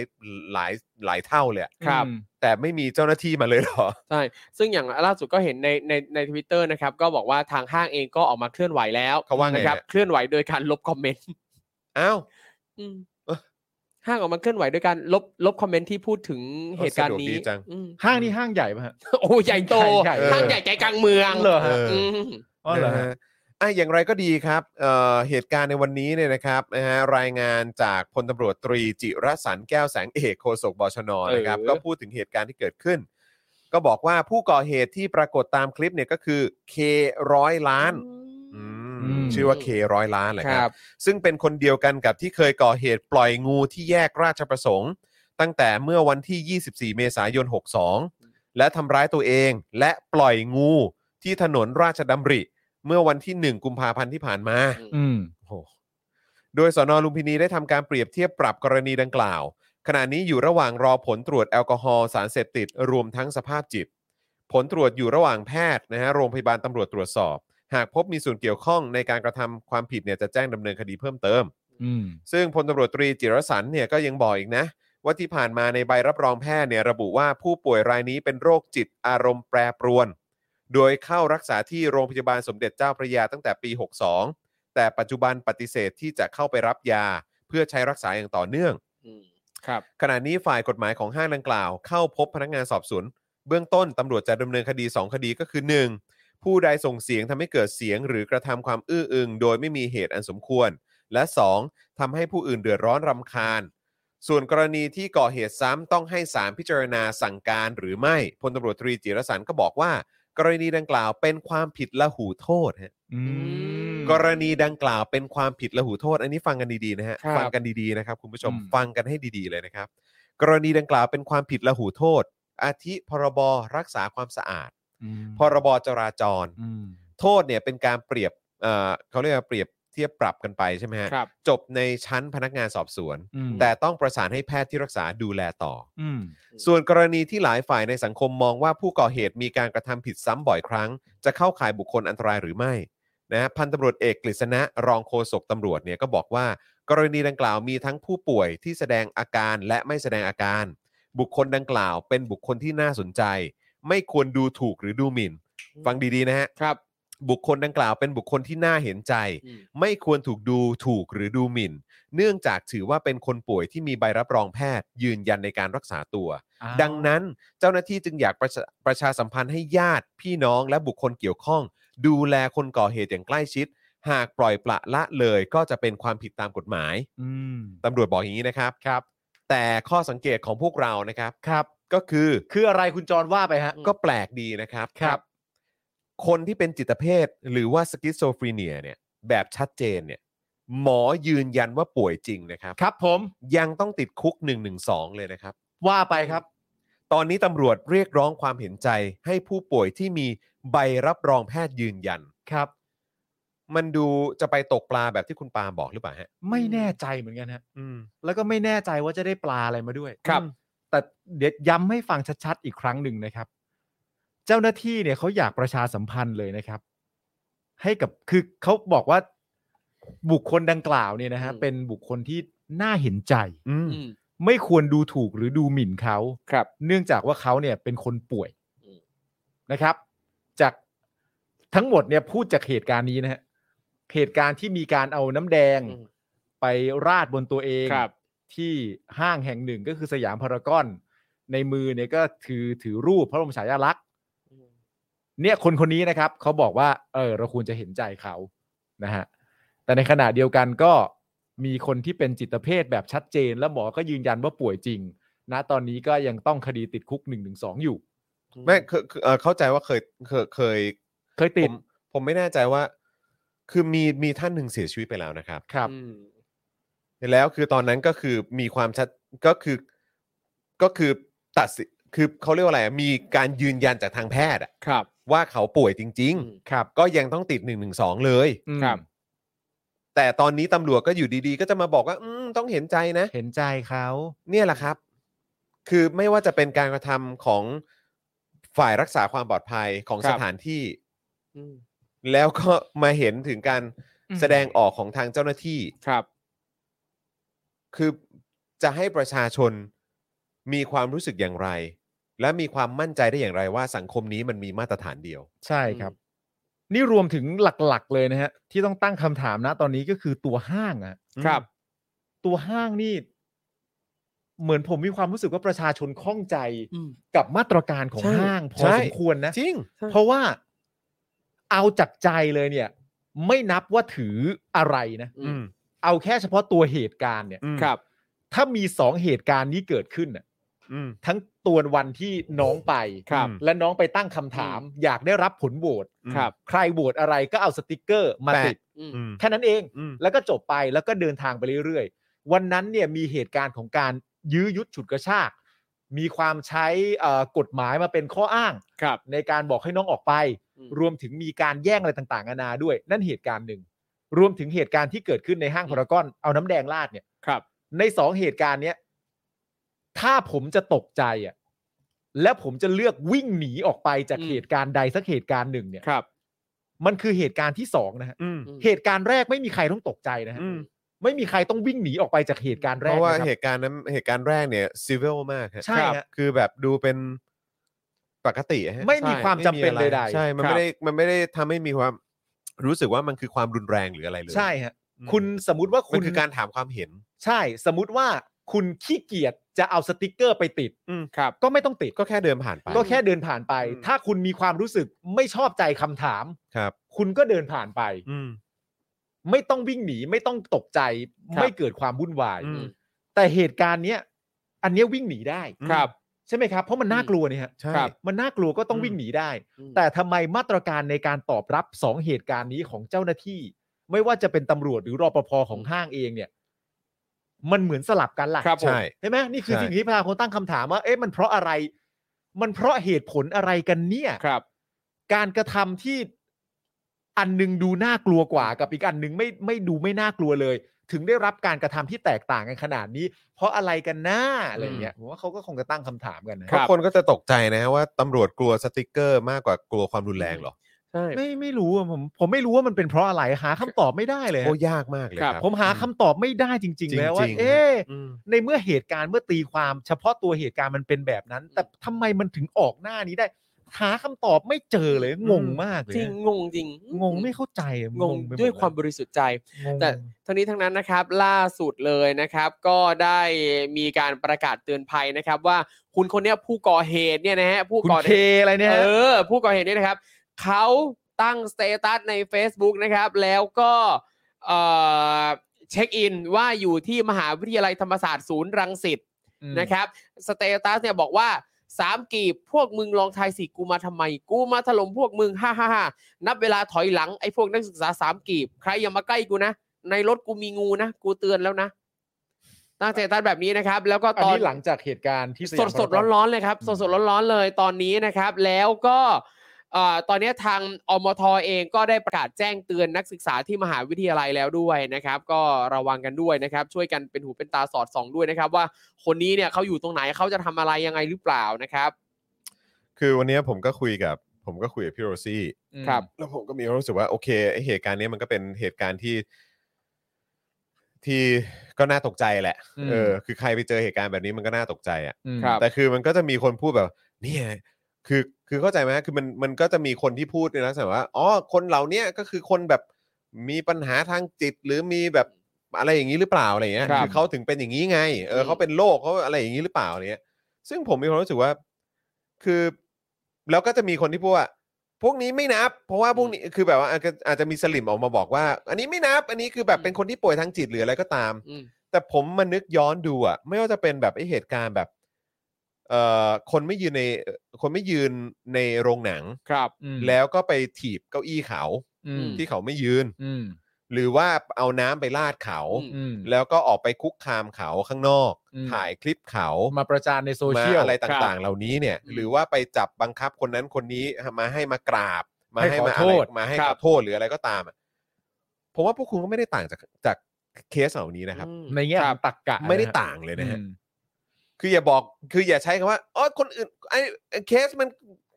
Speaker 2: หลายหลายเท่าเลยอะ
Speaker 4: ครับ
Speaker 3: อืม
Speaker 2: แต่ไม่มีเจ้าหน้าที่มาเลยเหรอ
Speaker 4: ใช่ ซึ่งอย่างล่าสุดก็เห็นในในในทวิตเตอร์นะครับ ก็บอกว่าทางห้างเองก็ออกมาเคลื่อนไหวแล้ว
Speaker 2: เขาว่าไง
Speaker 4: นะครับ
Speaker 2: เนี่ย
Speaker 4: เคลื่อนไหวโดยการลบคอมเมนต์
Speaker 2: อ้าว
Speaker 4: อืม
Speaker 2: เอ้อ
Speaker 4: ห้างออกมาเคลื่อนไหวด้วยการลบลบคอมเมนต์ที่พูดถึงเหตุการณ์นี้
Speaker 2: สะดวกดีจัง
Speaker 4: อืม
Speaker 3: ห้างนี่ห้างใหญ่ป่ะฮะ
Speaker 4: โอ้ใหญ่โต
Speaker 3: ใหญ่ใหญ่
Speaker 4: ห้างใหญ่ใจกลางเมือง
Speaker 3: เหรอฮะ
Speaker 2: เออ
Speaker 4: ม
Speaker 3: อ๋อเหรอ
Speaker 2: นะ
Speaker 3: ฮะ
Speaker 2: ฮะอ่ะอย่างไรก็ดีครับเอ่อเหตุการณ์ในวันนี้เนี่ยนะครับนะฮะรายงานจากพลตำรวจตรีจิรสันแก้วแสงเอกโฆษกบชนนะครับ
Speaker 4: เออ
Speaker 2: ก็พูดถึงเหตุการณ์ที่เกิดขึ้น ก็บอกว่าผู้ก่อเหตุที่ปรากฏตามคลิปเนี่ยก็คือเคร้อยล้านอืม
Speaker 3: อืม
Speaker 2: ชื่อว่าเคร้อยล้านแหละ
Speaker 4: ค
Speaker 2: ครับ
Speaker 4: รับ
Speaker 2: ซึ่งเป็นคนเดียวกันกับที่เคยก่อเหตุปล่อยงูที่แยกราชประสงค์ ตั้งแต่เมื่อวันที่ 24 เมษายน 62 และทำร้ายตัวเองและปล่อยงูที่ถนนราชดำริ เมื่อวันที่ 1 กุมภาพันธ์ที่ผ่านมา
Speaker 4: อื
Speaker 3: อืม
Speaker 2: โอ้โหโดยสนลุมพินีได้ทำการเปรียบเทียบปรับกรณีดังกล่าว ขณะนี้อยู่ระหว่างรอผลตรวจแอลกอฮอล์สารเสพติดรวมทั้งสภาพจิต ผลตรวจอยู่ระหว่างแพทย์นะฮะโรงพยาบาลตำรวจตรวจสอบ หากพบมีส่วนเกี่ยวข้องในการกระทำความผิดเนี่ยจะแจ้งดำเนินคดีเพิ่มเติม
Speaker 3: อืม
Speaker 2: ซึ่งพลตำรวจตรีจิรสันเนี่ยก็ยังบอกอีกนะ ว่าที่ผ่านมาในใบรับรองแพทย์เนี่ยระบุว่าผู้ป่วยรายนี้เป็นโรคจิตอารมณ์แปรปรวน โดยเข้ารักษาที่โรงพยาบาลสมเด็จเจ้าพระยาตั้งแต่ปี 62 แต่ปัจจุบันปฏิเสธที่จะเข้าไปรับยา เพื่อใช้รักษาอย่างต่อเนื่อง
Speaker 4: อืมครับ
Speaker 2: ขณะนี้ฝ่ายกฎหมายของห้างดังกล่าว เข้าพบพนักงานสอบสวนเบื้องต้นตำรวจจะดำเนินคดี 2 คดีก็คือ 1. ผู้ใดส่งเสียงทำให้เกิดเสียงหรือกระทำความอื้ออึง โดยไม่มีเหตุอันสมควร และ 2. ทำให้ผู้อื่นเดือดร้อนรำคาญ ส่วนกรณีที่ก่อเหตุซ้ำต้องให้ศาลพิจารณาสั่งการหรือไม่พลตำรวจตรีจิรสันก็บอกว่า กรณีดังกล่าวเป็นความผิดละหูโทษฮะ
Speaker 3: อืม
Speaker 2: กรณีดังกล่าวเป็นความผิดละหูโทษ อันนี้ฟังกันดีๆนะฮะ
Speaker 4: ครับ
Speaker 2: ฟักันดีๆนะครับคุณผู้ชม
Speaker 3: อืม
Speaker 2: ฟังกันให้ดีๆเลยนะครับ กรณีดังกล่าวเป็นความผิดละหูโทษ อาทิพรบรักษาความสะอาด
Speaker 3: อืม
Speaker 2: พรบจราจร
Speaker 3: อืม
Speaker 2: โทษเนี่ยเป็นการเปรียบเอ่อเขาเรียกว่าเปรียบเทียบปรับกันไปใช่ไหมฮะ
Speaker 4: ครับ
Speaker 2: จบในชั้นพนักงานสอบสวน
Speaker 3: อืม
Speaker 2: แต่ต้องประสานให้แพทย์ที่รักษาดูแลต่อ
Speaker 3: อืม
Speaker 2: ส่วนกรณีที่หลายฝ่ายในสังคมมองว่าผู้ก่อเหตุมีการกระทำผิดซ้ำบ่อยครั้ง จะเข้าข่ายบุคคลอันตรายหรือไม่นะฮะพันตำรวจเอกกฤษณะรองโฆษกตำรวจเนี่ยก็บอกว่า กรณีดังกล่าวมีทั้งผู้ป่วยที่แสดงอาการและไม่แสดงอาการ บุคคลดังกล่าวเป็นบุคคลที่น่าสนใจ ไม่ควรดูถูกหรือดูหมิ่น ฟังดีๆนะฮะ
Speaker 4: ครับ
Speaker 2: บุคคลดังกล่าวเป็นบุคคลที่น่าเห็นใจ
Speaker 4: อืม
Speaker 2: ไม่ควรถูกดูถูกหรือดูหมิ่น เนื่องจากถือว่าเป็นคนป่วยที่มีใบรับรองแพทย์ ยืนยันในการรักษาตัว ดังนั้นเจ้าหน้าที่จึงอยากประชาประชาสัมพันธ์ให้ญาติพี่น้องและบุคคลเกี่ยวข้อง ดูแลคนก่อเหตุอย่างใกล้ชิด หากปล่อยปละละเลยก็จะเป็นความผิดตามกฎหมาย
Speaker 3: อืม
Speaker 2: ตำรวจบอกอย่างนี้นะครับครับ แต่ข้อสังเกตของพวกเรานะครับ
Speaker 3: ครับ
Speaker 2: ก็คือ
Speaker 3: คืออะไรคุณจรว่าไปฮะ
Speaker 2: ก็แปลกดีนะครับ
Speaker 3: ครับ
Speaker 2: คนที่เป็นจิตเภทหรือว่าสกิสโซฟรีเนียเนี่ยแบบชัดเจนเนี่ยหมอยืนยันว่าป่วยจริงนะครับ
Speaker 3: ครับผม
Speaker 2: ยังต้องติดคุก 112 เลยนะครับ
Speaker 3: ว่าไปครับ
Speaker 2: ตอนนี้ตำรวจเรียกร้องความเห็นใจให้ผู้ป่วยที่มีใบรับรองแพทย์ยืนยัน
Speaker 3: ครับ
Speaker 2: มันดูจะไปตกปลาแบบที่คุณปาบอกหรือเปล่าฮะ
Speaker 3: ไม่แน่ใจเหมือนกันฮะ
Speaker 2: อืม
Speaker 3: แล้วก็ไม่แน่ใจว่าจะได้ปลาอะไรมาด้วย
Speaker 2: ครับ
Speaker 3: แต่เดี๋ยวย้ำให้ฟังชัดๆอีกครั้งหนึ่งนะครับ เจ้าหน้าที่เนี่ยเขาอยากประชาสัมพันธ์เลยนะครับ ให้กับคือเขาบอกว่าบุคคลดังกล่าวเนี่ยนะฮะ
Speaker 4: อืม
Speaker 3: เป็นบุคคลที่น่าเห็นใจ
Speaker 2: อืม
Speaker 4: อืม
Speaker 3: ไม่ควรดูถูกหรือดูหมิ่นเขา
Speaker 4: ครับ
Speaker 3: เนื่องจากว่าเขาเนี่ยเป็นคนป่วย
Speaker 4: อืม
Speaker 3: นะครับ จากทั้งหมดเนี่ยพูดจากเหตุการณ์นี้นะฮะเหตุการณ์ที่มีการเอาน้ำแดง
Speaker 4: อืม
Speaker 3: ไปราดบนตัวเอง
Speaker 4: ครับ
Speaker 3: ที่ห้างแห่งหนึ่งก็คือสยามพารากอน ในมือเนี่ยก็ถือถือรูปพระบรมฉายาลักษณ์เนี่ยคนคนนี้นะครับเขาบอกว่า เออเราควรจะเห็นใจเขานะฮะแต่ในขณะเดียวกันก็มีคนที่เป็นจิตเภทแบบชัดเจน และหมอก็ยืนยันว่าป่วยจริง ณตอนนี้ก็ยังต้องคดีติดคุก1นึอยู่
Speaker 2: ไม่คือคือเอ่อเข้าใจว่าเคยเคยเคย
Speaker 3: เคยติด
Speaker 2: ผมผมไม่แน่ใจว่า คือมีมีท่านหนึ่งเสียชีวิตไปแล้วนะครับ
Speaker 3: ครับ
Speaker 4: อืม
Speaker 2: แล้วคือตอนนั้นก็คือมีความชัดก็คือก็คือตัดสิคือเขาเรียกว่าอะไรอะมีการยืนยันจากทางแพทย์อะ
Speaker 4: ครับ
Speaker 2: ว่าเขาป่วยจริง
Speaker 4: อืม
Speaker 3: ครับ
Speaker 2: ๆ ก็ยังต้องติด1นึเลย
Speaker 3: อืม
Speaker 4: ครับ
Speaker 2: แต่ตอนนี้ตำรวจก็อยู่ดีๆ ก็จะมาบอกว่าอืมต้องเห็นใจนะ
Speaker 3: เห็นใจเขา
Speaker 2: เนี่ยแหละครับ คือไม่ว่าจะเป็นการกระทำของฝ่ายรักษาความปลอดภัยของ
Speaker 4: ครับ
Speaker 2: สถานที่
Speaker 4: อืม
Speaker 2: แล้วก็มาเห็นถึงการแสดงออกของทางเจ้าหน้าที่
Speaker 4: ครับ
Speaker 2: คือจะให้ประชาชนมีความรู้สึกอย่างไร และมีความมั่นใจได้อย่างไรว่าสังคมนี้มันมีมาตรฐานเดียว
Speaker 3: ใช่ครับ นี่รวมถึงหลักๆ เลยนะฮะ ที่ต้องตั้งคำถามนะตอนนี้ก็คือตัวห้างอะ
Speaker 4: ครับ
Speaker 3: ตัวห้างนี่ เหมือนผมมีความรู้สึกว่าประชาชนข้องใจ
Speaker 4: อืม
Speaker 3: กับมาตรการของ
Speaker 2: ใช่
Speaker 3: ห้างพอ
Speaker 2: ใช่
Speaker 3: สมควรนะ
Speaker 2: จริง
Speaker 4: ใช่
Speaker 3: เพราะว่าเอาจากใจเลยเนี่ย ไม่นับว่าถืออะไรนะ
Speaker 4: อืม
Speaker 3: เอาแค่เฉพาะตัวเหตุการณ์เนี่ย
Speaker 2: อืม
Speaker 4: ครับ
Speaker 3: ถ้ามีสองเหตุการณ์นี้เกิดขึ้นน่ะ
Speaker 2: อืม
Speaker 3: ทั้งตัววันที่น้องไป
Speaker 4: ครับ
Speaker 3: และน้องไปตั้งคำถาม อยากได้รับผลโหวต
Speaker 4: ครับ
Speaker 3: ใครโหวตอะไรก็เอาสติกเกอร์มา
Speaker 2: แปะ
Speaker 3: ติด
Speaker 4: อืม
Speaker 2: อืม
Speaker 3: แค่นั้นเอง
Speaker 2: อืม
Speaker 3: แล้วก็จบไปแล้วก็เดินทางไปเรื่อยๆ วันนั้นเนี่ยมีเหตุการณ์ของการยื้อยุดฉุดกระชาก มีความใช้เอ่อกฎหมายมาเป็นข้ออ้าง
Speaker 4: ครับ
Speaker 3: ในการบอกให้น้องออกไป
Speaker 4: อืม
Speaker 3: รวมถึงมีการแย่งอะไรต่างๆนานาด้วย นั่นเหตุการณ์หนึ่ง รวมถึงเหตุการณ์ที่เกิดขึ้นในห้างพารากอนเอาน้ำแดงราดเนี่ย
Speaker 4: ครับ
Speaker 3: ในสองเหตุการณ์เนี้ยถ้าผมจะตกใจอ่ะและผมจะเลือกวิ่งหนีออกไปจาก
Speaker 4: อืม
Speaker 3: เหตุการณ์ใดสักเหตุการณ์หนึ่งเนี่ย
Speaker 4: ครับ
Speaker 3: มันคือเหตุการณ์ที่สองนะฮะ
Speaker 2: อืม
Speaker 4: อืม
Speaker 3: เหตุการณ์แรกไม่มีใครต้องตกใจนะฮะ
Speaker 2: อืม
Speaker 3: ไม่มีใครต้องวิ่งหนีออกไปจากเหตุการณ์แร
Speaker 2: เพ
Speaker 3: ก
Speaker 2: ราะว่า
Speaker 3: นะค
Speaker 2: เห
Speaker 3: รับ
Speaker 2: ตุการณ์นั้นเหตุการณ์แรกเนี่ยซีวิลมากฮะ
Speaker 3: ใช่
Speaker 4: ครับ
Speaker 3: ฮะ
Speaker 2: คือแบบดูเป็นปกติฮะ
Speaker 3: ไม่มีความจำเป็น
Speaker 2: ไม่มีอะไร
Speaker 3: ใดๆ
Speaker 2: ใช่ มัน
Speaker 4: ครับ
Speaker 2: ไม่ได้มันไม่ได้ทำให้มีความรู้สึกว่ามันคือความรุนแรงหรืออะไรเลย
Speaker 3: ใช่ฮะ
Speaker 2: อืม
Speaker 3: คุณสมมติว่า
Speaker 2: มั
Speaker 3: คุ
Speaker 2: น
Speaker 3: ณ
Speaker 2: คือการถามความเห็น
Speaker 3: ใช่ สมมติว่าคุณขี้เกียจจะเอาสติกเกอร์ไปติด
Speaker 4: ครับ
Speaker 3: ก็ไม่ต้องติด
Speaker 2: ก็แค่เดินผ่านไป
Speaker 3: ก็แค่เดินผ่านไป
Speaker 2: อืม
Speaker 3: ถ้าคุณมีความรู้สึกไม่ชอบใจคำถาม
Speaker 2: ครับ
Speaker 3: คุณก็เดินผ่านไป
Speaker 2: อืม
Speaker 3: ไม่ต้องวิ่งหนีไม่ต้องตกใจ
Speaker 4: ครับ
Speaker 3: ไม่เกิดความวุ่นวาย
Speaker 2: อืม
Speaker 3: แต่เหตุการณ์เนี้ยอันเนี้ยวิ่งหนีได้
Speaker 4: ครับ
Speaker 3: ใช่ไหมครับ เพราะมันน่ากลัวเนี่ยฮะ
Speaker 2: ใช่
Speaker 4: ครับ
Speaker 3: มันน่ากลัวก็ต้องวิ่งหนีได้ แต่ทำไมมาตรการในการตอบรับสองเหตุการณ์นี้ของเจ้าหน้าที่ ไม่ว่าจะเป็นตำรวจหรือรอปภของห้างเองเนี่ย มันเหมือนสลับกันล่ะ
Speaker 4: ครับผม
Speaker 2: ใช่
Speaker 3: ใช่ไหมนี่คือ
Speaker 2: ใช่
Speaker 3: สิ่งที่ประชาชนตั้งคำถามว่าเอ๊ะมันเพราะอะไร มันเพราะเหตุผลอะไรกันเนี่ย
Speaker 4: ครับ
Speaker 3: การกระทำที่อันหนึงดูน่ากลัวกว่ากับอีกอันหนึงไม่ไม่ดูไม่น่ากลัวเลย ถึงได้รับการกระทำที่แตกต่างกันขนาดนี้ เพราะอะไรกันหน้าอะไรอย่างเงี้ยผมว่าเขาก็คงจะตั้งคำถามกันนะ
Speaker 2: เพราะคนก็จะตกใจนะว่าตำรวจกลัวสติกเกอร์มากกว่ากลัวความรุนแรงเหรอ
Speaker 4: ใช่
Speaker 3: ไม่ไม่รู้อะผม ผมไม่รู้ว่ามันเป็นเพราะอะไรหาคำตอบไม่ได้เลย
Speaker 2: โอ้
Speaker 3: ฮะ
Speaker 2: ยากมากเลย
Speaker 4: ค
Speaker 2: ค
Speaker 4: รั
Speaker 2: รับ บ
Speaker 3: ผมหาคำตอบไม่ได้จริง
Speaker 2: จริ
Speaker 3: ๆ
Speaker 2: งๆ
Speaker 3: แล้ว
Speaker 2: ค
Speaker 3: ว่า
Speaker 2: รับ
Speaker 3: เอ๊ะ
Speaker 2: อืม
Speaker 3: ในเมื่อเหตุการณ์เมื่อตีความเฉพาะตัวเหตุการณ์มันเป็นแบบนั้น แต่ทำไมมันถึงออกหน้านี้ได้ หาคำตอบไม่เจอเลยงงมากเลย
Speaker 4: จริง
Speaker 3: นะ
Speaker 4: งงจริง
Speaker 3: งงไม่เข้าใจอะ
Speaker 4: งง
Speaker 3: ไปหด
Speaker 4: ด้วย
Speaker 3: เล
Speaker 4: ความบริสุทธิ์ใจ
Speaker 3: งง
Speaker 4: แต่ทั้งนี้ทั้งนั้นนะครับล่าสุดเลยนะครับ ก็ได้มีการประกาศเตือนภัยนะครับ ว่าคุณคนเนี้ยผู้ก่อเหตุเนี่ยนะฮะผู้
Speaker 3: คุณ
Speaker 4: ก่อ
Speaker 3: เคอะไรเนี่ย
Speaker 4: เอ
Speaker 3: ฮะ
Speaker 4: อ ผู้ก่อเหตุเนี่ยนะครับเขาตั้งสเตตัสใน Facebook นะครับ แล้วก็เอ่อเช็คอินว่าอยู่ที่มหาวิทยาลัยธรรมศาสตร์ศูนย์รังสิต
Speaker 3: ม
Speaker 4: นะครับสเตตัสเนี่ยบอกว่าสามกีบพวกมึงลองทายสิกูมาทำไม กูมาถล่มพวกมึงฮ่าฮ่าฮ่านับเวลาถอยหลังไอ้พวกนักศึกษาสามกีบ ใครอย่ามาใกล้กูนะ ในรถกูมีงูนะ กูเตือนแล้วนะตั้งสเตตัสแบบนี้นะครับ แล้วก็
Speaker 3: อัน
Speaker 4: ตอน
Speaker 3: นี้หลังจากเหตุการณ์ที่
Speaker 4: สดสดร้อนร้อนๆเลยครับสดสดร้อนร้อนๆเลยตอนนี้นะครับ แล้วก็เอ่อตอนนี้ทางอมทเองก็ได้ประกาศแจ้งเตือนนักศึกษาที่มหาวิทยาลัยแล้วด้วยนะครับ ก็ระวังกันด้วยนะครับ ช่วยกันเป็นหูเป็นตาสอดส่องด้วยนะครับ ว่าคนนี้เนี่ยเขาอยู่ตรงไหนเขาจะทำอะไรยังไงหรือเปล่านะครับ
Speaker 2: คือวันนี้ผมก็คุยกับ ผมก็คุยกับพี่โรซี่
Speaker 4: ครับ
Speaker 2: แล้วผมก็มีความรู้สึกว่าโอเคไอเหตุการณ์เนี้ยมันก็เป็นเหตุการณ์ที่ ที่ก็น่าตกใจแหละ
Speaker 3: อืม
Speaker 2: เออคือใครไปเจอเหตุการณ์แบบนี้มันก็น่าตกใจอะ่ะ
Speaker 3: อืม
Speaker 4: ครับ
Speaker 2: แต่คือมันก็จะมีคนพูดแบบ เนี่ยคือคือเข้าใจไหมคือมันมันก็จะมีคนที่พูดในลักษณะว่าอ๋อคนเหล่าเนี้ยก็คือคนแบบมีปัญหาทางจิต หรือมีแบบอะไรอย่างนี้หรือเปล่าอะไรเงี้ย
Speaker 4: ครับ
Speaker 2: คือเขาถึงเป็นอย่างนี้ไงเออเขาเป็นโรคเขาอะไรอย่างนี้หรือเปล่าอะไรเงี้ย ซึ่งผมมีความรู้สึกว่า คือ แล้วก็จะมีคนที่พูดว่า พวกนี้ไม่นับ เพราะว่าพวกนี้คือแบบว่าอาจจะอาจจะมีสลิมออกมาบอกว่า อันนี้ไม่นับ อันนี้คือแบบเป็นคนที่ป่วยทางจิตหรืออะไรก็ตาม
Speaker 4: อืม
Speaker 2: แต่ผมมานึกย้อนดูอะไม่ว่าจะเป็นแบบไอเหตุการณ์แบบเอ่อคนไม่ยืนในคนไม่ยืนในโรงหนัง
Speaker 4: ครับ
Speaker 3: อืม
Speaker 2: แล้วก็ไปถีบเก้าอี้เขา
Speaker 3: อืม
Speaker 2: ที่เขาไม่ยืน
Speaker 3: อืม
Speaker 2: หรือว่าเอาน้ำไปลาดเขา
Speaker 4: อืม
Speaker 3: อืม
Speaker 2: แล้วก็ออกไปคุกคามเขาข้างนอก
Speaker 3: อืม
Speaker 2: ถ่ายคลิปเขา
Speaker 3: มาประจานในโซเชียล
Speaker 2: มาอะไรต่างๆ เหล่านี้เนี่ย
Speaker 4: อืม
Speaker 2: หรือว่าไปจับบังคับคนนั้นคนนี้มาให้มากราบ มา
Speaker 3: ให้
Speaker 2: ให้
Speaker 3: ขอ
Speaker 2: มาอะ
Speaker 3: โท
Speaker 2: ไร
Speaker 3: ษ
Speaker 2: มาให้
Speaker 4: ครั
Speaker 2: ข
Speaker 4: บ
Speaker 2: อโทษหรืออะไรก็ตามอะผมว่าพวกคุณก็ไม่ได้ต่างจากจากเคสเหล่านี้นะครับ
Speaker 4: อืม
Speaker 3: ในแง่ของตักกะ
Speaker 2: ไม่ได้
Speaker 3: นะฮะ
Speaker 2: ต่างเลยนะฮะ
Speaker 3: อืม
Speaker 2: คืออย่าบอกคืออย่าใช้คำว่าอ๋อคนอื่นไอ้ไอ้เคสมัน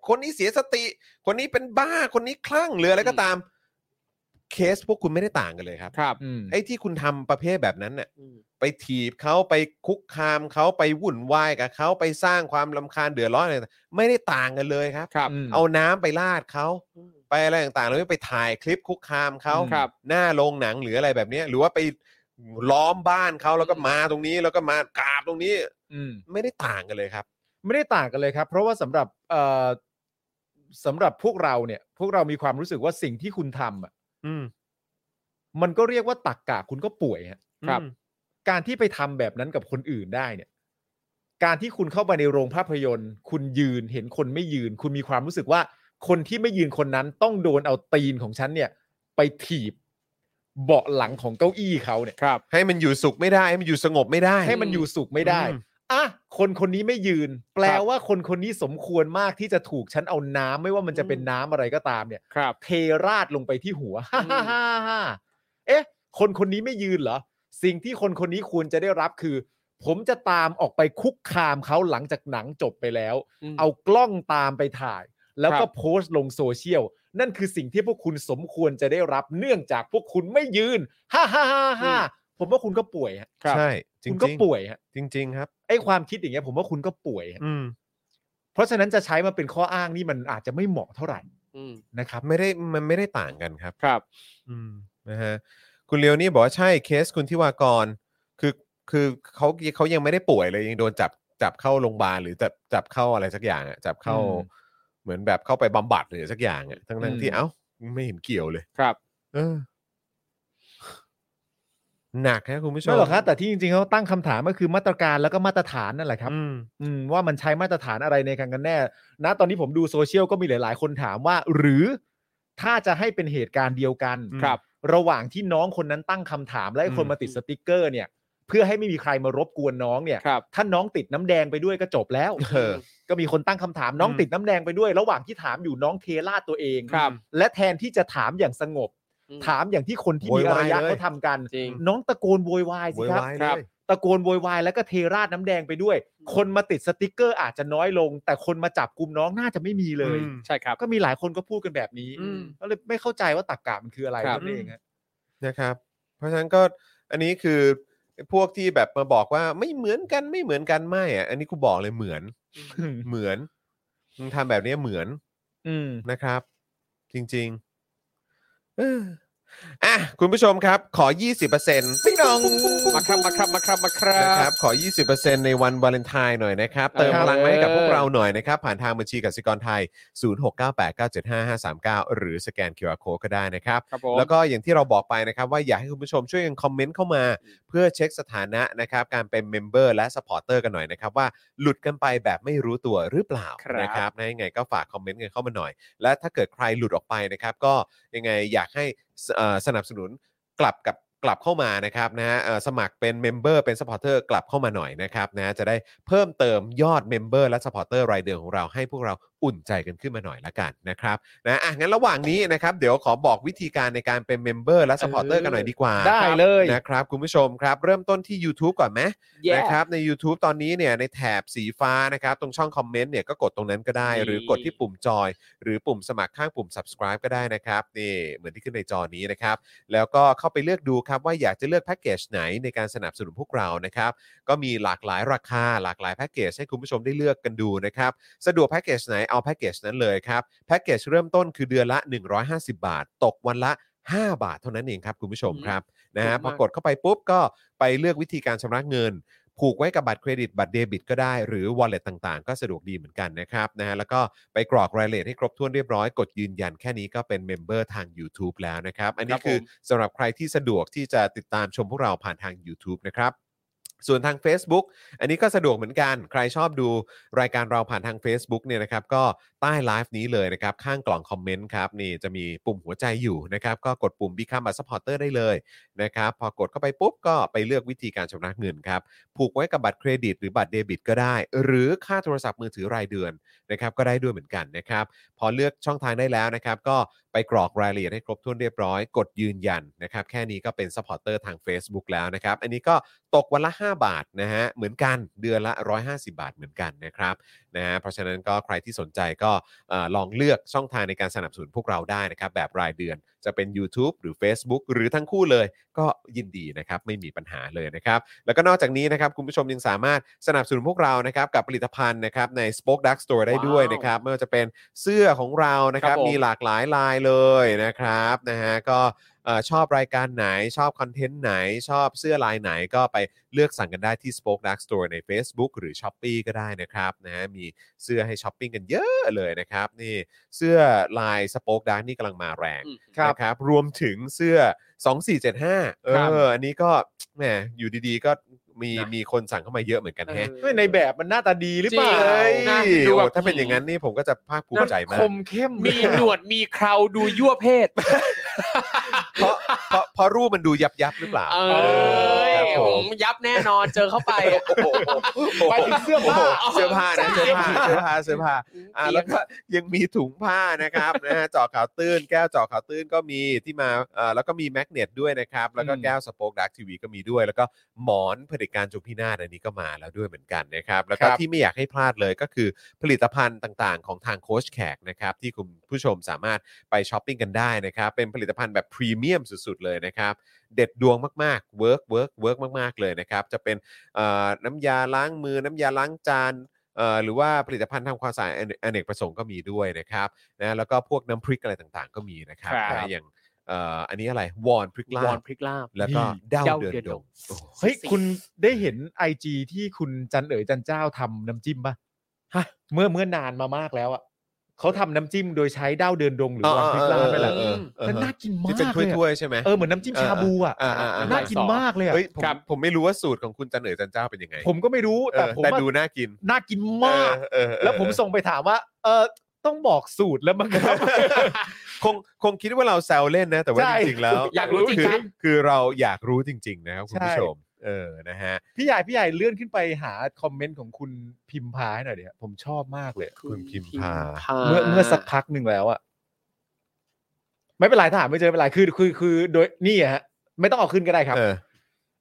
Speaker 2: คนนี้เสียสติ คนนี้เป็นบ้าคนนี้คลั่งหรืออะไรก็ตาม เคสพวกคุณไม่ได้ต่างกันเลยครับ
Speaker 4: ครับ
Speaker 3: อืม
Speaker 2: ไอ้ที่คุณทำประเภทแบบนั้นน่ะ
Speaker 4: อืม
Speaker 2: ไปถีบเขาไปคุกคามเขาไปวุ่นวายกับเขาไปสร้างความลำคาญเดือดร้อนอะไรต่างไม่ได้ต่างกันเลยครับ
Speaker 4: ครับ
Speaker 3: ม
Speaker 2: เอาน้ำไปลาดเขาไปอะไรต่างๆแล้วไปถ่ายคลิปคุกคามเขา
Speaker 3: ครับ
Speaker 2: หน้าโรงหนังหรืออะไรแบบเนี้ยหรือว่าไปล้อมบ้านเขาแล้วก็มาตรงนี้แล้วก็มากราบตรงนี้
Speaker 3: อืม
Speaker 2: ไม่ได้ต่างกันเลยครับ
Speaker 3: ไม่ได้ต่างกันเลยครับ เพราะว่าสำหรับเอ่อสำหรับพวกเราเนี่ย พวกเรามีความรู้สึกว่าสิ่งที่คุณทำอ่ะ
Speaker 2: อืม
Speaker 3: มันก็เรียกว่าตักกะคุณก็ป่วยฮะ
Speaker 4: ครับ
Speaker 3: การที่ไปทำแบบนั้นกับคนอื่นได้เนี่ย การที่คุณเข้าไปในโรงภาพยนตร์ คุณยืนเห็นคนไม่ยืน คุณมีความรู้สึกว่า คนที่ไม่ยืนคนนั้นต้องโดนเอาตีนของฉันเนี่ย ไปถีบเบาะหลังของเก้าอี้เขาเนี่ย
Speaker 4: ครับ
Speaker 2: ให้มันอยู่สุขไม่ได้ ให้มันอยู่สงบไม่ได้
Speaker 3: ให้มันอยู่สุขไม่ได้
Speaker 2: อืม
Speaker 3: อ่ะ คนคนนี้ไม่ยืน แปล
Speaker 4: ครับ
Speaker 3: ว่าคนคนนี้สมควรมากที่จะถูกฉันเอาน้ำไม่ว่ามันจะเป็น
Speaker 4: อืม
Speaker 3: น้ำอะไรก็ตามเนี่ย
Speaker 4: ครับ
Speaker 3: เทราดลงไปที่หัว
Speaker 4: อื
Speaker 3: ฮ่าม ฮ่าฮ่าฮ่าเอ๊ะ คนคนนี้ไม่ยืนเหรอ สิ่งที่คนคนนี้ควรจะได้รับคือ ผมจะตามออกไปคุกคามเขาหลังจากหนังจบไปแล้ว
Speaker 4: ม
Speaker 3: เอากล้องตามไปถ่าย แล้ว
Speaker 4: ครั
Speaker 3: ก็
Speaker 4: บ
Speaker 3: โพสต์ลงโซเชียล นั่นคือสิ่งที่พวกคุณสมควรจะได้รับ เนื่องจากพวกคุณไม่ยืน ฮ่าฮ่าฮ่าฮ่าผมว่าคุณก็ป่วยฮะ
Speaker 4: ครับ
Speaker 2: ใช่จริ
Speaker 3: คุ
Speaker 2: ง
Speaker 3: ณ
Speaker 2: จ
Speaker 3: ก็
Speaker 2: ริง
Speaker 3: ป่วยฮะ
Speaker 2: จริง ๆ ครับ
Speaker 3: ไอ้ความคิดอย่างเงี้ยผมว่าคุณก็ป่วยฮะ
Speaker 2: อืม
Speaker 3: เพราะฉะนั้นจะใช้มาเป็นข้ออ้างนี่มันอาจจะไม่เหมาะเท่าไหร่
Speaker 4: อืม
Speaker 3: นะครับ
Speaker 2: ไม่ได้มันไม่ได้ต่างกันครับ
Speaker 4: ครับ
Speaker 2: อืมนะฮะคุณเลียวนี่บอกว่าใช่เคสคุณที่วากรคือคือเขาเขายังไม่ได้ป่วยเลยยังโดนจับจับเข้าโรงพยาบาลหรือจับจับเข้าอะไรสักอย่างอะจับเข้า
Speaker 3: อืม
Speaker 2: เหมือนแบบเข้าไปบำบัดหรือสักอย่างอะทั้งทั้ง
Speaker 3: อืม
Speaker 2: ที่เอ้าไม่เห็นเกี่ยวเลย
Speaker 4: ครับ
Speaker 2: เอ อ หนักนะคุณผู้ชม
Speaker 3: ไม่หรอกครับแต่ที่จริงๆเขาตั้งคำถามก็คือมาตรการแล้วก็มาตรฐานนั่นแหละครับ
Speaker 2: อืม
Speaker 3: อืมว่ามันใช้มาตรฐานอะไรในการกันแน่นะตอนนี้ผมดูโซเชียลก็มีหลายๆ คนถามว่า หรือถ้าจะให้เป็นเหตุการณ์เดียวกัน
Speaker 2: อืม
Speaker 4: ครับ
Speaker 3: ระหว่างที่น้องคนนั้นตั้งคำถามและไอ้คนมาติดสติกเกอร์เนี่ย เพื่อให้ไม่มีใครมารบกวนน้องเนี่ย
Speaker 4: ครับ
Speaker 3: ถ้าน้องติดน้ำแดงไปด้วยก็จบแล้ว
Speaker 2: เออ
Speaker 3: ก็มีคนตั้งคำถามน้อง
Speaker 2: อืม
Speaker 3: ติดน้ำแดงไปด้วย ระหว่างที่ถามอยู่น้องเทราดตัวเอง
Speaker 4: ครับ
Speaker 3: และแทนที่จะถามอย่างสงบ
Speaker 4: อืม
Speaker 3: ถามอย่างที่คนที่
Speaker 2: โว
Speaker 3: มี
Speaker 2: ยวา
Speaker 3: อาย รยะ
Speaker 2: เลย
Speaker 3: เขาทำกัน
Speaker 4: จริง
Speaker 3: น้องตะโกนโวยวายสิ
Speaker 2: โว
Speaker 3: ครับ
Speaker 2: วาย
Speaker 4: ค
Speaker 2: เล
Speaker 4: รับ
Speaker 2: ย
Speaker 3: ตะโกนโวยวายแล้วก็เทราดน้ำแดงไปด้วย คนมาติดสติกเกอร์อาจจะน้อยลง แต่คนมาจับกลุ่มน้องน่าจะไม่มีเลย
Speaker 2: อืม
Speaker 4: ใช่ครับ
Speaker 3: ก็มีหลายคนก็พูดกันแบบนี้
Speaker 4: อืม
Speaker 3: ก็เลยไม่เข้าใจว่าตรกกะมันคืออะไร
Speaker 4: ครับ
Speaker 3: นั่นเองฮะ
Speaker 2: นะครับ เพราะฉะนั้นก็อันนี้คือพวกที่แบบมาบอกว่าไม่เหมือนกันไม่เหมือนกันไม่อะอันนี้กูบอกเลยเหมือนเหมือนมึงทำแบบนี้เหมือน
Speaker 3: อืม
Speaker 2: นะครับ จริงๆเอออ่ะคุณผู้ชมครับ ขอ 20%พี่น้อง
Speaker 4: มาครับมาครับมาครับมาครั
Speaker 2: นะครับ บ ขอ 20%ในวันวาเลนไทน์หน่อยนะครับ เติมพลังมาให้กับพวกเราหน่อยนะครับ ผ่านทางบัญชีกสิกรไทย 0698975539 หรือสแกน QR Code ก็ได้นะครับ
Speaker 4: ครับผม
Speaker 2: แล้วก็อย่างที่เราบอกไปนะครับว่าอยากให้คุณผู้ชมช่วยกันคอมเมนต์เข้ามา เพื่อเช็คสถานะนะครับการเป็นเมมเบอร์และสปอร์เตอร์กันหน่อยนะครับ ว่าหลุดกันไปแบบไม่รู้ตัวหรือเปล่า
Speaker 4: ครับ
Speaker 2: นะครับนะยังไงก็ฝากคอมเมนต์กันเข้ามาหน่อย และถ้าเกิดใครหลุดออกไปนะครับ ก็ยังไงอยากให้สเอ่อสนับสนุนกลับกับกลับเข้ามานะครับนะฮะเอ่อสมัครเป็นเมมเบอร์เป็นสปอร์เตอร์กลับเข้ามาหน่อยนะครับนะจะได้เพิ่มเติมยอดเมมเบอร์และสปอร์เตอร์รายเดือนของเราให้พวกเรา อุ่นใจกันขึ้นมาหน่อยละกันนะครับนะอ่ะงั้นระหว่างนี้นะครับเดี๋ยวขอบอกวิธีการในการเป็นเมมเบอร์และสปอร์เตอร์กันหน่อยดีกว่า
Speaker 3: ได้เลย
Speaker 2: นะครับคุณผู้ชมครับ เริ่มต้นที่ YouTube ก่อนไหม
Speaker 4: แย่
Speaker 2: นะครับใน YouTube ตอนนี้เนี่ยในแถบสีฟ้านะครับตรงช่องคอมเมนต์เนี่ยก็กดตรงนั้นก็ได้
Speaker 4: นี่
Speaker 2: หรือกดที่ปุ่มจอย หรือปุ่มสมัครข้างปุ่ม subscribe ก็ได้นะครับนี่เหมือนที่ขึ้นในจอนี้นะครับแล้วก็เข้าไปเลือกดูครับว่าอยากจะเลือกแพ็กเกจไหนในการสนับสนุนพวกเรานะครับก็มีหลากหลายราคาหลากหลายแพ็กเกจให้คุณผู้ชมได้เลือกกันดูนะครับสะดวกแพ็กเกจไหนเอาแพ็กเกจนั้นเลยครับแพ็กเกจเริ่มต้นคือเดือนละ 150 บาท ตกวันละ 5 บาทเท่านั้นเองครับคุณผู้ชมครับ นะฮะ
Speaker 4: ถูก
Speaker 2: พ
Speaker 4: มาก
Speaker 2: อกดเข้าไปปุ๊บก็ไปเลือกวิธีการชำระเงิน ผูกไว้กับบัตรเครดิตบัตรเดบิตก็ได้ หรือ wallet ต่างๆ ก็สะดวกดีเหมือนกันนะครับนะฮะแล้วก็ไปกรอกรายละเอียดให้ครบถ้วนเรียบร้อยกดยืนยันแค่นี้ก็เป็นเมมเบอร์ทาง YouTube แล้วนะครับ อันนี้
Speaker 4: ครับผม
Speaker 2: คือสำหรับใครที่สะดวกที่จะติดตามชมพวกเราผ่านทาง YouTube นะครับ ส่วนทาง Facebook อันนี้ก็สะดวกเหมือนกัน ใครชอบดูรายการเราผ่านทาง Facebook เนี่ยนะครับ ก็ใต้ไลฟ์นี้เลยนะครับ ข้างกล่องคอมเมนต์ครับ นี่จะมีปุ่มหัวใจอยู่นะครับ ก็กดปุ่ม Become a supporter ได้เลยนะครับ พอกดเข้าไปปุ๊บ ก็ไปเลือกวิธีการชำระเงินครับ ผูกไว้กับบัตรเครดิตหรือบัตรเดบิตก็ได้ หรือค่าโทรศัพท์มือถือรายเดือนนะครับ ก็ได้ด้วยเหมือนกันนะครับ พอเลือกช่องทางได้แล้วนะครับ ก็ไปกรอกรายละเอียดให้ครบถ้วนเรียบร้อย กดยืนยันนะครับ แค่นี้ก็เป็น s u p p อร์เตอร์ทาง Facebook แล้วนะครับ อันนี้ก็ตกวันละ 5 บาทนะฮะ เหมือนกันเดือนละ 150 บาทเหมือนกันนะครับนะฮะเพราะฉะนั้นก็ใครที่สนใจก็เอ่อลองเลือกช่องทางในการสนับสนุนพวกเราได้นะครับ แบบรายเดือนจะเป็น YouTube หรือ Facebook หรือทั้งคู่เลย ก็ยินดีนะครับ ไม่มีปัญหาเลยนะครับ แล้วก็นอกจากนี้นะครับ คุณผู้ชมยังสามารถสนับสนุนพวกเรานะครับกับผลิตภัณฑ์นะครับใน Spoke Dark Store ได้ด้วยนะครับไม่ว่าจะเป็นเสื้อของเรานะครับ
Speaker 4: ครับผม
Speaker 2: มีหลากหลายลายเลยนะครับนะฮะก็เอ่อชอบรายการไหนชอบคอนเทนต์ไหน ชอบเสื้อลายไหนก็ไปเลือกสั่งกันได้ที่ Spoke Dark Store ใน Facebook หรือ s h อ p e e ก็ได้นะครับนะฮะมีเสื้อให้ช้อปปิ้งกันเยอะเลยนะครับนี่เสื้อลาย Spoke Dark นี่กำลังมาแรง
Speaker 4: อืม
Speaker 3: ครับ
Speaker 2: นะครับรวมถึงเสื้อ 2475 เอ
Speaker 3: ครับ
Speaker 2: ออันนี้ก็แหมอยู่ดีๆก็มี
Speaker 5: นะ
Speaker 2: มีคนสั่งเข้ามาเยอะเหมือนกันแฮะ
Speaker 3: เฮ้ยในแบบมันหน้าตาดีหรือเปล่า
Speaker 4: จริง
Speaker 2: เอ้ย
Speaker 4: น่าดู
Speaker 2: โอ้
Speaker 4: แบบ
Speaker 2: ถ้าเป็นอย่างนั้นนี่ผมก็จะภาคภูมิใจมา
Speaker 3: ค
Speaker 2: ก
Speaker 3: มเข้ม
Speaker 4: มีหนวดมีเคราดูยั่วเพศ
Speaker 2: เพราะเพราะ เพราะรูปมันดูยับยับๆหรือเปล่า
Speaker 4: เอย
Speaker 2: เครับผม
Speaker 4: ผมยับแน่นอนเจอเข้าไปอะ
Speaker 3: ไปถึงเสื้อ
Speaker 2: โอ้โห
Speaker 3: ผ้า
Speaker 2: เสื้อผ้านะเสื้อผ้า
Speaker 4: ใช่
Speaker 2: เสื้อผ้าเสื้อผ้า อ่ะแล้วก็ ยังมีถุงผ้านะครับ นะฮะเจอข่าวตื้นแก้วเจอข่าวตื้นก็มีที่มาเอ่อแล้วก็มีแมกเนตด้วยนะครับ แล้วก็
Speaker 3: อืม
Speaker 2: แก้วสป o อคดักทีวีก็มีด้วย แล้วก็หมอนผลิตการจงพินาศอันนี้ก็มาแล้วด้วยเหมือนกันนะครับ แล้วก็ที่ไม่อยากให้พลาดเลยก็คือผลิตภัณฑ์ต่างๆ ของทางโค้ชแขกนะครับ ที่คุณผู้ชมสามารถไปช้อปปิ้งกันได้นะครับ เป็นผลิตภัณฑ์แบบพรีเมียมสุดๆเลยนะครับ เด็ดดวงมากๆเวิร์กเวิร์กเวิร์กมากๆเลยนะครับจะเป็นเอ่อน้ำยาล้างมือน้ำยาล้างจาน เอ่อหรือว่าผลิตภัณฑ์ทำความสะอาดอเนอเนกประสงค์ก็มีด้วยนะครับนะแล้วก็พวกน้ำพริกอะไรต่างๆ ก็มีนะครับ
Speaker 4: ครับ
Speaker 2: นะอย่างเอ่ออันนี้อะไรวอนพริกลาว
Speaker 4: อบ นพริกลาบ
Speaker 2: แล้วก็เด้า
Speaker 4: เด้า
Speaker 2: เดือน
Speaker 4: เดือน
Speaker 2: ด
Speaker 4: ด
Speaker 2: ง
Speaker 4: ง
Speaker 2: โอ้โห
Speaker 3: เฮ้ยคุณได้เห็นไอจีที่คุณจันเอ๋ยจันเจ้าทำน้ำจิ้มป่ะ
Speaker 4: ฮะ
Speaker 3: เมื่อเมื่อนานมามากแล้วอ่ะเขาทำน้ำจิ้มโดยใช้ด้าวเดินดงหรือวอนพริกลาบนั่นแหละ
Speaker 2: เออเออเออ
Speaker 3: แต่น่ากินมาก
Speaker 2: ที่เป็น
Speaker 3: เลย
Speaker 2: ถ้
Speaker 3: อะ
Speaker 2: วยๆใช่ไหม
Speaker 3: เออเหมือนน้ำจิ้มชาบูอ่ะ
Speaker 2: อ่าอ่าอ่า
Speaker 3: น่ากินมากเลยอะ
Speaker 2: เฮ้ยผม
Speaker 4: ครับ
Speaker 2: ผมไม่รู้ว่าสูตรของคุณจันเอ๋ยจันเจ้าเป็นยังไง
Speaker 3: ผมก็ไม่รู้
Speaker 2: เอ
Speaker 3: แต่
Speaker 2: อ
Speaker 3: ผม
Speaker 2: แต่
Speaker 3: ว่า
Speaker 2: ดูน่ากิน
Speaker 3: น่ากินมาก
Speaker 2: เออเออเออ
Speaker 3: แล้วผมส่งไปถามว่า เออต้องบอกสูตรแล้วมั้งครับ
Speaker 2: คงคงคิดว่าเราแซวเล่นนะ แต่ว่า
Speaker 3: ใช่
Speaker 2: จริงๆแล้ว
Speaker 4: อยากรู้จริง
Speaker 2: คื
Speaker 4: ๆครับ
Speaker 2: คือเราอยากรู้จริง ๆ นะครับคุณผู้
Speaker 3: ใช่
Speaker 2: ชมเออนะฮะ
Speaker 3: พี่ใหญ่พี่ใหญ่เลื่อนขึ้นไปหาคอมเมนต์ของคุณพิมพาให้หน่อยเดี๋ยวผมชอบมากเลย
Speaker 2: คุณพิมพา
Speaker 3: เมื่อเมื่อสักพักหนึ่งแล้วอะไม่เป็นไรถ้าหาไม่เจอไม่เป็นไรคือคือคือโดยนี่อะฮะ ไม่ต้องเอาขึ้นก็ได้ครับ
Speaker 2: เออ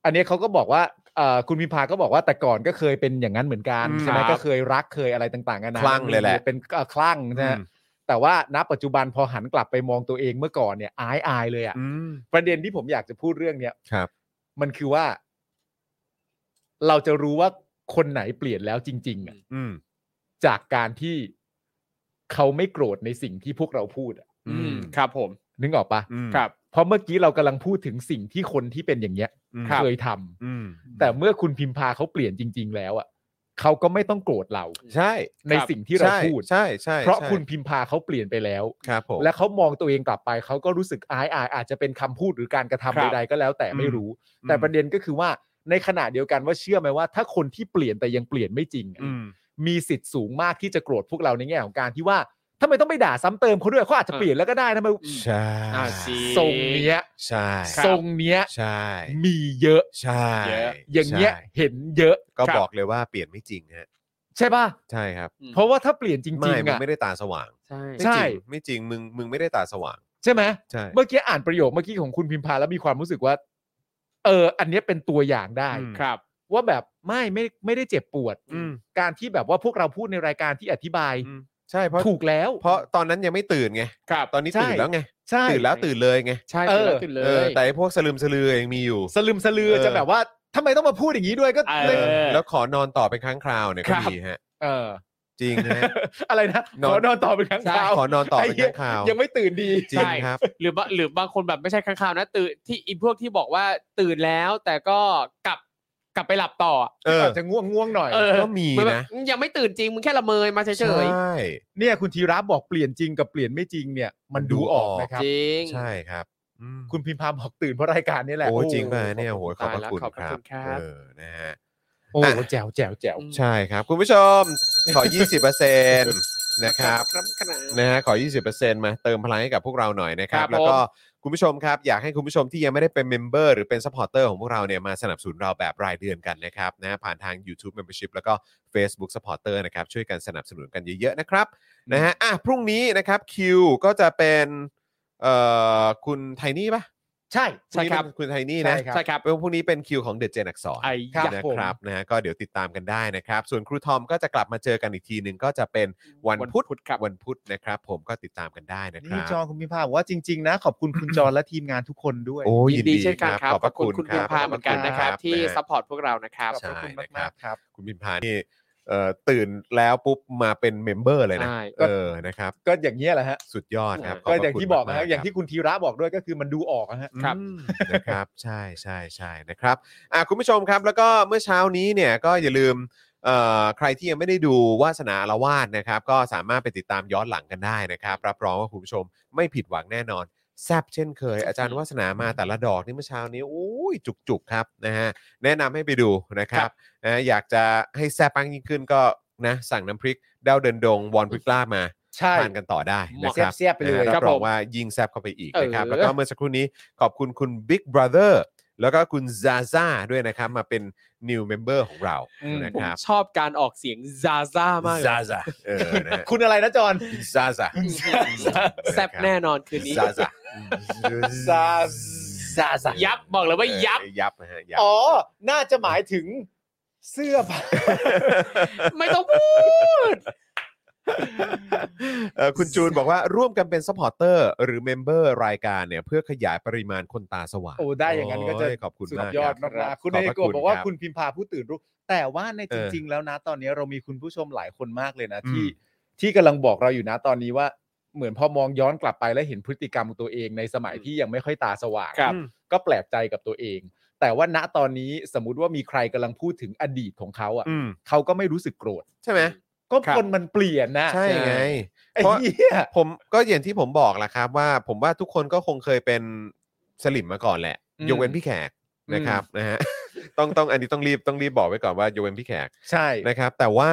Speaker 3: อันนี้เขาก็บอกว่าเอ่อคุณพิมพาก็บอกว่าแต่ก่อนก็เคยเป็นอย่างนั้นเหมือนกัน
Speaker 4: อืม
Speaker 3: ใช่ไหม
Speaker 4: ครับ
Speaker 3: ก็เคยรักเคยอะไรต่างๆกันานา
Speaker 2: คลั่งเลยแหละ
Speaker 3: เป็นเอ่อคลั่งนะฮะ
Speaker 2: อืม
Speaker 3: แต่ว่าณปัจจุบันพอหันกลับไปมองตัวเองเมื่อก่อนเนี่ยอายอายเลยอะ
Speaker 2: อืม
Speaker 3: ประเด็นที่ผมอยากจะพูดเรื่องเนี้ย
Speaker 2: ครับ
Speaker 3: มันคือว่า เราจะรู้ว่าคนไหนเปลี่ยนแล้วจริง ๆอะ
Speaker 2: อืม
Speaker 3: จากการที่เขาไม่โกรธในสิ่งที่พวกเราพูดอะ
Speaker 2: อืม
Speaker 4: ครับผม
Speaker 3: นึกออกปะ
Speaker 2: อืม
Speaker 4: ครับ
Speaker 3: เพราะเมื่อกี้เรากำลังพูดถึงสิ่งที่คนที่เป็นอย่างเงี้ย
Speaker 2: อืม
Speaker 3: เคยทำ
Speaker 2: อืม
Speaker 3: แต่เมื่อคุณพิมพาเขาเปลี่ยนจริง ๆ แล้วอ่ะเขาก็ไม่ต้องโกรธเรา
Speaker 2: ใช่
Speaker 3: ในสิ่งที่เรา
Speaker 2: ใช่
Speaker 3: พูด
Speaker 2: ใช่ใช่
Speaker 3: เพราะ
Speaker 2: ใช่
Speaker 3: คุณพิมพาเขาเปลี่ยนไปแล้ว
Speaker 2: ครับผม
Speaker 3: และเขามองตัวเองกลับไปเขาก็รู้สึกอายอายอาจจะเป็นคำพูดหรือการกระทำ
Speaker 4: ครับ
Speaker 3: ใดๆก็แล้วแต่ไม่รู้ แต่ประเด็นก็คือว่าในขณะเดียวกันว่าเชื่อไหมว่า ถ้าคนที่เปลี่ยนแต่ยังเปลี่ยนไม่จริงอะ
Speaker 2: อืม
Speaker 3: มีสิทธิ์สูงมากที่จะโกรธพวกเราในแง่ของการที่ว่าทำไมต้องไปด่าซ้ำเติมเขาด้วยเขาอาจจะเปลี่ยนแล้วก็ได้นะมัน
Speaker 2: ใช่
Speaker 4: อ่าสิ
Speaker 3: ทรงเนี้ย
Speaker 2: ใช่
Speaker 4: ครับ
Speaker 3: ทรงเนี้ย
Speaker 2: ใช่
Speaker 3: มีเยอะ
Speaker 2: ใช่
Speaker 4: เยอะ
Speaker 3: อย่างเงี้ย
Speaker 2: ใช่
Speaker 3: เห็นเยอะ
Speaker 2: ก็
Speaker 4: ครับ
Speaker 2: บอกเลยว่าเปลี่ยนไม่จริงฮะ
Speaker 3: ใช่ป่ะ
Speaker 2: ใช่ครับ
Speaker 3: เพราะว่าถ้าเปลี่ยนจ
Speaker 2: ไม่
Speaker 3: ริงๆ
Speaker 2: มึง
Speaker 3: อ่ะ
Speaker 2: ไม่ได้ตาสว่าง
Speaker 4: ใช่
Speaker 3: ใช่
Speaker 2: ไม่จริงไม่จริงมึงมึงไม่ได้ตาสว่าง
Speaker 3: ใช่ไหม
Speaker 2: ใช่
Speaker 3: เมื่อกี้อ่านประโยคเมื่อกี้ของคุณพิมพาแล้วมีความรู้สึกว่า เออ อันเนี้ยเป็นตัวอย่างได้
Speaker 2: อืม
Speaker 4: ครับ
Speaker 3: ว่าแบบไม่ไม่ไม่ได้เจ็บปวด
Speaker 2: อืม
Speaker 3: การที่แบบว่าพวกเราพูดในรายการที่อธิบาย
Speaker 2: อืมใช่เพราะ
Speaker 3: ถูกแล้ว
Speaker 2: เพราะตอนนั้นยังไม่ตื่นไง
Speaker 4: ครับ
Speaker 2: ตอนนี้ตื่น
Speaker 3: ใช่
Speaker 2: แล้วไง
Speaker 3: ใช่
Speaker 2: ตื่นแล้วตื่นเลยไง
Speaker 4: ใช่
Speaker 3: เออ
Speaker 4: ตื่นเล
Speaker 2: เออย แต่ไอ้พวกสลืมสลือยังมีอยู่
Speaker 3: สลึมสลือ
Speaker 2: เออ
Speaker 3: จะแบบว่าทำไมต้องมาพูดอย่างนี้ด้วยก็
Speaker 4: เอ
Speaker 3: เลย
Speaker 4: อ
Speaker 2: แล้วขอนอนต่อเป็นครั้งคราวเนี่ยก็
Speaker 4: ครับ
Speaker 2: มีฮะ
Speaker 3: เออ
Speaker 2: จริงฮะ
Speaker 3: อะไรนะ
Speaker 2: นอน
Speaker 3: ขอนอนต่อเป็นครั้งคราว
Speaker 2: ขอนอนต่อ
Speaker 3: ไ
Speaker 2: เป็นครั้งคราว
Speaker 3: เหี้ยยังไม่ตื่นดี
Speaker 2: จริงครับ
Speaker 4: หรือบะหรือบางคนแบบไม่ใช่ข้างข่าวนะตื่นที่อีพวกที่บอกว่าตื่นแล้ว แต่ก็กลับกลับไปหลับต่อ
Speaker 2: เออ
Speaker 3: อาจจะง่วงง่วงหน่อย
Speaker 4: เออ
Speaker 2: ก็มี
Speaker 4: เหอนแบบ
Speaker 2: นะ
Speaker 4: ยังไม่ตื่นจริงมึงแค่ละเมยมาเฉ
Speaker 2: ใช
Speaker 4: ย่
Speaker 3: เนี่ยคุณธีระบอกเปลี่ยนจริงกับเปลี่ยนไม่จริงเนี่ย มันดูออกนะครับ
Speaker 4: ๆจริง
Speaker 2: ใช่ครับอืม
Speaker 3: คุณพิมพาบอกตื่นเพราะรายการนี่แหละ
Speaker 2: โอ้จริงป่ะเนี่ยโอ้โหขอบพ
Speaker 4: ตา
Speaker 2: ระ
Speaker 4: ยแล้ว
Speaker 2: คุณ
Speaker 4: ขอบพ
Speaker 2: ค
Speaker 4: ระ
Speaker 2: รั
Speaker 4: คุ
Speaker 2: บ
Speaker 4: ณครับ
Speaker 2: เออนะฮะ
Speaker 3: โอ้โห
Speaker 2: อ่ะ
Speaker 3: แจ๋วแจ๋วแจ๋ว
Speaker 4: อืม
Speaker 2: ใช่ครับ คุณผู้ชม ขอ 20%นะครับ
Speaker 4: ครับ
Speaker 2: นะฮะขอ 20%มาเติมพลังให้กับพวกเราหน่อยนะครับ
Speaker 4: ครับ
Speaker 2: แล้วก็คุณผู้ชมครับ อยากให้คุณผู้ชมที่ยังไม่ได้เป็นเมมเบอร์หรือเป็นซัพพอร์เตอร์ของพวกเราเนี่ยมาสนับสนุนเราแบบรายเดือนกันนะครับนะฮะผ่านทาง YouTube Membership แล้วก็ Facebook Supporter นะครับช่วยกันสนับสนุนกันเยอะๆนะครับนะฮะอ่ะพรุ่งนี้นะครับคิวก็จะเป็นเอ่อคุณไทนี่ปะ
Speaker 3: ใช่
Speaker 4: ใช่ครับ
Speaker 2: พงนี้เป็นคุณไทนี่นะ
Speaker 3: ใช่ครับ
Speaker 4: ใช่ครับ
Speaker 2: เป็นพรุ่งนี้เป็นคิวของเดอะเจนอักษร
Speaker 4: ไอ้
Speaker 2: ค
Speaker 4: ยะ
Speaker 2: รับนะครับนะฮะก็เดี๋ยวติดตามกันได้นะครับ ส่วนครูทอมก็จะกลับมาเจอกันอีกทีหนึ่งก็จะเป็นวันพุธ
Speaker 4: ครับ
Speaker 2: วันพุธนะครับ ผมก็ติดตามกันได้นะค
Speaker 3: นี่
Speaker 2: รับ
Speaker 3: จอคุณพิมพาบอกว่าจริง ๆ นะ ขอบคุณคุณจอและทีมงานทุกคนด้วย
Speaker 2: โอ้
Speaker 4: ยิ
Speaker 2: ยิ
Speaker 4: น
Speaker 2: น
Speaker 4: ดี
Speaker 2: ดี
Speaker 4: เช่นกันครับ
Speaker 2: ขอบพระคุณ
Speaker 4: คุณ
Speaker 2: ค
Speaker 4: พิม
Speaker 2: รับ
Speaker 4: พาเหมือนกัน
Speaker 3: ขอบคุณ
Speaker 4: นะครับ ที่
Speaker 2: นะฮะ
Speaker 4: ซัพพอร์ตพวกเรานะครับ
Speaker 3: ขอบพระคุณ
Speaker 2: ใช่นะครับ
Speaker 3: มากๆครับ
Speaker 2: คุณพิมพานี่เอ่อตื่นแล้วปุ๊บมาเป็นเมมเบอร์เลยนะ
Speaker 4: ใช่
Speaker 2: เออนะครับ
Speaker 3: ก็อย่างนี้ยแหละฮะ
Speaker 2: สุดยอดครับ
Speaker 3: ก็
Speaker 2: พระ
Speaker 3: อย่างที่บอก
Speaker 2: ม
Speaker 3: นะฮะ
Speaker 2: ๆ
Speaker 3: อย่างที่คุณธีระบอกด้วยก็คือมันดูออกนะฮะ
Speaker 4: ครับ
Speaker 2: อืมนะครับใช่ใช่ใช่นะครับอ่ะคุณผู้ชมครับแล้วก็เมื่อเช้านี้เนี่ยก็อย่าลืม เอ่อใครที่ยังไม่ได้ดูวาสนาละวาดนะครับ ก็สามารถไปติดตามย้อนหลังกันได้นะครับ รับรองว่าคุณผู้ชมไม่ผิดหวังแน่นอน แซบเช่นเคย อาจารย์วาสนามาแต่ละดอกนี่เมื่อเช้านี้อุ้ยจุกๆครับนะฮะแนะนำให้ไปดูนะครับนะอยากจะให้แซบปังยิ่งขึ้นก็นะสั่งน้ำพริกเด้าวเดินดงวอนพริกลาบมา
Speaker 3: ใช่
Speaker 2: ทานกันต่อได้นะครับ
Speaker 3: เสียบๆไปเลย
Speaker 2: นะฮะ
Speaker 4: ค
Speaker 2: รั
Speaker 4: รั
Speaker 2: บบ รอ
Speaker 4: ผ
Speaker 2: ง
Speaker 4: ม
Speaker 2: ว่ายิ่งแซบเข้าไปอีกนะครับ
Speaker 4: เออ
Speaker 2: แล้วก็เมื่อสักครู่นี้ขอบคุณคุณ Big Brother แล้วก็คุณซาซาด้วยนะครับ มาเป็น new member ของเรา
Speaker 3: อืม
Speaker 2: นะ
Speaker 4: ผ
Speaker 2: ค
Speaker 4: ม
Speaker 2: รับ
Speaker 4: ชอบการออกเสียงซาซ่ามากเลย
Speaker 2: ซาซาเออนะฮะ
Speaker 3: คุณอะไรนะจอน
Speaker 2: ซาซา
Speaker 4: แซ่บแน่นอนคืนนี้
Speaker 2: ซา ซา
Speaker 3: ซาซาซา
Speaker 4: ยับบอกเลยว่ายับ
Speaker 2: เออยับนะฮะยับ
Speaker 3: อ๋อ น่าจะหมายถึงเสื้อผ้า
Speaker 4: ไม่ต้องพูด
Speaker 2: เออคุณจูนบอกว่าร่วมกันเป็น supporter หรือ member รายการเนี่ย เพื่อขยายปริมาณคนตาสว่าง
Speaker 3: โอ้ได้อย่างนั้นก็จะ
Speaker 2: โยขอบคุณ
Speaker 3: สุด
Speaker 2: มาก
Speaker 3: ยอด
Speaker 2: ครับ
Speaker 3: มากๆคุณ
Speaker 2: ขอบ
Speaker 3: เอ
Speaker 2: พระ
Speaker 3: โก
Speaker 2: คุณ
Speaker 3: บอกว่า
Speaker 2: ครับ
Speaker 3: คุณพิมพาผู้ตื่นรู้ แต่ว่าใน
Speaker 2: เอ
Speaker 3: จ
Speaker 2: อ
Speaker 3: ริง ๆ แล้วนะตอนนี้เรามีคุณผู้ชมหลายคนมากเลยนะ
Speaker 2: อืม
Speaker 3: ที่ที่กำลังบอกเราอยู่นะตอนนี้ว่า เหมือนพอมองย้อนกลับไปแล้วเห็นพฤติกรรมของตัวเองในสมัยที่ยังไม่ค่อยตาสว่าง
Speaker 4: ครับ
Speaker 3: ก็แปลกใจกับตัวเอง แต่ว่าณตอนนี้สมมติว่ามีใครกำลังพูดถึงอดีตของเขาอ่ะ
Speaker 2: อืม
Speaker 3: เขาก็ไม่รู้สึกโกรธ
Speaker 2: ใช่ไหม
Speaker 3: ก็
Speaker 4: ครับ
Speaker 3: คนมันเปลี่ยนนะ
Speaker 2: ใช่ไง
Speaker 3: ไอ้
Speaker 2: เพราะ
Speaker 3: เหี้ย
Speaker 2: ผมก็อย่างที่ผมบอกแหละครับว่าผมว่าทุกคนก็คงเคยเป็นสลิมมาก่อนแหละ ยกเว้นพี่แขกนะครับนะฮ ะ ต้องต้องอันนี้ต้องรีบต้องรีบบอกไว้ก่อนว่ายกเว้นพี่แขก
Speaker 3: ใช่
Speaker 2: นะครับ แต่ว่า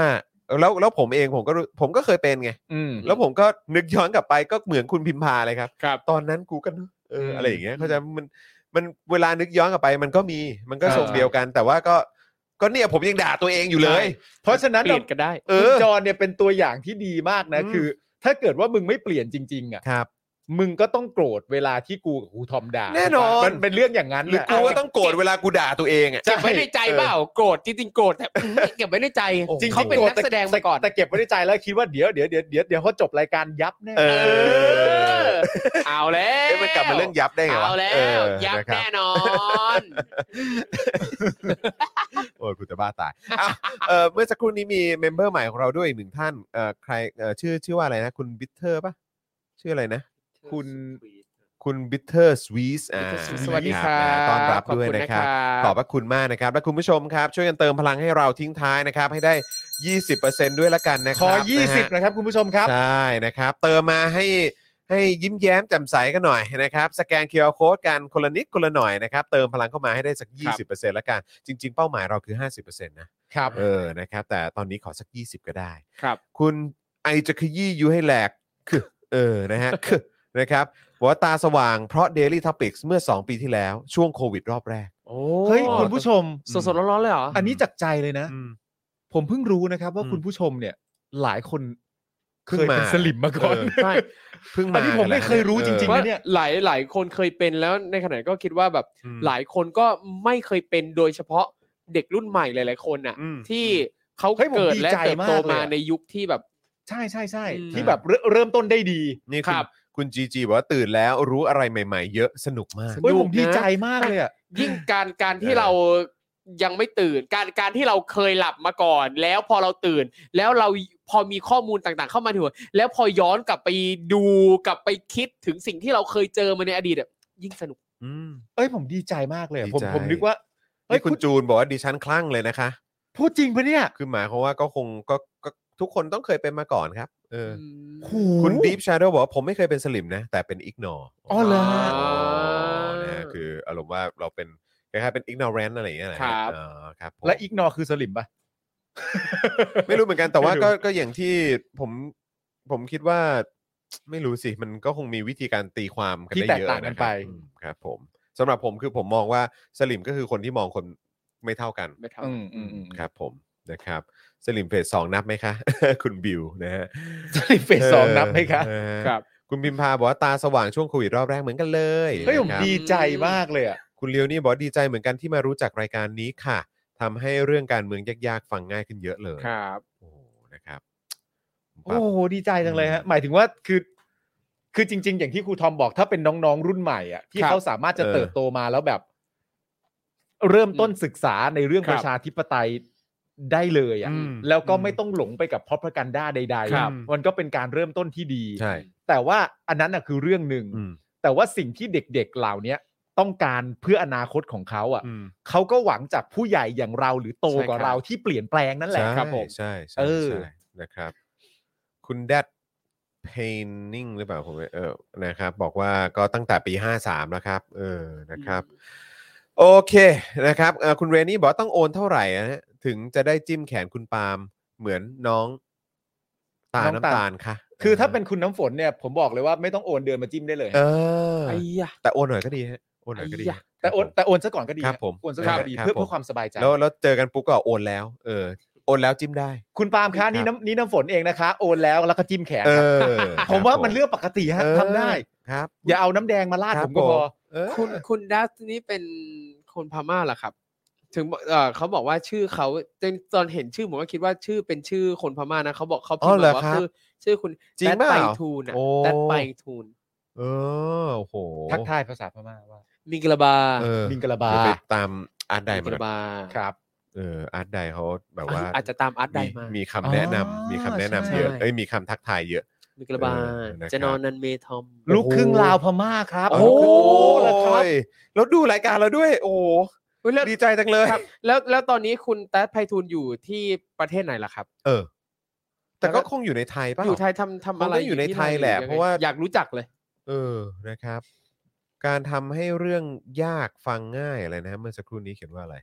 Speaker 2: แล้วแล้วผมเองผมก็รู้ผมก็เคยเป็นไง
Speaker 3: อืม
Speaker 2: แล้วผมก็นึกย้อนกลับไปก็เหมือนคุณพิมพาเลยครับ
Speaker 4: ครับ
Speaker 2: ตอนนั้นกูก็นึกเอออ
Speaker 3: ม
Speaker 2: อะไรอย่างเงี้ยเขาใจะมันมันเวลานึกย้อนกลับไป มันก็มีมันก็
Speaker 3: เออ
Speaker 2: ทรงเดียวกัน แต่ว่าก็ก็เนี่ยผมยังด่าตัวเองอยู่เลย
Speaker 3: เพราะฉะนั้น
Speaker 4: เปลี่ยนก็ได้
Speaker 2: เอ
Speaker 3: คุณ
Speaker 2: อ
Speaker 3: จอนเนี่ยเป็นตัวอย่างที่ดีมากนะ
Speaker 2: อืม
Speaker 3: คือ ถ้าเกิดว่ามึงไม่เปลี่ยนจริง ๆอ่ะ
Speaker 2: ครับ
Speaker 3: มึงก็ต้องโกรธเวลาที่กูกับครูทอมด่า
Speaker 2: แน่นอน
Speaker 3: มันเป็นเรื่องอย่างนั้น
Speaker 2: หรือ
Speaker 3: น่ะ
Speaker 2: กูก็ต้องโกรธเวลากูด่าตัวเองอ่ะ
Speaker 4: เก็บไว้ในใจเปล่าโกรธจริงๆโกรธแต่ เก็บไว้ในใจ
Speaker 2: โอ้โห
Speaker 3: จริงๆ
Speaker 4: เขาเป็น
Speaker 3: โรธ
Speaker 4: นักแสดงมาก่อน
Speaker 3: แต่แต่เก็บไว้ในใจแล้วคิดว่าเดี๋ยวเดี๋ยวเดี๋ยวเดี๋ยวเดี๋ยวเขาจบรายการยับแน่
Speaker 2: เอ
Speaker 4: เอ
Speaker 2: อ
Speaker 4: อ เอาแล้ว
Speaker 2: เอ๊ะมันกลับมาเรื่องยับได้ไงวะ
Speaker 4: เอาแล้
Speaker 2: เอ
Speaker 4: ว
Speaker 2: อ
Speaker 4: ยับ
Speaker 2: นะครับ
Speaker 4: แน่นอน
Speaker 2: โอ้ยคุณจะบ้าตายอ้าวเออเมื่อสักครู่นี้มีเมมเบอร์ใหม่ของเราด้วยอีกหนึ่งท่านเออใครเออชื่อชื่อว่าอะไรนะ คุณบิทเทอร์ปะชื่ออะไรนะ คุณ คุณบิทเทอร์สวีสอ่า
Speaker 4: สวัสดีครับ
Speaker 2: นะต้อนรับด้วยนะครับ ขอบพระคุณมากนะครับ และคุณผู้ชมครับ ช่วยกันเติมพลังให้เราทิ้งท้ายนะครับ ให้ได้ 20%ด้วยละกันนะค
Speaker 3: ขอ
Speaker 2: รับ
Speaker 3: 20
Speaker 2: นะฮะ
Speaker 3: นะครับ คุณผู้ชมครับ
Speaker 2: ใช่นะครับ เติมมาให้ให้ยิ้มแย้มแจ่มใสกันหน่อยนะครับ สแกนเคอร์โค้ดกันคนละนิดคนละหน่อยนะครับ เติมพลังเข้ามาให้ได้สัก
Speaker 4: ครับ
Speaker 2: 20%ละกัน จริง ๆ เป้าหมายเราคือ 50%นะ
Speaker 3: ครับ
Speaker 2: เออ นะครับ แต่ตอนนี้ขอสัก 20 ก็ได้
Speaker 4: ครับ
Speaker 2: คุณไอจะขยี้ยูให้แหลก คือเออ นะฮ ะคือนะครับบอกว่าตาสว่างเพราะ Daily Topics เมื่อ 2 ปีที่แล้วช่วงโควิดรอบแรก
Speaker 4: โอ้
Speaker 3: เฮ้ย คุณผู้ชม
Speaker 4: สดๆร้อนๆเลยเหรอ
Speaker 3: อันนี้จากใจเลยนะ
Speaker 2: อืม
Speaker 3: ผมเพิ่งรู้นะครับว่า
Speaker 2: อืม
Speaker 3: คุณผู้ชมเนี่ย หลายคนเค
Speaker 2: เพิ่ง
Speaker 3: ย
Speaker 2: มา
Speaker 3: เป็นสลิมมาก่อน
Speaker 2: เออ
Speaker 4: ใช่
Speaker 2: เพิ่ง
Speaker 3: อั
Speaker 2: มาน
Speaker 3: นี้ผมไม่เคยรู้จริงๆ
Speaker 4: ว่า
Speaker 3: นะเนี่ย
Speaker 4: หลายหลายคนเคยเป็นแล้วในขณะนั้นก็คิดว่าแบบ
Speaker 2: อืม
Speaker 4: หลายคนก็ไม่เคยเป็นโดยเฉพาะเด็กรุ่นใหม่หลาย ๆ คนน่ะ
Speaker 2: อืม
Speaker 4: ที่เขา
Speaker 3: เฮ้ยผม
Speaker 4: เกิดและ
Speaker 3: ดีใจ
Speaker 4: เติบโตมา
Speaker 3: มากเลยอะ
Speaker 4: ในยุคที่แบบ
Speaker 3: ใช่ใช่ใช่
Speaker 4: อืม
Speaker 3: ที่แบบเริ่มเริ่มต้นได้ดี
Speaker 2: นี่คุณ
Speaker 4: ครับ
Speaker 2: คุณจีจีบอกว่าตื่นแล้วรู้อะไรใหม่ ๆ เยอะสนุกมาก
Speaker 4: สนุก
Speaker 3: เฮ้ยผมดีใจมาก
Speaker 4: นะ
Speaker 3: เลยอ่ะ
Speaker 4: ยิ่งการการที่
Speaker 2: เออ
Speaker 4: เรายังไม่ตื่น การการที่เราเคยหลับมาก่อน แล้วพอเราตื่น แล้วเราพอมีข้อมูลต่างๆ เข้ามาถึงแล้วพอย้อนกลับไปดูกลับไปคิดถึงสิ่งที่เราเคยเจอมาในอดีตอะยิ่งสนุก
Speaker 2: อืม
Speaker 3: เอ้ยผมดีใจมากเลยอะ
Speaker 2: ดี
Speaker 3: ผม
Speaker 2: ใจ
Speaker 3: ผมนึกว่าเฮ้ย
Speaker 2: นี่คุณจูนบอกว่าดิฉันคลั่งเลยนะคะ
Speaker 3: พูดจริงปะเนี่ย
Speaker 2: คือหมายความว่าก็คงก็ก็ทุกคนต้องเคยเป็นมาก่อนครับ เออ
Speaker 3: หู
Speaker 2: คุณดีฟชาร์ดบอกว่าผมไม่เคยเป็นสลิมนะ แต่เป็นอิกนอ
Speaker 3: อ๋อเหรอ
Speaker 4: อ๋อ
Speaker 2: นะคืออารมณ์ว่าเราเป็นคล้ายๆเป็นอิกนอแรนอะไรอย่างเงี้ยนะครับ อ๋อครับผม
Speaker 3: และอีกนอคือสลิมปะ
Speaker 2: ไม่รู้เหมือนกันแต่ว่า
Speaker 3: ไม่รู้
Speaker 2: ก็ก็อย่างที่ผมผมคิดว่า ไม่รู้สิ มันก็คงมีวิธีการตีความกัน
Speaker 3: ที่
Speaker 2: ได้
Speaker 3: แตก
Speaker 2: เยอะ
Speaker 3: ต่างกัน
Speaker 2: นะค
Speaker 3: ไป
Speaker 2: รับอืมครับ ผมสำหรับผมคือผมมองว่าสลิมก็คือคนที่มองคนไม่เท่ากัน
Speaker 4: ไม่เท่า
Speaker 3: อืมอืมอืม
Speaker 2: ครับผมนะครับสลิมเฟสสองนับไหมคะ คุณบิวนะฮะ
Speaker 3: สลิมเฟสสองนับไหมคะ
Speaker 2: เออนะฮะ
Speaker 4: ครับ
Speaker 2: คุณพิมพาบอกว่าตาสว่างช่วงโควิดรอบแรกเหมือนกันเลย
Speaker 3: เฮ้ยผม
Speaker 2: นะครับ
Speaker 3: ดีใจมากเลยอ่ะ
Speaker 2: คุณเลียวนี่บอกว่าดีใจเหมือนกันที่มารู้จักรายการนี้ค่ะทำให้เรื่องการเมืองยากๆฟังง่ายขึ้นเยอะเลย
Speaker 4: ครับ
Speaker 2: โอ้โหนะครับปั๊
Speaker 3: โอ้
Speaker 2: บ
Speaker 3: โหดีใจจังเลยฮะ
Speaker 2: อืม
Speaker 3: หมายถึงว่าคือ คือจริง ๆ อย่างที่ครูทอมบอกถ้าเป็นน้องๆรุ่นใหม่อ่ะที่
Speaker 4: ครับ
Speaker 3: เขาสามารถจะ
Speaker 2: เออ
Speaker 3: เติบโตมาแล้วแบบ เริ่มต้นศึกษาในเรื่อง
Speaker 4: ครั
Speaker 3: ป
Speaker 4: บ
Speaker 3: ระชาธิปไตยได้เลยอ่ะ
Speaker 2: อืม
Speaker 3: แล้วก็
Speaker 2: อืม
Speaker 3: ไม่ต้องหลงไปกับพ r อพกันด้าใด
Speaker 4: ครับ
Speaker 3: ๆมันก็เป็นการเริ่มต้นที่ดี
Speaker 2: ใช่
Speaker 3: แต่ว่าอันนั้นน่ะคือเรื่องหนึ่ง
Speaker 2: อืม
Speaker 3: แต่ว่าสิ่งที่เด็กๆเหล่าเนี้ยต้องการเพื่ออนาคตของเขาอ่ะ
Speaker 2: อืม
Speaker 3: เขาก็หวังจากผู้ใหญ่อย่างเราหรือโตกว่า
Speaker 4: ใช่ครับ
Speaker 3: เราที่เปลี่ยนแปลงนั่นแหละ
Speaker 2: ใช่
Speaker 3: ครับผม
Speaker 2: ใช่ใช่
Speaker 3: เออ
Speaker 2: ใช่นะครับ คุณแดดเพนนิ่งหรือเปล่าผมไม่เออนะครับ บอกว่าก็ตั้งแต่ปี 53 แล้วครับ เออนะครับ โอเคนะครับเอ่อคุณเรนนี่บอกว่าต้องโอนเท่าไหร่นะฮะถึงจะได้จิ้มแขนคุณปาล์มเหมือนน้องตา
Speaker 3: น้องตาล
Speaker 2: น้ำตาลค่ะ
Speaker 3: คือถ้าเป็นคุณน้ำฝนเนี่ยผมบอกเลยว่าไม่ต้องโอนเดือนมาจิ้มได้เลย
Speaker 2: เออ
Speaker 4: ไอ้ยะ
Speaker 2: แต่โอนหน่อยก็ดีฮะโอนหน่อยก็ดี
Speaker 4: ไอ้
Speaker 2: ค
Speaker 4: ยะ
Speaker 2: รับ
Speaker 3: แต่โอ
Speaker 2: ผ
Speaker 3: น
Speaker 2: ม
Speaker 3: แต่โอนซะก่อนก็ดี
Speaker 2: ครับผม
Speaker 3: โอนซะก่อนก็ดี
Speaker 2: ครับ
Speaker 3: เพื่อ
Speaker 2: ผม
Speaker 3: เพื่อความสบายใจ
Speaker 2: แล้วแล้วเจอกันปุ๊บก็โอนแล้ว เออ โอนแล้วจิ้มได้
Speaker 3: คุณปาล์ม
Speaker 2: ครั
Speaker 3: คะ
Speaker 2: บ
Speaker 3: นี่น้ำนี่น้ำฝนเองนะคะ โอนแล้วแล้วก็จิ้มแขน
Speaker 2: เอ
Speaker 3: ครับ
Speaker 2: อ
Speaker 3: ผมว่ามันเรื่องปกติฮะ
Speaker 2: เออ
Speaker 3: ทำได้
Speaker 2: ครับ
Speaker 3: อย่าเอาน้ำแดงมาราด
Speaker 2: ครับ
Speaker 3: ผมก็พอ
Speaker 2: เออ
Speaker 4: คุณคุณดัสนี่เป็นคนพม่าเหรอครับ ถึงบอกเอ่อเขาบอกว่าชื่อเขาตอนตอนเห็นชื่อผมก็คิดว่าชื่อเป็นชื่อคนพม่านะเขาบอกเขาพิม
Speaker 2: อ๋อ
Speaker 4: พ์
Speaker 2: เหรอ
Speaker 4: มาว่า
Speaker 2: ครับ
Speaker 4: ชื่อชื่อคุณ
Speaker 2: จริงเปล่า
Speaker 4: แตดไปทูนนะ
Speaker 2: โอ้
Speaker 4: แตดไปทูน
Speaker 2: เออโอ้โห
Speaker 3: ทักทายภาษาพม่าว่า
Speaker 4: มิงกะลาบา
Speaker 2: เออ
Speaker 3: มิงกะลาบา
Speaker 2: เดี๋ยวไปตามอาร์ตได
Speaker 4: มิ
Speaker 2: มาก
Speaker 4: งะลาบา
Speaker 3: ครับ
Speaker 2: เอออาร์ตไดเขาแบบว่า
Speaker 4: อาจจะตามอาร์ตไดมา
Speaker 2: มีคำแนะนำมีคำแนะนำเยอะ
Speaker 3: ใช่
Speaker 2: เอ้ยมีคำทักทายเยอะ
Speaker 4: มิงกะลาบา
Speaker 2: เออนะครับ
Speaker 4: จะนอนนันเมทอม
Speaker 3: ลูกครึ่งลาวพม่าครับ
Speaker 4: โอ้
Speaker 2: โอ้
Speaker 3: ลูกครึ่งลาวนะครับ
Speaker 2: ยแล้วดูรายการเราด้วย โอ้โห
Speaker 4: เฮ้ยแล้ว
Speaker 2: ดีใจจังเลย
Speaker 4: ครับแล้วแล้วตอนนี้คุณแตดไพทูนอยู่ที่ประเทศไหนล่ะครับ
Speaker 2: เออ แต่ก็คงอยู่ในไทยป่ะ
Speaker 4: อยู่ไทยทำทำอะ
Speaker 2: คง
Speaker 4: ไร
Speaker 2: ต้องอยู่ในไทย
Speaker 4: รื
Speaker 2: แหละ
Speaker 4: งไง
Speaker 2: เพราะว่า
Speaker 4: อยากรู้จักเลย
Speaker 2: เออนะครับ การทำให้เรื่องยากฟังง่ายอะไรนะเมื่อสักครู่นี้เขียนว่าอะไร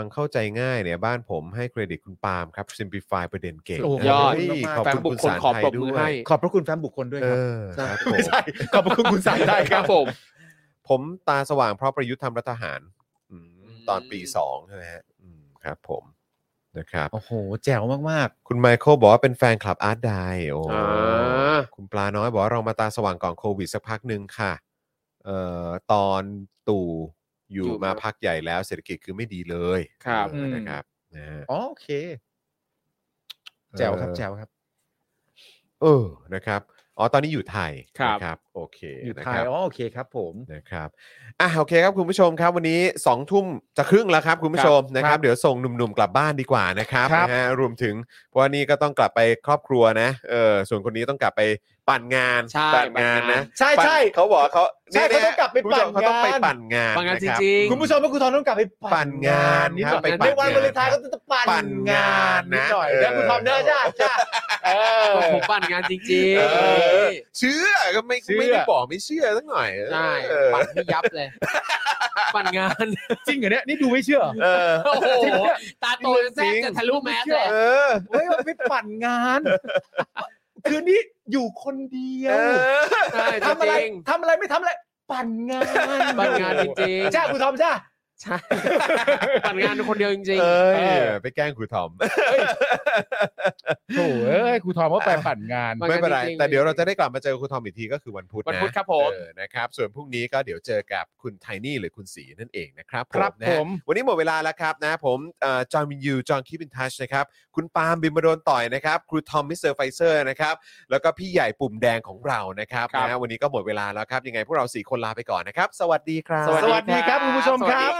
Speaker 2: ฟังเข้าใจง่ายเนี่ย บ้านผมให้เครดิตคุณปาล์มครับ simplify ประเด็นเก่ง
Speaker 3: โอ้โห
Speaker 2: ยอด
Speaker 3: ยอดมาก
Speaker 2: ขอบ
Speaker 4: แฟน
Speaker 2: คุณ
Speaker 4: บุค
Speaker 2: คุณ
Speaker 4: คล
Speaker 2: สาร
Speaker 4: ขอ
Speaker 2: ไทย
Speaker 4: ปรบมื
Speaker 2: ด้
Speaker 4: อ
Speaker 2: วย
Speaker 4: ให้
Speaker 3: ขอบพระคุณแฟนบุคคลด้วย
Speaker 2: เอ
Speaker 3: ครับ
Speaker 2: อ
Speaker 4: ใช่
Speaker 2: ครับผม
Speaker 3: ไม่ใช่ขอบพระคุณคุณสายได้ครับ
Speaker 4: ผม
Speaker 2: ผมตาสว่างเพราะประยุทธ์ทำรัฐประหารอืมตอนปีสองใช่ไหมฮะอืมครับ ผมนะครับ
Speaker 3: โอ้โห แจ๋วมาก
Speaker 2: คุณไมเคิลบอกว่าเป็นแฟนคลับอาร์ตไดโอ้
Speaker 4: อ่า
Speaker 2: คุณปลาน้อยบอกว่าเรามาตาสว่างก่อนโควิดสักพักหนึ่งค่ะเอ่อตอนตู่อยู่
Speaker 4: อยู่
Speaker 2: มา
Speaker 4: มา
Speaker 2: พักใหญ่แล้วเศรษฐกิจคือไม่ดีเลย
Speaker 4: ครับ
Speaker 2: เอออ
Speaker 3: ม
Speaker 2: นะครับนะฮะ
Speaker 3: ๆอ๋อโอเค แจ๋วครับ แจ๋วครับ
Speaker 2: เออนะครับอ๋อตอนนี้อยู่ไทย
Speaker 4: ครับ
Speaker 2: นะโอเค
Speaker 3: อยู่ไท
Speaker 2: นะค
Speaker 3: ย
Speaker 2: รับ
Speaker 3: อ๋อ โอเคครับผม
Speaker 2: นะครับอ่ะโอเคครับคุณผู้ชมครับ วันนี้2องทุ่มจะครึ่งแล้วครับคุณผู้ชมนะครับ เดี๋ยวส่งหนุ่มๆกลับบ้านดีกว่านะครับ
Speaker 3: ครับ
Speaker 2: นะฮะรวมถึงเพราะว่านี่ก็ต้องกลับไปครอบครัวนะเออส่วนคนนี้ต้องกลับไปปั่นงาน
Speaker 4: ใช่
Speaker 2: ปั่นงาน
Speaker 4: ปั่นงาน
Speaker 2: นะ
Speaker 3: ใช่
Speaker 2: ปั่น
Speaker 3: ใช่
Speaker 2: เขาบอกเขา
Speaker 3: ใช่
Speaker 2: นี่ย
Speaker 3: เขาต้องกลับไป
Speaker 2: คุณผู้ชม
Speaker 3: ปั่น
Speaker 2: เขาต้
Speaker 3: งาน
Speaker 2: องไปปั่นงาน
Speaker 4: บางงานจ
Speaker 2: ะคบ
Speaker 4: ริง
Speaker 3: คุณผู้ชมว่าคุณทอมต้องกลับไป
Speaker 2: ปั่นงาน
Speaker 3: นิดห
Speaker 2: ครั
Speaker 3: น่
Speaker 2: บ
Speaker 3: อย
Speaker 2: ไปปั่น
Speaker 3: ในวัน
Speaker 2: งาน
Speaker 3: วาเลนไทน์ก็จะ
Speaker 2: ปั่
Speaker 3: ปั่
Speaker 2: น
Speaker 3: น
Speaker 2: งาง
Speaker 3: าน น
Speaker 2: นะ
Speaker 3: นิดหน่อย
Speaker 2: เออ
Speaker 3: แล้วคุณทอมเนอะจ้าจ้าเออ
Speaker 4: ผมปั่นงานจริง
Speaker 2: เออ
Speaker 4: ๆ
Speaker 2: เชื่อก็ไม่
Speaker 3: เชื่อ
Speaker 2: ไม่ได้บอกไม่เชื่อสักหน่อย
Speaker 4: ใช่
Speaker 2: เออ
Speaker 4: ปั่นไม่ยับเลย ปั่น งาน
Speaker 3: จริงเหรอเนี่ย นี่ดูไม่เชื่อเหรอ
Speaker 2: เออ
Speaker 4: โอ้โหตาโต
Speaker 2: จริ
Speaker 4: จะ
Speaker 2: ง
Speaker 4: แทบจะทะลุแมสเลย
Speaker 2: เออ
Speaker 3: เฮ้ยไปปั่นงาน คืนนี้อยู่คนเดีย
Speaker 2: เอ
Speaker 3: ว
Speaker 2: อ
Speaker 4: ใช่จ
Speaker 3: ทำอะไร
Speaker 4: ริง
Speaker 3: ทำอะไรไม่ทำอะไร ปั่นงาน
Speaker 4: ๆปั่นงานจริงๆ
Speaker 3: จ้าคุณทอมจ้า
Speaker 4: ใช่ปันงานคนเดียวจริง
Speaker 6: เอ้ย
Speaker 3: เออ
Speaker 6: ไปแกล้งครูทอม
Speaker 3: โถ่เอ้ยครูทอมก็ไปปั่นงาน
Speaker 4: ๆ
Speaker 6: ไม่เป็นไร
Speaker 4: จงๆ
Speaker 6: แต่เดี๋ยวเราจะได้กลับมาเจอคุณทอมอีกทีก็คือวันพุธ
Speaker 4: วัน
Speaker 6: นะ
Speaker 4: พุธครับผม
Speaker 6: เออนะครับ ส่วนพรุ่งนี้ก็เดี๋ยวเจอกับคุณไทนี่หรือคุณสีนั่นเองนะครับ
Speaker 3: ครับ
Speaker 6: นะฮะ
Speaker 3: ผม
Speaker 6: วันนี้หมดเวลาแล้วครับนะผมจอห์นวินยูจอห์นคิปินทัชนะครับ คุณปาล์มบิมบดนต่อยนะครับ ครูทอมมิสเตอร์ไฟเซอร์นะครับ แล้วก็พี่ใหญ่ปุ่มแดงของเรานะครับ
Speaker 4: ครับ
Speaker 6: นะฮะวันนี้ก็หมดเวลาแล้วครับ ยังไงพวกเราสี่คนลาไปก่อนนะครับ สวัสดีครับ
Speaker 3: สวัสดีครับคุณผู้ชมครั
Speaker 4: ส
Speaker 3: บ
Speaker 4: วัสดี